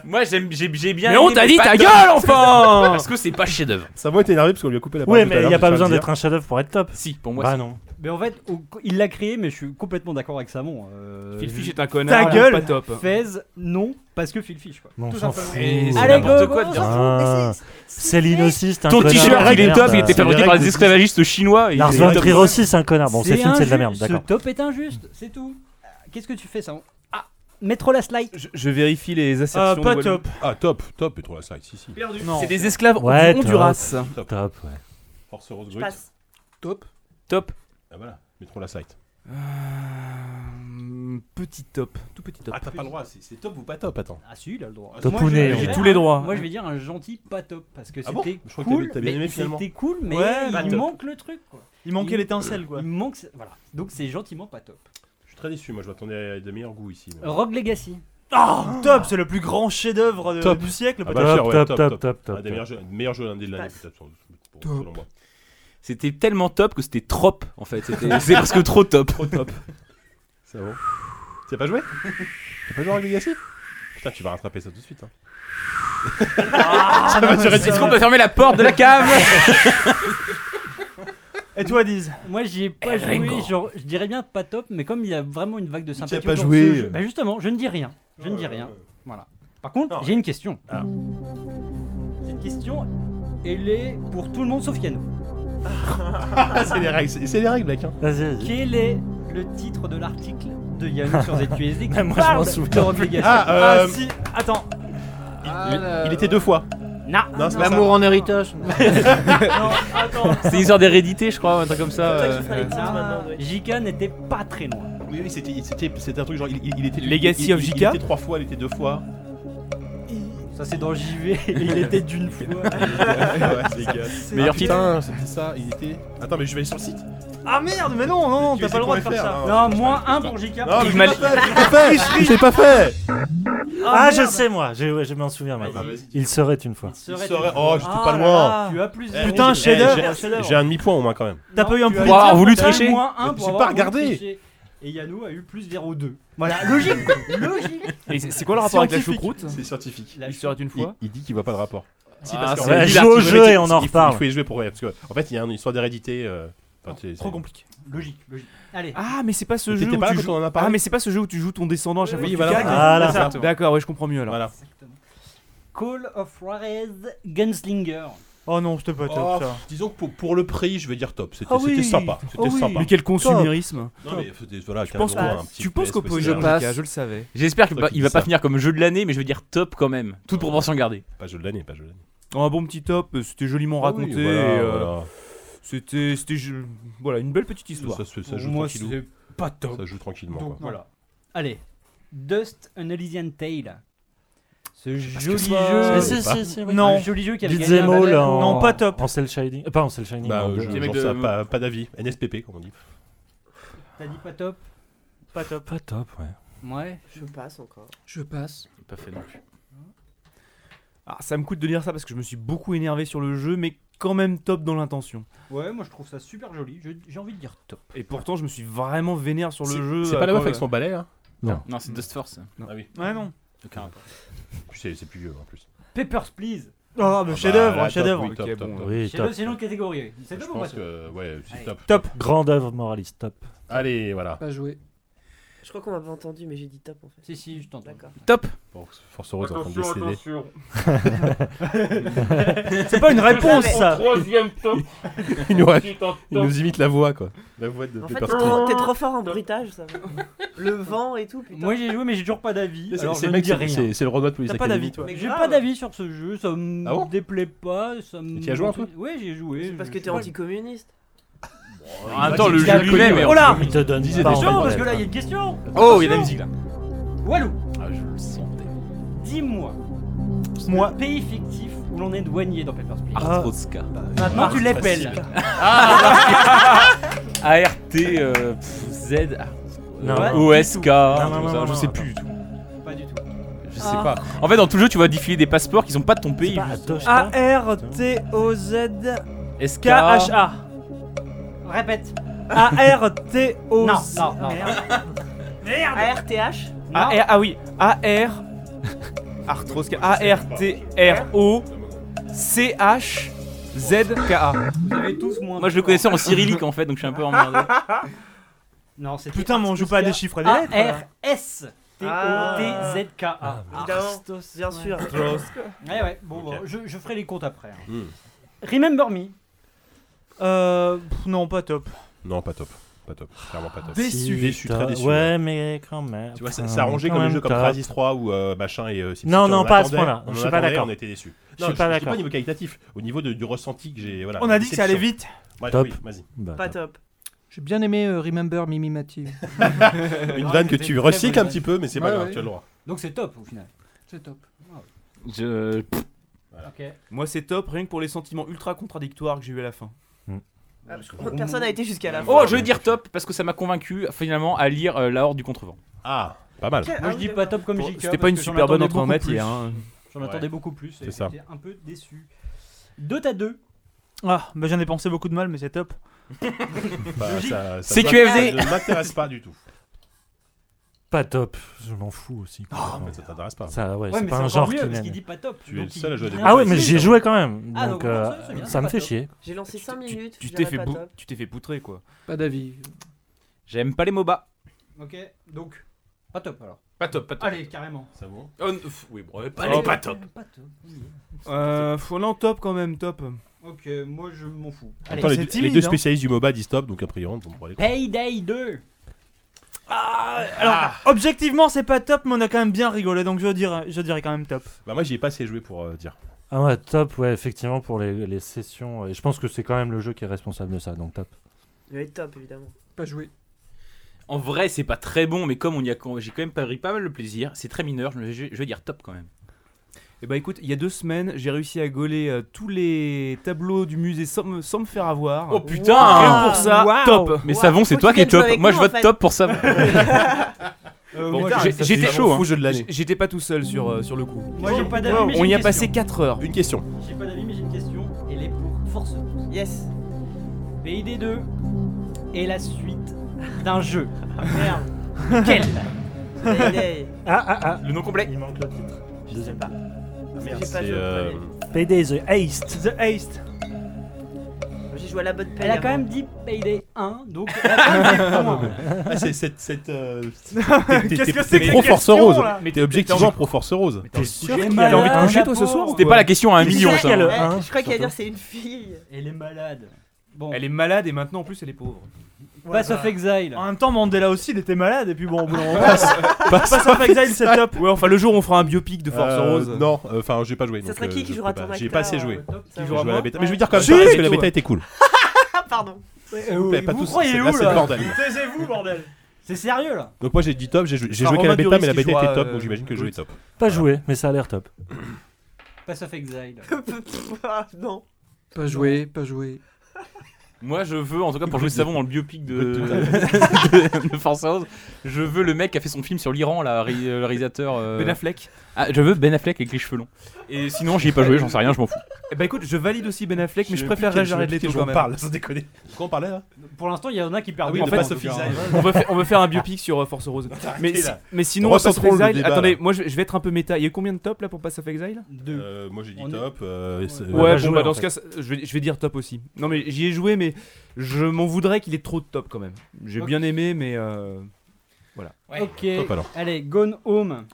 [SPEAKER 4] moi j'aime- j'ai j'ai bien.
[SPEAKER 5] Mais on
[SPEAKER 4] aimé,
[SPEAKER 5] t'a dit
[SPEAKER 4] pas
[SPEAKER 5] ta
[SPEAKER 4] top.
[SPEAKER 5] gueule, enfin
[SPEAKER 4] Parce que c'est pas chef-d'œuvre.
[SPEAKER 2] Ça va être énervé parce qu'on lui a coupé la parole.
[SPEAKER 6] Ouais,
[SPEAKER 2] tout à
[SPEAKER 6] mais il
[SPEAKER 2] l'heure,
[SPEAKER 6] n'y a
[SPEAKER 2] je
[SPEAKER 6] pas
[SPEAKER 2] tiens à
[SPEAKER 6] besoin
[SPEAKER 2] le dire.
[SPEAKER 6] d'être un chef-d'œuvre pour être top.
[SPEAKER 4] Si, pour moi.
[SPEAKER 6] Bah
[SPEAKER 4] c'est-
[SPEAKER 6] non.
[SPEAKER 9] Mais en fait, au- il l'a créé, mais je suis complètement d'accord avec Samon. Euh,
[SPEAKER 5] Phil Fish
[SPEAKER 9] je-
[SPEAKER 5] est un connard.
[SPEAKER 9] Ta gueule,
[SPEAKER 5] Pas top.
[SPEAKER 9] Fez, non, parce que Phil Fish, quoi.
[SPEAKER 6] Mais on s'en fout.
[SPEAKER 4] Et c'est
[SPEAKER 9] Allez,
[SPEAKER 4] n'importe
[SPEAKER 9] go,
[SPEAKER 4] quoi
[SPEAKER 9] go,
[SPEAKER 4] de dire-
[SPEAKER 6] Ah, Céline aussi, c'est un
[SPEAKER 4] Ton
[SPEAKER 6] connard.
[SPEAKER 4] t-shirt il est
[SPEAKER 6] Merde.
[SPEAKER 4] top, il était fabriqué
[SPEAKER 2] les
[SPEAKER 4] par
[SPEAKER 2] règles
[SPEAKER 4] des
[SPEAKER 2] du-
[SPEAKER 4] esclavagistes chinois. il
[SPEAKER 6] hein. Lars
[SPEAKER 4] est
[SPEAKER 6] von
[SPEAKER 4] top.
[SPEAKER 6] Trier aussi, c'est un connard. Ah Bon, ces films, c'est de la merde,
[SPEAKER 9] injuste,
[SPEAKER 6] d'accord.
[SPEAKER 9] Ce top est injuste, c'est tout. Qu'est-ce que tu fais, Samon Ah, métro la slide.
[SPEAKER 5] Je, je vérifie les
[SPEAKER 3] Ah,
[SPEAKER 5] assertions.
[SPEAKER 3] pas
[SPEAKER 5] de Walou.
[SPEAKER 3] top.
[SPEAKER 2] Ah, top, top, et trop la side, si, si.
[SPEAKER 3] Non.
[SPEAKER 5] C'est des esclaves
[SPEAKER 6] Ouais,
[SPEAKER 5] du Honduras.
[SPEAKER 2] Top,
[SPEAKER 6] Top, ouais.
[SPEAKER 2] force rose
[SPEAKER 7] Je
[SPEAKER 2] grut.
[SPEAKER 7] passe.
[SPEAKER 10] Top.
[SPEAKER 5] Top.
[SPEAKER 2] Ah, voilà, mettons la side.
[SPEAKER 5] Euh, petit top. Tout petit top.
[SPEAKER 2] Ah, t'as pas le droit, c'est c'est top ou pas top, attends.
[SPEAKER 9] Ah si, il a le droit.
[SPEAKER 2] Ah,
[SPEAKER 6] Top
[SPEAKER 9] Moi,
[SPEAKER 6] ou
[SPEAKER 9] je-
[SPEAKER 6] né,
[SPEAKER 9] je-
[SPEAKER 6] on-
[SPEAKER 5] Tous les droits.
[SPEAKER 9] Moi, je vais dire un gentil pas top parce que
[SPEAKER 2] Ah bon
[SPEAKER 9] c'était
[SPEAKER 2] Je crois que
[SPEAKER 9] cool.
[SPEAKER 2] t'as- t'as bien
[SPEAKER 9] mais
[SPEAKER 2] aimé, finalement.
[SPEAKER 9] C'était cool, mais
[SPEAKER 3] Ouais,
[SPEAKER 9] il
[SPEAKER 3] pas
[SPEAKER 9] il
[SPEAKER 3] top.
[SPEAKER 9] manque le truc, quoi.
[SPEAKER 3] Il manquait
[SPEAKER 9] Il-
[SPEAKER 3] l'étincelle quoi.
[SPEAKER 9] Il manque, ce- voilà. Donc c'est gentiment pas top.
[SPEAKER 2] Je suis très déçu, moi, je m'attendais à des meilleurs goûts ici.
[SPEAKER 6] Oh,
[SPEAKER 2] mais-
[SPEAKER 9] Rogue Legacy.
[SPEAKER 3] Ah, top, c'est le plus grand chef-d'œuvre de-
[SPEAKER 2] Top.
[SPEAKER 3] du siècle.
[SPEAKER 2] Ah
[SPEAKER 3] peut-être.
[SPEAKER 2] bah, cher,
[SPEAKER 6] Top,
[SPEAKER 2] ouais,
[SPEAKER 6] top,
[SPEAKER 2] top,
[SPEAKER 6] top,
[SPEAKER 2] top,
[SPEAKER 6] top,
[SPEAKER 2] Un
[SPEAKER 6] top.
[SPEAKER 2] des meilleurs jeux, meilleurs jeux indés de l'année,
[SPEAKER 7] Passe.
[SPEAKER 2] peut-être, sans- pour- selon moi.
[SPEAKER 4] C'était tellement top que c'était trop en fait. C'était- C'est parce que trop top. Trop top.
[SPEAKER 2] C'est bon. Tu as pas joué T'as pas joué à Rogue Legacy Putain, tu vas rattraper ça tout de suite. hein. ça va durer dix
[SPEAKER 4] Est-ce qu'on
[SPEAKER 2] minutes.
[SPEAKER 4] peut fermer la porte de la cave
[SPEAKER 3] Et toi, Diz
[SPEAKER 9] Moi, j'y ai pas joué. Genre, je dirais bien pas top, mais comme il y a vraiment une vague de sympathie.
[SPEAKER 2] pas
[SPEAKER 9] autour de
[SPEAKER 2] joué. euh.
[SPEAKER 9] ce jeu- Bah justement, je ne dis rien. Je ne dis rien. Voilà. Par contre,
[SPEAKER 2] Non.
[SPEAKER 9] j'ai une question.
[SPEAKER 2] Ah.
[SPEAKER 9] Cette question, elle est pour tout le monde sauf Yannou.
[SPEAKER 2] Ah, c'est les règles, c'est c'est les règles, mec. hein.
[SPEAKER 6] Vas-y, vas-y.
[SPEAKER 9] Quel est le titre de l'article de Yannou sur ZQSD qui
[SPEAKER 6] Moi, je m'en
[SPEAKER 9] parle
[SPEAKER 6] souviens
[SPEAKER 9] de Rogue Legacy
[SPEAKER 2] Ah, euh,
[SPEAKER 3] Ah si, attends.
[SPEAKER 2] il, il était deux fois.
[SPEAKER 9] Non.
[SPEAKER 2] Ah, Non, c'est pas ça.
[SPEAKER 10] L'amour en héritage.
[SPEAKER 3] Non, attends.
[SPEAKER 4] C'est une histoire d'hérédité, je crois, un truc comme ça.
[SPEAKER 7] C'est toi
[SPEAKER 4] euh.
[SPEAKER 7] qui ferais les titres maintenant, ouais.
[SPEAKER 9] Jika Ah. n'était pas très loin.
[SPEAKER 2] Oui, oui, c'était- c'était c'était un truc genre. Il, il- il était,
[SPEAKER 5] Legacy
[SPEAKER 2] il-
[SPEAKER 5] of
[SPEAKER 2] il-
[SPEAKER 5] JK
[SPEAKER 2] Il était trois fois, il était deux fois.
[SPEAKER 9] Ça c'est dans JV, il était d'une fois.
[SPEAKER 2] ouais, c'est les gars.
[SPEAKER 4] Meilleur
[SPEAKER 2] Ah,
[SPEAKER 4] titre.
[SPEAKER 2] Putain, c'était ça, il était. Attends, mais je vais aller sur le site.
[SPEAKER 3] Ah merde, mais non, non, non,
[SPEAKER 2] Tu
[SPEAKER 3] t'as
[SPEAKER 2] sais
[SPEAKER 3] pas le droit de
[SPEAKER 2] quoi
[SPEAKER 3] faire
[SPEAKER 2] faire,
[SPEAKER 3] ça.
[SPEAKER 2] hein.
[SPEAKER 9] Non, moins un pour Ah, JK.
[SPEAKER 2] Non, mais
[SPEAKER 4] Il
[SPEAKER 2] je
[SPEAKER 4] m'a-
[SPEAKER 2] l'ai pas fait, je l'ai pas fait Je l'ai pas fait
[SPEAKER 6] Ah, je
[SPEAKER 3] merde.
[SPEAKER 6] sais, moi. Je ouais, je m'en
[SPEAKER 2] Ah,
[SPEAKER 6] souviens
[SPEAKER 2] bah,
[SPEAKER 6] maintenant. Il serait une fois.
[SPEAKER 2] Il serait- Oh, j'étais
[SPEAKER 5] Ah,
[SPEAKER 2] pas loin
[SPEAKER 9] Tu as plus
[SPEAKER 2] Eh,
[SPEAKER 9] zéro.
[SPEAKER 2] Putain,
[SPEAKER 9] Non,
[SPEAKER 2] j'ai-
[SPEAKER 3] chef-d'œuvre,
[SPEAKER 2] j'ai-
[SPEAKER 3] chef-d'œuvre.
[SPEAKER 2] J'ai un demi-point au moins quand même.
[SPEAKER 3] T'as pas eu un
[SPEAKER 9] tu
[SPEAKER 3] point.
[SPEAKER 9] as
[SPEAKER 4] Pour avoir voulu
[SPEAKER 9] t'as eu
[SPEAKER 4] tricher.
[SPEAKER 9] moins un
[SPEAKER 2] Mais
[SPEAKER 9] pour
[SPEAKER 2] j'ai
[SPEAKER 9] avoir
[SPEAKER 2] pas regardé.
[SPEAKER 9] voulu tricher. Et Yannou a eu plus 0,2. Voilà, logique Logique
[SPEAKER 5] Et c'est c'est quoi le rapport avec la
[SPEAKER 3] Scientifique.
[SPEAKER 5] choucroute
[SPEAKER 2] C'est scientifique.
[SPEAKER 9] La
[SPEAKER 5] Il serait une
[SPEAKER 2] Il,
[SPEAKER 5] fois.
[SPEAKER 2] il dit qu'il voit pas de rapport.
[SPEAKER 4] Ah,
[SPEAKER 2] Si,
[SPEAKER 5] parce
[SPEAKER 2] qu'en
[SPEAKER 5] que-
[SPEAKER 2] fait,
[SPEAKER 6] Ouais,
[SPEAKER 2] il
[SPEAKER 6] joue
[SPEAKER 2] a-
[SPEAKER 6] au
[SPEAKER 2] il
[SPEAKER 6] jeu
[SPEAKER 2] faut-
[SPEAKER 6] et on en
[SPEAKER 2] il faut-
[SPEAKER 6] reparle.
[SPEAKER 2] Il faut y jouer pour rien. Parce que, en fait, il y a une histoire d'hérédité. euh, enfin, c'est-
[SPEAKER 5] Trop
[SPEAKER 2] c'est-
[SPEAKER 5] compliqué.
[SPEAKER 9] Logique, logique. Allez,
[SPEAKER 5] Ah mais c'est pas ce
[SPEAKER 2] Mais
[SPEAKER 5] jeu
[SPEAKER 2] t'étais
[SPEAKER 5] où
[SPEAKER 2] pas
[SPEAKER 5] tu
[SPEAKER 2] là
[SPEAKER 5] joues-
[SPEAKER 2] quand on en a parlé.
[SPEAKER 5] Ah mais c'est pas ce jeu où tu joues ton descendant à chaque fois.
[SPEAKER 2] Oui,
[SPEAKER 5] que tu
[SPEAKER 2] voilà.
[SPEAKER 5] gagnes
[SPEAKER 6] Voilà.
[SPEAKER 4] Exactement.
[SPEAKER 5] D'accord, ouais, je comprends mieux alors.
[SPEAKER 2] Voilà.
[SPEAKER 9] Call of Juarez Gunslinger.
[SPEAKER 3] Oh non, c'était pas
[SPEAKER 2] Oh,
[SPEAKER 3] top ça.
[SPEAKER 2] Disons que pour, pour le prix, je vais dire top. C'était
[SPEAKER 5] Ah oui.
[SPEAKER 2] c'était sympa. C'était
[SPEAKER 5] Oh oui.
[SPEAKER 2] sympa.
[SPEAKER 5] Mais quel consumérisme.
[SPEAKER 2] Non, mais c'était- voilà,
[SPEAKER 5] Tu penses
[SPEAKER 2] 15 euros,
[SPEAKER 5] qu'on-
[SPEAKER 2] un petit
[SPEAKER 5] tu penses
[SPEAKER 2] PS,
[SPEAKER 5] qu'on peut
[SPEAKER 2] c'est
[SPEAKER 5] y jouer
[SPEAKER 2] un-
[SPEAKER 5] un JK, Je le savais.
[SPEAKER 4] J'espère qu'il
[SPEAKER 2] Toi
[SPEAKER 4] va,
[SPEAKER 2] qui
[SPEAKER 4] il va
[SPEAKER 2] dis
[SPEAKER 4] pas
[SPEAKER 2] ça.
[SPEAKER 4] finir comme jeu de l'année, mais je veux dire top quand même. Toute proportion gardée.
[SPEAKER 2] Pas jeu de l'année, pas jeu de l'année.
[SPEAKER 5] Oh, Un bon petit top, euh, c'était joliment raconté.
[SPEAKER 2] Ah oui, voilà,
[SPEAKER 5] et, euh,
[SPEAKER 2] voilà.
[SPEAKER 5] C'était, c'était, je- voilà, une belle petite histoire.
[SPEAKER 2] Ça, se- ça joue
[SPEAKER 9] moi,
[SPEAKER 2] tranquillou.
[SPEAKER 9] c'est pas top.
[SPEAKER 2] Ça joue tranquillement.
[SPEAKER 9] Donc
[SPEAKER 2] quoi.
[SPEAKER 9] voilà. Allez, Dust An Elysian Tale. Ce joli
[SPEAKER 2] c'est pas-
[SPEAKER 9] jeu.
[SPEAKER 2] Je sais
[SPEAKER 6] Si,
[SPEAKER 2] pas.
[SPEAKER 6] si, si, oui.
[SPEAKER 3] Non.
[SPEAKER 9] Un joli jeu qui avait
[SPEAKER 6] Beat'em
[SPEAKER 9] gagné un
[SPEAKER 6] all
[SPEAKER 9] Valais
[SPEAKER 6] en...
[SPEAKER 3] Non, pas top.
[SPEAKER 6] En cell shading. euh, Pas en cell shading.
[SPEAKER 2] Bah,
[SPEAKER 6] en
[SPEAKER 2] euh,
[SPEAKER 6] deux-
[SPEAKER 2] je-
[SPEAKER 4] Les mecs
[SPEAKER 2] j'en
[SPEAKER 4] de-
[SPEAKER 2] sais pas, pas d'avis. NSPP, comme on dit.
[SPEAKER 9] T'as dit pas top
[SPEAKER 3] Pas top.
[SPEAKER 6] Pas top, ouais.
[SPEAKER 9] Ouais.
[SPEAKER 7] Je passe encore.
[SPEAKER 10] Je passe.
[SPEAKER 4] Pas fait non plus.
[SPEAKER 5] Ah, ça me coûte de dire ça parce que je me suis beaucoup énervé sur le jeu, mais quand même top dans l'intention.
[SPEAKER 9] Ouais, moi je trouve ça super joli. Je- J'ai envie de dire top.
[SPEAKER 5] Et pourtant, je me suis vraiment vénère sur le
[SPEAKER 2] C'est-
[SPEAKER 5] jeu.
[SPEAKER 2] C'est
[SPEAKER 5] euh,
[SPEAKER 2] pas la
[SPEAKER 5] quand-
[SPEAKER 2] meuf avec son balai, hein
[SPEAKER 4] Non, c'est Dust Force.
[SPEAKER 3] Ouais, non.
[SPEAKER 4] Aucun rapport.
[SPEAKER 2] Puis C'est c'est plus vieux en plus.
[SPEAKER 9] Papers, please.
[SPEAKER 3] Oh, mais
[SPEAKER 5] Ah, bah,
[SPEAKER 3] chef-d'œuvre, chef-d'œuvre.
[SPEAKER 2] Oui, top,
[SPEAKER 5] Ok,
[SPEAKER 2] top,
[SPEAKER 5] bon,
[SPEAKER 2] top.
[SPEAKER 6] Oui,
[SPEAKER 9] C'est
[SPEAKER 6] top.
[SPEAKER 9] c'est une autre catégorie. C'est
[SPEAKER 2] Je
[SPEAKER 9] top ou pas
[SPEAKER 2] pense
[SPEAKER 9] top
[SPEAKER 2] que, ouais, c'est
[SPEAKER 9] Allez.
[SPEAKER 2] top.
[SPEAKER 3] Top.
[SPEAKER 6] Grande œuvre moraliste, top.
[SPEAKER 2] Allez, voilà.
[SPEAKER 10] Pas joué.
[SPEAKER 7] Je crois qu'on m'a pas entendu, mais j'ai dit top en fait.
[SPEAKER 9] Si, si, je t'entends.
[SPEAKER 7] D'accord.
[SPEAKER 4] Top
[SPEAKER 2] Bon, Force heureuse est en train de décéder.
[SPEAKER 3] C'est pas une réponse
[SPEAKER 7] mais-
[SPEAKER 3] ça.
[SPEAKER 2] Il nous, il nous imite la voix, quoi. La voix de
[SPEAKER 7] En fait,
[SPEAKER 2] Pepper
[SPEAKER 7] t'es
[SPEAKER 2] Spray.
[SPEAKER 7] trop, t'es trop fort en bruitage, ça. va. Le vent et tout, putain.
[SPEAKER 9] Moi j'ai joué, mais j'ai toujours pas d'avis.
[SPEAKER 2] C'est-
[SPEAKER 9] Alors
[SPEAKER 2] C'est
[SPEAKER 9] je
[SPEAKER 2] le
[SPEAKER 9] ne
[SPEAKER 2] mec,
[SPEAKER 9] dis
[SPEAKER 2] c'est-
[SPEAKER 9] rien.
[SPEAKER 2] c'est c'est le Rodman Police
[SPEAKER 3] T'as pas
[SPEAKER 2] Academy.
[SPEAKER 3] d'avis toi.
[SPEAKER 7] Mais
[SPEAKER 9] J'ai
[SPEAKER 7] grave.
[SPEAKER 9] pas d'avis sur ce jeu, ça me
[SPEAKER 2] Ah bon
[SPEAKER 9] déplaît pas. Ça me...
[SPEAKER 2] Et t'y as joué un peu
[SPEAKER 9] Ouais, j'ai joué.
[SPEAKER 7] C'est parce
[SPEAKER 9] je-
[SPEAKER 7] que t'es anticommuniste.
[SPEAKER 4] En même temps, Ah, le
[SPEAKER 9] Il a
[SPEAKER 4] jeu lui-même est.
[SPEAKER 9] Oh là
[SPEAKER 6] Il te donne
[SPEAKER 2] Ah, Disait
[SPEAKER 6] pas
[SPEAKER 2] des
[SPEAKER 6] envie.
[SPEAKER 9] Non, parce que là il y a une question.
[SPEAKER 4] Oh, il y a la musique là.
[SPEAKER 9] Walou,
[SPEAKER 4] Ah, je le sentais.
[SPEAKER 9] dis-moi.
[SPEAKER 3] Moi.
[SPEAKER 9] le Pays fictif où l'on est douanier dans Papers,
[SPEAKER 2] Ah,
[SPEAKER 9] please.
[SPEAKER 4] Ah. Arthrotska.
[SPEAKER 9] Maintenant tu l'appelles.
[SPEAKER 4] ART euh, pff, Z.
[SPEAKER 6] Non.
[SPEAKER 4] OSK.
[SPEAKER 6] non, non, non,
[SPEAKER 4] je
[SPEAKER 6] non,
[SPEAKER 4] sais
[SPEAKER 6] attends.
[SPEAKER 4] plus du tout.
[SPEAKER 9] Pas du tout.
[SPEAKER 4] Je sais pas. En fait, dans tout jeu, tu vas défiler des passeports qui sont pas de ton pays.
[SPEAKER 6] Ah,
[SPEAKER 3] A-R-T-O-Z.
[SPEAKER 4] SK.
[SPEAKER 3] K-H-A.
[SPEAKER 7] Répète.
[SPEAKER 3] A-R-T-O.
[SPEAKER 7] Non, non, non. Merde. ARTH
[SPEAKER 5] A -R, ah oui, A-R. Arthrosca- A-R-T-R-O-C-H-Z-K-A.
[SPEAKER 9] Vous avez tous moins.
[SPEAKER 4] Moi, je le connaissais en cyrillique en fait, donc je suis un peu emmerdé.
[SPEAKER 9] Non, c'est
[SPEAKER 3] Putain, mais on joue pas à des chiffres et des
[SPEAKER 7] Ah,
[SPEAKER 3] lettres.
[SPEAKER 9] A R S T O T Z K A.
[SPEAKER 7] Évidemment, bien sûr.
[SPEAKER 9] Ouais ouais, bon, bon, je, je ferai les comptes après. hein. Remember me.
[SPEAKER 3] Euh, pff, non, pas top.
[SPEAKER 2] Non, pas top. Pas top. Clairement pas top.
[SPEAKER 3] Déçu.
[SPEAKER 2] Déçu, très déçu.
[SPEAKER 6] Ouais, mais quand même.
[SPEAKER 2] Tu vois, ça,
[SPEAKER 6] Enfin,
[SPEAKER 2] ça arrangé
[SPEAKER 6] quand
[SPEAKER 2] comme les
[SPEAKER 6] même
[SPEAKER 2] jeux comme
[SPEAKER 6] top.
[SPEAKER 2] Crisis 3 ou euh, machin et euh, Sim
[SPEAKER 6] Non,
[SPEAKER 2] City,
[SPEAKER 6] non,
[SPEAKER 2] on
[SPEAKER 6] pas à ce
[SPEAKER 2] attendait,
[SPEAKER 6] point-là.
[SPEAKER 2] on
[SPEAKER 6] Je suis
[SPEAKER 2] attendait,
[SPEAKER 6] pas d'accord.
[SPEAKER 2] On était déçus.
[SPEAKER 6] Je suis pas
[SPEAKER 2] dis pas
[SPEAKER 6] d'accord.
[SPEAKER 2] au niveau qualitatif, au niveau de- du ressenti que j'ai. voilà,
[SPEAKER 3] On a dit que ça allait
[SPEAKER 2] Ah, déception.
[SPEAKER 3] vite.
[SPEAKER 2] Ouais,
[SPEAKER 6] Top.
[SPEAKER 2] oui, vas-y.
[SPEAKER 6] Bah,
[SPEAKER 7] Pas
[SPEAKER 6] top.
[SPEAKER 7] top.
[SPEAKER 10] J'ai bien aimé euh, Remember Mimi Mati.
[SPEAKER 2] Une
[SPEAKER 9] Ah,
[SPEAKER 2] vanne que
[SPEAKER 9] c'était
[SPEAKER 2] tu
[SPEAKER 9] une très
[SPEAKER 2] recycles
[SPEAKER 9] bonne
[SPEAKER 2] un petit peu, mais c'est pas
[SPEAKER 10] Ouais,
[SPEAKER 2] grave,
[SPEAKER 10] ouais.
[SPEAKER 2] tu as le droit.
[SPEAKER 9] Donc c'est top au final.
[SPEAKER 10] C'est top.
[SPEAKER 4] Je...
[SPEAKER 9] Ok.
[SPEAKER 5] Moi, c'est top, rien que pour les sentiments ultra contradictoires que j'ai eu à la fin.
[SPEAKER 7] Ah, parce que Personne n'a été jusqu'à la fin.
[SPEAKER 4] Oh, je vais dire top parce que ça m'a convaincu finalement à lire euh, La Horde du Contrevent.
[SPEAKER 2] Ah, pas mal.
[SPEAKER 7] Quel-
[SPEAKER 9] Moi je
[SPEAKER 7] ah,
[SPEAKER 9] dis
[SPEAKER 7] oui,
[SPEAKER 9] pas top comme JK.
[SPEAKER 4] C'était pas
[SPEAKER 9] parce
[SPEAKER 4] une
[SPEAKER 9] que j'en
[SPEAKER 4] super bonne
[SPEAKER 9] attendais
[SPEAKER 4] entrée en
[SPEAKER 9] beaucoup
[SPEAKER 4] matière.
[SPEAKER 9] plus.
[SPEAKER 4] hein.
[SPEAKER 9] J'en
[SPEAKER 2] Ouais.
[SPEAKER 9] attendais beaucoup plus. et
[SPEAKER 2] C'est ça.
[SPEAKER 9] J'étais un peu déçu. De à deux.
[SPEAKER 3] Ah, bah j'en ai pensé beaucoup de mal, mais c'est top.
[SPEAKER 2] Bah, ça- ça
[SPEAKER 4] CQFD.
[SPEAKER 2] ne m'intéresse pas du tout.
[SPEAKER 6] Pas top. Je m'en fous aussi.
[SPEAKER 2] En fait, Ah, ça t'intéresse pas.
[SPEAKER 6] Ça, ouais,
[SPEAKER 9] Ouais,
[SPEAKER 6] c'est
[SPEAKER 9] mais
[SPEAKER 6] pas
[SPEAKER 9] c'est
[SPEAKER 6] un
[SPEAKER 9] encore
[SPEAKER 6] genre
[SPEAKER 9] mieux,
[SPEAKER 6] qui
[SPEAKER 9] parce qu'il
[SPEAKER 6] m'aime.
[SPEAKER 9] dit pas top.
[SPEAKER 2] Tu es
[SPEAKER 9] donc
[SPEAKER 2] le
[SPEAKER 9] il-
[SPEAKER 2] seul à jouer à des
[SPEAKER 9] Ah
[SPEAKER 6] Ah ouais,
[SPEAKER 9] oui,
[SPEAKER 6] mais j'y ai joué quand même.
[SPEAKER 9] Ah,
[SPEAKER 6] donc
[SPEAKER 9] donc,
[SPEAKER 6] euh,
[SPEAKER 9] c'est bien,
[SPEAKER 6] ça
[SPEAKER 9] c'est
[SPEAKER 6] me
[SPEAKER 9] pas
[SPEAKER 6] fait
[SPEAKER 9] top.
[SPEAKER 6] chier.
[SPEAKER 7] J'ai lancé 5
[SPEAKER 5] Tu-
[SPEAKER 7] minutes.
[SPEAKER 5] Tu
[SPEAKER 7] je
[SPEAKER 5] t'es
[SPEAKER 7] dirais
[SPEAKER 5] fait,
[SPEAKER 7] pas
[SPEAKER 5] bou-
[SPEAKER 7] top.
[SPEAKER 5] tu t'es fait poutrer quoi.
[SPEAKER 10] Pas d'avis.
[SPEAKER 4] J'aime pas les MOBA.
[SPEAKER 9] Ok, donc. Pas top alors.
[SPEAKER 4] Pas top, pas
[SPEAKER 9] Allez, carrément.
[SPEAKER 2] Ça vaut.
[SPEAKER 4] Oh, pff, oui, bon, ouais, pas,
[SPEAKER 5] Oh,
[SPEAKER 4] les- pas top.
[SPEAKER 9] Pas top.
[SPEAKER 5] Euh, faut- non, top quand même, top.
[SPEAKER 9] Ok, moi je m'en fous.
[SPEAKER 2] En même
[SPEAKER 9] Allez,
[SPEAKER 2] temps, les,
[SPEAKER 3] c'est
[SPEAKER 2] les
[SPEAKER 3] timide,
[SPEAKER 2] deux
[SPEAKER 3] hein.
[SPEAKER 2] spécialistes du MOBA disent top, donc a priori, on pourrait aller.
[SPEAKER 9] Payday 2.
[SPEAKER 3] Alors, objectivement, c'est pas top, mais on a quand même bien rigolé, donc je dirais, je dirais quand même top.
[SPEAKER 2] Bah, moi, j'y ai pas assez joué pour euh, dire.
[SPEAKER 6] Ah ouais, top, ouais, effectivement, pour les, les sessions. euh, Et je pense que c'est quand même le jeu qui est responsable de ça, donc top.
[SPEAKER 7] Il va être top, évidemment.
[SPEAKER 10] Pas joué.
[SPEAKER 4] En vrai, c'est pas très bon, mais comme on y a, quand- j'ai quand même pris pas mal le plaisir, c'est très mineur, je, je- je vais dire top quand même.
[SPEAKER 5] Et bah écoute, il y a deux semaines, j'ai réussi à gauler euh, tous les tableaux du musée sans, me- sans me faire avoir.
[SPEAKER 4] Oh, putain
[SPEAKER 5] Rien que pour ça, top.
[SPEAKER 4] Mais
[SPEAKER 7] Wow.
[SPEAKER 4] Savon, c'est
[SPEAKER 7] Faut
[SPEAKER 4] toi
[SPEAKER 7] qu'il
[SPEAKER 4] qui es
[SPEAKER 7] vienne jouer
[SPEAKER 4] top.
[SPEAKER 7] avec
[SPEAKER 4] Moi,
[SPEAKER 7] nous,
[SPEAKER 4] je
[SPEAKER 7] en
[SPEAKER 4] vote
[SPEAKER 7] fait.
[SPEAKER 4] top pour Savon.
[SPEAKER 5] Bon,
[SPEAKER 4] putain,
[SPEAKER 5] j'ai-
[SPEAKER 4] ça,
[SPEAKER 5] j'étais
[SPEAKER 4] c'est
[SPEAKER 5] chaud.
[SPEAKER 4] vraiment
[SPEAKER 5] hein.
[SPEAKER 4] fou jeu de l'année.
[SPEAKER 5] J'ai- J'étais pas tout seul sur, euh, sur le coup.
[SPEAKER 9] Moi j'ai pas d'avis. mais j'ai
[SPEAKER 5] On y
[SPEAKER 9] une
[SPEAKER 5] a passé
[SPEAKER 9] question.
[SPEAKER 5] 4 heures.
[SPEAKER 2] Une question.
[SPEAKER 9] J'ai pas d'avis, mais j'ai une question. Elle est pour Force.
[SPEAKER 7] Yes.
[SPEAKER 9] PID 2 est la suite d'un jeu.
[SPEAKER 7] Merde.
[SPEAKER 9] Quel
[SPEAKER 7] Payday.
[SPEAKER 6] Ah ah ah
[SPEAKER 4] Le nom complet.
[SPEAKER 6] Il manque le titre.
[SPEAKER 7] Je sais pas. J'ai pas
[SPEAKER 2] C'est
[SPEAKER 7] joué au
[SPEAKER 2] euh,
[SPEAKER 6] Payday the Heist.
[SPEAKER 3] The Haste.
[SPEAKER 7] premier. J'ai joué à la bonne paye.
[SPEAKER 9] Elle a quand même dit Payday 1, donc elle a quand même des points.
[SPEAKER 2] ah, c'est cette. cette euh,
[SPEAKER 3] Qu'est-ce que
[SPEAKER 2] t'es- T'es
[SPEAKER 3] c'est que
[SPEAKER 2] pro
[SPEAKER 3] ces
[SPEAKER 2] Force
[SPEAKER 3] questions,
[SPEAKER 2] Rose.
[SPEAKER 3] là
[SPEAKER 2] T'es objectivement pro Force Rose.
[SPEAKER 6] T'es sûr
[SPEAKER 9] coucher,
[SPEAKER 6] qu'il
[SPEAKER 9] malade.
[SPEAKER 6] a envie
[SPEAKER 9] Ah,
[SPEAKER 6] de coucher
[SPEAKER 9] la
[SPEAKER 6] toi ce
[SPEAKER 9] pauvre.
[SPEAKER 6] soir
[SPEAKER 4] C'était pas la question à un
[SPEAKER 6] Il
[SPEAKER 4] million,
[SPEAKER 6] sait
[SPEAKER 4] ça.
[SPEAKER 6] qu'elle-
[SPEAKER 4] hein.
[SPEAKER 6] Le
[SPEAKER 7] Ouais,
[SPEAKER 6] un,
[SPEAKER 7] je crois qu'il allait dire
[SPEAKER 6] surtout.
[SPEAKER 7] c'est une fille.
[SPEAKER 9] Elle est malade. Bon,
[SPEAKER 5] Elle est malade et maintenant en plus elle est pauvre.
[SPEAKER 9] Pass of Exile.
[SPEAKER 3] En même temps, Mandela aussi, il était malade, et puis bon, au bout d'un moment, Pass of Exile, c'est top.
[SPEAKER 5] Ouais, enfin le jour où on fera un biopic de Force
[SPEAKER 2] Euh,
[SPEAKER 5] Rose.
[SPEAKER 2] Non, euh, enfin, j'ai pas joué.
[SPEAKER 7] Ça
[SPEAKER 2] donc,
[SPEAKER 7] serait
[SPEAKER 2] euh,
[SPEAKER 7] qui qui
[SPEAKER 2] je
[SPEAKER 7] jouera
[SPEAKER 2] peux
[SPEAKER 7] ton
[SPEAKER 2] pas- J'ai pas assez
[SPEAKER 7] acteur,
[SPEAKER 2] joué.
[SPEAKER 7] euh,
[SPEAKER 9] Top,
[SPEAKER 2] J'ai
[SPEAKER 9] ça
[SPEAKER 2] joué
[SPEAKER 9] va.
[SPEAKER 2] à la bêta. Mais je veux dire
[SPEAKER 5] Ouais.
[SPEAKER 2] quand même ça, parce
[SPEAKER 5] Si,
[SPEAKER 2] que la
[SPEAKER 5] toi.
[SPEAKER 2] bêta était cool.
[SPEAKER 7] Ah, pardon.
[SPEAKER 3] Eh
[SPEAKER 2] Vous
[SPEAKER 9] Vous croyez où,
[SPEAKER 2] là, c'est le
[SPEAKER 9] là
[SPEAKER 2] bordel.
[SPEAKER 3] Taisez-vous, bordel.
[SPEAKER 9] C'est sérieux là
[SPEAKER 2] Donc moi j'ai dit top, j'ai joué, j'ai
[SPEAKER 5] Ah,
[SPEAKER 2] joué qu'à la
[SPEAKER 5] Romain
[SPEAKER 2] bêta, mais
[SPEAKER 5] Duris
[SPEAKER 2] la
[SPEAKER 5] qui
[SPEAKER 2] bêta
[SPEAKER 5] jouera,
[SPEAKER 2] était top,
[SPEAKER 5] euh,
[SPEAKER 2] donc j'imagine que je jouais top.
[SPEAKER 6] Pas joué, mais ça a l'air top.
[SPEAKER 9] Pass of Exile.
[SPEAKER 7] Ah, non.
[SPEAKER 10] Pas joué, pas joué.
[SPEAKER 4] Moi, je veux, en tout cas, pour jouer Savon dans le biopic de, de Force Rose, je veux le mec qui a fait son film sur l'Iran, là, ré- le réalisateur. euh,
[SPEAKER 5] Ben Affleck.
[SPEAKER 4] Ah, je veux Ben Affleck avec les cheveux longs. Et sinon, j'y ai pas joué, j'en sais rien, je m'en fous.
[SPEAKER 5] Eh bah écoute, je valide aussi Ben Affleck, mais je
[SPEAKER 2] sais
[SPEAKER 5] préférerais
[SPEAKER 2] plus
[SPEAKER 5] Jared
[SPEAKER 2] quel jeu- quel
[SPEAKER 5] Leto
[SPEAKER 2] jeu
[SPEAKER 5] quand
[SPEAKER 2] On
[SPEAKER 5] même.
[SPEAKER 2] parle, sans déconner. De quoi on parlait là
[SPEAKER 9] Pour l'instant, il y en a qui perdent.
[SPEAKER 2] Ah oui,
[SPEAKER 9] en
[SPEAKER 2] de
[SPEAKER 9] fait,
[SPEAKER 2] Pass
[SPEAKER 9] en
[SPEAKER 2] of
[SPEAKER 9] tout cas.
[SPEAKER 2] Exile.
[SPEAKER 5] On va, faire, on va faire un biopic sur euh, Force Rose. Mais, si-
[SPEAKER 2] là.
[SPEAKER 5] mais sinon,
[SPEAKER 2] Recentrons
[SPEAKER 5] Pass of Exile-
[SPEAKER 2] le débat, là.
[SPEAKER 5] Attendez, moi je, je vais être un peu méta. Il y a eu combien de tops là pour Pass of Exile
[SPEAKER 9] Deux.
[SPEAKER 2] Euh, Moi j'ai dit
[SPEAKER 9] On est-
[SPEAKER 2] top. euh, c'est-
[SPEAKER 5] Ouais,
[SPEAKER 6] on a
[SPEAKER 5] bon,
[SPEAKER 6] joué,
[SPEAKER 5] bah,
[SPEAKER 6] en
[SPEAKER 5] dans ce
[SPEAKER 6] fait.
[SPEAKER 5] cas, ça- je vais, je vais dire top aussi. Non, mais j'y ai joué, mais je m'en voudrais qu'il est trop de top quand même. J'ai
[SPEAKER 9] Ok.
[SPEAKER 5] bien aimé, mais. euh,
[SPEAKER 9] Ok.
[SPEAKER 2] Top alors.
[SPEAKER 9] Allez, Gone Home.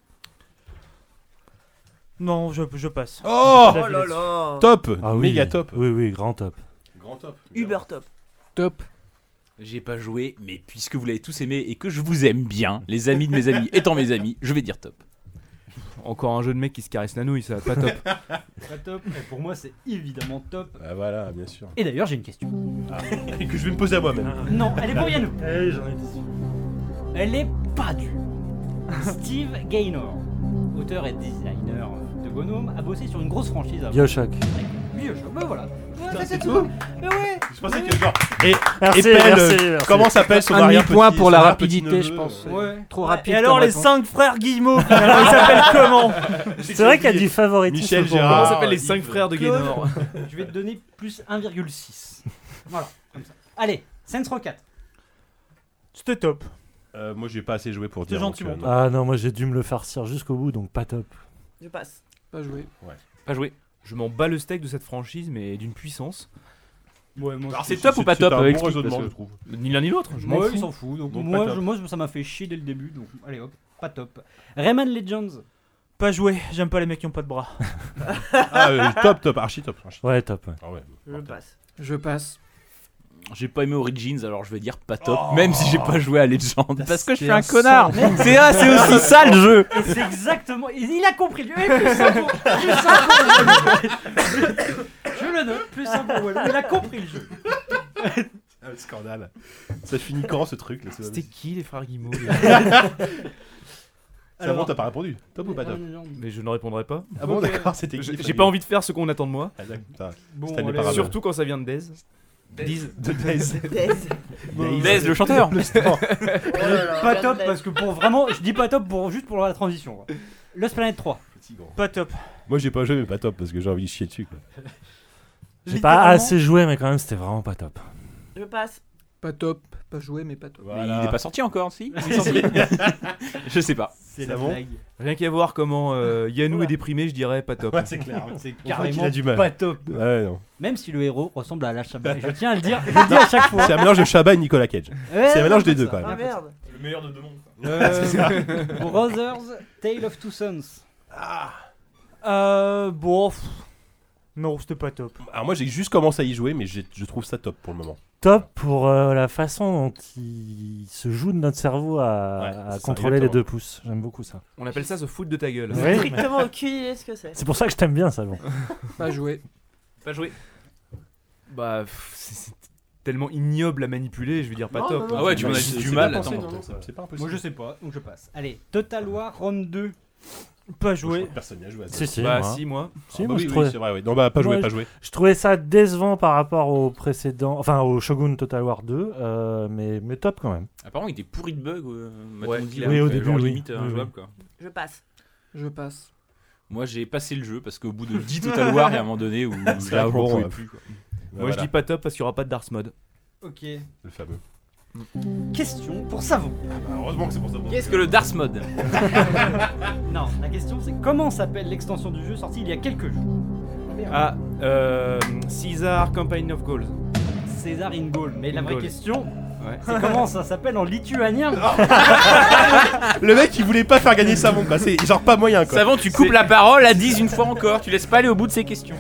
[SPEAKER 3] Non, je, je passe.
[SPEAKER 2] Oh
[SPEAKER 7] Oh là là.
[SPEAKER 2] Top
[SPEAKER 6] Ah oui.
[SPEAKER 2] Méga top
[SPEAKER 6] Oui, oui, grand top.
[SPEAKER 2] Grand top.
[SPEAKER 7] Uber top.
[SPEAKER 10] Top.
[SPEAKER 4] J'ai pas joué, mais puisque vous l'avez tous aimé et que je vous aime bien, les amis de mes amis étant mes amis, je vais dire top.
[SPEAKER 5] Encore un jeu de mec qui se caresse la nouille, ça va pas top.
[SPEAKER 9] Pas top. Et pour moi, c'est évidemment top.
[SPEAKER 2] Bah voilà, bien sûr.
[SPEAKER 9] Et d'ailleurs, j'ai une question.
[SPEAKER 2] Et que je vais me poser à moi-même.
[SPEAKER 9] Non, elle est pour Yannou. Elle est pas due. Steve Gaynor, auteur et designer de bonhomme a bossé sur une grosse franchise. avant.
[SPEAKER 6] Bioshock.
[SPEAKER 9] Bioshock, bah voilà. Ouais,
[SPEAKER 2] Putain,
[SPEAKER 9] ça,
[SPEAKER 2] c'est
[SPEAKER 9] c'est
[SPEAKER 2] tout
[SPEAKER 9] tout. Mais ouais.
[SPEAKER 2] Je pensais que genre. Et,
[SPEAKER 6] Merci,
[SPEAKER 2] et Pell,
[SPEAKER 6] merci,
[SPEAKER 2] euh,
[SPEAKER 6] merci.
[SPEAKER 2] comment s'appelle son
[SPEAKER 10] Un
[SPEAKER 2] arrière
[SPEAKER 10] demi-point
[SPEAKER 2] petit-
[SPEAKER 10] pour
[SPEAKER 2] son
[SPEAKER 10] la
[SPEAKER 2] arrière
[SPEAKER 10] rapidité,
[SPEAKER 2] petit-neveu,
[SPEAKER 10] je pense.
[SPEAKER 2] euh,
[SPEAKER 9] Ouais.
[SPEAKER 10] Trop rapide.
[SPEAKER 3] Et alors
[SPEAKER 10] comme
[SPEAKER 3] les
[SPEAKER 10] réponse.
[SPEAKER 3] cinq frères Guillemot, finalement, ils s'appellent comment
[SPEAKER 6] C'est vrai qu'il y a du favoritisme.
[SPEAKER 2] Michel
[SPEAKER 6] pour moi.
[SPEAKER 2] Gérard.
[SPEAKER 5] Comment
[SPEAKER 2] Ah,
[SPEAKER 5] s'appellent les
[SPEAKER 2] il
[SPEAKER 5] 5
[SPEAKER 2] faut-
[SPEAKER 5] frères de
[SPEAKER 9] Claude.
[SPEAKER 5] Guénor
[SPEAKER 9] Je vais te donner plus 1,6. voilà, comme ça. Allez, Saints Row 4.
[SPEAKER 3] C'était top.
[SPEAKER 2] Euh, moi, j'ai pas assez joué pour
[SPEAKER 3] C'est
[SPEAKER 2] dire.
[SPEAKER 3] gentiment.
[SPEAKER 2] donc, euh, non.
[SPEAKER 6] Ah non, moi j'ai dû me le farcir jusqu'au bout, donc pas top.
[SPEAKER 7] Je passe.
[SPEAKER 10] Pas joué.
[SPEAKER 4] Pas joué.
[SPEAKER 5] Je m'en bats le steak de cette franchise, mais d'une puissance.
[SPEAKER 9] Ouais, moi,
[SPEAKER 4] Alors, c'est top ou pas top
[SPEAKER 2] un
[SPEAKER 4] euh,
[SPEAKER 2] bon
[SPEAKER 4] explique,
[SPEAKER 2] raisonnement,
[SPEAKER 4] parce
[SPEAKER 2] je
[SPEAKER 4] que-
[SPEAKER 2] trouve.
[SPEAKER 5] Ni l'un ni l'autre.
[SPEAKER 9] je
[SPEAKER 5] Je
[SPEAKER 9] m'en
[SPEAKER 5] m'en
[SPEAKER 9] fous.
[SPEAKER 5] fous.
[SPEAKER 9] donc,
[SPEAKER 2] Donc, pas
[SPEAKER 9] moi,
[SPEAKER 2] top.
[SPEAKER 9] je- moi, ça m'a fait chier dès le début, donc allez hop, pas top. Rayman Legends.
[SPEAKER 3] Pas joué, j'aime pas les mecs qui ont pas de bras.
[SPEAKER 2] Ah, euh, top, top, archi top. archi top.
[SPEAKER 6] Ouais, top. ouais.
[SPEAKER 2] Ah ouais.
[SPEAKER 7] Je
[SPEAKER 2] Mortel.
[SPEAKER 7] passe.
[SPEAKER 10] Je passe.
[SPEAKER 4] J'ai pas aimé Origins, alors je vais dire pas top,
[SPEAKER 2] Oh.
[SPEAKER 4] même si j'ai pas joué à Legend. Parce que je suis
[SPEAKER 10] c'était
[SPEAKER 4] un
[SPEAKER 10] un
[SPEAKER 4] connard. C'est ah, c'est aussi ça le jeu.
[SPEAKER 9] Et c'est exactement. Il, il a compris. Lui, Eh, plus un pour- plus un pour- Je le note, plus un pour Walou. Il a compris le jeu.
[SPEAKER 2] Ah, le scandale. Ça finit quand ce truc là,
[SPEAKER 5] C'était qui les frères Guimau
[SPEAKER 2] Ça bon, t'as pas répondu. Top ou pas top
[SPEAKER 9] Rayman Legends.
[SPEAKER 5] Mais je ne répondrai pas.
[SPEAKER 2] Ah bon,
[SPEAKER 9] Ok.
[SPEAKER 2] d'accord, c'était qui
[SPEAKER 5] J'ai
[SPEAKER 2] Fabien
[SPEAKER 5] j'ai pas envie de faire ce qu'on attend de moi.
[SPEAKER 2] Ah, d'accord, putain.
[SPEAKER 9] Bon,
[SPEAKER 2] Stanley
[SPEAKER 9] allez,
[SPEAKER 2] Parable.
[SPEAKER 9] euh,
[SPEAKER 5] Surtout quand ça vient de Dez.
[SPEAKER 2] De Days.
[SPEAKER 7] Days.
[SPEAKER 4] Days, le chanteur.
[SPEAKER 7] Oh là là,
[SPEAKER 9] Pas
[SPEAKER 7] regarde
[SPEAKER 9] top
[SPEAKER 7] Days.
[SPEAKER 9] parce que pour vraiment, je dis pas top pour juste pour la transition. quoi. Lost Planet 3.
[SPEAKER 2] Fatigant.
[SPEAKER 3] Pas top.
[SPEAKER 2] Moi j'ai pas joué mais pas top parce que j'ai envie de chier dessus quoi.
[SPEAKER 6] J'ai pas
[SPEAKER 3] Littéralement,
[SPEAKER 6] assez joué, mais quand même c'était vraiment pas top.
[SPEAKER 7] Je passe.
[SPEAKER 10] Pas top. Pas joué, mais pas top.
[SPEAKER 4] Il est pas sorti encore, si Il est sorti Je sais pas.
[SPEAKER 9] C'est
[SPEAKER 2] la bon
[SPEAKER 9] blague.
[SPEAKER 5] Rien qu'à voir comment euh, Yannou est déprimé, je dirais pas top.
[SPEAKER 2] Ouais, c'est clair.
[SPEAKER 9] C'est
[SPEAKER 2] qu'il
[SPEAKER 9] carrément
[SPEAKER 2] a du mal.
[SPEAKER 9] pas top.
[SPEAKER 2] Ouais, non.
[SPEAKER 9] Même si le héros ressemble à la Chabat. Je tiens à le dire, je le dis à chaque fois.
[SPEAKER 2] C'est un mélange de Chabat et Nicolas Cage. c'est un mélange des deux, quand
[SPEAKER 7] Ah merde.
[SPEAKER 4] Le meilleur de deux mondes.
[SPEAKER 9] Brothers, Tale of Two Sons.
[SPEAKER 3] Euh, bon. pff, Non, c'était pas top.
[SPEAKER 2] Alors moi j'ai juste commencé à y jouer mais j'ai- je trouve ça top pour le moment.
[SPEAKER 6] Top pour euh, la façon dont il se joue de notre cerveau à,
[SPEAKER 2] Ouais,
[SPEAKER 6] à
[SPEAKER 2] c'est ça,
[SPEAKER 6] contrôler les
[SPEAKER 2] exactement.
[SPEAKER 6] deux pouces. J'aime beaucoup ça.
[SPEAKER 5] On appelle ça se foutre de ta gueule.
[SPEAKER 6] Ouais.
[SPEAKER 7] Strictement aucune idée ce que c'est.
[SPEAKER 6] C'est pour ça que je t'aime bien, ça. Bon.
[SPEAKER 10] Pas joué.
[SPEAKER 5] Pas joué. Bah, pff, c'est c'est tellement ignoble à manipuler, je vais dire pas
[SPEAKER 10] Non,
[SPEAKER 5] top.
[SPEAKER 10] non, non,
[SPEAKER 4] Ah ouais, tu
[SPEAKER 2] Bah,
[SPEAKER 4] m'en as
[SPEAKER 2] c'est-
[SPEAKER 4] dit du
[SPEAKER 2] c'est
[SPEAKER 4] mal.
[SPEAKER 2] pas pensé,
[SPEAKER 4] Attends.
[SPEAKER 2] non, non, C'est pas impossible.
[SPEAKER 9] Moi je sais pas, donc je passe. Allez, Total War Rome 2.
[SPEAKER 3] Pas
[SPEAKER 2] Je crois
[SPEAKER 3] joué.
[SPEAKER 2] que Personne n'y a joué à ça.
[SPEAKER 6] Si, si.
[SPEAKER 5] Bah,
[SPEAKER 6] moi.
[SPEAKER 5] si, moi.
[SPEAKER 2] Ah,
[SPEAKER 6] Si,
[SPEAKER 2] bah
[SPEAKER 6] moi,
[SPEAKER 2] oui,
[SPEAKER 6] je,
[SPEAKER 2] oui,
[SPEAKER 6] trouvais,
[SPEAKER 2] c'est vrai, oui. Non, bah, pas joué,
[SPEAKER 6] Moi,
[SPEAKER 2] pas joué.
[SPEAKER 6] je trouvais ça décevant par rapport au précédent, enfin au Shogun Total War 2, euh, mais, mais top quand même.
[SPEAKER 4] Apparemment, il était pourri de bugs. euh,
[SPEAKER 5] Ouais.
[SPEAKER 4] Matt Moody, là,
[SPEAKER 6] Oui, au
[SPEAKER 4] genre
[SPEAKER 6] début, oui.
[SPEAKER 4] limite euh,
[SPEAKER 6] Oui, oui.
[SPEAKER 4] injouable, quoi.
[SPEAKER 7] Je passe.
[SPEAKER 10] Je passe.
[SPEAKER 4] Moi, j'ai passé le jeu parce qu'au bout de 10 Total War, il y a un moment donné où là,
[SPEAKER 2] vrai,
[SPEAKER 4] j'en
[SPEAKER 2] bon,
[SPEAKER 4] pouvais
[SPEAKER 2] euh,
[SPEAKER 4] plus. quoi.
[SPEAKER 5] moi, je dis pas top parce qu'il y aura pas de Darth Mode.
[SPEAKER 9] Ok.
[SPEAKER 2] Le fameux.
[SPEAKER 9] Question pour Savon.
[SPEAKER 2] heureusement que c'est pour ça.
[SPEAKER 4] Qu'est-ce que le Darth Mode
[SPEAKER 9] Non, la question c'est comment s'appelle l'extension du jeu sortie il y a quelques jours
[SPEAKER 5] Ah, euh. Caesar Campaign of Goals.
[SPEAKER 9] César in Gaul. Mais la vraie
[SPEAKER 5] Gaul.
[SPEAKER 9] question,
[SPEAKER 5] Ouais. Ah
[SPEAKER 9] c'est comment ça s'appelle en lituanien
[SPEAKER 2] Ah, Le mec il voulait pas faire gagner sa bombe. Bah, c'est genre pas moyen quoi.
[SPEAKER 4] Savant, tu coupes la parole à 10 une fois encore. Tu laisses pas aller au bout de ces questions.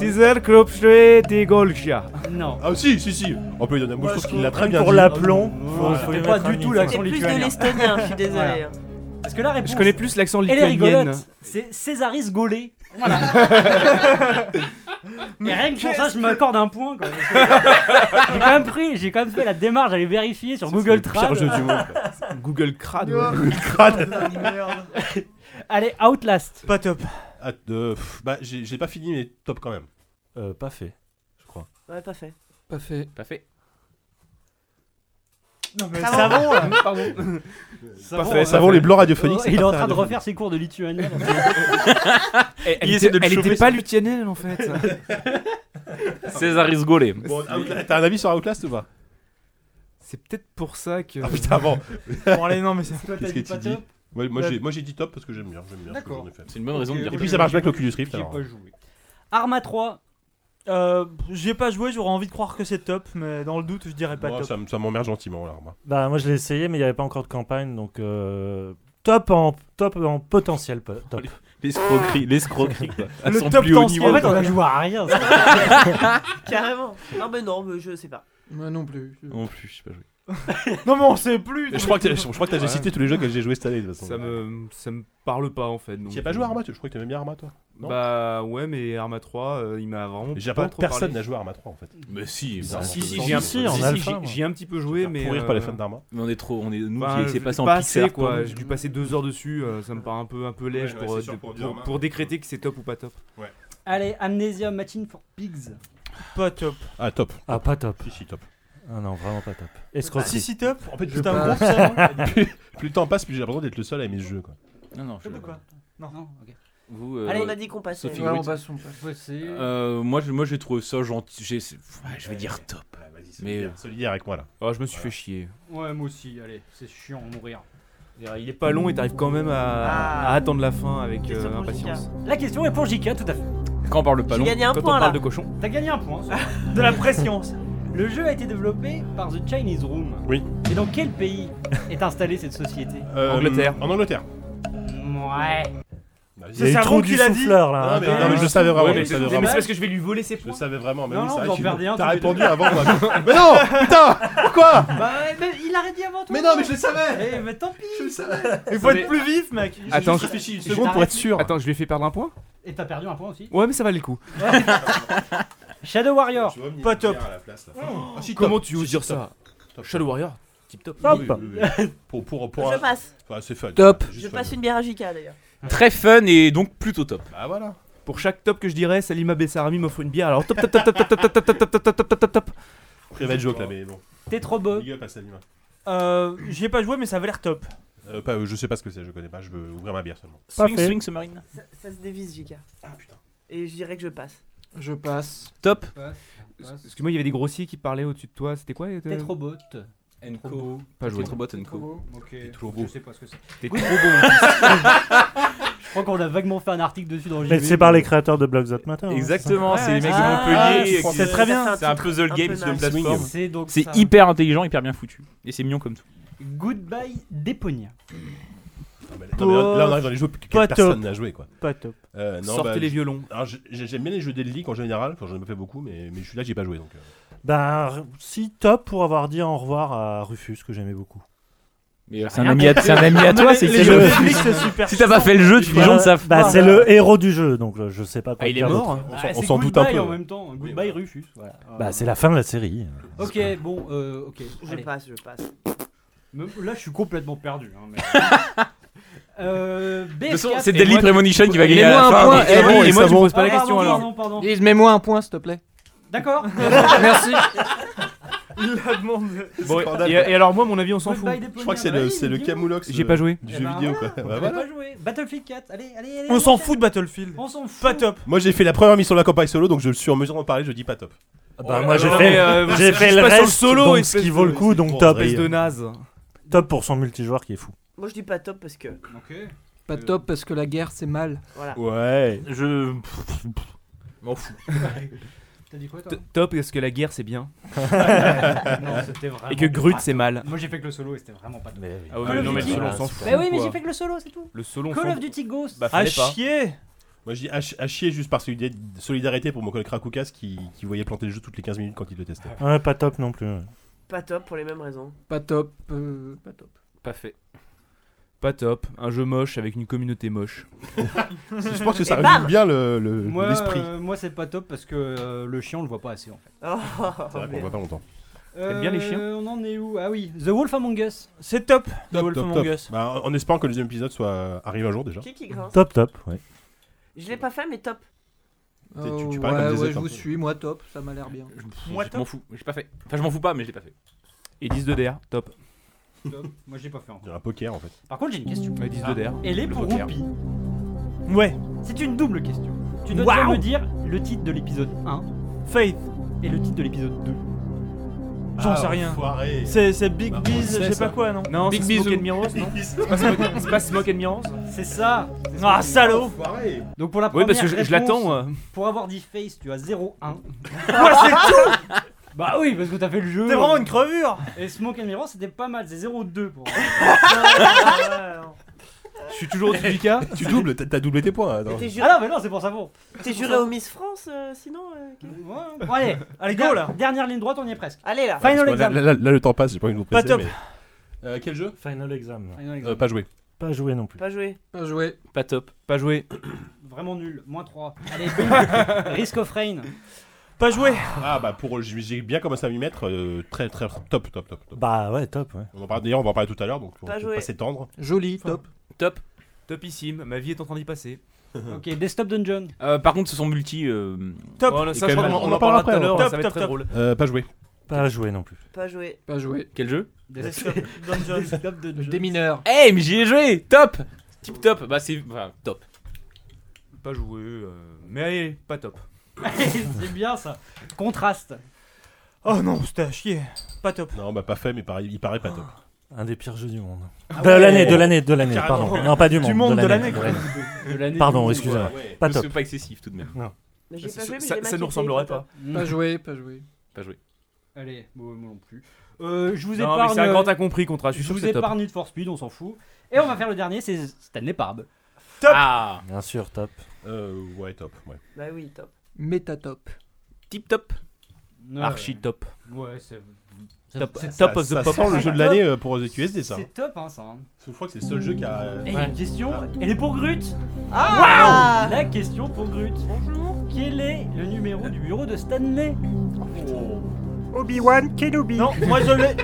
[SPEAKER 5] Caesar Klopsche de Golgia.
[SPEAKER 9] Non.
[SPEAKER 2] Ah, si, si, si. On peut lui donner un mot. Je trouve qu'il l'a très bien
[SPEAKER 6] Pour
[SPEAKER 2] dit.
[SPEAKER 6] l'aplomb, faut,
[SPEAKER 2] Voilà.
[SPEAKER 6] faut lui
[SPEAKER 9] Pas
[SPEAKER 6] mettre
[SPEAKER 9] du
[SPEAKER 6] un
[SPEAKER 9] tout
[SPEAKER 6] mini-
[SPEAKER 7] C'est
[SPEAKER 9] l'action
[SPEAKER 7] plus de
[SPEAKER 9] lituanienne.
[SPEAKER 7] l'estonien, je suis désolé. hein.
[SPEAKER 9] Parce que la réponse.
[SPEAKER 5] Je connais plus l'accent
[SPEAKER 9] Elle est
[SPEAKER 5] lituanien.
[SPEAKER 9] rigolote. C'est Césaris Gaulé. Voilà. Mais rien que pour ça, je m'accorde un point. quoi. J'ai quand même pris, j'ai quand même fait la démarche, j'allais vérifier sur Google Trad.
[SPEAKER 5] Pire jeu du monde. quoi. Google Crad. ouais.
[SPEAKER 9] Allez, Outlast.
[SPEAKER 3] Pas top.
[SPEAKER 2] Ah, de- pff, Bah, j'ai j'ai pas fini, mais top quand même.
[SPEAKER 6] Euh, pas fait.
[SPEAKER 7] Ouais, pas fait.
[SPEAKER 10] Pas fait.
[SPEAKER 4] Pas fait.
[SPEAKER 7] Savon.
[SPEAKER 9] Pardon.
[SPEAKER 5] Pas
[SPEAKER 9] Savon,
[SPEAKER 5] fait,
[SPEAKER 9] euh,
[SPEAKER 5] ça
[SPEAKER 2] Savons les blancs radiophoniques. c'est
[SPEAKER 9] il est
[SPEAKER 2] pas
[SPEAKER 9] en
[SPEAKER 2] très
[SPEAKER 9] train de
[SPEAKER 2] radiophonique.
[SPEAKER 9] refaire ses cours de lituanien.
[SPEAKER 5] Elle,
[SPEAKER 4] Il essaie de le
[SPEAKER 5] elle
[SPEAKER 4] chauffer,
[SPEAKER 5] était pas lituanienne en fait.
[SPEAKER 4] Césaris Gaulé.
[SPEAKER 2] Bon, Outla- Ah, T'as un avis sur Outlast ou pas
[SPEAKER 5] C'est peut-être pour ça que.
[SPEAKER 2] Ah putain, bon.
[SPEAKER 3] Bon, allez, non, mais c'est.
[SPEAKER 2] Qu'est-ce que tu dis Ouais, Moi, j'ai- moi j'ai dit top parce que j'aime bien. J'aime bien. ce que
[SPEAKER 9] D'accord.
[SPEAKER 2] j'en ai fait.
[SPEAKER 4] C'est une bonne raison de
[SPEAKER 2] Et
[SPEAKER 4] dire.
[SPEAKER 2] puis ça marche bien avec l'Oculus Rift.
[SPEAKER 9] J'ai
[SPEAKER 2] alors.
[SPEAKER 9] pas joué.
[SPEAKER 3] Arma 3. Euh, j'ai pas joué, j'aurais envie de croire que c'est top, mais dans le doute, je dirais pas
[SPEAKER 2] Moi,
[SPEAKER 3] top.
[SPEAKER 2] ça m- ça m'emmerde gentiment là. moi.
[SPEAKER 6] Bah moi je l'ai essayé, mais il n'y avait pas encore de campagne, donc euh, top en top en potentiel po- top.
[SPEAKER 4] L'escroquerie, l'escroquerie, quoi. À
[SPEAKER 3] Le
[SPEAKER 4] son
[SPEAKER 3] top
[SPEAKER 4] plus haut
[SPEAKER 3] tension.
[SPEAKER 4] niveau.
[SPEAKER 9] En fait, on a joué à rien. ça.
[SPEAKER 7] Carrément. Non, mais non, mais je sais pas.
[SPEAKER 10] Moi non plus.
[SPEAKER 4] Non plus, je sais pas jouer.
[SPEAKER 3] Non, mais on sait plus.
[SPEAKER 2] Je crois que t'as- je crois que t'as
[SPEAKER 5] Ouais.
[SPEAKER 2] cité tous les jeux que j'ai joué cette année de toute façon.
[SPEAKER 5] Ça me, ça me parle pas en fait. donc-
[SPEAKER 2] Tu y as pas joué à Arma toi Je crois que t'aimais bien Arma toi. Non
[SPEAKER 5] Bah ouais, mais Arma 3, euh, il m'a vraiment.
[SPEAKER 2] J'ai
[SPEAKER 5] pas
[SPEAKER 2] pas-
[SPEAKER 5] trop
[SPEAKER 2] personne
[SPEAKER 5] parlé.
[SPEAKER 2] n'a joué à Arma 3, en fait.
[SPEAKER 4] Mais si,
[SPEAKER 5] Si,
[SPEAKER 4] bizarrement.
[SPEAKER 5] si, si,
[SPEAKER 4] Sans
[SPEAKER 5] j'ai un,
[SPEAKER 4] doute.
[SPEAKER 5] si,
[SPEAKER 4] En
[SPEAKER 5] si,
[SPEAKER 4] alpha,
[SPEAKER 5] j'ai-
[SPEAKER 4] moi.
[SPEAKER 5] j'ai un petit peu joué, mais. euh,
[SPEAKER 2] Pourrir par les fans d'Arma.
[SPEAKER 4] Mais on est trop, on est nous
[SPEAKER 5] Bah,
[SPEAKER 4] qui s'est
[SPEAKER 5] je-
[SPEAKER 4] passé en
[SPEAKER 5] pas
[SPEAKER 4] pixel
[SPEAKER 5] assez,
[SPEAKER 4] art,
[SPEAKER 5] quoi.
[SPEAKER 4] quoi.
[SPEAKER 5] J'ai dû passer deux heures dessus, euh, ça me paraît un peu, un peu léger
[SPEAKER 2] Ouais, ouais,
[SPEAKER 5] pour,
[SPEAKER 2] c'est
[SPEAKER 5] euh,
[SPEAKER 2] sûr,
[SPEAKER 5] de-
[SPEAKER 2] pour
[SPEAKER 5] pour,
[SPEAKER 2] dire, Arma,
[SPEAKER 5] pour décréter que c'est top ou pas top.
[SPEAKER 9] Allez, Amnesia Machine for Pigs.
[SPEAKER 3] Pas top.
[SPEAKER 2] Ah, top.
[SPEAKER 6] Ah, pas top.
[SPEAKER 2] Si, si, top.
[SPEAKER 6] Ah non, vraiment pas top.
[SPEAKER 3] Ah,
[SPEAKER 6] Escroquerie.
[SPEAKER 3] si, si, top.
[SPEAKER 2] En fait, plus,
[SPEAKER 3] C'est un
[SPEAKER 2] le temps-
[SPEAKER 3] gros ça.
[SPEAKER 2] plus, plus le temps passe, plus j'ai l'impression d'être le seul à aimer ce jeu. Quoi.
[SPEAKER 4] Non, non, je-
[SPEAKER 3] Top ou quoi Non.
[SPEAKER 9] Non, ok.
[SPEAKER 4] vous, euh,
[SPEAKER 7] Allez, on a dit qu'on passait.
[SPEAKER 4] Sophie
[SPEAKER 10] Ouais, on
[SPEAKER 4] Gruit.
[SPEAKER 10] passe, on passe.
[SPEAKER 4] Euh, moi, je- moi, j'ai trouvé ça gentil. j'ai- c'est- ouais, je vais dire top.
[SPEAKER 2] Vas-y,
[SPEAKER 4] solidaire.
[SPEAKER 2] solidaire, avec moi là.
[SPEAKER 4] Ah,
[SPEAKER 5] Oh, je me suis fait chier.
[SPEAKER 9] Ouais, moi aussi, allez, c'est chiant à mourir.
[SPEAKER 5] Il est pas long et t'arrives quand même à,
[SPEAKER 7] Ah.
[SPEAKER 5] à attendre la fin avec
[SPEAKER 7] Question hein.
[SPEAKER 5] euh,
[SPEAKER 7] pour
[SPEAKER 5] impatience.
[SPEAKER 9] La question est pour JK, tout à fait.
[SPEAKER 4] Quand on parle pas
[SPEAKER 7] J'ai
[SPEAKER 4] long.
[SPEAKER 7] gagné un
[SPEAKER 5] Quand on
[SPEAKER 7] point là.
[SPEAKER 5] parle de cochon,
[SPEAKER 9] T'as gagné un point. ça.
[SPEAKER 3] De la pression.
[SPEAKER 9] Le jeu a été développé par The Chinese Room.
[SPEAKER 2] Oui.
[SPEAKER 9] Et dans quel pays est installée cette société
[SPEAKER 5] Angleterre.
[SPEAKER 2] En Angleterre.
[SPEAKER 9] Ouais.
[SPEAKER 2] Vas-y.
[SPEAKER 6] Il y
[SPEAKER 3] C'est
[SPEAKER 6] a eu
[SPEAKER 3] un
[SPEAKER 6] trop
[SPEAKER 3] bon
[SPEAKER 6] du
[SPEAKER 3] qu'il a dit.
[SPEAKER 6] souffleur là.
[SPEAKER 2] Non,
[SPEAKER 6] hein,
[SPEAKER 2] Ah, mais,
[SPEAKER 6] quand
[SPEAKER 2] non, mais
[SPEAKER 6] même.
[SPEAKER 2] je le savais vraiment.
[SPEAKER 5] Ouais,
[SPEAKER 2] je
[SPEAKER 5] mais
[SPEAKER 2] le savais
[SPEAKER 5] c'est
[SPEAKER 2] vraiment.
[SPEAKER 5] mais c'est parce que je vais lui voler ses
[SPEAKER 2] Je le
[SPEAKER 5] points.
[SPEAKER 2] savais vraiment. mais
[SPEAKER 9] Non,
[SPEAKER 2] oui,
[SPEAKER 9] non,
[SPEAKER 2] c'est
[SPEAKER 9] vous
[SPEAKER 2] vrai
[SPEAKER 9] en
[SPEAKER 2] que
[SPEAKER 9] perdez
[SPEAKER 2] tu-
[SPEAKER 9] un
[SPEAKER 2] T'as
[SPEAKER 9] tous les
[SPEAKER 2] répondu avant. moi. mais non, putain Pourquoi
[SPEAKER 9] Bah, il a dit avant toi.
[SPEAKER 2] Mais non, mais je le savais
[SPEAKER 9] Eh, mais tant pis.
[SPEAKER 2] Je le savais Ah,
[SPEAKER 3] Il faut être plus vif, mec.
[SPEAKER 5] Attends,
[SPEAKER 2] Je réfléchis une
[SPEAKER 9] je
[SPEAKER 2] seconde pour être sûr.
[SPEAKER 5] Attends, je lui ai fait perdre un point
[SPEAKER 9] Et t'as perdu un point aussi.
[SPEAKER 5] Ouais, mais ça valait le coup.
[SPEAKER 9] Shadow Warrior.
[SPEAKER 2] Je vois venir
[SPEAKER 3] Pas top.
[SPEAKER 2] à la place, là. Ah, si,
[SPEAKER 5] Comment
[SPEAKER 2] top.
[SPEAKER 5] tu oses
[SPEAKER 2] Si,
[SPEAKER 5] dire
[SPEAKER 2] si, top.
[SPEAKER 5] ça
[SPEAKER 2] Top.
[SPEAKER 5] Shadow Warrior, tip top.
[SPEAKER 2] Oui, oui, oui, oui. Pour pour pour.
[SPEAKER 7] Je passe.
[SPEAKER 2] Enfin, c'est fun.
[SPEAKER 4] Top.
[SPEAKER 2] C'est juste
[SPEAKER 7] Je
[SPEAKER 2] fun.
[SPEAKER 7] passe une bière à Jika d'ailleurs.
[SPEAKER 4] Très fun et donc plutôt top.
[SPEAKER 2] Bah voilà.
[SPEAKER 5] Pour chaque top que je dirais, Salima Bessarami m'offre une bière. Alors top top top top top top top top top top top top top top top.
[SPEAKER 2] Private joke là, mais bon.
[SPEAKER 9] T'es trop beau.
[SPEAKER 2] Big up à Salima.
[SPEAKER 3] Euh, J'y ai pas joué, mais ça avait l'air top.
[SPEAKER 2] Euh, pas, euh, je sais pas ce que c'est, je connais pas, je veux ouvrir ma bière seulement.
[SPEAKER 4] Swing,
[SPEAKER 6] fait.
[SPEAKER 4] swing, submarine.
[SPEAKER 7] Ça, ça se dévisse Jika.
[SPEAKER 2] Ah putain.
[SPEAKER 7] Et je dirais que je passe.
[SPEAKER 10] Je passe.
[SPEAKER 4] Top.
[SPEAKER 5] Excuse-moi, il y avait des grossiers qui parlaient au-dessus de toi. C'était quoi euh,
[SPEAKER 9] T'es trop beau.
[SPEAKER 4] Enco.
[SPEAKER 5] Pas joué.
[SPEAKER 4] Petrobot
[SPEAKER 9] Trop
[SPEAKER 4] Enco.
[SPEAKER 9] beau. Ok.
[SPEAKER 2] trop beau.
[SPEAKER 9] Je sais pas ce que c'est.
[SPEAKER 5] T'es
[SPEAKER 9] Oui.
[SPEAKER 5] trop beau.
[SPEAKER 9] Je crois qu'on a vaguement fait un article dessus dans le
[SPEAKER 6] Mais
[SPEAKER 9] JV.
[SPEAKER 6] c'est par les créateurs de Blogs That Matter. hein,
[SPEAKER 4] Exactement, c'est les mecs de
[SPEAKER 3] Ah,
[SPEAKER 4] Montpellier.
[SPEAKER 3] c'est
[SPEAKER 4] qui-
[SPEAKER 3] très bien.
[SPEAKER 4] C'est un puzzle
[SPEAKER 7] un
[SPEAKER 4] game
[SPEAKER 7] peu
[SPEAKER 4] de
[SPEAKER 7] nice.
[SPEAKER 4] plateforme.
[SPEAKER 9] C'est donc
[SPEAKER 4] C'est
[SPEAKER 9] ça.
[SPEAKER 4] hyper intelligent, hyper bien foutu. Et c'est mignon comme tout.
[SPEAKER 9] Goodbye Déponia.
[SPEAKER 2] Non, mais là, non, mais là, là, on arrive dans les jeux que
[SPEAKER 3] Pas
[SPEAKER 2] personne n'a joué quoi.
[SPEAKER 3] Pas top.
[SPEAKER 2] Euh, non,
[SPEAKER 5] Sortez
[SPEAKER 2] bah,
[SPEAKER 5] les
[SPEAKER 2] je-
[SPEAKER 5] violons.
[SPEAKER 2] alors, j'ai- j'aime bien les jeux d'Ellic en général, quand j'en ai pas fait beaucoup, mais, mais je suis là, j'ai pas joué donc. euh.
[SPEAKER 6] ça. Ben, r- si, top pour avoir dit au revoir à Rufus, que j'aimais beaucoup.
[SPEAKER 4] Mais euh, c'est un ami à c'est un ami à toi, c'est
[SPEAKER 3] Les
[SPEAKER 4] c'est
[SPEAKER 3] jeux
[SPEAKER 4] le.
[SPEAKER 3] Netflix, c'est super.
[SPEAKER 4] Si t'as pas fait le jeu, tu les gens ne
[SPEAKER 6] Euh,
[SPEAKER 4] savent
[SPEAKER 6] bah,
[SPEAKER 4] pas.
[SPEAKER 6] c'est le héros du jeu, donc euh, je sais pas quoi
[SPEAKER 5] Ah, il est
[SPEAKER 6] dire d'autre.
[SPEAKER 5] mort.
[SPEAKER 2] On
[SPEAKER 9] Ah,
[SPEAKER 2] s'en- on
[SPEAKER 9] c'est
[SPEAKER 2] s'en doute un
[SPEAKER 9] goodbye
[SPEAKER 2] peu.
[SPEAKER 9] en même temps. Goodbye
[SPEAKER 2] voilà.
[SPEAKER 9] Rufus. Voilà.
[SPEAKER 6] Bah, c'est la fin de la série.
[SPEAKER 9] Ok, bon, euh, ok.
[SPEAKER 7] Je
[SPEAKER 9] allez.
[SPEAKER 7] passe, je passe.
[SPEAKER 9] Même- Là, je suis complètement perdu. hein, mais- euh,
[SPEAKER 4] De toute façon,
[SPEAKER 9] BF4.
[SPEAKER 4] c'est Deadly Premonition qui va gagner
[SPEAKER 10] Mets-moi
[SPEAKER 4] à
[SPEAKER 10] un
[SPEAKER 4] la
[SPEAKER 10] point,
[SPEAKER 4] fin.
[SPEAKER 10] eh oui,
[SPEAKER 5] Et moi, je
[SPEAKER 10] bon.
[SPEAKER 5] pose pas la
[SPEAKER 9] Ah,
[SPEAKER 5] question
[SPEAKER 9] pardon,
[SPEAKER 5] alors.
[SPEAKER 9] pardon, pardon.
[SPEAKER 10] Lise, mets-moi un point, s'il te plaît.
[SPEAKER 9] D'accord.
[SPEAKER 10] Merci.
[SPEAKER 5] Bon, et, et alors moi, mon avis, on s'en fout.
[SPEAKER 2] Je crois que
[SPEAKER 9] bah
[SPEAKER 2] c'est le, c'est le camoulox.
[SPEAKER 5] J'ai
[SPEAKER 2] euh,
[SPEAKER 5] pas joué.
[SPEAKER 2] Du jeu vidéo quoi. Bah,
[SPEAKER 9] On
[SPEAKER 2] voilà.
[SPEAKER 9] pas joué. Battlefield 4. Allez, allez, allez.
[SPEAKER 3] On s'en fout de Battlefield.
[SPEAKER 9] On s'en fout.
[SPEAKER 3] Pas top.
[SPEAKER 2] Moi j'ai fait la première mission de la campagne solo donc je suis en mesure d'en parler, je dis pas top.
[SPEAKER 6] Bah, moi, j'ai
[SPEAKER 5] non, mais,
[SPEAKER 6] fait,
[SPEAKER 5] euh,
[SPEAKER 6] j'ai
[SPEAKER 5] ce
[SPEAKER 6] fait
[SPEAKER 5] qui
[SPEAKER 6] le
[SPEAKER 5] se passe sur
[SPEAKER 6] reste,
[SPEAKER 5] le solo,
[SPEAKER 6] donc ce
[SPEAKER 5] espèce
[SPEAKER 6] qui
[SPEAKER 5] de-
[SPEAKER 6] vaut le coup, donc
[SPEAKER 2] pour
[SPEAKER 6] top.
[SPEAKER 5] Espèce de naze.
[SPEAKER 6] Top pour son multijoueur qui est fou.
[SPEAKER 7] Moi je dis pas top parce que
[SPEAKER 10] Pas top parce que la guerre c'est mal.
[SPEAKER 7] voilà.
[SPEAKER 2] Ouais.
[SPEAKER 4] Je.
[SPEAKER 5] M'en fous.
[SPEAKER 9] T'as dit quoi, toi
[SPEAKER 5] T- Top parce que la guerre c'est bien
[SPEAKER 9] Non, c'était vraiment.
[SPEAKER 5] et que Grut c'est mal.
[SPEAKER 9] Moi, j'ai fait que le solo et c'était vraiment pas top.
[SPEAKER 5] Ah
[SPEAKER 9] Call of
[SPEAKER 5] non mais le
[SPEAKER 9] Duty.
[SPEAKER 5] solo on s'en fout.
[SPEAKER 9] Bah oui, mais
[SPEAKER 5] quoi.
[SPEAKER 9] j'ai fait que le solo, c'est tout.
[SPEAKER 5] Le solo on
[SPEAKER 9] Call
[SPEAKER 5] s'en
[SPEAKER 9] of Duty Ghost.
[SPEAKER 5] Bah
[SPEAKER 3] À
[SPEAKER 5] fallait pas.
[SPEAKER 3] chier.
[SPEAKER 2] Moi je dis à, ch- à chier E juste par solida- solidarité pour mon collègue Krakoukas qui, qui voyait planter le jeu toutes les 15 minutes quand il le testait.
[SPEAKER 6] Ouais, pas top non plus. ouais.
[SPEAKER 7] Pas top pour les mêmes raisons.
[SPEAKER 10] Pas top. euh, pas top.
[SPEAKER 4] Ah, Pas fait.
[SPEAKER 5] Pas top. Un jeu moche avec une communauté moche.
[SPEAKER 2] je pense que ça
[SPEAKER 7] Et bam
[SPEAKER 2] résume bien le- le-
[SPEAKER 9] Moi,
[SPEAKER 2] l'esprit.
[SPEAKER 9] euh, moi c'est pas top parce que euh, le chien, on le voit pas assez en fait.
[SPEAKER 7] Oh,
[SPEAKER 2] C'est vrai qu'on
[SPEAKER 7] merde.
[SPEAKER 2] voit pas longtemps.
[SPEAKER 9] T'aimes
[SPEAKER 5] bien les chiens
[SPEAKER 9] On en est où Ah oui, The Wolf Among Us.
[SPEAKER 3] C'est top. The
[SPEAKER 2] Top,
[SPEAKER 3] Wolf
[SPEAKER 2] top,
[SPEAKER 3] Among
[SPEAKER 2] top.
[SPEAKER 3] Us.
[SPEAKER 2] Bah, en- en espérant que le deuxième épisode soit arrive un jour déjà.
[SPEAKER 7] Qui qui grince
[SPEAKER 6] Top, top, ouais.
[SPEAKER 7] Je l'ai pas fait mais top.
[SPEAKER 2] tu- tu
[SPEAKER 10] Euh,
[SPEAKER 2] parles
[SPEAKER 10] ouais,
[SPEAKER 2] comme des
[SPEAKER 10] ouais,
[SPEAKER 2] autres,
[SPEAKER 10] je
[SPEAKER 2] hein.
[SPEAKER 10] vous suis, moi top, ça m'a l'air bien.
[SPEAKER 3] Moi,
[SPEAKER 4] Je m'en fous. J'ai pas fait. Enfin, je m'en fous pas, mais je l'ai pas fait.
[SPEAKER 5] Et 10 de DR. Top.
[SPEAKER 9] Top. Moi, j'ai pas fait encore.
[SPEAKER 2] C'est un poker en fait.
[SPEAKER 9] Par contre, j'ai une question.
[SPEAKER 5] Ouais, 10 de DR.
[SPEAKER 9] Elle est pour
[SPEAKER 5] poker.
[SPEAKER 9] Whoopi.
[SPEAKER 3] Ouais.
[SPEAKER 9] C'est une double question. Tu dois déjà
[SPEAKER 3] Waouh
[SPEAKER 9] me dire le titre de l'épisode 1
[SPEAKER 3] Faith.
[SPEAKER 9] et le titre de l'épisode 2.
[SPEAKER 3] J'en sais rien. C'est c'est Big
[SPEAKER 2] Ah, Bah, on le
[SPEAKER 3] Biz,
[SPEAKER 2] sait,
[SPEAKER 3] je sais
[SPEAKER 2] ça.
[SPEAKER 3] pas quoi, non
[SPEAKER 5] Non,
[SPEAKER 10] Big
[SPEAKER 5] c'est Smoke
[SPEAKER 10] bisous.
[SPEAKER 5] and Mirrors, non C'est pas Smoke- C'est pas Smoke and Mirrors
[SPEAKER 9] C'est ça
[SPEAKER 3] Ah, salaud
[SPEAKER 9] Donc pour la
[SPEAKER 5] Oui,
[SPEAKER 9] première
[SPEAKER 5] parce que je, je
[SPEAKER 9] réponse,
[SPEAKER 5] l'attends. euh.
[SPEAKER 9] Pour avoir dit face, tu as 0-1.
[SPEAKER 3] Quoi, c'est
[SPEAKER 9] Bah oui, parce que t'as fait le jeu.
[SPEAKER 3] t'es vraiment une crevure
[SPEAKER 9] Et Smoke and Mirror, c'était pas mal, c'est 0-2 pour
[SPEAKER 5] Je suis toujours au Jika.
[SPEAKER 2] Tu doubles, t'as- t'as doublé tes points. attends.
[SPEAKER 7] Mais T'es juré,
[SPEAKER 9] Ah non, mais non, c'est pour ça bon.
[SPEAKER 7] t'es juré au Miss France euh, sinon euh, que-
[SPEAKER 9] Bon, allez,
[SPEAKER 3] Allez,
[SPEAKER 9] der-
[SPEAKER 3] go là
[SPEAKER 9] Dernière ligne droite, on y est presque.
[SPEAKER 7] Allez là.
[SPEAKER 2] Parce
[SPEAKER 9] Final
[SPEAKER 2] que là,
[SPEAKER 9] exam.
[SPEAKER 2] là, là- là, le temps passe, j'ai pas envie de vous
[SPEAKER 3] Pas
[SPEAKER 2] presser.
[SPEAKER 3] top.
[SPEAKER 2] mais- Euh, quel jeu
[SPEAKER 6] Final Exam.
[SPEAKER 9] Final
[SPEAKER 2] Euh,
[SPEAKER 9] exam.
[SPEAKER 2] Pas joué.
[SPEAKER 6] Pas joué non plus.
[SPEAKER 7] Pas joué.
[SPEAKER 10] Pas joué.
[SPEAKER 5] Pas top. Pas joué.
[SPEAKER 9] vraiment nul. Moins 3. Allez, Risk of Rain.
[SPEAKER 3] Pas joué
[SPEAKER 2] Ah bah pour j'ai bien commencé à m'y mettre euh, très très top top top. top.
[SPEAKER 6] Bah ouais, top, ouais.
[SPEAKER 2] On en parle d'ailleurs, on va en parler tout à l'heure donc on
[SPEAKER 7] Pas
[SPEAKER 2] va
[SPEAKER 7] joué.
[SPEAKER 2] pas s'étendre.
[SPEAKER 10] Joli, top.
[SPEAKER 4] Top.
[SPEAKER 5] Topissime, ma vie est en train d'y passer.
[SPEAKER 9] Ok, Desktop Dungeon.
[SPEAKER 4] Euh, par contre, ce sont multi. euh,
[SPEAKER 3] Top.
[SPEAKER 5] Voilà, ça,
[SPEAKER 4] Et
[SPEAKER 5] je
[SPEAKER 4] quand
[SPEAKER 5] crois
[SPEAKER 4] même,
[SPEAKER 5] qu'on
[SPEAKER 2] on en
[SPEAKER 5] en
[SPEAKER 2] parlera
[SPEAKER 5] parlera tout à l'heure,
[SPEAKER 3] après,
[SPEAKER 5] ça
[SPEAKER 3] ouais.
[SPEAKER 5] va être très
[SPEAKER 3] Top,
[SPEAKER 5] drôle.
[SPEAKER 2] Euh, pas joué.
[SPEAKER 6] Pas joué non plus.
[SPEAKER 7] Pas joué.
[SPEAKER 10] Pas joué.
[SPEAKER 4] Quel jeu
[SPEAKER 3] Desktop Dungeon.
[SPEAKER 10] Des mineurs.
[SPEAKER 4] Eh, mais j'y ai joué Top Tip top Bah, c'est. Enfin, top.
[SPEAKER 5] Pas joué, euh, mais allez, pas top.
[SPEAKER 9] C'est bien ça. Contraste.
[SPEAKER 3] Oh non, c'était à chier. Pas top.
[SPEAKER 2] Non bah pas fait mais pareil, il paraît pas top.
[SPEAKER 6] Un des pires jeux du monde.
[SPEAKER 5] Ah
[SPEAKER 6] de l'année, de l'année, de l'année,
[SPEAKER 2] Carrément.
[SPEAKER 6] pardon. Non, pas du monde.
[SPEAKER 3] Du monde de l'année,
[SPEAKER 6] de
[SPEAKER 3] quoi.
[SPEAKER 6] Pardon, excusez-moi. Pas
[SPEAKER 4] Parce
[SPEAKER 6] top.
[SPEAKER 4] que Eh, pas excessif tout de même.
[SPEAKER 7] Mais j'ai
[SPEAKER 5] Ça,
[SPEAKER 7] pas joué, mais j'ai
[SPEAKER 5] ça- ça
[SPEAKER 7] maquetté,
[SPEAKER 5] nous ressemblerait
[SPEAKER 7] quoi.
[SPEAKER 5] pas.
[SPEAKER 9] Hmm.
[SPEAKER 10] Pas joué, pas joué.
[SPEAKER 4] Pas joué.
[SPEAKER 9] Allez, bon, moi non plus. Euh, je vous
[SPEAKER 5] Non, mais
[SPEAKER 9] épargne.
[SPEAKER 5] c'est un grand incompris contrat, je suis
[SPEAKER 9] je
[SPEAKER 5] sûr que
[SPEAKER 9] vous
[SPEAKER 5] c'est top.
[SPEAKER 9] épargne Need for Speed, on s'en fout. Et on va faire le dernier, c'est Stanley Parb.
[SPEAKER 4] Ah
[SPEAKER 6] Bien sûr, top.
[SPEAKER 2] Euh, ouais top ouais.
[SPEAKER 7] Bah oui, top.
[SPEAKER 10] Métatop.
[SPEAKER 4] Tip top
[SPEAKER 9] Ouais.
[SPEAKER 5] Archi top.
[SPEAKER 9] Ouais, c'est
[SPEAKER 5] Top-
[SPEAKER 9] c'est-
[SPEAKER 5] top of
[SPEAKER 2] ça, ça
[SPEAKER 5] the pop.
[SPEAKER 2] sent le jeu de l'année euh, pour les QSD ça.
[SPEAKER 9] C'est top, hein, ça. hein.
[SPEAKER 2] Je crois que c'est le seul jeu qui a.
[SPEAKER 9] Et il y a une question, elle est pour Grut.
[SPEAKER 7] Ah
[SPEAKER 9] La question pour Grut. Bonjour. Quel est le numéro du bureau de Stanley
[SPEAKER 6] Obi-Wan Kenobi.
[SPEAKER 3] Non, moi je l'ai.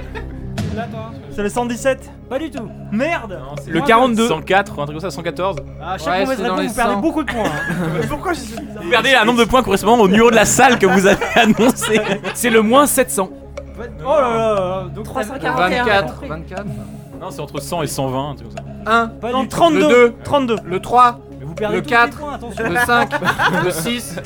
[SPEAKER 9] Là, toi.
[SPEAKER 3] C'est le 117.
[SPEAKER 9] Pas du tout.
[SPEAKER 3] Merde
[SPEAKER 4] Le 42 104 ou un truc comme ça, 114
[SPEAKER 9] Ah, À
[SPEAKER 10] Ouais,
[SPEAKER 9] chaque mauvaise
[SPEAKER 10] c'est dans les
[SPEAKER 9] réponse, vous perdez
[SPEAKER 10] 100.
[SPEAKER 9] beaucoup de points. hein.
[SPEAKER 4] Regardez un nombre de points correspondant au numéro de la salle que vous avez annoncé
[SPEAKER 5] C'est le moins 700.
[SPEAKER 9] Oh là là. là, Donc
[SPEAKER 7] 341.
[SPEAKER 10] 24. 24.
[SPEAKER 4] Non, c'est entre 100 et 120, un truc comme ça.
[SPEAKER 10] 1.
[SPEAKER 9] Pas
[SPEAKER 3] Non,
[SPEAKER 9] du tout.
[SPEAKER 3] 32
[SPEAKER 10] Le deux.
[SPEAKER 3] 32
[SPEAKER 10] Le 3.
[SPEAKER 9] Mais vous perdez
[SPEAKER 10] Le
[SPEAKER 9] tous les
[SPEAKER 10] 4.
[SPEAKER 9] points, attention.
[SPEAKER 10] Le 5. le 6.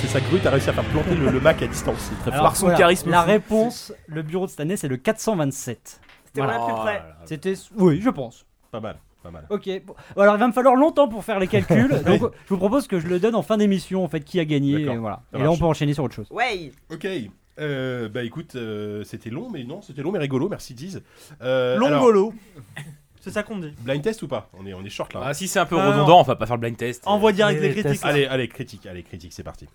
[SPEAKER 2] C'est ça que Grut a réussi à faire planter le, le Mac à distance. C'est très
[SPEAKER 9] Alors,
[SPEAKER 2] fort.
[SPEAKER 5] Par son
[SPEAKER 9] voilà,
[SPEAKER 5] charisme
[SPEAKER 9] La
[SPEAKER 5] fou.
[SPEAKER 9] réponse, le bureau de Stanley, c'est le 427.
[SPEAKER 2] Ah
[SPEAKER 7] C'était vraiment
[SPEAKER 2] Oh
[SPEAKER 7] plus près.
[SPEAKER 9] C'était. Oui, je pense.
[SPEAKER 2] Pas mal pas mal.
[SPEAKER 9] Ok. bon. Alors, il va me falloir longtemps pour faire les calculs. donc, je vous propose que je le donne en fin d'émission, en fait, qui a gagné.
[SPEAKER 2] D'accord,
[SPEAKER 9] Et, voilà.
[SPEAKER 2] ça
[SPEAKER 9] et là, on
[SPEAKER 2] marche.
[SPEAKER 9] peut enchaîner sur autre chose.
[SPEAKER 7] Ouais.
[SPEAKER 2] Ok. Euh, bah écoute, euh, c'était long, mais non, c'était long mais rigolo, merci Diz. Euh, alors,
[SPEAKER 3] Longolo. C'est ça qu'on dit.
[SPEAKER 2] Blind test ou pas on est, on est short là. hein.
[SPEAKER 4] Ah, si c'est un peu
[SPEAKER 3] Ah,
[SPEAKER 4] redondant, on va pas faire le blind test.
[SPEAKER 3] Envoie direct
[SPEAKER 6] les
[SPEAKER 3] les critiques.
[SPEAKER 6] tests.
[SPEAKER 2] allez, allez, critique, allez, critique, c'est parti.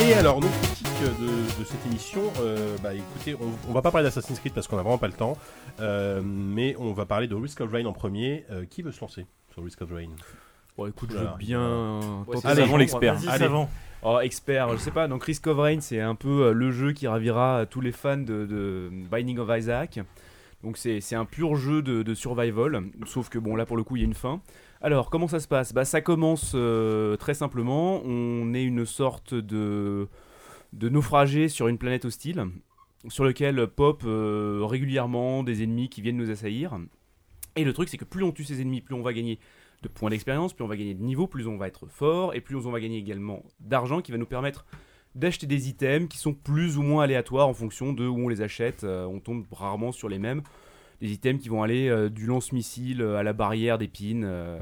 [SPEAKER 2] Et alors, nos critiques de, de cette émission, euh, bah écoutez, on, on va pas parler d'Assassin's Creed parce qu'on a vraiment pas le temps, euh, mais on va parler de Risk of Rain en premier. Euh, qui veut se lancer sur Risk of Rain
[SPEAKER 5] Bon, écoute,
[SPEAKER 2] Oula.
[SPEAKER 5] je veux bien.
[SPEAKER 4] Ouais, c'est
[SPEAKER 5] Allez,
[SPEAKER 4] ça, avant l'expert.
[SPEAKER 5] vas-y,
[SPEAKER 2] Allez.
[SPEAKER 5] ça va. Oh, expert, je sais pas. Donc, Risk of Rain, c'est un peu euh, le jeu qui ravira tous les fans de, de Binding of Isaac. Donc, c'est c'est un pur jeu de, de survival. Sauf que, bon, là pour le coup, il y a une fin. Alors, comment ça se passe Bah, ça commence euh, très simplement. On est une sorte de, de naufragé sur une planète hostile sur lequel pop euh, régulièrement des ennemis qui viennent nous assaillir. Et le truc, c'est que plus on tue ces ennemis, plus on va gagner de points d'expérience, plus on va gagner de niveau, plus on va être fort, et plus on va gagner également d'argent qui va nous permettre d'acheter des items qui sont plus ou moins aléatoires en fonction de où on les achète. Euh, on tombe rarement sur les mêmes. Des items qui vont aller euh, du lance-missile euh, à la barrière d'épines, euh,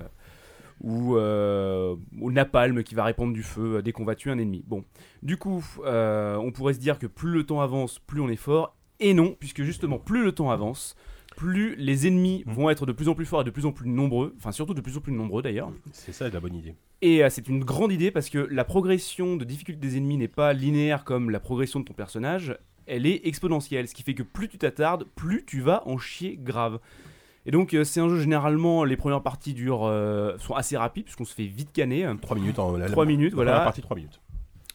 [SPEAKER 5] ou euh, au napalm qui va répandre du feu euh, dès qu'on va tuer un ennemi. Bon, du coup, euh, on pourrait se dire que plus le temps avance, plus on est fort. Et non, puisque justement, plus le temps avance, plus les ennemis
[SPEAKER 6] Mhm.
[SPEAKER 5] vont être de plus en plus forts et de plus en plus nombreux. Enfin, surtout de plus en plus nombreux d'ailleurs.
[SPEAKER 2] C'est ça la bonne idée.
[SPEAKER 5] Et euh, c'est une grande idée parce que la progression de difficulté des ennemis n'est pas linéaire comme la progression de ton personnage. Elle est exponentielle, ce qui fait que plus tu t'attardes, plus tu vas en chier grave. Et donc euh, c'est un jeu généralement les premières parties durent euh, sont assez rapides puisqu'on se fait vite canner. hein.
[SPEAKER 2] 3 minutes en la,
[SPEAKER 5] Trois
[SPEAKER 2] la-
[SPEAKER 5] minutes,
[SPEAKER 2] la
[SPEAKER 5] voilà.
[SPEAKER 2] première partie 3 minutes.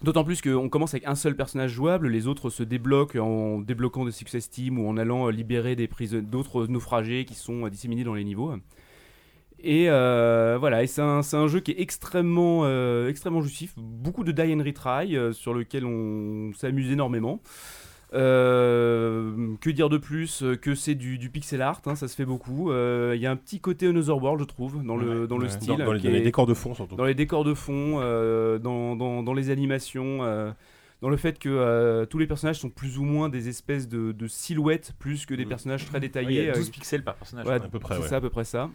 [SPEAKER 5] D'autant plus qu'on commence avec un seul personnage jouable, les autres se débloquent en débloquant de success team ou en allant euh, libérer des prison- d'autres naufragés qui sont euh, disséminés dans les niveaux. Et euh, voilà, et c'est un, c'est un jeu qui est extrêmement, euh, extrêmement jouissif, beaucoup de die and retry euh, sur lequel on s'amuse énormément. Euh, que dire de plus euh, que c'est du, du pixel art, hein, ça se fait beaucoup. Euh, Il y a un petit côté Anotherworld, je trouve, dans le, dans le
[SPEAKER 6] ouais.
[SPEAKER 5] style.
[SPEAKER 2] Dans, dans les,
[SPEAKER 5] qui
[SPEAKER 2] dans les
[SPEAKER 5] est-
[SPEAKER 2] décors de fond surtout.
[SPEAKER 5] dans les décors de fond, euh, dans, dans- dans les animations, euh, dans le fait que euh, tous les personnages sont plus ou moins des espèces de, de silhouettes plus que des
[SPEAKER 4] Mm.
[SPEAKER 5] personnages très
[SPEAKER 4] Il y
[SPEAKER 5] détaillés.
[SPEAKER 4] a
[SPEAKER 5] euh,
[SPEAKER 4] 12 pixels par personnage.
[SPEAKER 5] ouais,
[SPEAKER 2] à peu près,
[SPEAKER 5] c'est
[SPEAKER 2] ouais.
[SPEAKER 5] ça à peu près ça.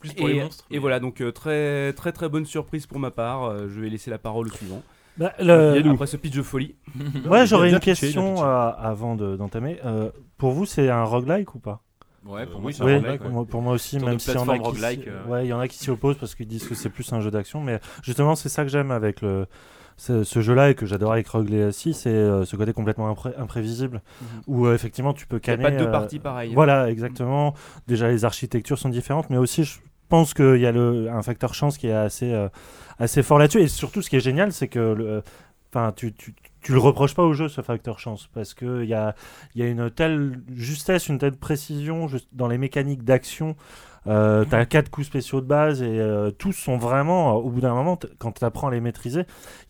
[SPEAKER 4] Plus
[SPEAKER 5] Et,
[SPEAKER 4] pour les monstres.
[SPEAKER 5] et voilà, donc euh, très très très bonne surprise pour ma part. Euh, je vais laisser la parole au suivant.
[SPEAKER 6] Bah, le-
[SPEAKER 5] Et après ce pitch de folie.
[SPEAKER 6] Ouais, j'aurais
[SPEAKER 2] bien pitché, bien
[SPEAKER 6] une question
[SPEAKER 2] pitché.
[SPEAKER 6] euh, avant de- d'entamer. Euh, pour vous, c'est un roguelike ou pas
[SPEAKER 4] Ouais, pour
[SPEAKER 2] Euh,
[SPEAKER 4] moi,
[SPEAKER 2] oui,
[SPEAKER 4] c'est un
[SPEAKER 6] Oui,
[SPEAKER 4] roguelike,
[SPEAKER 6] pour
[SPEAKER 4] ouais.
[SPEAKER 6] moi- pour moi aussi,
[SPEAKER 4] Sorte de
[SPEAKER 6] même s'il y en a
[SPEAKER 4] plateforme
[SPEAKER 6] qui,
[SPEAKER 4] roguelike,
[SPEAKER 6] s'y-
[SPEAKER 4] euh.
[SPEAKER 6] ouais, il y en a qui s'y opposent parce qu'ils disent que c'est plus un jeu d'action, mais justement, c'est ça que j'aime avec le ce, ce jeu-là et que j'adore avec Rogue Legacy, c'est euh, ce côté complètement impré- imprévisible
[SPEAKER 4] Mhm.
[SPEAKER 6] où euh, effectivement tu peux euh,
[SPEAKER 5] y a
[SPEAKER 6] calmer.
[SPEAKER 5] pas deux parties pareilles.
[SPEAKER 6] Voilà, exactement. Déjà, les architectures sont différentes, mais aussi je pense qu'il y a le, un facteur chance qui est assez euh, assez fort là-dessus. Et surtout, ce qui est génial, c'est que le, Enfin, tu, tu, tu le reproches pas au jeu, ce facteur chance, parce qu'il y a, il y a une telle justesse, une telle précision juste dans les mécaniques d'action. Euh, t'as quatre coups spéciaux de base et euh, tous sont vraiment, euh, au bout d'un moment, t- quand tu apprends à les maîtriser,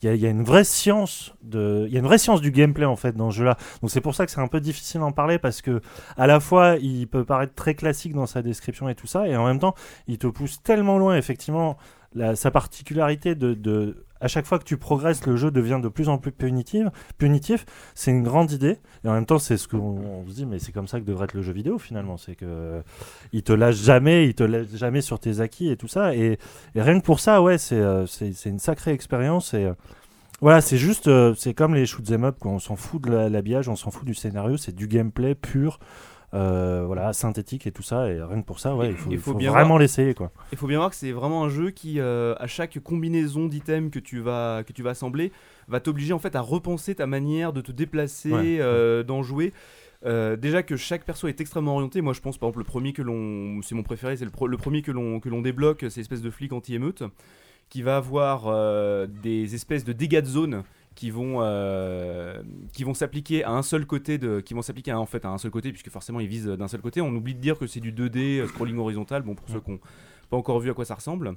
[SPEAKER 6] il y a, il y a une vraie science de, il y a une vraie science du gameplay en fait dans ce jeu-là. Donc c'est pour ça que c'est un peu difficile d'en parler parce que à la fois il peut paraître très classique dans sa description et tout ça, et en même temps il te pousse tellement loin effectivement. la- sa particularité de, de à chaque fois que tu progresses, le jeu devient de plus en plus punitif. punitif. C'est une grande idée. Et en même temps, c'est ce qu'on on se dit, mais c'est comme ça que devrait être le jeu vidéo finalement. C'est que euh, il te lâche jamais, il te lâche jamais sur tes acquis et tout ça. Et, et rien que pour ça, ouais, c'est euh, c'est c'est une sacrée expérience. Et euh, voilà, c'est juste, euh, c'est comme les shoot 'em up, quoi. on s'en fout de la- l'habillage, on s'en fout du scénario, c'est du gameplay pur. euh, voilà, synthétique et tout ça, et rien que pour ça, ouais, il faut, il faut
[SPEAKER 5] bien
[SPEAKER 6] vraiment
[SPEAKER 5] voir-
[SPEAKER 6] l'essayer quoi.
[SPEAKER 5] Il faut bien voir que c'est vraiment un jeu qui, euh, à chaque combinaison d'items que tu vas que tu vas assembler, va t'obliger en fait à repenser ta manière de te déplacer,
[SPEAKER 6] Ouais.
[SPEAKER 5] euh, d'en jouer. Euh, déjà que chaque perso est extrêmement orienté. Moi, je pense par exemple le premier que l'on, c'est mon préféré, c'est le, pro- le premier que l'on que l'on débloque, c'est l'espèce de flic anti-émeute qui va avoir euh, des espèces de dégâts de zone qui vont euh, qui vont s'appliquer à un seul côté de qui vont s'appliquer à, en fait à un seul côté puisque forcément ils visent d'un seul côté. On oublie de dire que c'est du 2D euh, scrolling horizontal. Bon pour
[SPEAKER 6] Mm.
[SPEAKER 5] ceux qui n'ont pas encore vu à quoi ça ressemble.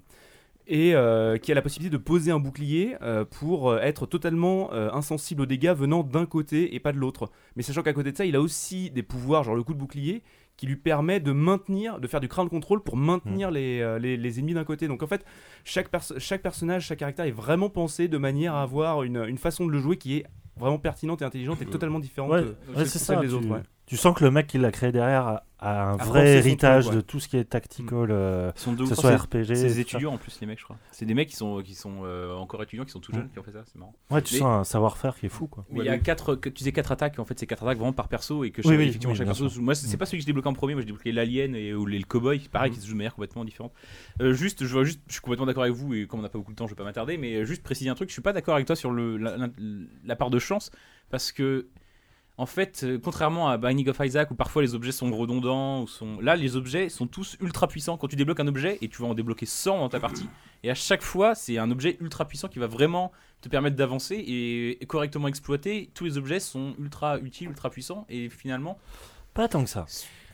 [SPEAKER 5] Et euh, qui a la possibilité de poser un bouclier euh, pour euh, être totalement euh, insensible aux dégâts venant d'un côté et pas de l'autre. Mais sachant qu'à côté de ça, il a aussi des pouvoirs, genre le coup de bouclier, qui lui permet de maintenir, de faire du crowd control pour maintenir
[SPEAKER 6] Mmh.
[SPEAKER 5] les, euh, les, les ennemis d'un côté. Donc en fait, chaque, perso- chaque personnage, chaque caractère est vraiment pensé de manière à avoir une, une façon de le jouer qui est vraiment pertinente et intelligente et totalement différente
[SPEAKER 6] Mmh. Ouais,
[SPEAKER 5] de-
[SPEAKER 6] ouais,
[SPEAKER 5] de
[SPEAKER 6] c'est
[SPEAKER 5] celle
[SPEAKER 6] ça.
[SPEAKER 5] des
[SPEAKER 6] tu,
[SPEAKER 5] autres. ouais.
[SPEAKER 6] tu sens que le mec qui l'a créé derrière a, a un
[SPEAKER 5] A
[SPEAKER 6] vrai
[SPEAKER 5] pensé son
[SPEAKER 6] héritage
[SPEAKER 5] truc,
[SPEAKER 6] de
[SPEAKER 5] ouais. Mm.
[SPEAKER 6] tout ce qui est tactical, euh,
[SPEAKER 4] Ils sont
[SPEAKER 6] que
[SPEAKER 4] deux ou
[SPEAKER 6] ce
[SPEAKER 4] trois,
[SPEAKER 6] soit
[SPEAKER 4] c'est-
[SPEAKER 6] RPG.
[SPEAKER 4] C'est
[SPEAKER 6] tout
[SPEAKER 4] des
[SPEAKER 6] ça.
[SPEAKER 4] étudiants en plus, les mecs, je crois. C'est des mecs qui sont, qui sont euh, encore étudiants, qui sont tout jeunes, qui ont fait ça, c'est marrant.
[SPEAKER 6] Ouais, tu
[SPEAKER 4] Mais-
[SPEAKER 6] sens un savoir-faire qui est fou quoi.
[SPEAKER 4] mais il y a quatre, que- tu disais quatre attaques, en fait, c'est quatre attaques vraiment par perso et que
[SPEAKER 6] Bah Oui,
[SPEAKER 4] chaque-
[SPEAKER 6] oui,
[SPEAKER 4] effectivement,
[SPEAKER 6] oui,
[SPEAKER 4] chaque
[SPEAKER 6] bien
[SPEAKER 4] perso.
[SPEAKER 6] sûr. Mm.
[SPEAKER 4] Moi, c'est c'est pas celui que j'ai débloqué en premier, moi j'ai débloqué l'alien et ou les- le cowboy, pareil, qui se joue de manière complètement différente. Euh, juste, je vois juste, je suis complètement d'accord avec vous et comme on n'a pas beaucoup de temps, je vais pas m'attarder, mais euh, juste préciser un truc, je suis pas d'accord avec toi sur le, la, la- la part de chance parce que. En fait, euh, contrairement à Binding of Isaac où parfois les objets sont redondants ou sont là, les objets sont tous ultra puissants. Quand tu débloques un objet et tu vas en débloquer 100 dans ta partie, et à chaque fois, c'est un objet ultra puissant qui va vraiment te permettre d'avancer et correctement exploiter. Tous les objets sont ultra utiles, ultra puissants et finalement.
[SPEAKER 6] Pas tant que ça,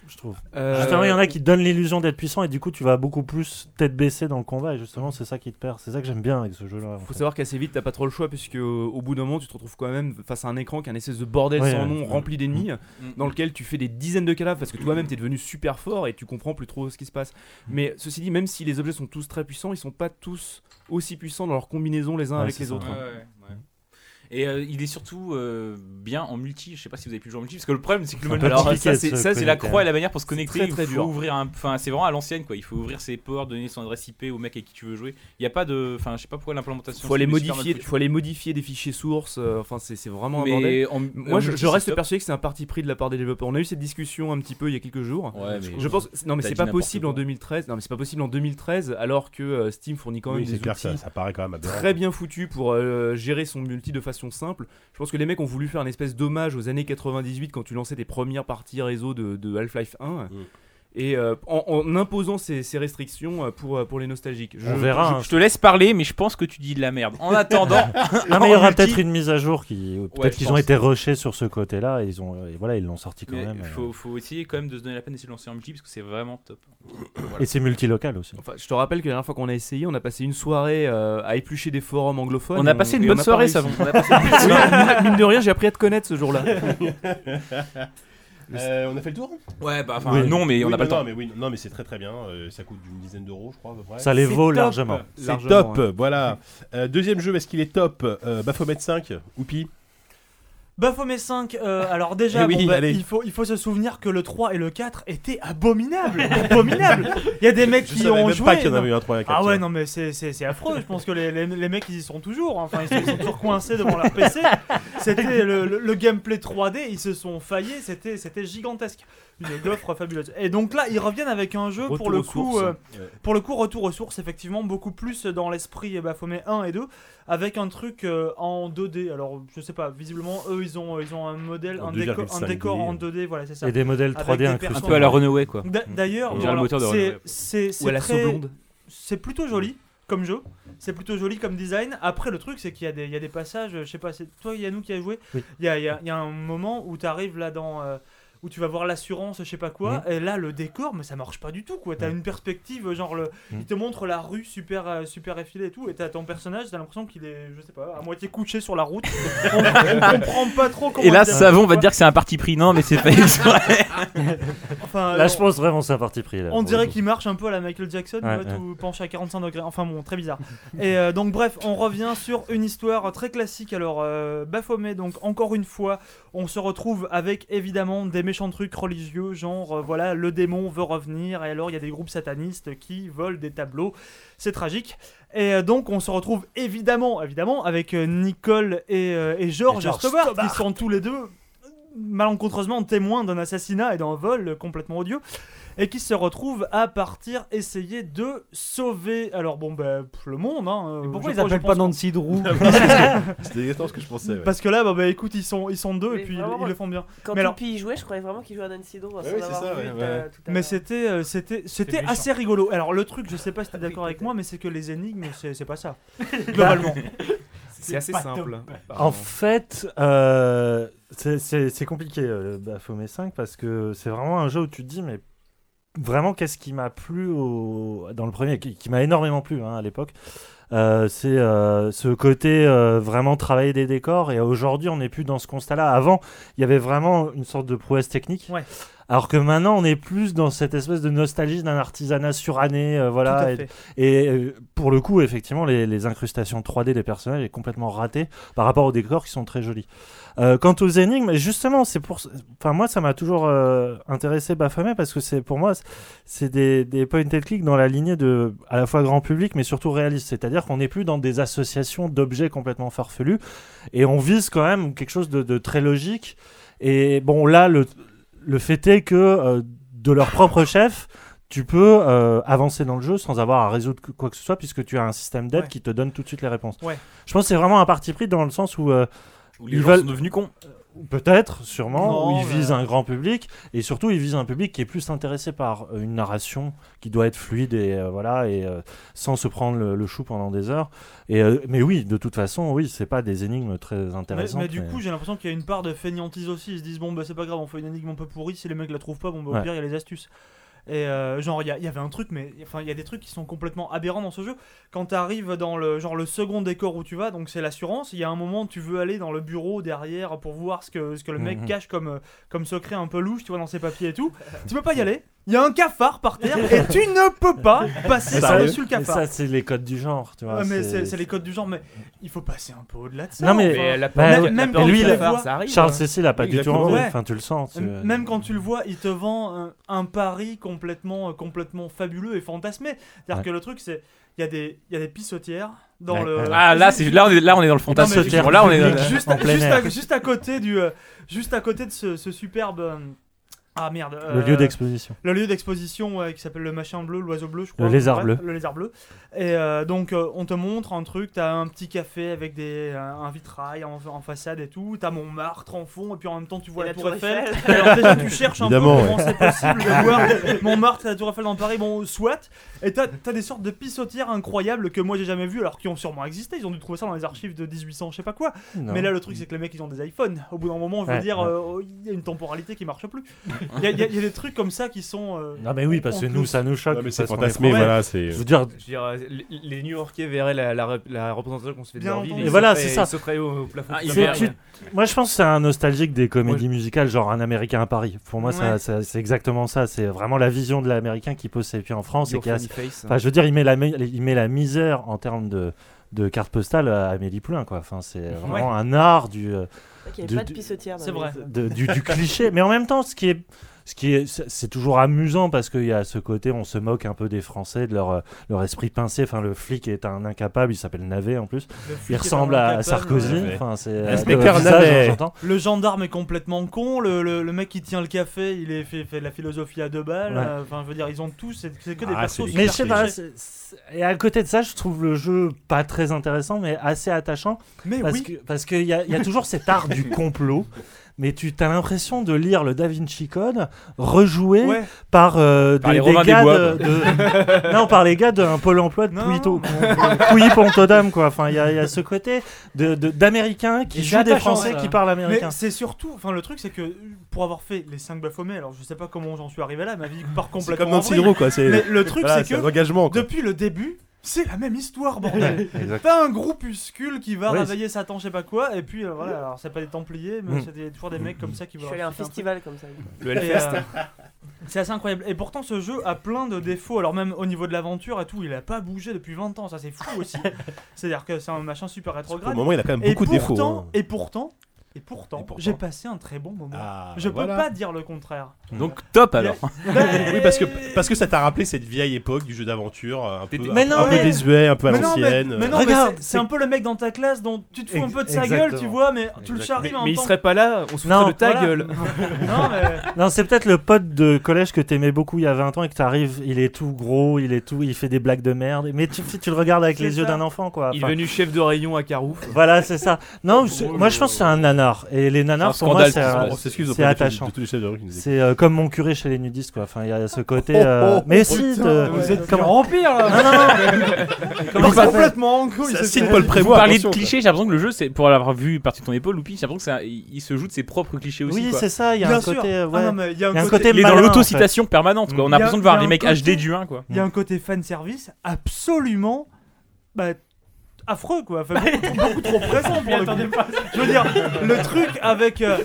[SPEAKER 6] je trouve.
[SPEAKER 5] Euh,
[SPEAKER 6] Justement, il y en a qui te donnent l'illusion d'être puissant et du coup, tu vas beaucoup plus tête baissée dans le combat. Et justement, c'est ça qui te perd. C'est ça que j'aime bien avec ce jeu-là. en
[SPEAKER 5] Faut
[SPEAKER 6] fait.
[SPEAKER 5] savoir qu'assez vite, t'as pas trop le choix, puisque euh, au bout d'un moment, tu te retrouves quand même face à un écran qui est un espèce de bordel
[SPEAKER 6] Ouais,
[SPEAKER 5] sans
[SPEAKER 6] ouais.
[SPEAKER 5] nom, hein, rempli d'ennemis,
[SPEAKER 4] Mm.
[SPEAKER 5] dans lequel tu fais des dizaines de cadavres parce que toi-même t'es devenu super fort et tu comprends plus trop ce qui se passe. Mais ceci dit, même si les objets sont tous très puissants, ils sont pas tous aussi puissants dans leur combinaison les uns
[SPEAKER 6] Ouais,
[SPEAKER 5] avec
[SPEAKER 6] c'est
[SPEAKER 5] les
[SPEAKER 6] ça.
[SPEAKER 5] autres. hein.
[SPEAKER 4] Et euh, il est surtout euh, bien en multi. Je sais pas si vous avez pu jouer en multi, parce que le problème c'est que le
[SPEAKER 6] C'est un
[SPEAKER 4] mode
[SPEAKER 6] peu
[SPEAKER 4] alors,
[SPEAKER 6] compliqué
[SPEAKER 4] ça
[SPEAKER 6] de
[SPEAKER 4] c'est
[SPEAKER 6] se
[SPEAKER 4] ça, c'est la
[SPEAKER 6] connecter,
[SPEAKER 4] croix
[SPEAKER 6] hein.
[SPEAKER 4] et la manière pour se
[SPEAKER 5] C'est
[SPEAKER 4] connecter.
[SPEAKER 5] très, très
[SPEAKER 4] il faut
[SPEAKER 5] dur.
[SPEAKER 4] ouvrir un, enfin c'est vraiment à l'ancienne quoi. Il faut ouvrir ses ports, donner son adresse IP au mec avec qui tu veux jouer. Il y a pas de, enfin je sais pas pourquoi l'implémentation.
[SPEAKER 5] Faut
[SPEAKER 4] c'est
[SPEAKER 5] aller
[SPEAKER 4] des super
[SPEAKER 5] modifier,
[SPEAKER 4] mal
[SPEAKER 5] faut aller modifier des fichiers sources. euh, Enfin, c'est c'est vraiment un
[SPEAKER 4] foutue.
[SPEAKER 5] bordel.
[SPEAKER 4] Mais en- en
[SPEAKER 5] Moi, je,
[SPEAKER 4] multi,
[SPEAKER 5] je reste
[SPEAKER 4] c'est top.
[SPEAKER 5] persuadé que c'est un parti pris de la part des développeurs. On a eu cette discussion un petit peu il y a quelques jours.
[SPEAKER 4] Ouais, mais-
[SPEAKER 5] Je pense, non mais
[SPEAKER 4] T'as
[SPEAKER 5] c'est
[SPEAKER 4] dit
[SPEAKER 5] pas
[SPEAKER 4] n'importe
[SPEAKER 5] possible
[SPEAKER 4] quoi.
[SPEAKER 5] en 2013. Non mais c'est pas possible en 2013 alors que euh, Steam fournit quand même
[SPEAKER 2] Oui,
[SPEAKER 5] des
[SPEAKER 2] c'est clair que
[SPEAKER 5] outils
[SPEAKER 2] ça, ça paraît quand même aberrant.
[SPEAKER 5] très bien foutus pour euh, gérer son multi de façon simple. Je pense que les mecs ont voulu faire un espèce d'hommage aux années 98 quand tu lançais tes premières parties réseau de, de Half-Life 1.
[SPEAKER 4] Mm.
[SPEAKER 5] Et euh, en, en imposant ces, ces restrictions euh, pour, euh, pour les nostalgiques. Je,
[SPEAKER 6] On verra.
[SPEAKER 4] Je-
[SPEAKER 6] hein.
[SPEAKER 4] Je te laisse parler, mais je pense que tu dis de la merde. En attendant,
[SPEAKER 6] Non, Ah, mais il y aura
[SPEAKER 4] multi-
[SPEAKER 6] peut-être une mise à jour qui. Peut-être
[SPEAKER 4] Ouais, je
[SPEAKER 6] qu'ils ont
[SPEAKER 4] pense.
[SPEAKER 6] été rushés sur ce côté-là. et Ils ont. Et voilà, ils l'ont sorti quand
[SPEAKER 4] Mais
[SPEAKER 6] même. euh.
[SPEAKER 4] faut, faut essayer quand même de se donner la peine d'essayer de lancer en multi parce que c'est vraiment top.
[SPEAKER 6] Et c'est multilocal aussi.
[SPEAKER 5] Enfin, je te rappelle que la dernière fois qu'on a essayé, on a passé une soirée euh, à éplucher des forums anglophones.
[SPEAKER 4] On a passé une
[SPEAKER 5] et
[SPEAKER 4] bonne
[SPEAKER 5] pas
[SPEAKER 4] soirée,
[SPEAKER 5] réussi.
[SPEAKER 4] Savon. On a passé une bonne
[SPEAKER 5] Oui,
[SPEAKER 4] soirée.
[SPEAKER 5] mine- mine de rien, j'ai appris à te connaître ce jour-là.
[SPEAKER 2] Euh, on a fait le tour
[SPEAKER 4] Ouais, bah enfin,
[SPEAKER 6] Oui.
[SPEAKER 4] non, mais on
[SPEAKER 2] Oui,
[SPEAKER 4] n'a pas le
[SPEAKER 2] non,
[SPEAKER 4] temps.
[SPEAKER 2] non, mais, oui, non, mais c'est très très bien. Euh, ça coûte une dizaine d'euros, je crois, à peu près.
[SPEAKER 6] Ça les
[SPEAKER 5] C'est
[SPEAKER 6] vaut
[SPEAKER 5] top.
[SPEAKER 6] largement.
[SPEAKER 2] C'est
[SPEAKER 5] Largement,
[SPEAKER 2] top,
[SPEAKER 5] ouais.
[SPEAKER 2] voilà. Euh, deuxième jeu, est-ce qu'il est top Euh, Baphomet 5, oupi.
[SPEAKER 3] Baphomet 5, euh, alors déjà,
[SPEAKER 2] Eh oui,
[SPEAKER 3] bon, bah,
[SPEAKER 2] allez.
[SPEAKER 3] il, faut, il faut se souvenir que le 3 et le 4 étaient abominables. abominables. Il y a des mecs
[SPEAKER 2] Je
[SPEAKER 3] qui
[SPEAKER 2] savais
[SPEAKER 3] ont
[SPEAKER 2] même
[SPEAKER 3] joué.
[SPEAKER 2] pas qu'il y en
[SPEAKER 3] non.
[SPEAKER 2] avait eu un 3 et un 4,
[SPEAKER 3] Ah ouais,
[SPEAKER 2] ouais.
[SPEAKER 3] non, mais c'est- c'est c'est affreux. Je pense que les, les- les mecs, ils y sont toujours. Enfin, ils sont, ils sont toujours coincés devant leur PC. C'était le, le- le gameplay 3D, ils se sont faillés. C'était c'était gigantesque. Une gaufre fabuleuse. Et donc là, ils reviennent avec un jeu
[SPEAKER 5] Retour
[SPEAKER 3] pour le
[SPEAKER 5] aux
[SPEAKER 3] coup.
[SPEAKER 5] sources.
[SPEAKER 3] euh,
[SPEAKER 5] Ouais.
[SPEAKER 3] pour le coup, retour aux sources, effectivement, beaucoup plus dans l'esprit eh ben, Baphomet 1 et 2, avec un truc euh, en 2D. Alors, je sais pas, visiblement, eux, ils ont, ils ont un modèle,
[SPEAKER 2] En
[SPEAKER 3] un, déco-
[SPEAKER 2] 2,5D,
[SPEAKER 3] un décor en 2D, voilà, c'est ça.
[SPEAKER 6] Et des modèles
[SPEAKER 3] Avec
[SPEAKER 6] 3D
[SPEAKER 3] des
[SPEAKER 6] incrustés.
[SPEAKER 3] personnages.
[SPEAKER 6] Un peu à la Runaway, quoi.
[SPEAKER 3] D'a- D'ailleurs,
[SPEAKER 6] On
[SPEAKER 3] bon,
[SPEAKER 6] dirait le
[SPEAKER 3] alors,
[SPEAKER 6] moteur de
[SPEAKER 3] c'est-
[SPEAKER 6] Runaway.
[SPEAKER 3] c'est c'est
[SPEAKER 5] Ou à la
[SPEAKER 3] très-
[SPEAKER 5] Saublonde.
[SPEAKER 3] C'est plutôt joli comme jeu, c'est plutôt joli comme design. Après, le truc, c'est qu'il y, a des- il y a des passages, je sais pas, c'est toi, Yannou, qui a joué.
[SPEAKER 6] Oui.
[SPEAKER 3] Il y a, il y a- il y a un moment où tu arrives là dans. euh, où tu vas voir l'assurance, je sais pas quoi, et là le décor, mais ça marche pas du tout quoi. T'as une perspective, genre le,
[SPEAKER 6] Mm.
[SPEAKER 3] il te montre la rue super euh, super effilée et tout, et t'as ton personnage, t'as l'impression qu'il est, je sais pas, à moitié couché sur la route. on, on comprend pas trop. comment
[SPEAKER 4] Et là,
[SPEAKER 3] dire.
[SPEAKER 4] Savon va te dire que c'est un parti pris. Non, mais c'est pas exprès.
[SPEAKER 3] Enfin,
[SPEAKER 6] là,
[SPEAKER 3] on-
[SPEAKER 6] je pense vraiment que c'est un parti pris. là,
[SPEAKER 3] on
[SPEAKER 6] pour
[SPEAKER 3] dirait
[SPEAKER 6] le coup.
[SPEAKER 3] qu'il marche un peu à la Michael Jackson,
[SPEAKER 6] Ouais,
[SPEAKER 3] tu vois,
[SPEAKER 6] ouais.
[SPEAKER 3] tout penché à 45 degrés. Enfin bon, très bizarre. Et euh, donc bref, on revient sur une histoire très classique. Alors euh, Baphomet, donc encore une fois, on se retrouve avec évidemment des méchants trucs religieux, genre euh, voilà, le démon veut revenir, et alors il y a des groupes satanistes qui volent des tableaux. C'est tragique. Et euh, donc on se retrouve évidemment, évidemment, avec euh, Nicole et, euh, et Georges
[SPEAKER 10] Georges
[SPEAKER 3] Stobart, qui
[SPEAKER 10] Stobart.
[SPEAKER 3] sont tous les deux malencontreusement témoins d'un assassinat et d'un vol complètement odieux et qui se retrouvent à partir essayer de sauver alors bon bah, pff, le monde hein, euh,
[SPEAKER 9] pourquoi
[SPEAKER 3] je
[SPEAKER 9] ils
[SPEAKER 3] pense- je
[SPEAKER 9] appellent pas
[SPEAKER 3] pense-
[SPEAKER 9] Nancy Drew
[SPEAKER 2] C'était exactement ce que je pensais. ouais.
[SPEAKER 3] parce que là bah, bah, écoute ils sont ils sont deux
[SPEAKER 7] Mais
[SPEAKER 3] et puis ils-
[SPEAKER 7] vraiment,
[SPEAKER 3] ils le font bien
[SPEAKER 7] Quand
[SPEAKER 3] mais alors
[SPEAKER 7] Toupie y jouait, je croyais vraiment qu'il jouait à Nancy Drew.
[SPEAKER 2] oui, c'est ça, ouais, ouais.
[SPEAKER 3] mais c'était euh, c'était c'était
[SPEAKER 9] méchant.
[SPEAKER 3] assez rigolo alors le truc je sais pas si t'es d'accord avec moi mais c'est que les énigmes c'est c'est pas ça globalement
[SPEAKER 5] C'est assez
[SPEAKER 3] pas
[SPEAKER 5] simple. hein,
[SPEAKER 3] top.
[SPEAKER 6] En fait, euh, c'est- c'est c'est compliqué euh, le Baphomet 5 parce que c'est vraiment un jeu où tu te dis mais vraiment qu'est-ce qui m'a plu au- dans le premier qui, qui m'a énormément plu hein, à l'époque. euh, c'est euh, ce côté euh, vraiment travailler des décors et aujourd'hui on n'est plus dans ce constat-là. Avant, il y avait vraiment une sorte de prouesse technique.
[SPEAKER 3] Ouais.
[SPEAKER 6] Alors que maintenant, on est plus dans cette espèce de nostalgie d'un artisanat suranné, euh, voilà.
[SPEAKER 3] Tout à
[SPEAKER 6] et-
[SPEAKER 3] fait.
[SPEAKER 6] et euh, pour le coup, effectivement, les, les incrustations 3D des personnages est complètement ratée par rapport aux décors qui sont très jolis. Euh, quant aux énigmes, justement, c'est pour. Enfin, moi, ça m'a toujours euh, intéressé Baphomet parce que c'est pour moi, c'est- c'est des, des point and click dans la lignée de à la fois grand public mais surtout réaliste. C'est-à-dire qu'on n'est plus dans des associations d'objets complètement farfelus et on vise quand même quelque chose de, de très logique. Et bon, là, le, le fait est que euh, de leur propre chef, tu peux euh, avancer dans le jeu sans avoir à résoudre que- quoi que ce soit puisque tu as un système d'aide
[SPEAKER 3] Ouais.
[SPEAKER 6] qui te donne tout de suite les réponses.
[SPEAKER 3] Ouais.
[SPEAKER 6] Je pense que c'est vraiment un parti pris dans le sens où, euh,
[SPEAKER 4] Où les
[SPEAKER 6] ils
[SPEAKER 4] gens
[SPEAKER 6] veulent- Euh,
[SPEAKER 4] sont devenus cons.
[SPEAKER 6] peut-être, sûrement,
[SPEAKER 3] Non,
[SPEAKER 6] où ils
[SPEAKER 3] mais- euh,
[SPEAKER 6] visent un grand public et surtout ils visent un public qui est plus intéressé par euh, une narration qui doit être fluide et euh, voilà et euh, sans se prendre le, le chou pendant des heures. Et euh, mais oui, de toute façon, oui, c'est pas des énigmes très
[SPEAKER 3] Mais,
[SPEAKER 6] intéressantes.
[SPEAKER 3] mais du
[SPEAKER 6] mais-
[SPEAKER 3] coup, j'ai l'impression qu'il y a une part de fainéantise aussi. Ils se disent, bon, bah c'est pas grave, on fait une énigme un peu pourrie. Si les mecs la trouvent pas, bon, bah, au
[SPEAKER 6] Ouais.
[SPEAKER 3] pire, il y a les astuces. Et euh, genre, il y, a- il y avait un truc, mais enfin, il y a des trucs qui sont complètement aberrants dans ce jeu. Quand t'arrives dans le genre le second décor où tu vas, donc c'est l'assurance, il y a un moment, tu veux aller dans le bureau derrière pour voir ce que, ce que le mec
[SPEAKER 6] Mhm.
[SPEAKER 3] cache comme, euh, comme secret un peu louche, tu vois, dans ses papiers et tout. tu peux pas y aller. Il y a un cafard par terre et tu ne peux pas passer
[SPEAKER 6] Mais ça,
[SPEAKER 3] par-dessus le
[SPEAKER 6] mais
[SPEAKER 3] cafard.
[SPEAKER 6] ça, c'est les codes du genre, tu vois.
[SPEAKER 3] Ouais, mais c'est c'est les codes du genre, mais il faut passer un peu au-delà de ça.
[SPEAKER 6] Non, mais-
[SPEAKER 3] enfin.
[SPEAKER 5] Mais la
[SPEAKER 6] Bah,
[SPEAKER 5] peur,
[SPEAKER 6] ouais.
[SPEAKER 5] la
[SPEAKER 3] Même
[SPEAKER 5] peur
[SPEAKER 3] quand
[SPEAKER 5] du
[SPEAKER 6] lui, il a-
[SPEAKER 5] cafard, ça arrive. hein.
[SPEAKER 6] Charles Cécile a pas du tout
[SPEAKER 2] Exactement,
[SPEAKER 6] envie.
[SPEAKER 3] ouais.
[SPEAKER 6] Enfin, tu le sens. tu-
[SPEAKER 3] M- Même quand tu le vois, il te vend un, un pari complètement, euh, complètement fabuleux et fantasmé. C'est-à-dire
[SPEAKER 6] Ouais.
[SPEAKER 3] que le truc, c'est il y, a des- il y a des pissotières dans
[SPEAKER 6] Ouais,
[SPEAKER 3] le.
[SPEAKER 6] ouais.
[SPEAKER 4] Ah là, c'est là euh, on est là on est dans le
[SPEAKER 3] Non, mais
[SPEAKER 4] fantasme.
[SPEAKER 3] juste-
[SPEAKER 4] Là on est.
[SPEAKER 6] juste-
[SPEAKER 3] juste,
[SPEAKER 6] en plein
[SPEAKER 3] juste
[SPEAKER 6] air.
[SPEAKER 3] à, juste à côté du, euh, juste à côté de ce, ce superbe. euh, ah merde.
[SPEAKER 6] Le
[SPEAKER 3] euh,
[SPEAKER 6] lieu d'exposition.
[SPEAKER 3] le lieu d'exposition ouais, qui s'appelle le machin bleu, l'oiseau bleu, je crois.
[SPEAKER 6] Le lézard bleu.
[SPEAKER 3] Le lézard bleu. Et euh, donc, euh, on te montre un truc, t'as un petit café avec des, un, un vitrail en, en façade et tout, t'as Montmartre en fond, et puis en même temps, tu vois
[SPEAKER 7] Et
[SPEAKER 3] la,
[SPEAKER 7] la
[SPEAKER 3] Tour
[SPEAKER 7] Tour
[SPEAKER 3] Eiffel.
[SPEAKER 7] Eiffel.
[SPEAKER 3] Alors, déjà, tu cherches un
[SPEAKER 2] Évidemment,
[SPEAKER 3] peu comment
[SPEAKER 2] ouais.
[SPEAKER 3] c'est possible de voir Montmartre et la Tour Eiffel dans Paris, bon, soit. Et t'as as des sortes de pissotières incroyables que moi, j'ai jamais vues, alors qui ont sûrement existé. Ils ont dû trouver ça dans les archives de 1800, je sais pas quoi.
[SPEAKER 6] Non.
[SPEAKER 3] Mais là, le truc, c'est que les mecs, ils ont des iPhones. Au bout d'un moment, je veux
[SPEAKER 6] Ouais,
[SPEAKER 3] dire,
[SPEAKER 6] ouais.
[SPEAKER 3] euh, il y a une temporalité qui marche plus. Il y, a- il y a il y a des trucs comme ça qui sont. euh,
[SPEAKER 6] Non, mais oui, parce que
[SPEAKER 3] en
[SPEAKER 6] nous,
[SPEAKER 3] plus.
[SPEAKER 6] ça nous choque.
[SPEAKER 2] Non, mais c'est
[SPEAKER 6] parce qu'on est
[SPEAKER 2] fantasmé,
[SPEAKER 6] français.
[SPEAKER 2] voilà. C'est...
[SPEAKER 6] Je veux dire,
[SPEAKER 5] Je veux dire, euh, les- les New Yorkais verraient la, la, rep- la représentation qu'on se fait de
[SPEAKER 3] Bien
[SPEAKER 5] leur ville.
[SPEAKER 3] entendu.
[SPEAKER 5] ils
[SPEAKER 6] Et voilà,
[SPEAKER 5] sauteraient-
[SPEAKER 6] c'est ça.
[SPEAKER 5] Ils sauteraient au, au plafond.
[SPEAKER 4] Ah,
[SPEAKER 5] tout
[SPEAKER 4] ils
[SPEAKER 5] simplement.
[SPEAKER 4] verraient.
[SPEAKER 6] moi, je pense que c'est un nostalgique des comédies musicales, genre un Américain à Paris. Pour moi, ça-
[SPEAKER 3] Ouais.
[SPEAKER 6] ça- c'est exactement ça. C'est vraiment la vision de l'Américain qui pose ses pieds en France et
[SPEAKER 5] Your
[SPEAKER 6] qui a
[SPEAKER 5] funny face.
[SPEAKER 6] Enfin, je veux dire, il met la, mi- il met la misère en termes de, de carte postale à Amélie Poulain, quoi. Enfin, c'est vraiment un art du, euh,
[SPEAKER 7] qu'il y avait
[SPEAKER 6] du-
[SPEAKER 7] pas de
[SPEAKER 6] du-
[SPEAKER 7] pissotière dans
[SPEAKER 3] C'est
[SPEAKER 7] le
[SPEAKER 3] vrai.
[SPEAKER 7] livre.
[SPEAKER 6] de- du, du cliché. Mais en même temps, ce qui est, ce qui est, c'est- c'est toujours amusant parce qu'il y a ce côté, on se moque un peu des Français, de leur, euh, leur esprit pincé. Enfin, le flic est un incapable, il s'appelle Navet en plus.
[SPEAKER 3] flic
[SPEAKER 6] Il
[SPEAKER 3] est
[SPEAKER 6] ressemble
[SPEAKER 3] un
[SPEAKER 6] à,
[SPEAKER 3] incapable,
[SPEAKER 6] Sarkozy.
[SPEAKER 2] ouais.
[SPEAKER 6] Enfin, c'est euh,
[SPEAKER 2] Inspecteur
[SPEAKER 6] le visage,
[SPEAKER 2] Navet.
[SPEAKER 6] j'entends.
[SPEAKER 3] Le gendarme est complètement con, le, le, le mec qui tient le café, il est fait, fait de la philosophie à deux balles.
[SPEAKER 6] Ouais.
[SPEAKER 3] euh, Enfin, je veux dire, ils ont tous, c'est c'est que des
[SPEAKER 2] Ah,
[SPEAKER 3] persos.
[SPEAKER 2] c'est des
[SPEAKER 3] super
[SPEAKER 6] Mais je sais pas.
[SPEAKER 3] clichés.
[SPEAKER 6] c'est- c'est- Et à côté de ça, je trouve le jeu pas très intéressant, mais assez attachant.
[SPEAKER 3] Mais
[SPEAKER 6] Parce
[SPEAKER 3] oui,
[SPEAKER 6] que parce qu'il y, a- il y a toujours cet art du complot. Mais tu as l'impression de lire le Da Vinci Code rejoué
[SPEAKER 3] ouais.
[SPEAKER 6] par, euh,
[SPEAKER 4] Par
[SPEAKER 6] des,
[SPEAKER 4] les
[SPEAKER 6] des
[SPEAKER 4] Robin des
[SPEAKER 6] gars
[SPEAKER 4] Bois,
[SPEAKER 6] de, de- non par les gars d'un pôle emploi de
[SPEAKER 3] Non,
[SPEAKER 6] Pouillito
[SPEAKER 3] non,
[SPEAKER 6] Pouilly Pontodame quoi. Enfin il y, a il y a ce côté de de- d'américains qui
[SPEAKER 3] Et
[SPEAKER 6] jouent des
[SPEAKER 3] d'attachant,
[SPEAKER 6] français
[SPEAKER 3] ça.
[SPEAKER 6] qui parlent américain.
[SPEAKER 3] Mais c'est surtout, enfin le truc c'est que pour avoir fait les 5 baphomets, alors je sais pas comment j'en suis arrivé là, ma vie part
[SPEAKER 2] C'est
[SPEAKER 3] complètement
[SPEAKER 2] comme
[SPEAKER 3] en
[SPEAKER 2] dans
[SPEAKER 3] vrille.
[SPEAKER 2] Sidro, quoi. C'est
[SPEAKER 3] Mais le truc
[SPEAKER 2] voilà,
[SPEAKER 3] c'est
[SPEAKER 2] c'est un
[SPEAKER 3] que
[SPEAKER 2] engagement. quoi.
[SPEAKER 3] depuis le début, c'est la même histoire bordel.
[SPEAKER 2] Exact.
[SPEAKER 3] T'as un groupuscule qui va
[SPEAKER 6] Oui.
[SPEAKER 3] réveiller Satan, je sais pas quoi, et puis euh, voilà, alors c'est pas des Templiers, mais
[SPEAKER 6] Mm.
[SPEAKER 3] c'est des- toujours des mecs comme ça qui
[SPEAKER 7] Je
[SPEAKER 3] veulent.
[SPEAKER 7] suis allé à un
[SPEAKER 3] rajouter un truc.
[SPEAKER 7] festival comme ça.
[SPEAKER 5] Le
[SPEAKER 3] Et,
[SPEAKER 5] Hellfest.
[SPEAKER 3] euh, C'est assez incroyable. Et pourtant, ce jeu a plein de défauts. Alors, même au niveau de l'aventure et tout, il a pas bougé depuis 20 ans. Ça, c'est fou aussi. C'est-à-dire que c'est un machin super
[SPEAKER 2] Pour le
[SPEAKER 3] rétrograde.
[SPEAKER 2] moment, il a quand même
[SPEAKER 3] Et
[SPEAKER 2] beaucoup de défauts.
[SPEAKER 3] pourtant,
[SPEAKER 2] hein.
[SPEAKER 3] et pourtant, et pourtant,
[SPEAKER 2] Et pourtant.
[SPEAKER 3] j'ai passé un très bon moment.
[SPEAKER 2] Ah,
[SPEAKER 3] Je
[SPEAKER 2] voilà.
[SPEAKER 3] peux pas dire le contraire.
[SPEAKER 4] Donc top alors.
[SPEAKER 2] Oui, parce que, parce que ça t'a rappelé cette vieille époque du jeu d'aventure, euh, un peu,
[SPEAKER 6] Mais
[SPEAKER 2] un-
[SPEAKER 6] non,
[SPEAKER 2] un peu
[SPEAKER 6] mais-
[SPEAKER 2] désuet, un peu euh, à
[SPEAKER 3] mais non, mais,
[SPEAKER 2] l'ancienne.
[SPEAKER 3] mais non, mais
[SPEAKER 6] Regarde,
[SPEAKER 3] c'est- c'est un peu le mec dans ta classe dont tu te fous un
[SPEAKER 6] Ex-
[SPEAKER 3] peu de sa gueule, tu
[SPEAKER 6] exactement.
[SPEAKER 3] vois, mais tu
[SPEAKER 2] Exactement.
[SPEAKER 3] le
[SPEAKER 5] Mais,
[SPEAKER 3] charries en
[SPEAKER 5] mais il
[SPEAKER 3] temps.
[SPEAKER 5] serait pas là, on se
[SPEAKER 6] Non,
[SPEAKER 5] foutrait de ta
[SPEAKER 3] Voilà.
[SPEAKER 5] gueule.
[SPEAKER 3] non, mais
[SPEAKER 6] Non c'est peut-être le pote de collège que t'aimais beaucoup il y a 20 ans et que t'arrives il est tout gros il est tout il fait des blagues de merde mais tu, tu le regardes avec
[SPEAKER 3] C'est
[SPEAKER 6] les yeux
[SPEAKER 3] ça.
[SPEAKER 6] d'un enfant quoi.
[SPEAKER 5] Il est
[SPEAKER 6] Enfin,
[SPEAKER 5] venu chef de rayon à Carouf.
[SPEAKER 6] Voilà c'est ça. Non c'est- moi je pense que c'est un nanar et les nanars
[SPEAKER 4] C'est un
[SPEAKER 6] pour moi
[SPEAKER 4] scandale
[SPEAKER 6] c'est
[SPEAKER 4] qui se
[SPEAKER 6] un-
[SPEAKER 4] passe.
[SPEAKER 2] On s'excuse
[SPEAKER 6] c'est
[SPEAKER 2] auprès de tous-
[SPEAKER 6] attachant.
[SPEAKER 2] de tous les chefs de rue qui nous écoutent.
[SPEAKER 6] C'est euh, comme mon curé chez les nudistes, quoi. Enfin, il y a ce côté.
[SPEAKER 3] Oh,
[SPEAKER 6] euh, mais si, de-
[SPEAKER 10] vous êtes
[SPEAKER 6] comment-
[SPEAKER 10] vampire là
[SPEAKER 6] comment ça-
[SPEAKER 10] Complètement en couille
[SPEAKER 2] Ça
[SPEAKER 10] cette
[SPEAKER 2] signe
[SPEAKER 10] série.
[SPEAKER 2] Paul Prévost.
[SPEAKER 4] Vous parlez de
[SPEAKER 2] attention,
[SPEAKER 4] clichés, j'ai l'impression que le jeu, c'est pour l'avoir vu partie de ton épaule, Loupi, j'ai l'impression que ça, il il se joue de ses propres clichés aussi.
[SPEAKER 6] Oui,
[SPEAKER 4] quoi.
[SPEAKER 6] c'est ça. Il y a
[SPEAKER 3] bien
[SPEAKER 6] un
[SPEAKER 3] sûr.
[SPEAKER 6] côté. euh,
[SPEAKER 3] Ah
[SPEAKER 6] ouais.
[SPEAKER 3] non, mais il y a un
[SPEAKER 6] Il y a un
[SPEAKER 3] côté-
[SPEAKER 6] côté
[SPEAKER 4] Il est dans
[SPEAKER 6] malin,
[SPEAKER 4] l'autocitation permanente, quoi. On
[SPEAKER 3] Il y a-
[SPEAKER 4] a l'impression de
[SPEAKER 3] il y
[SPEAKER 4] voir
[SPEAKER 3] a
[SPEAKER 4] les
[SPEAKER 3] un
[SPEAKER 4] mecs
[SPEAKER 3] côté-
[SPEAKER 4] HD du 1, quoi.
[SPEAKER 3] Il y a un côté fan service absolument bah, affreux quoi, Enfin, beaucoup, trop- beaucoup trop présent pour le coup. Je veux dire, le truc avec euh,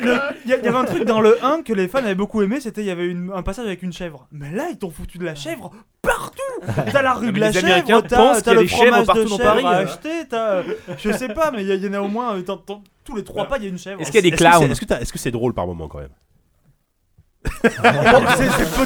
[SPEAKER 3] le- il y, a- il y avait un truc dans le 1 que les fans avaient beaucoup aimé, c'était il y avait une- un passage avec une chèvre. Mais là, ils t'ont foutu de la chèvre partout. T'as la rue
[SPEAKER 5] mais
[SPEAKER 3] de la
[SPEAKER 5] les
[SPEAKER 3] chèvre,
[SPEAKER 5] Américains
[SPEAKER 3] t'as
[SPEAKER 5] pensent qu'il
[SPEAKER 3] t'as
[SPEAKER 5] y a
[SPEAKER 3] le
[SPEAKER 5] des chèvres
[SPEAKER 3] fromage de
[SPEAKER 5] partout dans
[SPEAKER 3] chèvre à
[SPEAKER 5] Paris.
[SPEAKER 3] acheter, t'as, euh, je sais pas, mais il y a- il y, en a au moins euh, t'en- t'en- tous les trois pas, il y a une chèvre.
[SPEAKER 4] Est-ce qu'il y a des
[SPEAKER 2] Est-ce que c'est-
[SPEAKER 4] clowns
[SPEAKER 2] Est-ce que t'as- est-ce que c'est drôle par moment quand même
[SPEAKER 3] C'est c'est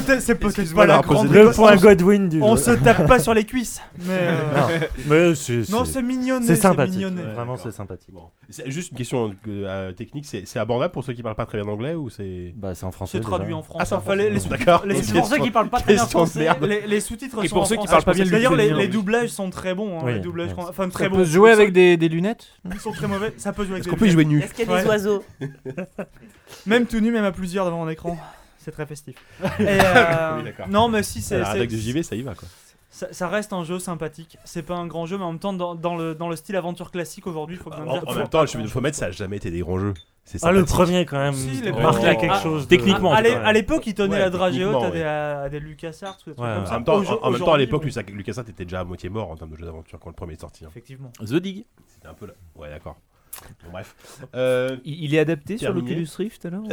[SPEAKER 3] peut-être, c'est peut-être
[SPEAKER 2] Excuse-moi
[SPEAKER 3] pas la
[SPEAKER 2] d'avoir posé
[SPEAKER 3] grande.
[SPEAKER 6] Le
[SPEAKER 3] réponse.
[SPEAKER 6] point Godwin du.
[SPEAKER 3] On
[SPEAKER 6] jeu.
[SPEAKER 3] se tape pas sur les cuisses, mais. euh,
[SPEAKER 6] Mais c'est.
[SPEAKER 3] Non,
[SPEAKER 6] c'est-
[SPEAKER 3] c'est mignonné.
[SPEAKER 6] C'est sympathique.
[SPEAKER 3] mignonné.
[SPEAKER 2] Ouais.
[SPEAKER 6] Vraiment,
[SPEAKER 2] d'accord.
[SPEAKER 6] c'est sympathique.
[SPEAKER 2] Bon. C'est juste une question euh, euh, technique. C'est c'est abordable pour ceux qui parlent pas très bien anglais ou c'est
[SPEAKER 6] Bah, c'est en français.
[SPEAKER 3] C'est traduit en français.
[SPEAKER 2] Ah, c'est en
[SPEAKER 3] Enfin, les- les-
[SPEAKER 2] D'accord.
[SPEAKER 3] les-
[SPEAKER 2] Ok.
[SPEAKER 3] c'est pour
[SPEAKER 9] ceux qui parlent pas très bien
[SPEAKER 2] Question de
[SPEAKER 9] français,
[SPEAKER 2] merde.
[SPEAKER 3] les- les sous-titres
[SPEAKER 5] Et
[SPEAKER 3] sont
[SPEAKER 5] pour
[SPEAKER 3] en
[SPEAKER 5] ceux qui
[SPEAKER 3] français.
[SPEAKER 5] parlent pas bien
[SPEAKER 3] D'ailleurs, les,
[SPEAKER 5] l'ukrainien,
[SPEAKER 3] les
[SPEAKER 5] oui.
[SPEAKER 3] doublages sont très bons. hein,
[SPEAKER 6] Oui,
[SPEAKER 3] les doublages
[SPEAKER 6] oui.
[SPEAKER 3] fran- enfin,
[SPEAKER 10] Ça
[SPEAKER 3] très bons.
[SPEAKER 10] peut se jouer
[SPEAKER 3] Ils sont-
[SPEAKER 10] avec des, des lunettes
[SPEAKER 3] Ils sont très mauvais. Ça peut se jouer avec
[SPEAKER 2] Est-ce
[SPEAKER 3] des
[SPEAKER 2] qu'on peut y
[SPEAKER 3] lunettes.
[SPEAKER 2] jouer nu
[SPEAKER 7] Est-ce qu'il y a des
[SPEAKER 3] Ouais.
[SPEAKER 7] oiseaux
[SPEAKER 3] Même tout nu, même à plusieurs devant mon écran. C'est très festif. Et, euh,
[SPEAKER 2] Oui, d'accord.
[SPEAKER 3] non, mais si, c'est.
[SPEAKER 2] La règle
[SPEAKER 3] c'est-
[SPEAKER 2] de JV, ça y va quoi.
[SPEAKER 3] Ça, ça reste un jeu sympathique. C'est pas un grand jeu, mais en même temps, dans, dans le, dans le style aventure classique aujourd'hui, faut bien
[SPEAKER 2] En,
[SPEAKER 3] dire.
[SPEAKER 2] en
[SPEAKER 3] que-
[SPEAKER 2] même temps, le chemin de Fomette, ça a jamais été des grands jeux. C'est
[SPEAKER 6] Ah, le
[SPEAKER 2] sympathique.
[SPEAKER 6] premier quand même.
[SPEAKER 3] Si, les
[SPEAKER 6] marque
[SPEAKER 2] premiers.
[SPEAKER 6] quelque
[SPEAKER 3] Ah,
[SPEAKER 6] chose. de-
[SPEAKER 4] techniquement, en
[SPEAKER 3] À l'é-
[SPEAKER 4] tout cas.
[SPEAKER 3] à l'époque, ils tennaient
[SPEAKER 2] Ouais,
[SPEAKER 3] la dragée haute à
[SPEAKER 2] techniquement,
[SPEAKER 3] des, à, à des LucasArts ou des trucs
[SPEAKER 6] Ouais,
[SPEAKER 3] comme
[SPEAKER 6] en
[SPEAKER 3] ça.
[SPEAKER 2] En même temps,
[SPEAKER 3] Au-
[SPEAKER 2] en- en même temps, à
[SPEAKER 3] aujourd'hui,
[SPEAKER 2] l'époque,
[SPEAKER 3] bon,
[SPEAKER 2] Lucas- LucasArts était déjà à moitié mort en termes de jeux d'aventure quand le premier est sorti. hein.
[SPEAKER 3] Effectivement.
[SPEAKER 4] The Dig.
[SPEAKER 2] C'était un peu là. Ouais, d'accord. Bon, bref. Euh,
[SPEAKER 5] Il, il est adapté
[SPEAKER 2] Terminé.
[SPEAKER 5] sur l'Oculus Rift alors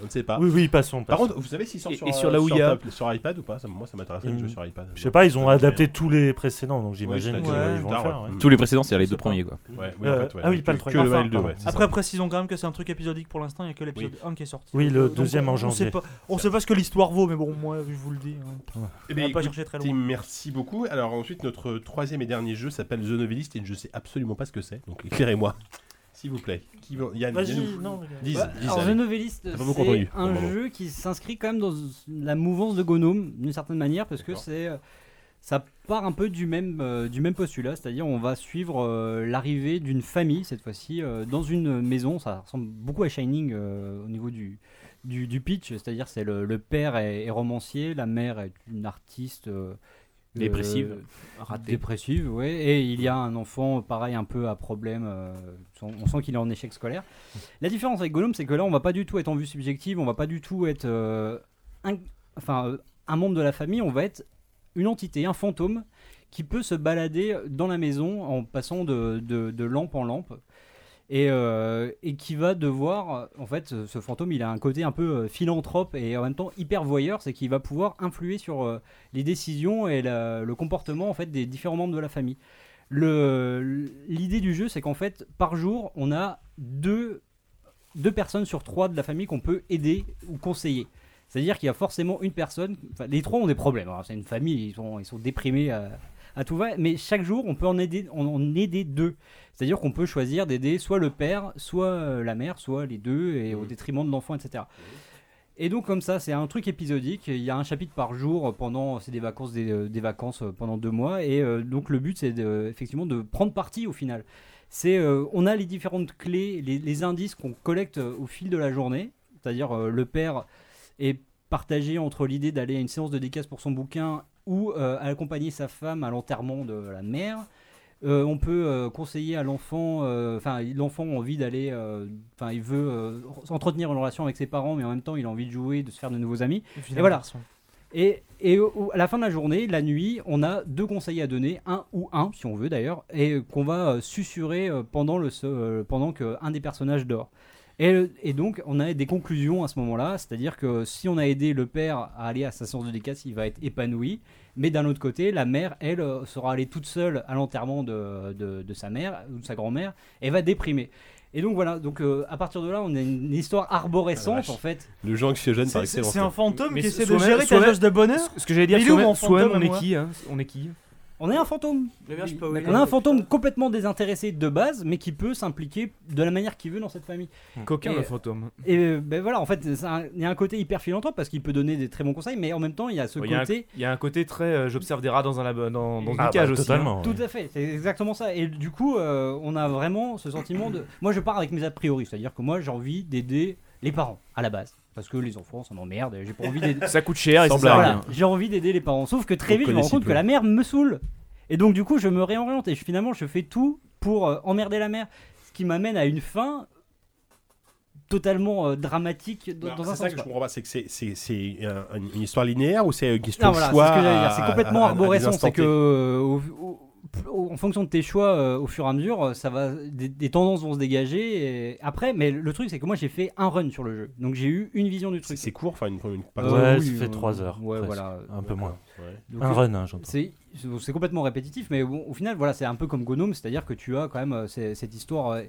[SPEAKER 2] on ne sait pas.
[SPEAKER 6] Oui, oui, passons.
[SPEAKER 2] Par
[SPEAKER 6] passons.
[SPEAKER 2] contre, vous savez s'ils sortent
[SPEAKER 5] Et-
[SPEAKER 2] sur, Hmm.
[SPEAKER 5] et
[SPEAKER 2] euh,
[SPEAKER 5] sur la Ouya.
[SPEAKER 2] table- sur iPad ou pas Ça- Moi, ça m'intéresse les
[SPEAKER 6] Hum.
[SPEAKER 2] jeux sur iPad.
[SPEAKER 6] je sais pas, ils ont
[SPEAKER 2] Ouais,
[SPEAKER 6] adapté tous les précédents, donc j'imagine
[SPEAKER 2] ouais,
[SPEAKER 6] qu'ils
[SPEAKER 3] ouais,
[SPEAKER 6] ils vont le
[SPEAKER 2] tard,
[SPEAKER 6] faire.
[SPEAKER 2] ouais.
[SPEAKER 6] ouais.
[SPEAKER 2] Mm.
[SPEAKER 4] Tous les précédents, c'est-à-dire les
[SPEAKER 6] Je
[SPEAKER 4] deux
[SPEAKER 6] sais pas.
[SPEAKER 4] premiers, quoi.
[SPEAKER 2] Ouais, oui, en
[SPEAKER 6] Euh,
[SPEAKER 2] fait, ouais.
[SPEAKER 6] ah oui, pas le
[SPEAKER 2] Que-
[SPEAKER 6] premier.
[SPEAKER 2] Que
[SPEAKER 6] Enfin,
[SPEAKER 2] le L2, ouais.
[SPEAKER 6] pardon.
[SPEAKER 2] c'est ça.
[SPEAKER 3] Après, précisons quand même que c'est un truc épisodique pour l'instant, il n'y a que l'épisode 1 qui est sorti.
[SPEAKER 6] Oui, le
[SPEAKER 3] Donc,
[SPEAKER 6] deuxième en
[SPEAKER 3] on
[SPEAKER 6] janvier.
[SPEAKER 3] Sait pas, on sait pas ce que l'histoire vaut, mais bon, moi, je vous le dis. hein.
[SPEAKER 2] Eh
[SPEAKER 3] On
[SPEAKER 2] ben,
[SPEAKER 3] va pas
[SPEAKER 2] écoute,
[SPEAKER 3] chercher très
[SPEAKER 2] Tim,
[SPEAKER 3] loin.
[SPEAKER 2] merci beaucoup. Alors ensuite, notre troisième et dernier jeu s'appelle The Novelist et je ne sais absolument pas ce que c'est. Donc éclairez-moi, s'il vous plaît. Qui veut- Yann,
[SPEAKER 6] Vas-y,
[SPEAKER 2] Yann,
[SPEAKER 6] non.
[SPEAKER 2] dis,
[SPEAKER 9] Bah,
[SPEAKER 2] dis,
[SPEAKER 9] alors,
[SPEAKER 2] allez.
[SPEAKER 9] The Novelist,
[SPEAKER 2] pas beaucoup entendu.
[SPEAKER 9] c'est un
[SPEAKER 2] Pardon.
[SPEAKER 9] jeu qui s'inscrit quand même dans la mouvance de Gnome, d'une certaine manière, parce que
[SPEAKER 2] D'accord.
[SPEAKER 9] c'est. euh, Ça part un peu du même, euh, du même postulat, c'est-à-dire on va suivre euh, l'arrivée d'une famille, cette fois-ci, euh, dans une maison. Ça ressemble beaucoup à Shining euh, au niveau du, du, du pitch, c'est-à-dire c'est le, le père est, est romancier, la mère est une artiste. euh,
[SPEAKER 4] Dépressive.
[SPEAKER 9] euh, Dépressive, ouais. Et il y a un enfant, pareil, un peu à problème. euh, on on sent qu'il est en échec scolaire. La différence avec Gollum, c'est que là, on va pas du tout être en vue subjective, on va pas du tout être euh, un, enfin, euh, un membre de la famille, on va être une entité, un fantôme qui peut se balader dans la maison en passant de, de- de lampe en lampe. Et, euh, et qui va devoir, en fait, ce ce fantôme, il a un côté un peu euh, philanthrope et en même temps hyper voyeur, c'est qu'il va pouvoir influer sur euh, les décisions et la- le comportement en fait des différents membres de la famille. Le- L'idée du jeu, c'est qu'en fait, par jour, on a deux, deux personnes sur trois de la famille qu'on peut aider ou conseiller. C'est-à-dire qu'il y a forcément une personne. enfin, les trois ont des problèmes. hein, C'est une famille, ils sont, ils sont déprimés à, à tout va. Mais chaque jour, on peut en aider, en, en aider deux. C'est-à-dire qu'on peut choisir d'aider soit le père, soit euh, la mère, soit les deux, et au détriment de l'enfant, etc. Et donc comme ça, c'est un truc épisodique. Il y a un chapitre par jour pendant, c'est des vacances, des, euh, des vacances euh, pendant deux mois. Et euh, donc le but, c'est de- effectivement de prendre parti au final. C'est, euh, on a les différentes clés, les, les indices qu'on collecte euh, au fil de la journée. C'est-à-dire euh, le père est partagé entre l'idée d'aller à une séance de décasse pour son bouquin ou euh, accompagner sa femme à l'enterrement de la mère. Euh, on peut euh, conseiller à l'enfant, euh, enfin l'enfant a envie d'aller, euh, enfin il veut euh, entretenir une relation avec ses parents, mais en même temps il a envie de jouer, de se faire de nouveaux amis.
[SPEAKER 3] Et puis
[SPEAKER 9] Et
[SPEAKER 3] la
[SPEAKER 9] voilà.
[SPEAKER 3] version.
[SPEAKER 9] Et, et au- au- à la fin de la journée, la nuit, on a deux conseils à donner, un ou un si on veut d'ailleurs, et qu'on va euh, susurrer euh, pendant, le, se- euh, pendant qu'un des personnages dort. Et, le- et donc on a des conclusions à ce moment-là, c'est-à-dire que si on a aidé le père à aller à sa séance de décasse, il va être épanoui, mais d'un autre côté, la mère, elle, euh, sera allée toute seule à l'enterrement de, de- de sa mère ou de sa grand-mère, et va déprimer. Et donc voilà, donc euh, à partir de là, on a une histoire arborescente en fait.
[SPEAKER 2] Le jeu anxiogène par
[SPEAKER 5] C'est-
[SPEAKER 2] excellence.
[SPEAKER 5] c'est un fantôme
[SPEAKER 9] Mais
[SPEAKER 5] qui
[SPEAKER 9] ce-
[SPEAKER 5] essaie de
[SPEAKER 9] soi-même-
[SPEAKER 5] gérer ta
[SPEAKER 9] soi-même-
[SPEAKER 5] jauge de bonheur Ce- ce que j'allais dire,
[SPEAKER 9] Il est où,
[SPEAKER 5] soi-même-
[SPEAKER 9] mon fantôme,
[SPEAKER 5] soi-même, on
[SPEAKER 9] à
[SPEAKER 5] est
[SPEAKER 9] moi
[SPEAKER 5] qui, hein On est qui
[SPEAKER 9] On est un fantôme.
[SPEAKER 5] Eh
[SPEAKER 10] Le mien, je sais pas où il
[SPEAKER 9] on a
[SPEAKER 10] est.
[SPEAKER 9] un fantôme complètement désintéressé de base, mais qui peut s'impliquer de la manière qu'il veut dans cette famille.
[SPEAKER 5] Coquin,
[SPEAKER 9] Et-
[SPEAKER 5] le fantôme.
[SPEAKER 9] Et euh, ben voilà, en fait, c'est un- il y a un côté hyper philanthrope parce qu'il peut donner des très bons conseils, mais en même temps, il y a ce
[SPEAKER 5] Oh, Il y, a un-
[SPEAKER 9] côté.
[SPEAKER 5] il y a un côté très euh, j'observe des rats dans, un labo- dans, dans une
[SPEAKER 9] Ah bah,
[SPEAKER 5] cage aussi.
[SPEAKER 9] totalement,
[SPEAKER 5] hein.
[SPEAKER 9] Tout à fait, c'est exactement ça. Et du coup, euh, on a vraiment ce sentiment de. Moi, je pars avec mes a priori, c'est-à-dire que moi, j'ai envie d'aider les parents à la base. Parce que les enfants, ça m'emmerde, et j'ai pas envie d'aider.
[SPEAKER 5] Ça coûte cher et
[SPEAKER 9] Sans
[SPEAKER 5] ça sert à
[SPEAKER 9] blague.
[SPEAKER 5] rien.
[SPEAKER 9] J'ai envie d'aider les parents. Sauf que très
[SPEAKER 5] Vous
[SPEAKER 9] vite, je me rends
[SPEAKER 5] connaissez
[SPEAKER 9] compte
[SPEAKER 5] peu.
[SPEAKER 9] que la mère me saoule. Et donc, du coup, je me réoriente et je- finalement, je fais tout pour euh, emmerder la mère. Ce qui m'amène à une fin totalement euh, dramatique dans,
[SPEAKER 2] Alors,
[SPEAKER 9] dans un
[SPEAKER 2] Bah, C'est
[SPEAKER 9] sens.
[SPEAKER 2] ça que je
[SPEAKER 9] quoi.
[SPEAKER 2] comprends pas, c'est que c'est- c'est c'est un- une- une histoire linéaire ou c'est une question
[SPEAKER 9] Non,
[SPEAKER 2] de
[SPEAKER 9] voilà,
[SPEAKER 2] choix
[SPEAKER 9] c'est ce que j'allais dire.
[SPEAKER 2] à-
[SPEAKER 9] C'est
[SPEAKER 2] à-
[SPEAKER 9] complètement
[SPEAKER 2] Ah, à- à des
[SPEAKER 9] arborescent.
[SPEAKER 2] instants
[SPEAKER 9] C'est que,
[SPEAKER 2] T.
[SPEAKER 9] euh, au- au- au- en fonction de tes choix, euh, au fur et à mesure, euh, ça va, des, des tendances vont se dégager. et après, mais le truc, c'est que moi, j'ai fait un run sur le jeu. Donc, j'ai eu une vision du truc. Euh,
[SPEAKER 2] C'est court, enfin, une, une
[SPEAKER 6] Ouais, ça fait 3 heures.
[SPEAKER 9] Ouais,
[SPEAKER 6] presque.
[SPEAKER 9] voilà.
[SPEAKER 6] Un peu moins.
[SPEAKER 9] Donc,
[SPEAKER 6] Un
[SPEAKER 9] euh,
[SPEAKER 6] run, hein, j'entends.
[SPEAKER 9] C'est c'est complètement répétitif, mais bon, au final, voilà, c'est un peu comme Gnome, c'est-à-dire que tu as quand même euh, c'est- cette histoire euh,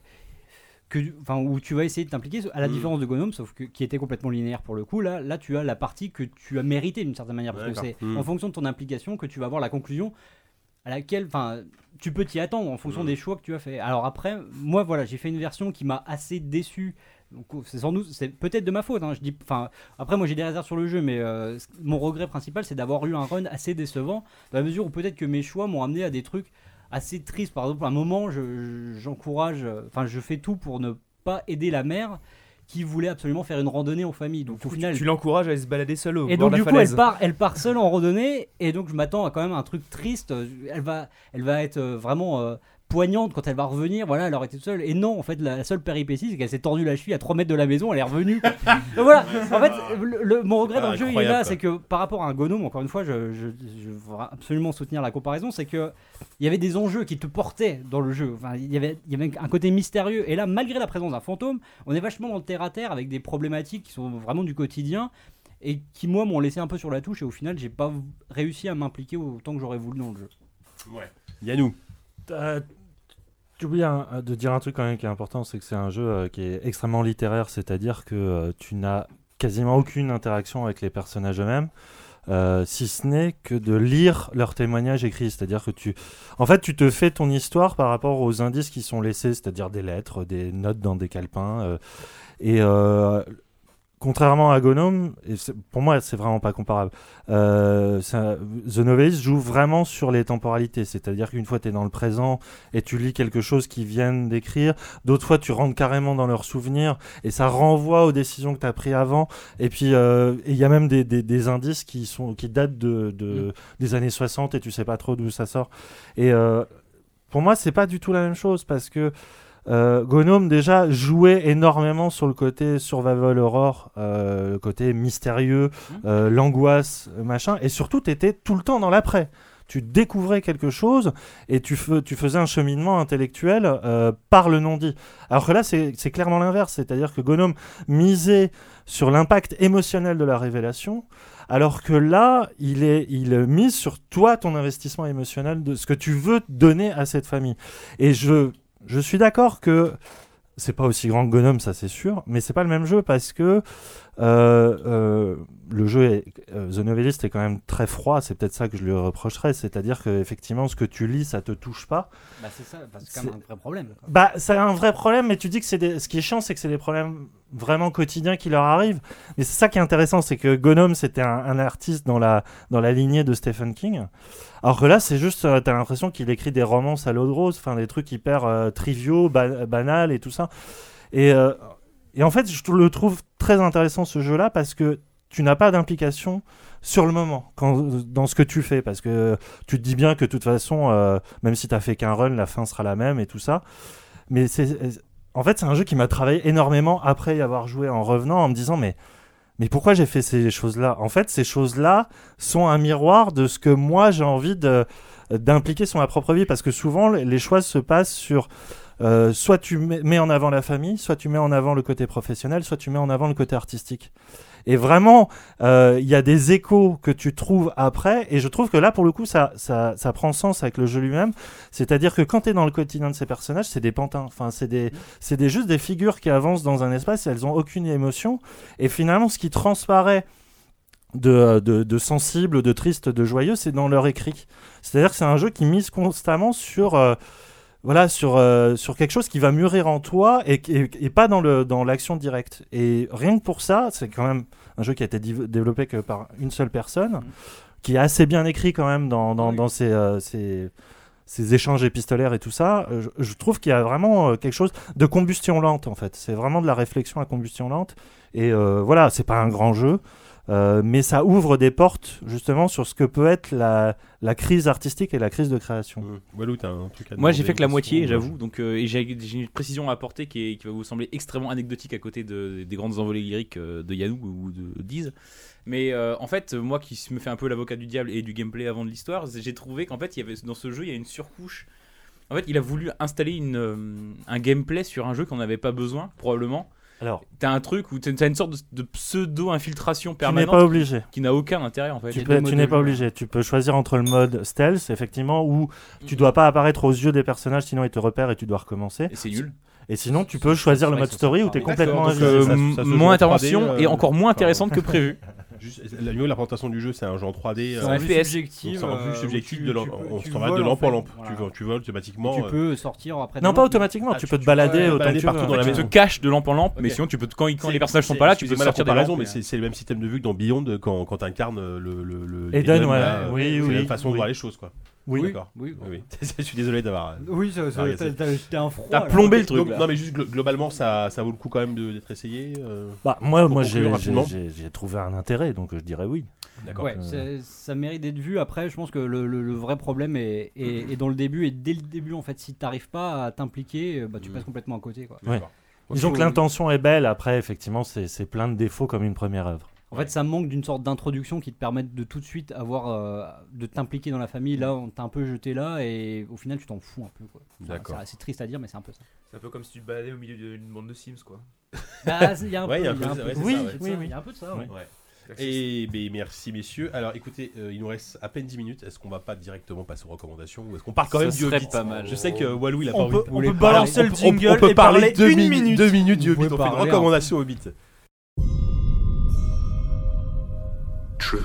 [SPEAKER 9] que, tu- enfin, où tu vas essayer de t'impliquer, à la
[SPEAKER 2] Mm.
[SPEAKER 9] différence de Gnome, sauf que, qui était complètement linéaire pour le coup. Là, là, tu as la partie que tu as méritée d'une certaine manière, parce que
[SPEAKER 2] D'accord.
[SPEAKER 9] c'est
[SPEAKER 2] Mm.
[SPEAKER 9] en fonction de ton implication que tu vas avoir la conclusion à laquelle, enfin, tu peux t'y attendre en
[SPEAKER 2] Mm.
[SPEAKER 9] fonction des choix que tu as fait. Alors après, moi, voilà, j'ai fait une version qui m'a assez déçu. Donc, C'est sans doute, c'est peut-être de ma faute. hein, je dis, enfin, après, moi, j'ai des réserves sur le jeu, mais euh, ce- mon regret principal, c'est d'avoir eu un run assez décevant, dans la mesure où peut-être que mes choix m'ont amené à des trucs assez tristes. Par exemple, à un moment, je- je- j'encourage, euh, enfin, je fais tout pour ne pas aider la mère qui voulait absolument faire une randonnée en famille. Donc, au final,
[SPEAKER 5] Tu l'encourages à aller se balader seul au
[SPEAKER 9] et
[SPEAKER 5] bord
[SPEAKER 9] donc
[SPEAKER 5] de la
[SPEAKER 9] du coup,
[SPEAKER 5] falaise.
[SPEAKER 9] elle part, elle part seule en randonnée, et donc je m'attends à quand même un truc triste. Elle va, elle va être euh, vraiment euh, poignante quand elle va revenir. Voilà, elle aurait été toute seule. Et non, en fait, la, la seule péripétie, c'est qu'elle s'est tordue la cheville à 3 mètres de la maison. Elle est revenue. donc voilà. En fait, le- le- mon regret dans le
[SPEAKER 6] Ah,
[SPEAKER 9] jeu, il est
[SPEAKER 6] incroyable,
[SPEAKER 9] là,
[SPEAKER 6] quoi.
[SPEAKER 9] c'est que par rapport à un gnome, encore une fois, je, je, je veux absolument soutenir la comparaison, c'est que il y avait des enjeux qui te portaient dans le jeu. Enfin, il y avait, il y avait un côté mystérieux. Et là, malgré la présence d'un fantôme, on est vachement dans le terre à terre avec des problématiques qui sont vraiment du quotidien et qui moi m'ont laissé un peu sur la touche et au final j'ai pas v- réussi à m'impliquer autant que j'aurais voulu dans le jeu.
[SPEAKER 2] Ouais. Yannou.
[SPEAKER 6] Euh, Tu oublies un- un- de dire un truc quand même qui est important, c'est que c'est un jeu euh, qui est extrêmement littéraire, c'est-à-dire que euh, tu n'as quasiment aucune interaction avec les personnages eux-mêmes, euh, si ce n'est que de lire leurs témoignages écrits, c'est-à-dire que tu, en fait, tu te fais ton histoire par rapport aux indices qui sont laissés, c'est-à-dire des lettres, des notes dans des calepins, euh, et euh, contrairement à Gnome, et c'est- pour moi, c'est vraiment pas comparable. euh, ça- The Novelist joue vraiment sur les temporalités, c'est-à-dire qu'une fois tu es dans le présent et tu lis quelque chose qu'ils viennent d'écrire, d'autres fois tu rentres carrément dans leurs souvenirs et ça renvoie aux décisions que tu as prises avant. Et puis euh, et il y a même des, des- des indices qui, sont, qui datent de, de- des années 60 et tu sais pas trop d'où ça sort. Et euh, pour moi, c'est pas du tout la même chose parce que euh, Gnome déjà jouait énormément sur le côté survival horror, euh, le côté mystérieux, euh, l'angoisse, euh, machin, et surtout t'étais tout le temps dans l'après. Tu découvrais quelque chose et tu, fais- tu faisais un cheminement intellectuel euh, par le non-dit. Alors que là, c'est c'est clairement l'inverse, c'est-à-dire que Gnome misait sur l'impact émotionnel de la révélation, alors que là, il est, il mise sur toi ton investissement émotionnel de ce que tu veux donner à cette famille. Et je, je suis d'accord que C'est pas aussi grand que Gonom, ça c'est sûr, mais c'est pas le même jeu parce que euh, euh, le jeu est, euh, The Novelist est quand même très froid, c'est peut-être ça que je lui reprocherais, c'est-à-dire que effectivement ce que tu lis ça te touche pas.
[SPEAKER 9] Bah, c'est ça, bah, c'est quand même un vrai problème. quoi.
[SPEAKER 6] Bah, c'est un vrai problème, mais tu dis que c'est des... ce qui est chiant, c'est que c'est des problèmes vraiment quotidiens qui leur arrivent. Mais c'est ça qui est intéressant, c'est que Gonom, c'était un, un artiste dans la, dans la lignée de Stephen King. Alors que là, c'est juste, euh, t'as l'impression qu'il écrit des romances à l'eau de rose, enfin des trucs hyper euh, triviaux, ba- banals et tout ça. Et, euh, et en fait, je le trouve très intéressant ce jeu-là parce que tu n'as pas d'implication sur le moment quand, dans ce que tu fais parce que tu te dis bien que de toute façon euh, même si t'as fait qu'un run la fin sera la même et tout ça mais c'est en fait c'est un jeu qui m'a travaillé énormément après y avoir joué en revenant en me disant mais mais pourquoi j'ai fait ces choses-là En fait, ces choses-là sont un miroir de ce que moi j'ai envie de d'impliquer sur ma propre vie parce que souvent les les choix se passent sur euh, soit tu mets mets en avant la famille, soit tu mets en avant le côté professionnel, soit tu mets en avant le côté artistique. Et vraiment, euh, il y a des échos que tu trouves après, et je trouve que là, pour le coup, ça, ça, ça prend sens avec le jeu lui-même. C'est-à-dire que quand tu es dans le quotidien de ces personnages, c'est des pantins. Enfin, c'est des, c'est des, juste des figures qui avancent dans un espace, et elles ont aucune émotion. Et finalement, ce qui transparaît de, de, de sensible, de triste, de joyeux, c'est dans leur écrit. C'est-à-dire que c'est un jeu qui mise constamment sur, euh, voilà, sur, euh, sur quelque chose qui va mûrir en toi et, et, et pas dans, le, dans l'action directe. Et rien que pour ça, c'est quand même un jeu qui a été div- développé que par une seule personne, qui est assez bien écrit quand même dans, dans, dans ses, euh, ses- ses échanges épistolaires et tout ça. Euh, Je, je trouve qu'il y a vraiment euh, quelque chose de combustion lente en fait. C'est vraiment de la réflexion à combustion lente. Et euh, voilà, c'est pas un grand jeu. euh, mais ça ouvre des portes justement sur ce que peut être la, la crise artistique et la crise de création.
[SPEAKER 2] Hmm. Walou, t'as un truc à
[SPEAKER 4] Moi, j'ai fait que la
[SPEAKER 2] demander,
[SPEAKER 4] moitié,
[SPEAKER 2] parce qu'on-
[SPEAKER 4] j'avoue. Donc, euh, et j'ai j'ai une précision à apporter qui, est- qui va vous sembler extrêmement anecdotique à côté de- des grandes envolées lyriques euh, de Yannou ou de Diz. Mais euh, en fait, moi qui me fais un peu l'avocat du diable et du gameplay avant de l'histoire, j'ai trouvé qu'en fait, il y avait, dans ce jeu, il y a une surcouche. En fait, il a voulu installer une, euh, un gameplay sur un jeu qu'on n'avait pas besoin, probablement.
[SPEAKER 6] Alors.
[SPEAKER 4] T'as un truc où t'as t'as une sorte de, de pseudo-infiltration
[SPEAKER 6] Tu
[SPEAKER 4] permanente.
[SPEAKER 6] n'es pas obligé.
[SPEAKER 4] Qui n'a aucun intérêt, en fait.
[SPEAKER 6] Tu, peux- tu n'es pas obligé. Tu peux choisir entre le mode stealth, effectivement, où tu dois pas apparaître aux yeux des personnages, sinon ils te repèrent et tu dois recommencer.
[SPEAKER 4] Et c'est nul.
[SPEAKER 6] Et sinon, tu peux choisir le
[SPEAKER 4] c'est
[SPEAKER 6] mode
[SPEAKER 4] vrai,
[SPEAKER 6] story
[SPEAKER 4] ça,
[SPEAKER 6] où tu es
[SPEAKER 4] ça,
[SPEAKER 6] complètement
[SPEAKER 4] D'accord, donc,
[SPEAKER 6] invisible.
[SPEAKER 4] euh, m-
[SPEAKER 2] Ça se joue
[SPEAKER 4] mon
[SPEAKER 2] en
[SPEAKER 4] intervention
[SPEAKER 2] 3D,
[SPEAKER 4] est
[SPEAKER 2] euh,
[SPEAKER 4] encore moins
[SPEAKER 2] enfin,
[SPEAKER 4] intéressante que prévu.
[SPEAKER 2] Juste, la la présentation du jeu, c'est un jeu en 3D.
[SPEAKER 4] C'est
[SPEAKER 2] euh,
[SPEAKER 4] un
[SPEAKER 2] donc
[SPEAKER 4] FPS.
[SPEAKER 2] C'est un
[SPEAKER 4] euh,
[SPEAKER 2] peu
[SPEAKER 4] où
[SPEAKER 2] subjectif.
[SPEAKER 4] tu-
[SPEAKER 2] de l'en-
[SPEAKER 4] tu peux-
[SPEAKER 2] On
[SPEAKER 4] tu
[SPEAKER 2] se travaille de
[SPEAKER 4] voles, en
[SPEAKER 2] lampe en
[SPEAKER 4] fait.
[SPEAKER 2] lampe.
[SPEAKER 4] Voilà.
[SPEAKER 2] Tu voles- Tu voles thématiquement.
[SPEAKER 4] Tu
[SPEAKER 2] euh,
[SPEAKER 9] peux sortir après.
[SPEAKER 6] Non, pas automatiquement. tu peux te balader
[SPEAKER 2] Ouais,
[SPEAKER 6] autant
[SPEAKER 2] balader
[SPEAKER 6] que tu
[SPEAKER 2] partout
[SPEAKER 6] veux.
[SPEAKER 2] dans la
[SPEAKER 4] Tu te
[SPEAKER 2] maison.
[SPEAKER 4] caches de lampe en lampe, mais
[SPEAKER 2] Ok.
[SPEAKER 4] sinon tu peux quand, quand
[SPEAKER 2] C'est-
[SPEAKER 4] les personnages sont
[SPEAKER 2] c'est-
[SPEAKER 4] pas là, tu peux
[SPEAKER 2] excusez-moi la
[SPEAKER 4] sortir des
[SPEAKER 2] comparaison,
[SPEAKER 4] lampes.
[SPEAKER 2] mais c'est c'est le même système de vue que dans Beyond euh, quand, quand t'incarnes euh, le. le, le
[SPEAKER 6] Eden,
[SPEAKER 2] Eden,
[SPEAKER 6] ouais,
[SPEAKER 2] là, euh,
[SPEAKER 6] oui,
[SPEAKER 2] c'est
[SPEAKER 6] oui,
[SPEAKER 2] la façon
[SPEAKER 6] oui.
[SPEAKER 2] de voir les choses, quoi.
[SPEAKER 6] Oui.
[SPEAKER 2] d'accord.
[SPEAKER 9] Oui,
[SPEAKER 2] oui. Je suis désolé d'avoir. euh,
[SPEAKER 9] Oui, ça- ça-
[SPEAKER 2] varié
[SPEAKER 9] t'as- t'as- t'as un froid,
[SPEAKER 4] T'as là. plombé le truc,
[SPEAKER 2] Donc,
[SPEAKER 4] là.
[SPEAKER 2] Non, mais juste glo- globalement, ça, ça vaut le coup quand même de- d'être essayé. euh,
[SPEAKER 6] Bah, moi,
[SPEAKER 2] pour
[SPEAKER 6] moi
[SPEAKER 2] conclure
[SPEAKER 6] j'ai
[SPEAKER 2] rapidement.
[SPEAKER 6] j'ai- j'ai- j'ai trouvé un intérêt, donc je dirais oui.
[SPEAKER 2] D'accord.
[SPEAKER 9] Ouais,
[SPEAKER 6] Euh,
[SPEAKER 9] c'est- ça mérite d'être vu. Après, je pense que le, le- le vrai problème est, est- est dans le début. Et dès le début, en fait, si tu n'arrives pas à t'impliquer, euh, bah,
[SPEAKER 2] Mm.
[SPEAKER 9] tu passes complètement à côté. Quoi.
[SPEAKER 6] Ouais. Disons
[SPEAKER 9] Faut-
[SPEAKER 6] que l'intention est belle, après, effectivement, c'est c'est plein de défauts comme une première œuvre.
[SPEAKER 9] En fait, ça manque d'une sorte d'introduction qui te permette de tout de suite avoir, euh, de t'impliquer dans la famille. Là, on t'a un peu jeté là et au final, tu t'en fous un peu. quoi. Enfin,
[SPEAKER 2] D'accord.
[SPEAKER 9] c'est- C'est triste à dire, mais c'est un peu ça.
[SPEAKER 5] C'est un peu comme si tu te baladais au milieu d'une bande de Sims, quoi.
[SPEAKER 9] Bah, il y a un
[SPEAKER 2] Ouais,
[SPEAKER 9] peu-
[SPEAKER 2] il y a un peu
[SPEAKER 9] il y a un
[SPEAKER 2] de ça,
[SPEAKER 9] peu
[SPEAKER 2] ouais, c'est
[SPEAKER 9] de
[SPEAKER 2] ça, ouais.
[SPEAKER 9] ça, oui, oui, il y a un peu de ça. ouais.
[SPEAKER 2] Ouais. Et ben, merci messieurs. Alors écoutez, euh, il nous reste à peine 10 minutes. Est-ce qu'on va pas directement passer aux recommandations ou est-ce qu'on part quand
[SPEAKER 4] Ça
[SPEAKER 2] même du
[SPEAKER 4] serait
[SPEAKER 2] Hobbit
[SPEAKER 4] pas mal.
[SPEAKER 2] Je sais que Walou il a
[SPEAKER 3] On
[SPEAKER 2] pas
[SPEAKER 3] peut-
[SPEAKER 2] envie. de-
[SPEAKER 3] on peut balancer
[SPEAKER 2] on
[SPEAKER 3] le
[SPEAKER 2] peut-
[SPEAKER 3] jingle
[SPEAKER 2] on, peut
[SPEAKER 3] et
[SPEAKER 2] parler,
[SPEAKER 3] parler
[SPEAKER 2] deux
[SPEAKER 3] une
[SPEAKER 2] mi-
[SPEAKER 3] minute.
[SPEAKER 2] deux minutes du
[SPEAKER 3] Vous
[SPEAKER 2] Hobbit.
[SPEAKER 3] pouvez
[SPEAKER 2] On fait une
[SPEAKER 3] parler hein. un
[SPEAKER 2] recommandation au Hobbit.
[SPEAKER 11] Truly.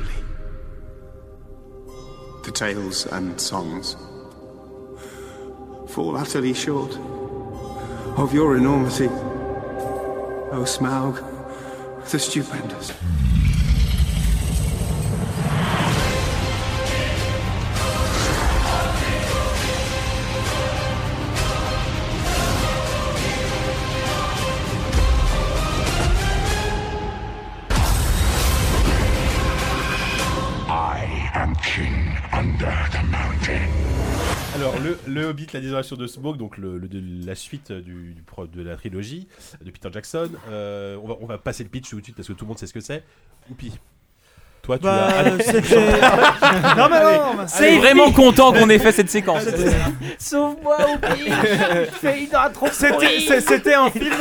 [SPEAKER 11] The tales and songs fall utterly short of your enormity, O Smaug, the stupendous.
[SPEAKER 12] I am king under the mountain.
[SPEAKER 2] Alors le, le Hobbit, la désolation de Smoke, donc le, le- de- la suite du, du pro- de la trilogie de Peter Jackson. Euh, on, va, on va passer le pitch tout de suite parce que tout le monde sait ce que c'est. Oupi. Toi tu
[SPEAKER 3] Bah,
[SPEAKER 2] as.
[SPEAKER 3] euh, c'était- Non, mais
[SPEAKER 2] Allez,
[SPEAKER 3] non, mais-
[SPEAKER 2] allez.
[SPEAKER 3] C'est vraiment
[SPEAKER 4] content qu'on ait fait cette séquence.
[SPEAKER 7] Sauve-moi, Oupi Fais une intro
[SPEAKER 3] C'était- c'est- C'était un film.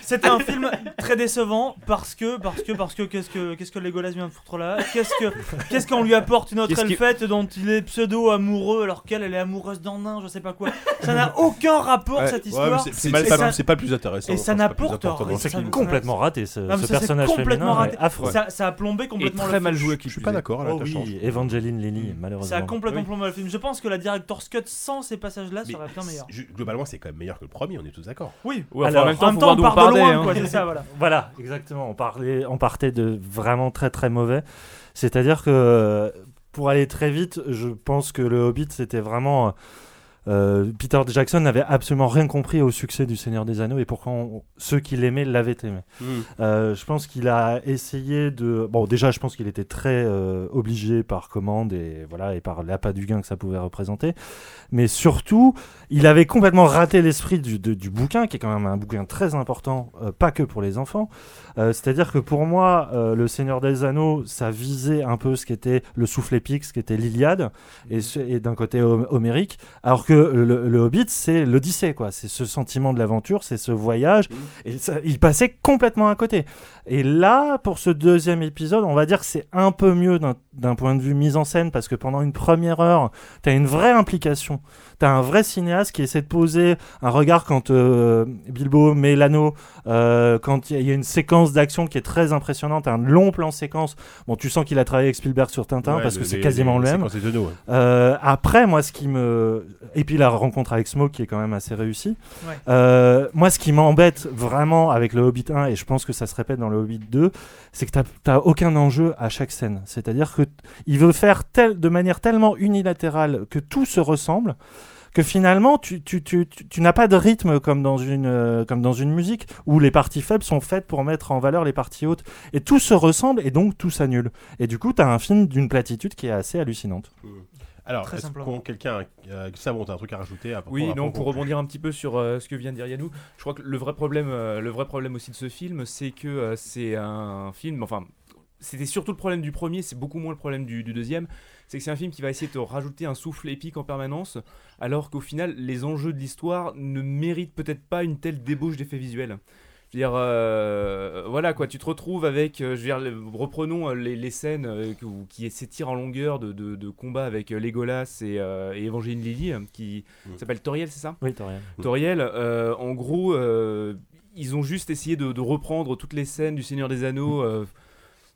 [SPEAKER 3] C'était un film très décevant parce que parce que parce que qu'est-ce que qu'est-ce que Legolas vient foutre là Qu'est-ce que qu'est-ce qu'on lui apporte une autre
[SPEAKER 4] Qu'est-ce qui-
[SPEAKER 3] elfette dont il est pseudo amoureux alors qu'elle elle est amoureuse d'un nain, je sais pas quoi. Ça n'a aucun rapport
[SPEAKER 2] Ouais.
[SPEAKER 3] cette
[SPEAKER 2] Ouais,
[SPEAKER 3] histoire.
[SPEAKER 2] mais c'est- c'est mal-
[SPEAKER 3] Et ça-
[SPEAKER 2] pas- c'est pas le plus intéressant,
[SPEAKER 3] Et
[SPEAKER 2] enfin,
[SPEAKER 3] ça
[SPEAKER 2] c'est pas le plus
[SPEAKER 3] n'apporte
[SPEAKER 2] important dans
[SPEAKER 3] rien.
[SPEAKER 2] le film.
[SPEAKER 3] ça-
[SPEAKER 2] Complètement raté, ce-
[SPEAKER 3] Non, mais
[SPEAKER 2] ce
[SPEAKER 3] ça, c'est
[SPEAKER 2] personnage
[SPEAKER 3] complètement
[SPEAKER 2] féminin
[SPEAKER 3] raté.
[SPEAKER 2] est affreux.
[SPEAKER 3] Ça, ça a plombé complètement.
[SPEAKER 2] très
[SPEAKER 3] le
[SPEAKER 2] mal
[SPEAKER 3] film.
[SPEAKER 2] joué, qui Je suis plus pas est. d'accord, elle a
[SPEAKER 6] Oh
[SPEAKER 2] de la chance.
[SPEAKER 6] oui, Evangeline Lilly, malheureusement.
[SPEAKER 3] Ça a complètement
[SPEAKER 6] Oui.
[SPEAKER 3] plombé le film. Je pense que la Director's Cut sans ces passages-là serait bien meilleure.
[SPEAKER 2] Ju- Globalement, c'est quand même meilleur que le premier, on est tous d'accord.
[SPEAKER 3] Oui.
[SPEAKER 6] Ouais, Alors, enfin, en même temps,
[SPEAKER 3] en même faut temps, voir on d'où on part de parlait, loin, hein. quoi, c'est ça, voilà.
[SPEAKER 6] Voilà, exactement. On, parlait, on partait de vraiment très très mauvais. C'est-à-dire que euh, pour aller très vite, je pense que le Hobbit, c'était vraiment. euh, euh, Peter Jackson n'avait absolument rien compris au succès du Seigneur des Anneaux et pourquoi on- ceux qui l'aimaient l'avaient aimé.
[SPEAKER 2] Mm.
[SPEAKER 6] Euh, je pense qu'il a essayé de. Bon, déjà, je pense qu'il était très euh, obligé par commande et voilà et par l'appât du gain que ça pouvait représenter. Mais surtout, il avait complètement raté l'esprit du, de- du bouquin, qui est quand même un bouquin très important, euh, pas que pour les enfants. Euh, C'est-à-dire que pour moi, euh, le Seigneur des Anneaux, ça visait un peu ce qu'était le souffle épique, ce qu'était l'Iliade, et, ce- et d'un côté hom- homérique, alors que le, le Hobbit, c'est l'Odyssée, quoi. C'est ce sentiment de l'aventure, c'est ce voyage, et ça- il passait complètement à côté. Et là, pour ce deuxième épisode, on va dire que c'est un peu mieux d'un- d'un point de vue mise en scène, parce que pendant une première heure, tu as une vraie implication. Tu as un vrai cinéaste qui essaie de poser un regard quand euh, Bilbo met l'anneau, euh, quand il y, a- il y a une séquence d'action qui est très impressionnante, un long plan séquence. Bon, tu sens qu'il a travaillé avec Spielberg sur Tintin,
[SPEAKER 2] Ouais,
[SPEAKER 6] parce
[SPEAKER 2] le-
[SPEAKER 6] que c'est
[SPEAKER 2] les-
[SPEAKER 6] quasiment
[SPEAKER 2] les
[SPEAKER 6] le même.
[SPEAKER 2] séquences des anneaux, ouais.
[SPEAKER 6] Euh, après, moi, ce qui me. Et puis la rencontre avec Smoke qui est quand même assez réussie.
[SPEAKER 3] Ouais.
[SPEAKER 6] Euh, moi, ce qui m'embête vraiment avec le Hobbit 1, et je pense que ça se répète dans le Hobbit 2, c'est que t'as- t'as aucun enjeu à chaque scène. C'est-à-dire que t- il veut faire tel, de manière tellement unilatérale que tout se ressemble que finalement tu, tu, tu, tu, tu n'as pas de rythme comme dans, une, euh, comme dans une musique où les parties faibles sont faites pour mettre en valeur les parties hautes et tout se ressemble et donc tout s'annule et du coup tu as un film d'une platitude qui est assez hallucinante
[SPEAKER 2] Alors,
[SPEAKER 5] Très
[SPEAKER 2] est-ce
[SPEAKER 5] simplement.
[SPEAKER 2] qu'on- quelqu'un, euh, Savon, t'as un truc à rajouter avant-
[SPEAKER 5] Oui,
[SPEAKER 2] avant
[SPEAKER 5] non,
[SPEAKER 2] qu'on
[SPEAKER 5] pour rebondir un petit peu sur euh, ce que vient de dire Yannou, je crois que le vrai problème, euh, le vrai problème aussi de ce film, c'est que euh, c'est un film, enfin, c'était surtout le problème du premier, c'est beaucoup moins le problème du, du deuxième, c'est que c'est un film qui va essayer de te rajouter un souffle épique en permanence, alors qu'au final, les enjeux de l'histoire ne méritent peut-être pas une telle débauche d'effets visuels. Je veux dire, euh, voilà quoi, tu te retrouves avec, euh, je veux dire, le- reprenons euh, les, les scènes euh, que- où- qui s'étirent en longueur de, de, de combat avec euh, Legolas et, euh, et Evangeline Lilly, euh, qui s'appelle Toriel, c'est ça
[SPEAKER 6] Oui, Toriel.
[SPEAKER 5] Toriel, euh, en gros, euh, ils ont juste essayé de, de reprendre toutes les scènes du Seigneur des Anneaux. euh,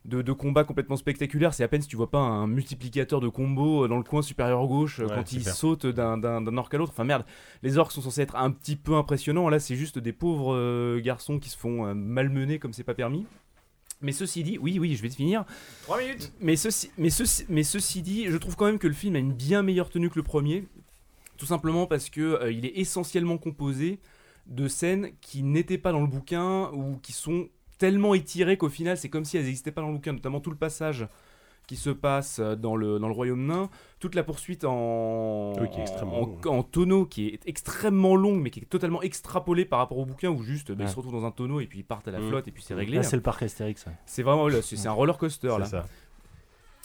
[SPEAKER 5] de, de combats complètement spectaculaires, c'est à peine si tu vois pas un multiplicateur de combos euh, dans le coin supérieur gauche euh,
[SPEAKER 4] Ouais,
[SPEAKER 5] quand
[SPEAKER 4] c'est
[SPEAKER 5] il
[SPEAKER 4] clair.
[SPEAKER 5] saute d'un- d'un d'un orc à l'autre. Enfin merde, les orcs sont censés être un petit peu impressionnants, là c'est juste des pauvres euh, garçons qui se font euh, malmener comme c'est pas permis. Mais ceci dit, oui, oui, je vais te finir. Mais ceci, mais, ceci, mais ceci dit, je trouve quand même que le film a une bien meilleure tenue que le premier, tout simplement parce que euh, il est essentiellement composé de scènes qui n'étaient pas dans le bouquin ou qui sont tellement étirées qu'au final c'est comme si elles n'existaient pas dans le bouquin, notamment tout le passage qui se passe euh, dans le, dans le royaume nain, toute la poursuite en,
[SPEAKER 2] Oui, qui est extrêmement
[SPEAKER 5] en-
[SPEAKER 2] longue. hein.
[SPEAKER 5] en tonneau qui est extrêmement longue mais qui est totalement extrapolée par rapport au bouquin où juste bah, ils
[SPEAKER 6] Ouais.
[SPEAKER 5] se retrouvent dans un tonneau et puis ils partent à la
[SPEAKER 6] Mm.
[SPEAKER 5] flotte et puis c'est réglé.
[SPEAKER 2] Ah,
[SPEAKER 5] hein.
[SPEAKER 6] Là, c'est le parc Astérix, ouais.
[SPEAKER 5] C'est vraiment là, c'est c'est un roller coaster
[SPEAKER 6] C'est
[SPEAKER 5] là.
[SPEAKER 6] ça.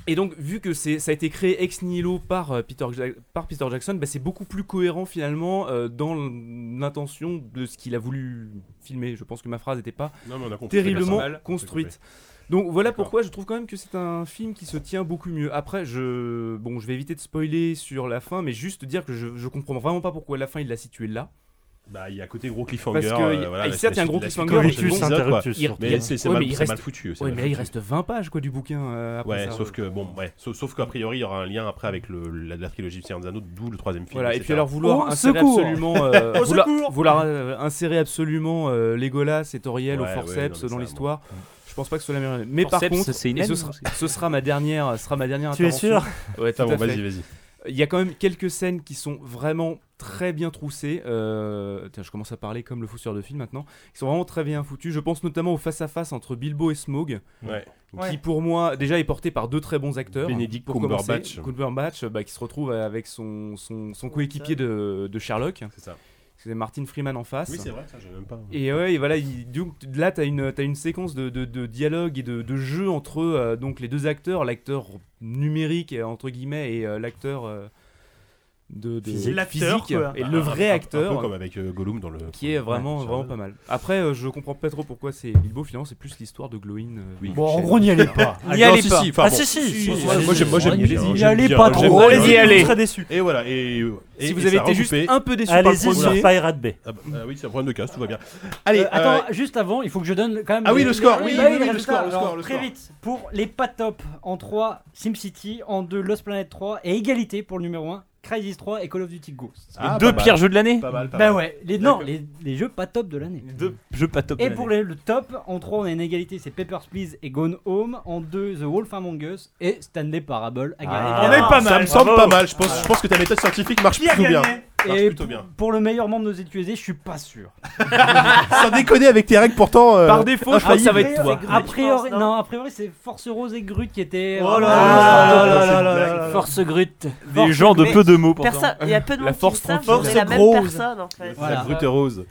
[SPEAKER 5] Et donc, vu que c'est, ça a été créé ex nihilo par, euh, Peter, Jack- par Peter Jackson, bah, c'est beaucoup plus cohérent finalement euh, dans l'intention de ce qu'il a voulu filmer. Je pense que ma phrase n'était pas
[SPEAKER 2] Non, mais on a compris,
[SPEAKER 5] terriblement
[SPEAKER 2] c'est pas ça.
[SPEAKER 5] construite.
[SPEAKER 2] On
[SPEAKER 5] Donc voilà pourquoi je trouve quand même que c'est un film qui se tient beaucoup mieux. Après, je, bon, je vais éviter de spoiler sur la fin, mais juste dire que je, je comprends vraiment pas pourquoi la fin il l'a situé là.
[SPEAKER 2] Bah, il y a côté gros cliffhanger.
[SPEAKER 5] Parce que,
[SPEAKER 2] euh, voilà,
[SPEAKER 5] il-
[SPEAKER 2] la-
[SPEAKER 5] certes, il y a un
[SPEAKER 2] la-
[SPEAKER 5] gros
[SPEAKER 2] la-
[SPEAKER 5] cliffhanger.
[SPEAKER 2] Correctus,
[SPEAKER 5] mais bon,
[SPEAKER 2] interruptus,
[SPEAKER 5] il-
[SPEAKER 2] hein, mais
[SPEAKER 5] il-
[SPEAKER 2] c'est- c'est
[SPEAKER 5] ouais,
[SPEAKER 2] mal-
[SPEAKER 5] mais il
[SPEAKER 2] c'est
[SPEAKER 5] reste-
[SPEAKER 2] mal foutu, c'est
[SPEAKER 5] Ouais,
[SPEAKER 2] mal
[SPEAKER 5] mais là, il
[SPEAKER 2] foutu.
[SPEAKER 5] reste 20 pages quoi du bouquin. euh, après
[SPEAKER 2] Ouais,
[SPEAKER 5] ça.
[SPEAKER 2] sauf que bon, ouais, sauf, sauf qu'a priori il y aura un lien après avec le, la, la trilogie du Seigneur des Anneaux, d'où le troisième film.
[SPEAKER 5] Voilà, et
[SPEAKER 2] etc.
[SPEAKER 5] puis alors vouloir insérer absolument, euh, vouloir, vouloir, euh, insérer absolument euh, Legolas et Toriel au
[SPEAKER 4] Ouais, ouais,
[SPEAKER 5] forceps
[SPEAKER 4] non, mais
[SPEAKER 5] dans
[SPEAKER 4] ça,
[SPEAKER 5] l'histoire. Je pense pas que ce soit la meilleure. Mais par
[SPEAKER 4] Forceps,
[SPEAKER 5] contre,
[SPEAKER 4] c'est une
[SPEAKER 5] et ce,
[SPEAKER 4] haine,
[SPEAKER 5] sera,
[SPEAKER 4] ou c'est-
[SPEAKER 5] ce sera ma dernière, ce sera ma dernière.
[SPEAKER 4] Tu es
[SPEAKER 5] intervention.
[SPEAKER 4] sûr
[SPEAKER 5] Ouais,
[SPEAKER 4] Ça
[SPEAKER 5] tout
[SPEAKER 4] va,
[SPEAKER 5] à fait.
[SPEAKER 4] vas-y, vas-y.
[SPEAKER 5] Il y a quand même quelques scènes qui sont vraiment très bien troussées. Euh, tiens, je commence à parler comme le fousseur de film maintenant. Ils sont vraiment très bien foutus. Je pense notamment au face-à-face entre Bilbo et Smaug.
[SPEAKER 2] Ouais.
[SPEAKER 5] Qui
[SPEAKER 2] Ouais.
[SPEAKER 5] pour moi déjà est porté par deux très bons acteurs.
[SPEAKER 2] Benedict
[SPEAKER 5] Pour commencer,
[SPEAKER 2] Cumberbatch.
[SPEAKER 5] Cumberbatch, bah, qui se retrouve avec son, son, son coéquipier de, de Sherlock.
[SPEAKER 2] C'est ça.
[SPEAKER 5] C'est Martin Freeman en face.
[SPEAKER 2] Oui, c'est vrai, ça, j'avais même pas.
[SPEAKER 5] Et ouais, et voilà, il- donc, là, t'as une, t'as une séquence de, de- de dialogue et de, de jeu entre euh, donc, les deux acteurs, l'acteur numérique, euh, entre guillemets, et euh, l'acteur. euh, de, de
[SPEAKER 3] Physique. L'acteur,
[SPEAKER 5] physique
[SPEAKER 3] quoi.
[SPEAKER 5] et
[SPEAKER 3] Un-
[SPEAKER 5] le vrai
[SPEAKER 2] un- un
[SPEAKER 5] acteur
[SPEAKER 2] peu comme avec, euh, Gollum dans le-
[SPEAKER 5] qui est vraiment
[SPEAKER 2] Ouais,
[SPEAKER 5] vraiment
[SPEAKER 2] ça-
[SPEAKER 5] pas mal après euh, je comprends pas trop pourquoi c'est Bilbo finalement c'est plus l'histoire de Glowin euh,
[SPEAKER 2] Oui.
[SPEAKER 9] Bon, en gros, n'y allez pas.
[SPEAKER 2] Ah,
[SPEAKER 5] n'y allez pas Ah,
[SPEAKER 2] enfin, bon.
[SPEAKER 6] Ah,
[SPEAKER 2] Moi, moi, j'aime- moi, j'aime bien.
[SPEAKER 5] Allez-y.
[SPEAKER 2] J'aime
[SPEAKER 5] N'y allez
[SPEAKER 2] bien,
[SPEAKER 5] pas
[SPEAKER 2] j'aime
[SPEAKER 5] trop.
[SPEAKER 2] bien.
[SPEAKER 5] Allez-y, allez.
[SPEAKER 2] Et voilà. Et, euh,
[SPEAKER 5] Si
[SPEAKER 2] et-
[SPEAKER 5] vous
[SPEAKER 2] et
[SPEAKER 5] avez
[SPEAKER 2] ça a
[SPEAKER 5] été juste
[SPEAKER 2] recoupé.
[SPEAKER 5] un peu déçu par le Allez-y sur premier. Pirate Bay.
[SPEAKER 2] Ah, bah, ah oui, c'est un problème de casse, tout va bien. Allez,
[SPEAKER 9] Euh, attends,
[SPEAKER 2] euh,
[SPEAKER 9] juste avant, il faut que je donne quand même.
[SPEAKER 2] Ah oui, le score, oui,
[SPEAKER 9] bah
[SPEAKER 2] oui,
[SPEAKER 9] les
[SPEAKER 2] oui, le
[SPEAKER 9] résultats.
[SPEAKER 2] score, le
[SPEAKER 9] Alors,
[SPEAKER 2] score, le
[SPEAKER 9] Très
[SPEAKER 2] score.
[SPEAKER 9] vite, pour les pas top, en 3, SimCity, en 2, Lost Planet 3, et égalité pour le numéro 1, Crisis 3 et Call of Duty Ghosts.
[SPEAKER 4] Ah, deux pas mal. pires jeux de l'année.
[SPEAKER 2] Pas mal, pas
[SPEAKER 9] Bah
[SPEAKER 2] mal.
[SPEAKER 9] ouais, les, non, les, les jeux pas top de l'année.
[SPEAKER 5] Deux jeux pas top de
[SPEAKER 9] Et
[SPEAKER 5] l'année.
[SPEAKER 9] pour les- le top, en 3, on a une égalité, c'est Papers, Please et Gone Home. En 2, The Wolf Among Us et Stanley Parable. à gagner.
[SPEAKER 2] Ah, Ça me semble pas mal. Je pense, je pense que ta méthode scientifique marche plutôt bien. Marche
[SPEAKER 9] Et
[SPEAKER 2] plutôt bien.
[SPEAKER 9] pour le meilleur membre de ZQSD, je suis pas sûr.
[SPEAKER 2] Sans déconner avec tes règles pourtant. euh, infaillibles.
[SPEAKER 9] A priori, non, a priori, c'est Force Rose et Grut qui étaient.
[SPEAKER 7] Oh là
[SPEAKER 9] Ah,
[SPEAKER 7] là là là là là là.
[SPEAKER 9] Force Grut.
[SPEAKER 4] Des gens de
[SPEAKER 9] Grut.
[SPEAKER 4] peu de mots, pourtant.
[SPEAKER 7] Personne- il y a peu de
[SPEAKER 4] La
[SPEAKER 7] monde qui
[SPEAKER 4] force
[SPEAKER 7] le savent, mais
[SPEAKER 4] tranquille.
[SPEAKER 7] c'est la
[SPEAKER 4] Force
[SPEAKER 7] même
[SPEAKER 4] Rose.
[SPEAKER 7] personne en fait.
[SPEAKER 2] La brute rose.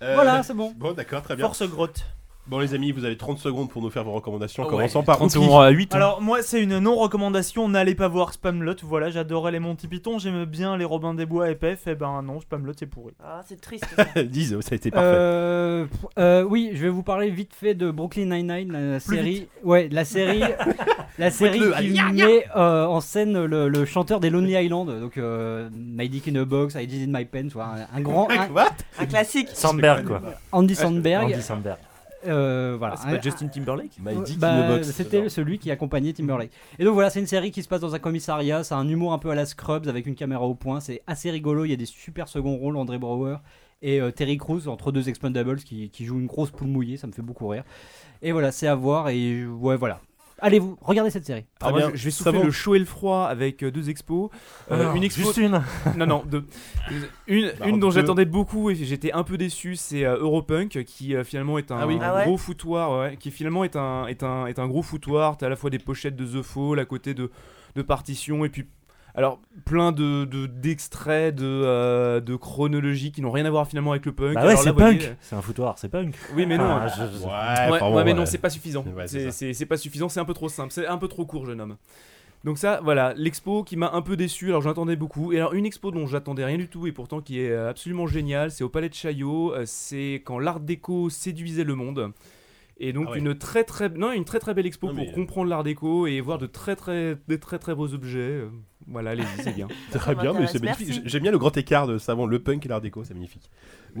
[SPEAKER 2] Euh,
[SPEAKER 7] Voilà, c'est
[SPEAKER 9] bon.
[SPEAKER 2] Bon, d'accord, très bien.
[SPEAKER 3] Force grotte.
[SPEAKER 2] Bon, les amis, vous avez 30 secondes pour nous faire vos recommandations.
[SPEAKER 3] Ouais.
[SPEAKER 2] Commençons par Ouki.
[SPEAKER 3] Alors moi c'est une non recommandation, n'allez pas voir Spamlot. Voilà, j'adorais les Monty Python, j'aimais bien les Robin des Bois et Pef. Et ben non, Spamlot c'est pourri.
[SPEAKER 7] Ah c'est triste.
[SPEAKER 2] Dis, ça a été parfait.
[SPEAKER 9] Euh, euh, oui, je vais vous parler vite fait de Brooklyn Nine-Nine, la
[SPEAKER 7] Plus
[SPEAKER 9] série.
[SPEAKER 7] vite.
[SPEAKER 9] Ouais, la série, la série
[SPEAKER 7] Faites-le, allez.
[SPEAKER 9] qui
[SPEAKER 7] Gna, gna.
[SPEAKER 9] met euh, en scène le, le chanteur des Lonely Island, donc euh, My Dick in a Box, I Did It in My Pen, soit un, un grand. Un,
[SPEAKER 2] What
[SPEAKER 7] Un classique.
[SPEAKER 9] Sandberg, quoi. Andy Sandberg.
[SPEAKER 6] Andy Samberg.
[SPEAKER 9] Euh, voilà.
[SPEAKER 6] Ah, c'est pas
[SPEAKER 9] Un-
[SPEAKER 6] Justin Timberlake
[SPEAKER 9] Ouais,
[SPEAKER 6] My Dick in a
[SPEAKER 9] bah,
[SPEAKER 6] Box.
[SPEAKER 9] C'était celui qui accompagnait Timberlake. Et donc voilà, c'est une série qui se passe dans un commissariat. C'est un humour un peu à la Scrubs avec une caméra au point. C'est assez rigolo. Il y a des super seconds rôles. André Brower et euh, Terry Crews entre deux Expendables qui, qui jouent une grosse poule mouillée. Ça me fait beaucoup rire. Et voilà, c'est à voir. Et ouais, voilà. Allez-vous, regardez cette série.
[SPEAKER 5] Alors Ah, moi, je je vais souffler le chaud et le froid avec euh, deux expos.
[SPEAKER 9] Alors,
[SPEAKER 5] une expo...
[SPEAKER 9] juste une.
[SPEAKER 5] Non, non, deux. Une,
[SPEAKER 9] Bah,
[SPEAKER 5] une dont
[SPEAKER 9] deux.
[SPEAKER 5] j'attendais beaucoup et j'étais un peu déçu, c'est euh, Europunk, qui euh, finalement est un
[SPEAKER 9] Ah oui. Ah ouais
[SPEAKER 5] gros foutoir. ouais, qui finalement est un, est un, est un gros foutoir. T'as à la fois des pochettes de The Fall à côté de, de partitions et puis. Alors, plein de de- d'extraits, de, euh, de chronologies qui n'ont rien à voir finalement avec le punk.
[SPEAKER 6] Bah ouais,
[SPEAKER 5] Alors là,
[SPEAKER 6] c'est
[SPEAKER 5] vous voyez, euh,
[SPEAKER 6] punk. C'est un foutoir, c'est punk.
[SPEAKER 5] oui, mais non.
[SPEAKER 6] Ah, je- je-
[SPEAKER 5] Ouais,
[SPEAKER 6] enfin,
[SPEAKER 5] ouais,
[SPEAKER 6] bon,
[SPEAKER 5] mais
[SPEAKER 6] ouais.
[SPEAKER 5] non, c'est pas suffisant.
[SPEAKER 6] Ouais, c'est
[SPEAKER 5] c'est c'est- c'est pas suffisant, c'est un peu trop simple, c'est un peu trop court, jeune homme. Donc ça, voilà, l'expo qui m'a un peu déçu, alors j'en attendais beaucoup. Et alors une expo dont j'attendais rien du tout et pourtant qui est euh, absolument géniale, c'est au Palais de Chaillot, euh, c'est quand l'art déco séduisait le monde. Et donc
[SPEAKER 2] Ah ouais.
[SPEAKER 5] une très très non, une très très belle expo
[SPEAKER 2] Non,
[SPEAKER 5] pour
[SPEAKER 2] mais, euh,
[SPEAKER 5] comprendre l'art déco et voir de très très des très très beaux objets. Euh, Voilà, allez, c'est bien.
[SPEAKER 2] Très bien, mais c'est magnifique. J'ai- J'aime bien le grand écart de savon, le punk et l'art déco, c'est magnifique.
[SPEAKER 5] Je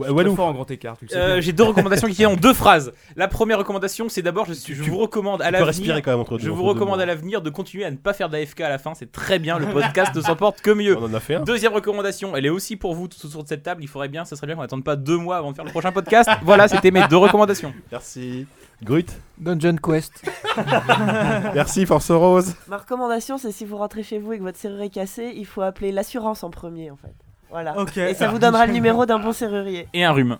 [SPEAKER 2] Ouais,
[SPEAKER 5] suis
[SPEAKER 2] Walou.
[SPEAKER 5] très fort en grand écart, tu le sais
[SPEAKER 4] Euh,
[SPEAKER 5] bien.
[SPEAKER 4] J'ai deux recommandations qui sont en deux phrases. La première recommandation, c'est d'abord, je, suis- je vous recommande à
[SPEAKER 2] tu peux
[SPEAKER 4] l'avenir.
[SPEAKER 2] respirer quand même entre deux-
[SPEAKER 4] Je vous
[SPEAKER 2] entre deux
[SPEAKER 4] recommande
[SPEAKER 2] mots.
[SPEAKER 4] à l'avenir de continuer à ne pas faire d'AFK à la fin. C'est très bien. Le podcast ne s'emporte que mieux.
[SPEAKER 2] On en a fait un.
[SPEAKER 4] Deuxième recommandation, elle est aussi pour vous tout autour de cette table. Il faudrait bien, ce serait bien qu'on n'attende pas deux mois avant de faire le prochain podcast. voilà, c'était mes deux recommandations.
[SPEAKER 2] Merci. Grut.
[SPEAKER 10] Dungeon Quest.
[SPEAKER 2] Merci, Force Rose.
[SPEAKER 7] Ma recommandation, c'est si vous rentrez chez vous et que votre serrure est cassée, il faut appeler l'assurance en premier en fait. Voilà.
[SPEAKER 3] Ok.
[SPEAKER 7] Et ça vous donnera le numéro d'un bon serrurier.
[SPEAKER 4] Et un rhume.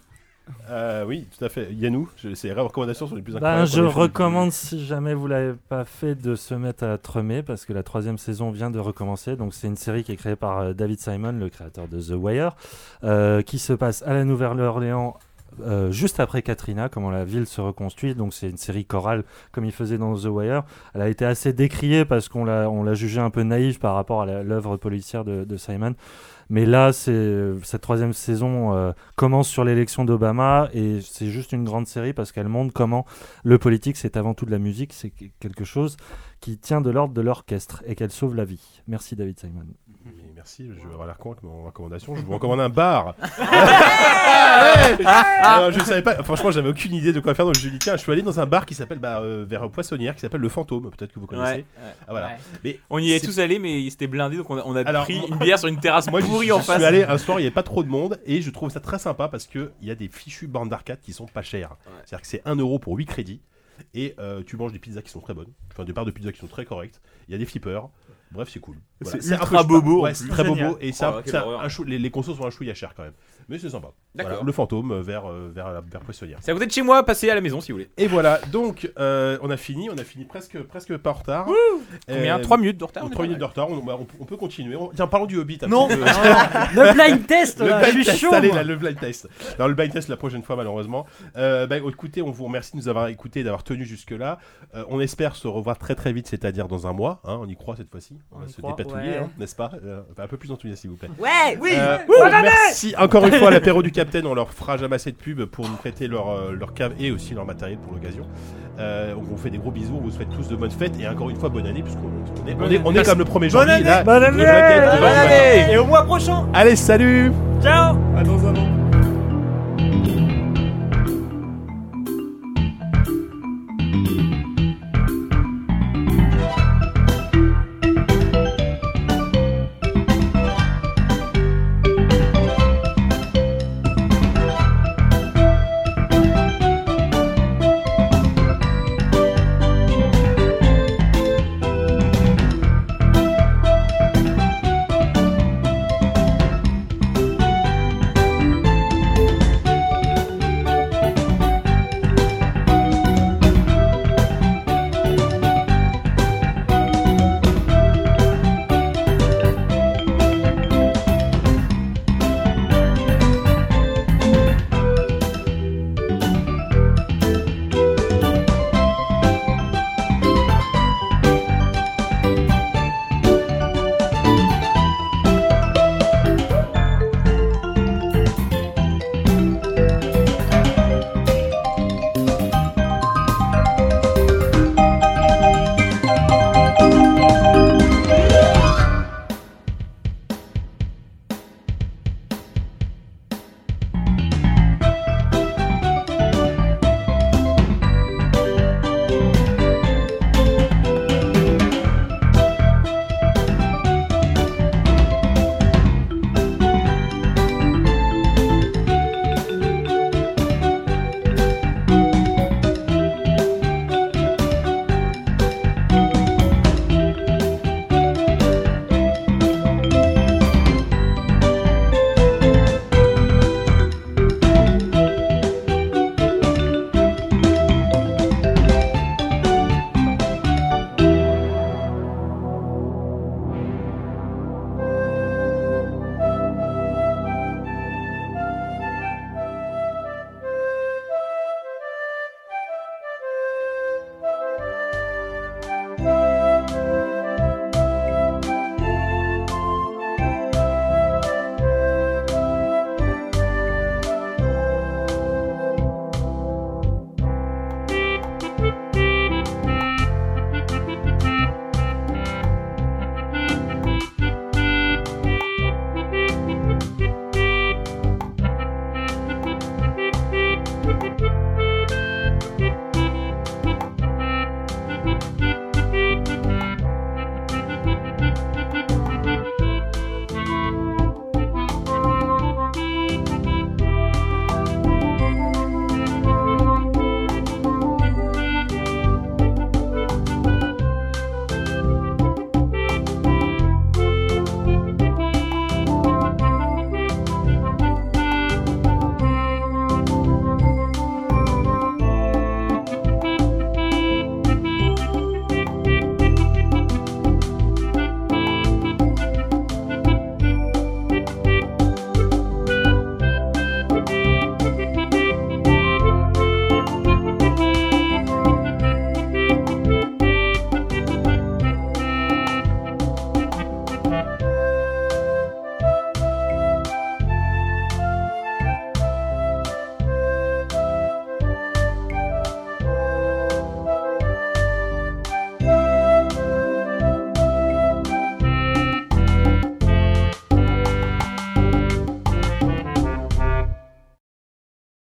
[SPEAKER 2] Euh, oui, tout à fait. Yannou, je- c'est les recommandations sont les plus
[SPEAKER 6] Ben,
[SPEAKER 2] incroyables.
[SPEAKER 6] je recommande, si jamais vous l'avez pas fait, de se mettre à Tremé parce que la troisième saison vient de recommencer. Donc, c'est une série qui est créée par euh, David Simon, le créateur de The Wire, euh, qui se passe à la Nouvelle-Orléans. euh, juste après Katrina, comment la ville se reconstruit, donc c'est une série chorale comme il faisait dans The Wire. Elle a été assez décriée parce qu'on l'a on l'a jugée un peu naïve par rapport à la- l'œuvre policière de, de Simon. Mais là, c'est euh, cette troisième saison euh, commence sur l'élection d'Obama et c'est juste une grande série parce qu'elle montre comment le politique, c'est avant tout de la musique, c'est que- quelque chose qui tient de l'ordre de l'orchestre et qu'elle sauve la vie. Merci David Simon.
[SPEAKER 2] Mais merci, je vais avoir l'air con avec mon recommandation. Je vous recommande un bar.
[SPEAKER 12] Ouais
[SPEAKER 2] Alors, je savais pas, franchement, j'avais aucune idée de quoi faire, donc je dis tiens, je suis allé dans un bar qui s'appelle bah, euh, vers Poissonnière, qui s'appelle le Fantôme, peut-être que vous connaissez.
[SPEAKER 4] Ouais.
[SPEAKER 2] Ah, voilà.
[SPEAKER 4] Ouais.
[SPEAKER 2] Mais
[SPEAKER 4] on y est,
[SPEAKER 2] c'est-
[SPEAKER 4] tous allés, mais ils s'étaient blindés, donc on a, on a
[SPEAKER 2] Alors,
[SPEAKER 4] pris une bière sur une terrasse
[SPEAKER 2] Moi, je-
[SPEAKER 4] pourrie
[SPEAKER 2] je,
[SPEAKER 4] en face.
[SPEAKER 2] suis allé un soir, il n'y avait pas trop de monde et je trouve ça très sympa parce qu'il y a des fichues bornes d'arcade qui sont pas chères. C'est-à-dire que c'est 1 euro pour 8 crédits et euh, tu manges des pizzas qui sont très bonnes, enfin des parts de pizzas qui sont très correctes. Il y a des flippers. Bref, c'est cool.
[SPEAKER 4] C'est
[SPEAKER 2] un
[SPEAKER 4] ultra
[SPEAKER 2] peu-
[SPEAKER 4] bobo, en
[SPEAKER 2] Ouais, c'est
[SPEAKER 4] plus.
[SPEAKER 2] très
[SPEAKER 4] Génial.
[SPEAKER 2] bobo. Et ça,
[SPEAKER 4] Oh, quelle
[SPEAKER 2] ça-
[SPEAKER 4] horreur.
[SPEAKER 2] un chou- les, les consos sont un chouïa cher quand même. Mais c'est sympa.
[SPEAKER 4] D'accord.
[SPEAKER 2] Voilà, le fantôme euh, vers, euh, vers, la- vers Poissonnière.
[SPEAKER 4] C'est à côté de chez moi, passez à la maison si vous voulez.
[SPEAKER 2] Et voilà, donc euh, on a fini, on a fini presque, presque pas en retard. Euh,
[SPEAKER 4] Combien Trois minutes de retard, on est
[SPEAKER 2] 3
[SPEAKER 4] pas
[SPEAKER 2] minutes de retard, on, bah, on- on peut continuer. On- Tiens, parlons du Hobbit. un
[SPEAKER 4] Non.
[SPEAKER 2] petit peu.
[SPEAKER 9] Le blind test,
[SPEAKER 2] Le
[SPEAKER 9] là,
[SPEAKER 2] blind
[SPEAKER 9] je suis
[SPEAKER 2] test,
[SPEAKER 9] chaud,
[SPEAKER 2] allez,
[SPEAKER 9] moi.
[SPEAKER 2] là, le blind test. Non, le blind test la prochaine fois, malheureusement. Euh, bah, écoutez, on vous remercie de nous avoir écoutés, d'avoir tenu jusque-là. Euh, on espère se revoir très très vite, c'est-à-dire dans un mois. hein, on y croit cette fois-ci. On,
[SPEAKER 3] On
[SPEAKER 2] va
[SPEAKER 3] y
[SPEAKER 2] se
[SPEAKER 3] croit.
[SPEAKER 2] enthousiasmé,
[SPEAKER 7] Ouais.
[SPEAKER 2] hein, n'est-ce pas Euh, enfin, Un peu plus enthousiasmé, s'il vous plaît.
[SPEAKER 7] Ouais, oui,
[SPEAKER 2] Ouh,
[SPEAKER 7] bonne
[SPEAKER 2] Merci
[SPEAKER 7] année
[SPEAKER 2] encore une fois à l'apéro du Capitaine. On leur fera jamais assez de pub pour nous prêter leur, euh, leur cave et aussi leur matériel pour l'occasion. Euh, on vous fait des gros bisous. On vous souhaite tous de bonnes fêtes et encore une fois, bonne année, puisqu'on on est, on est, on est
[SPEAKER 5] Bonne
[SPEAKER 2] comme le
[SPEAKER 5] année.
[SPEAKER 2] 1er
[SPEAKER 5] Bonne
[SPEAKER 2] janvier.
[SPEAKER 5] année.
[SPEAKER 2] là,
[SPEAKER 5] Bonne
[SPEAKER 2] il devrait
[SPEAKER 5] année.
[SPEAKER 2] bien être le
[SPEAKER 5] Bonne
[SPEAKER 2] 25.
[SPEAKER 5] année. Et au mois prochain.
[SPEAKER 2] Allez, salut
[SPEAKER 3] Ciao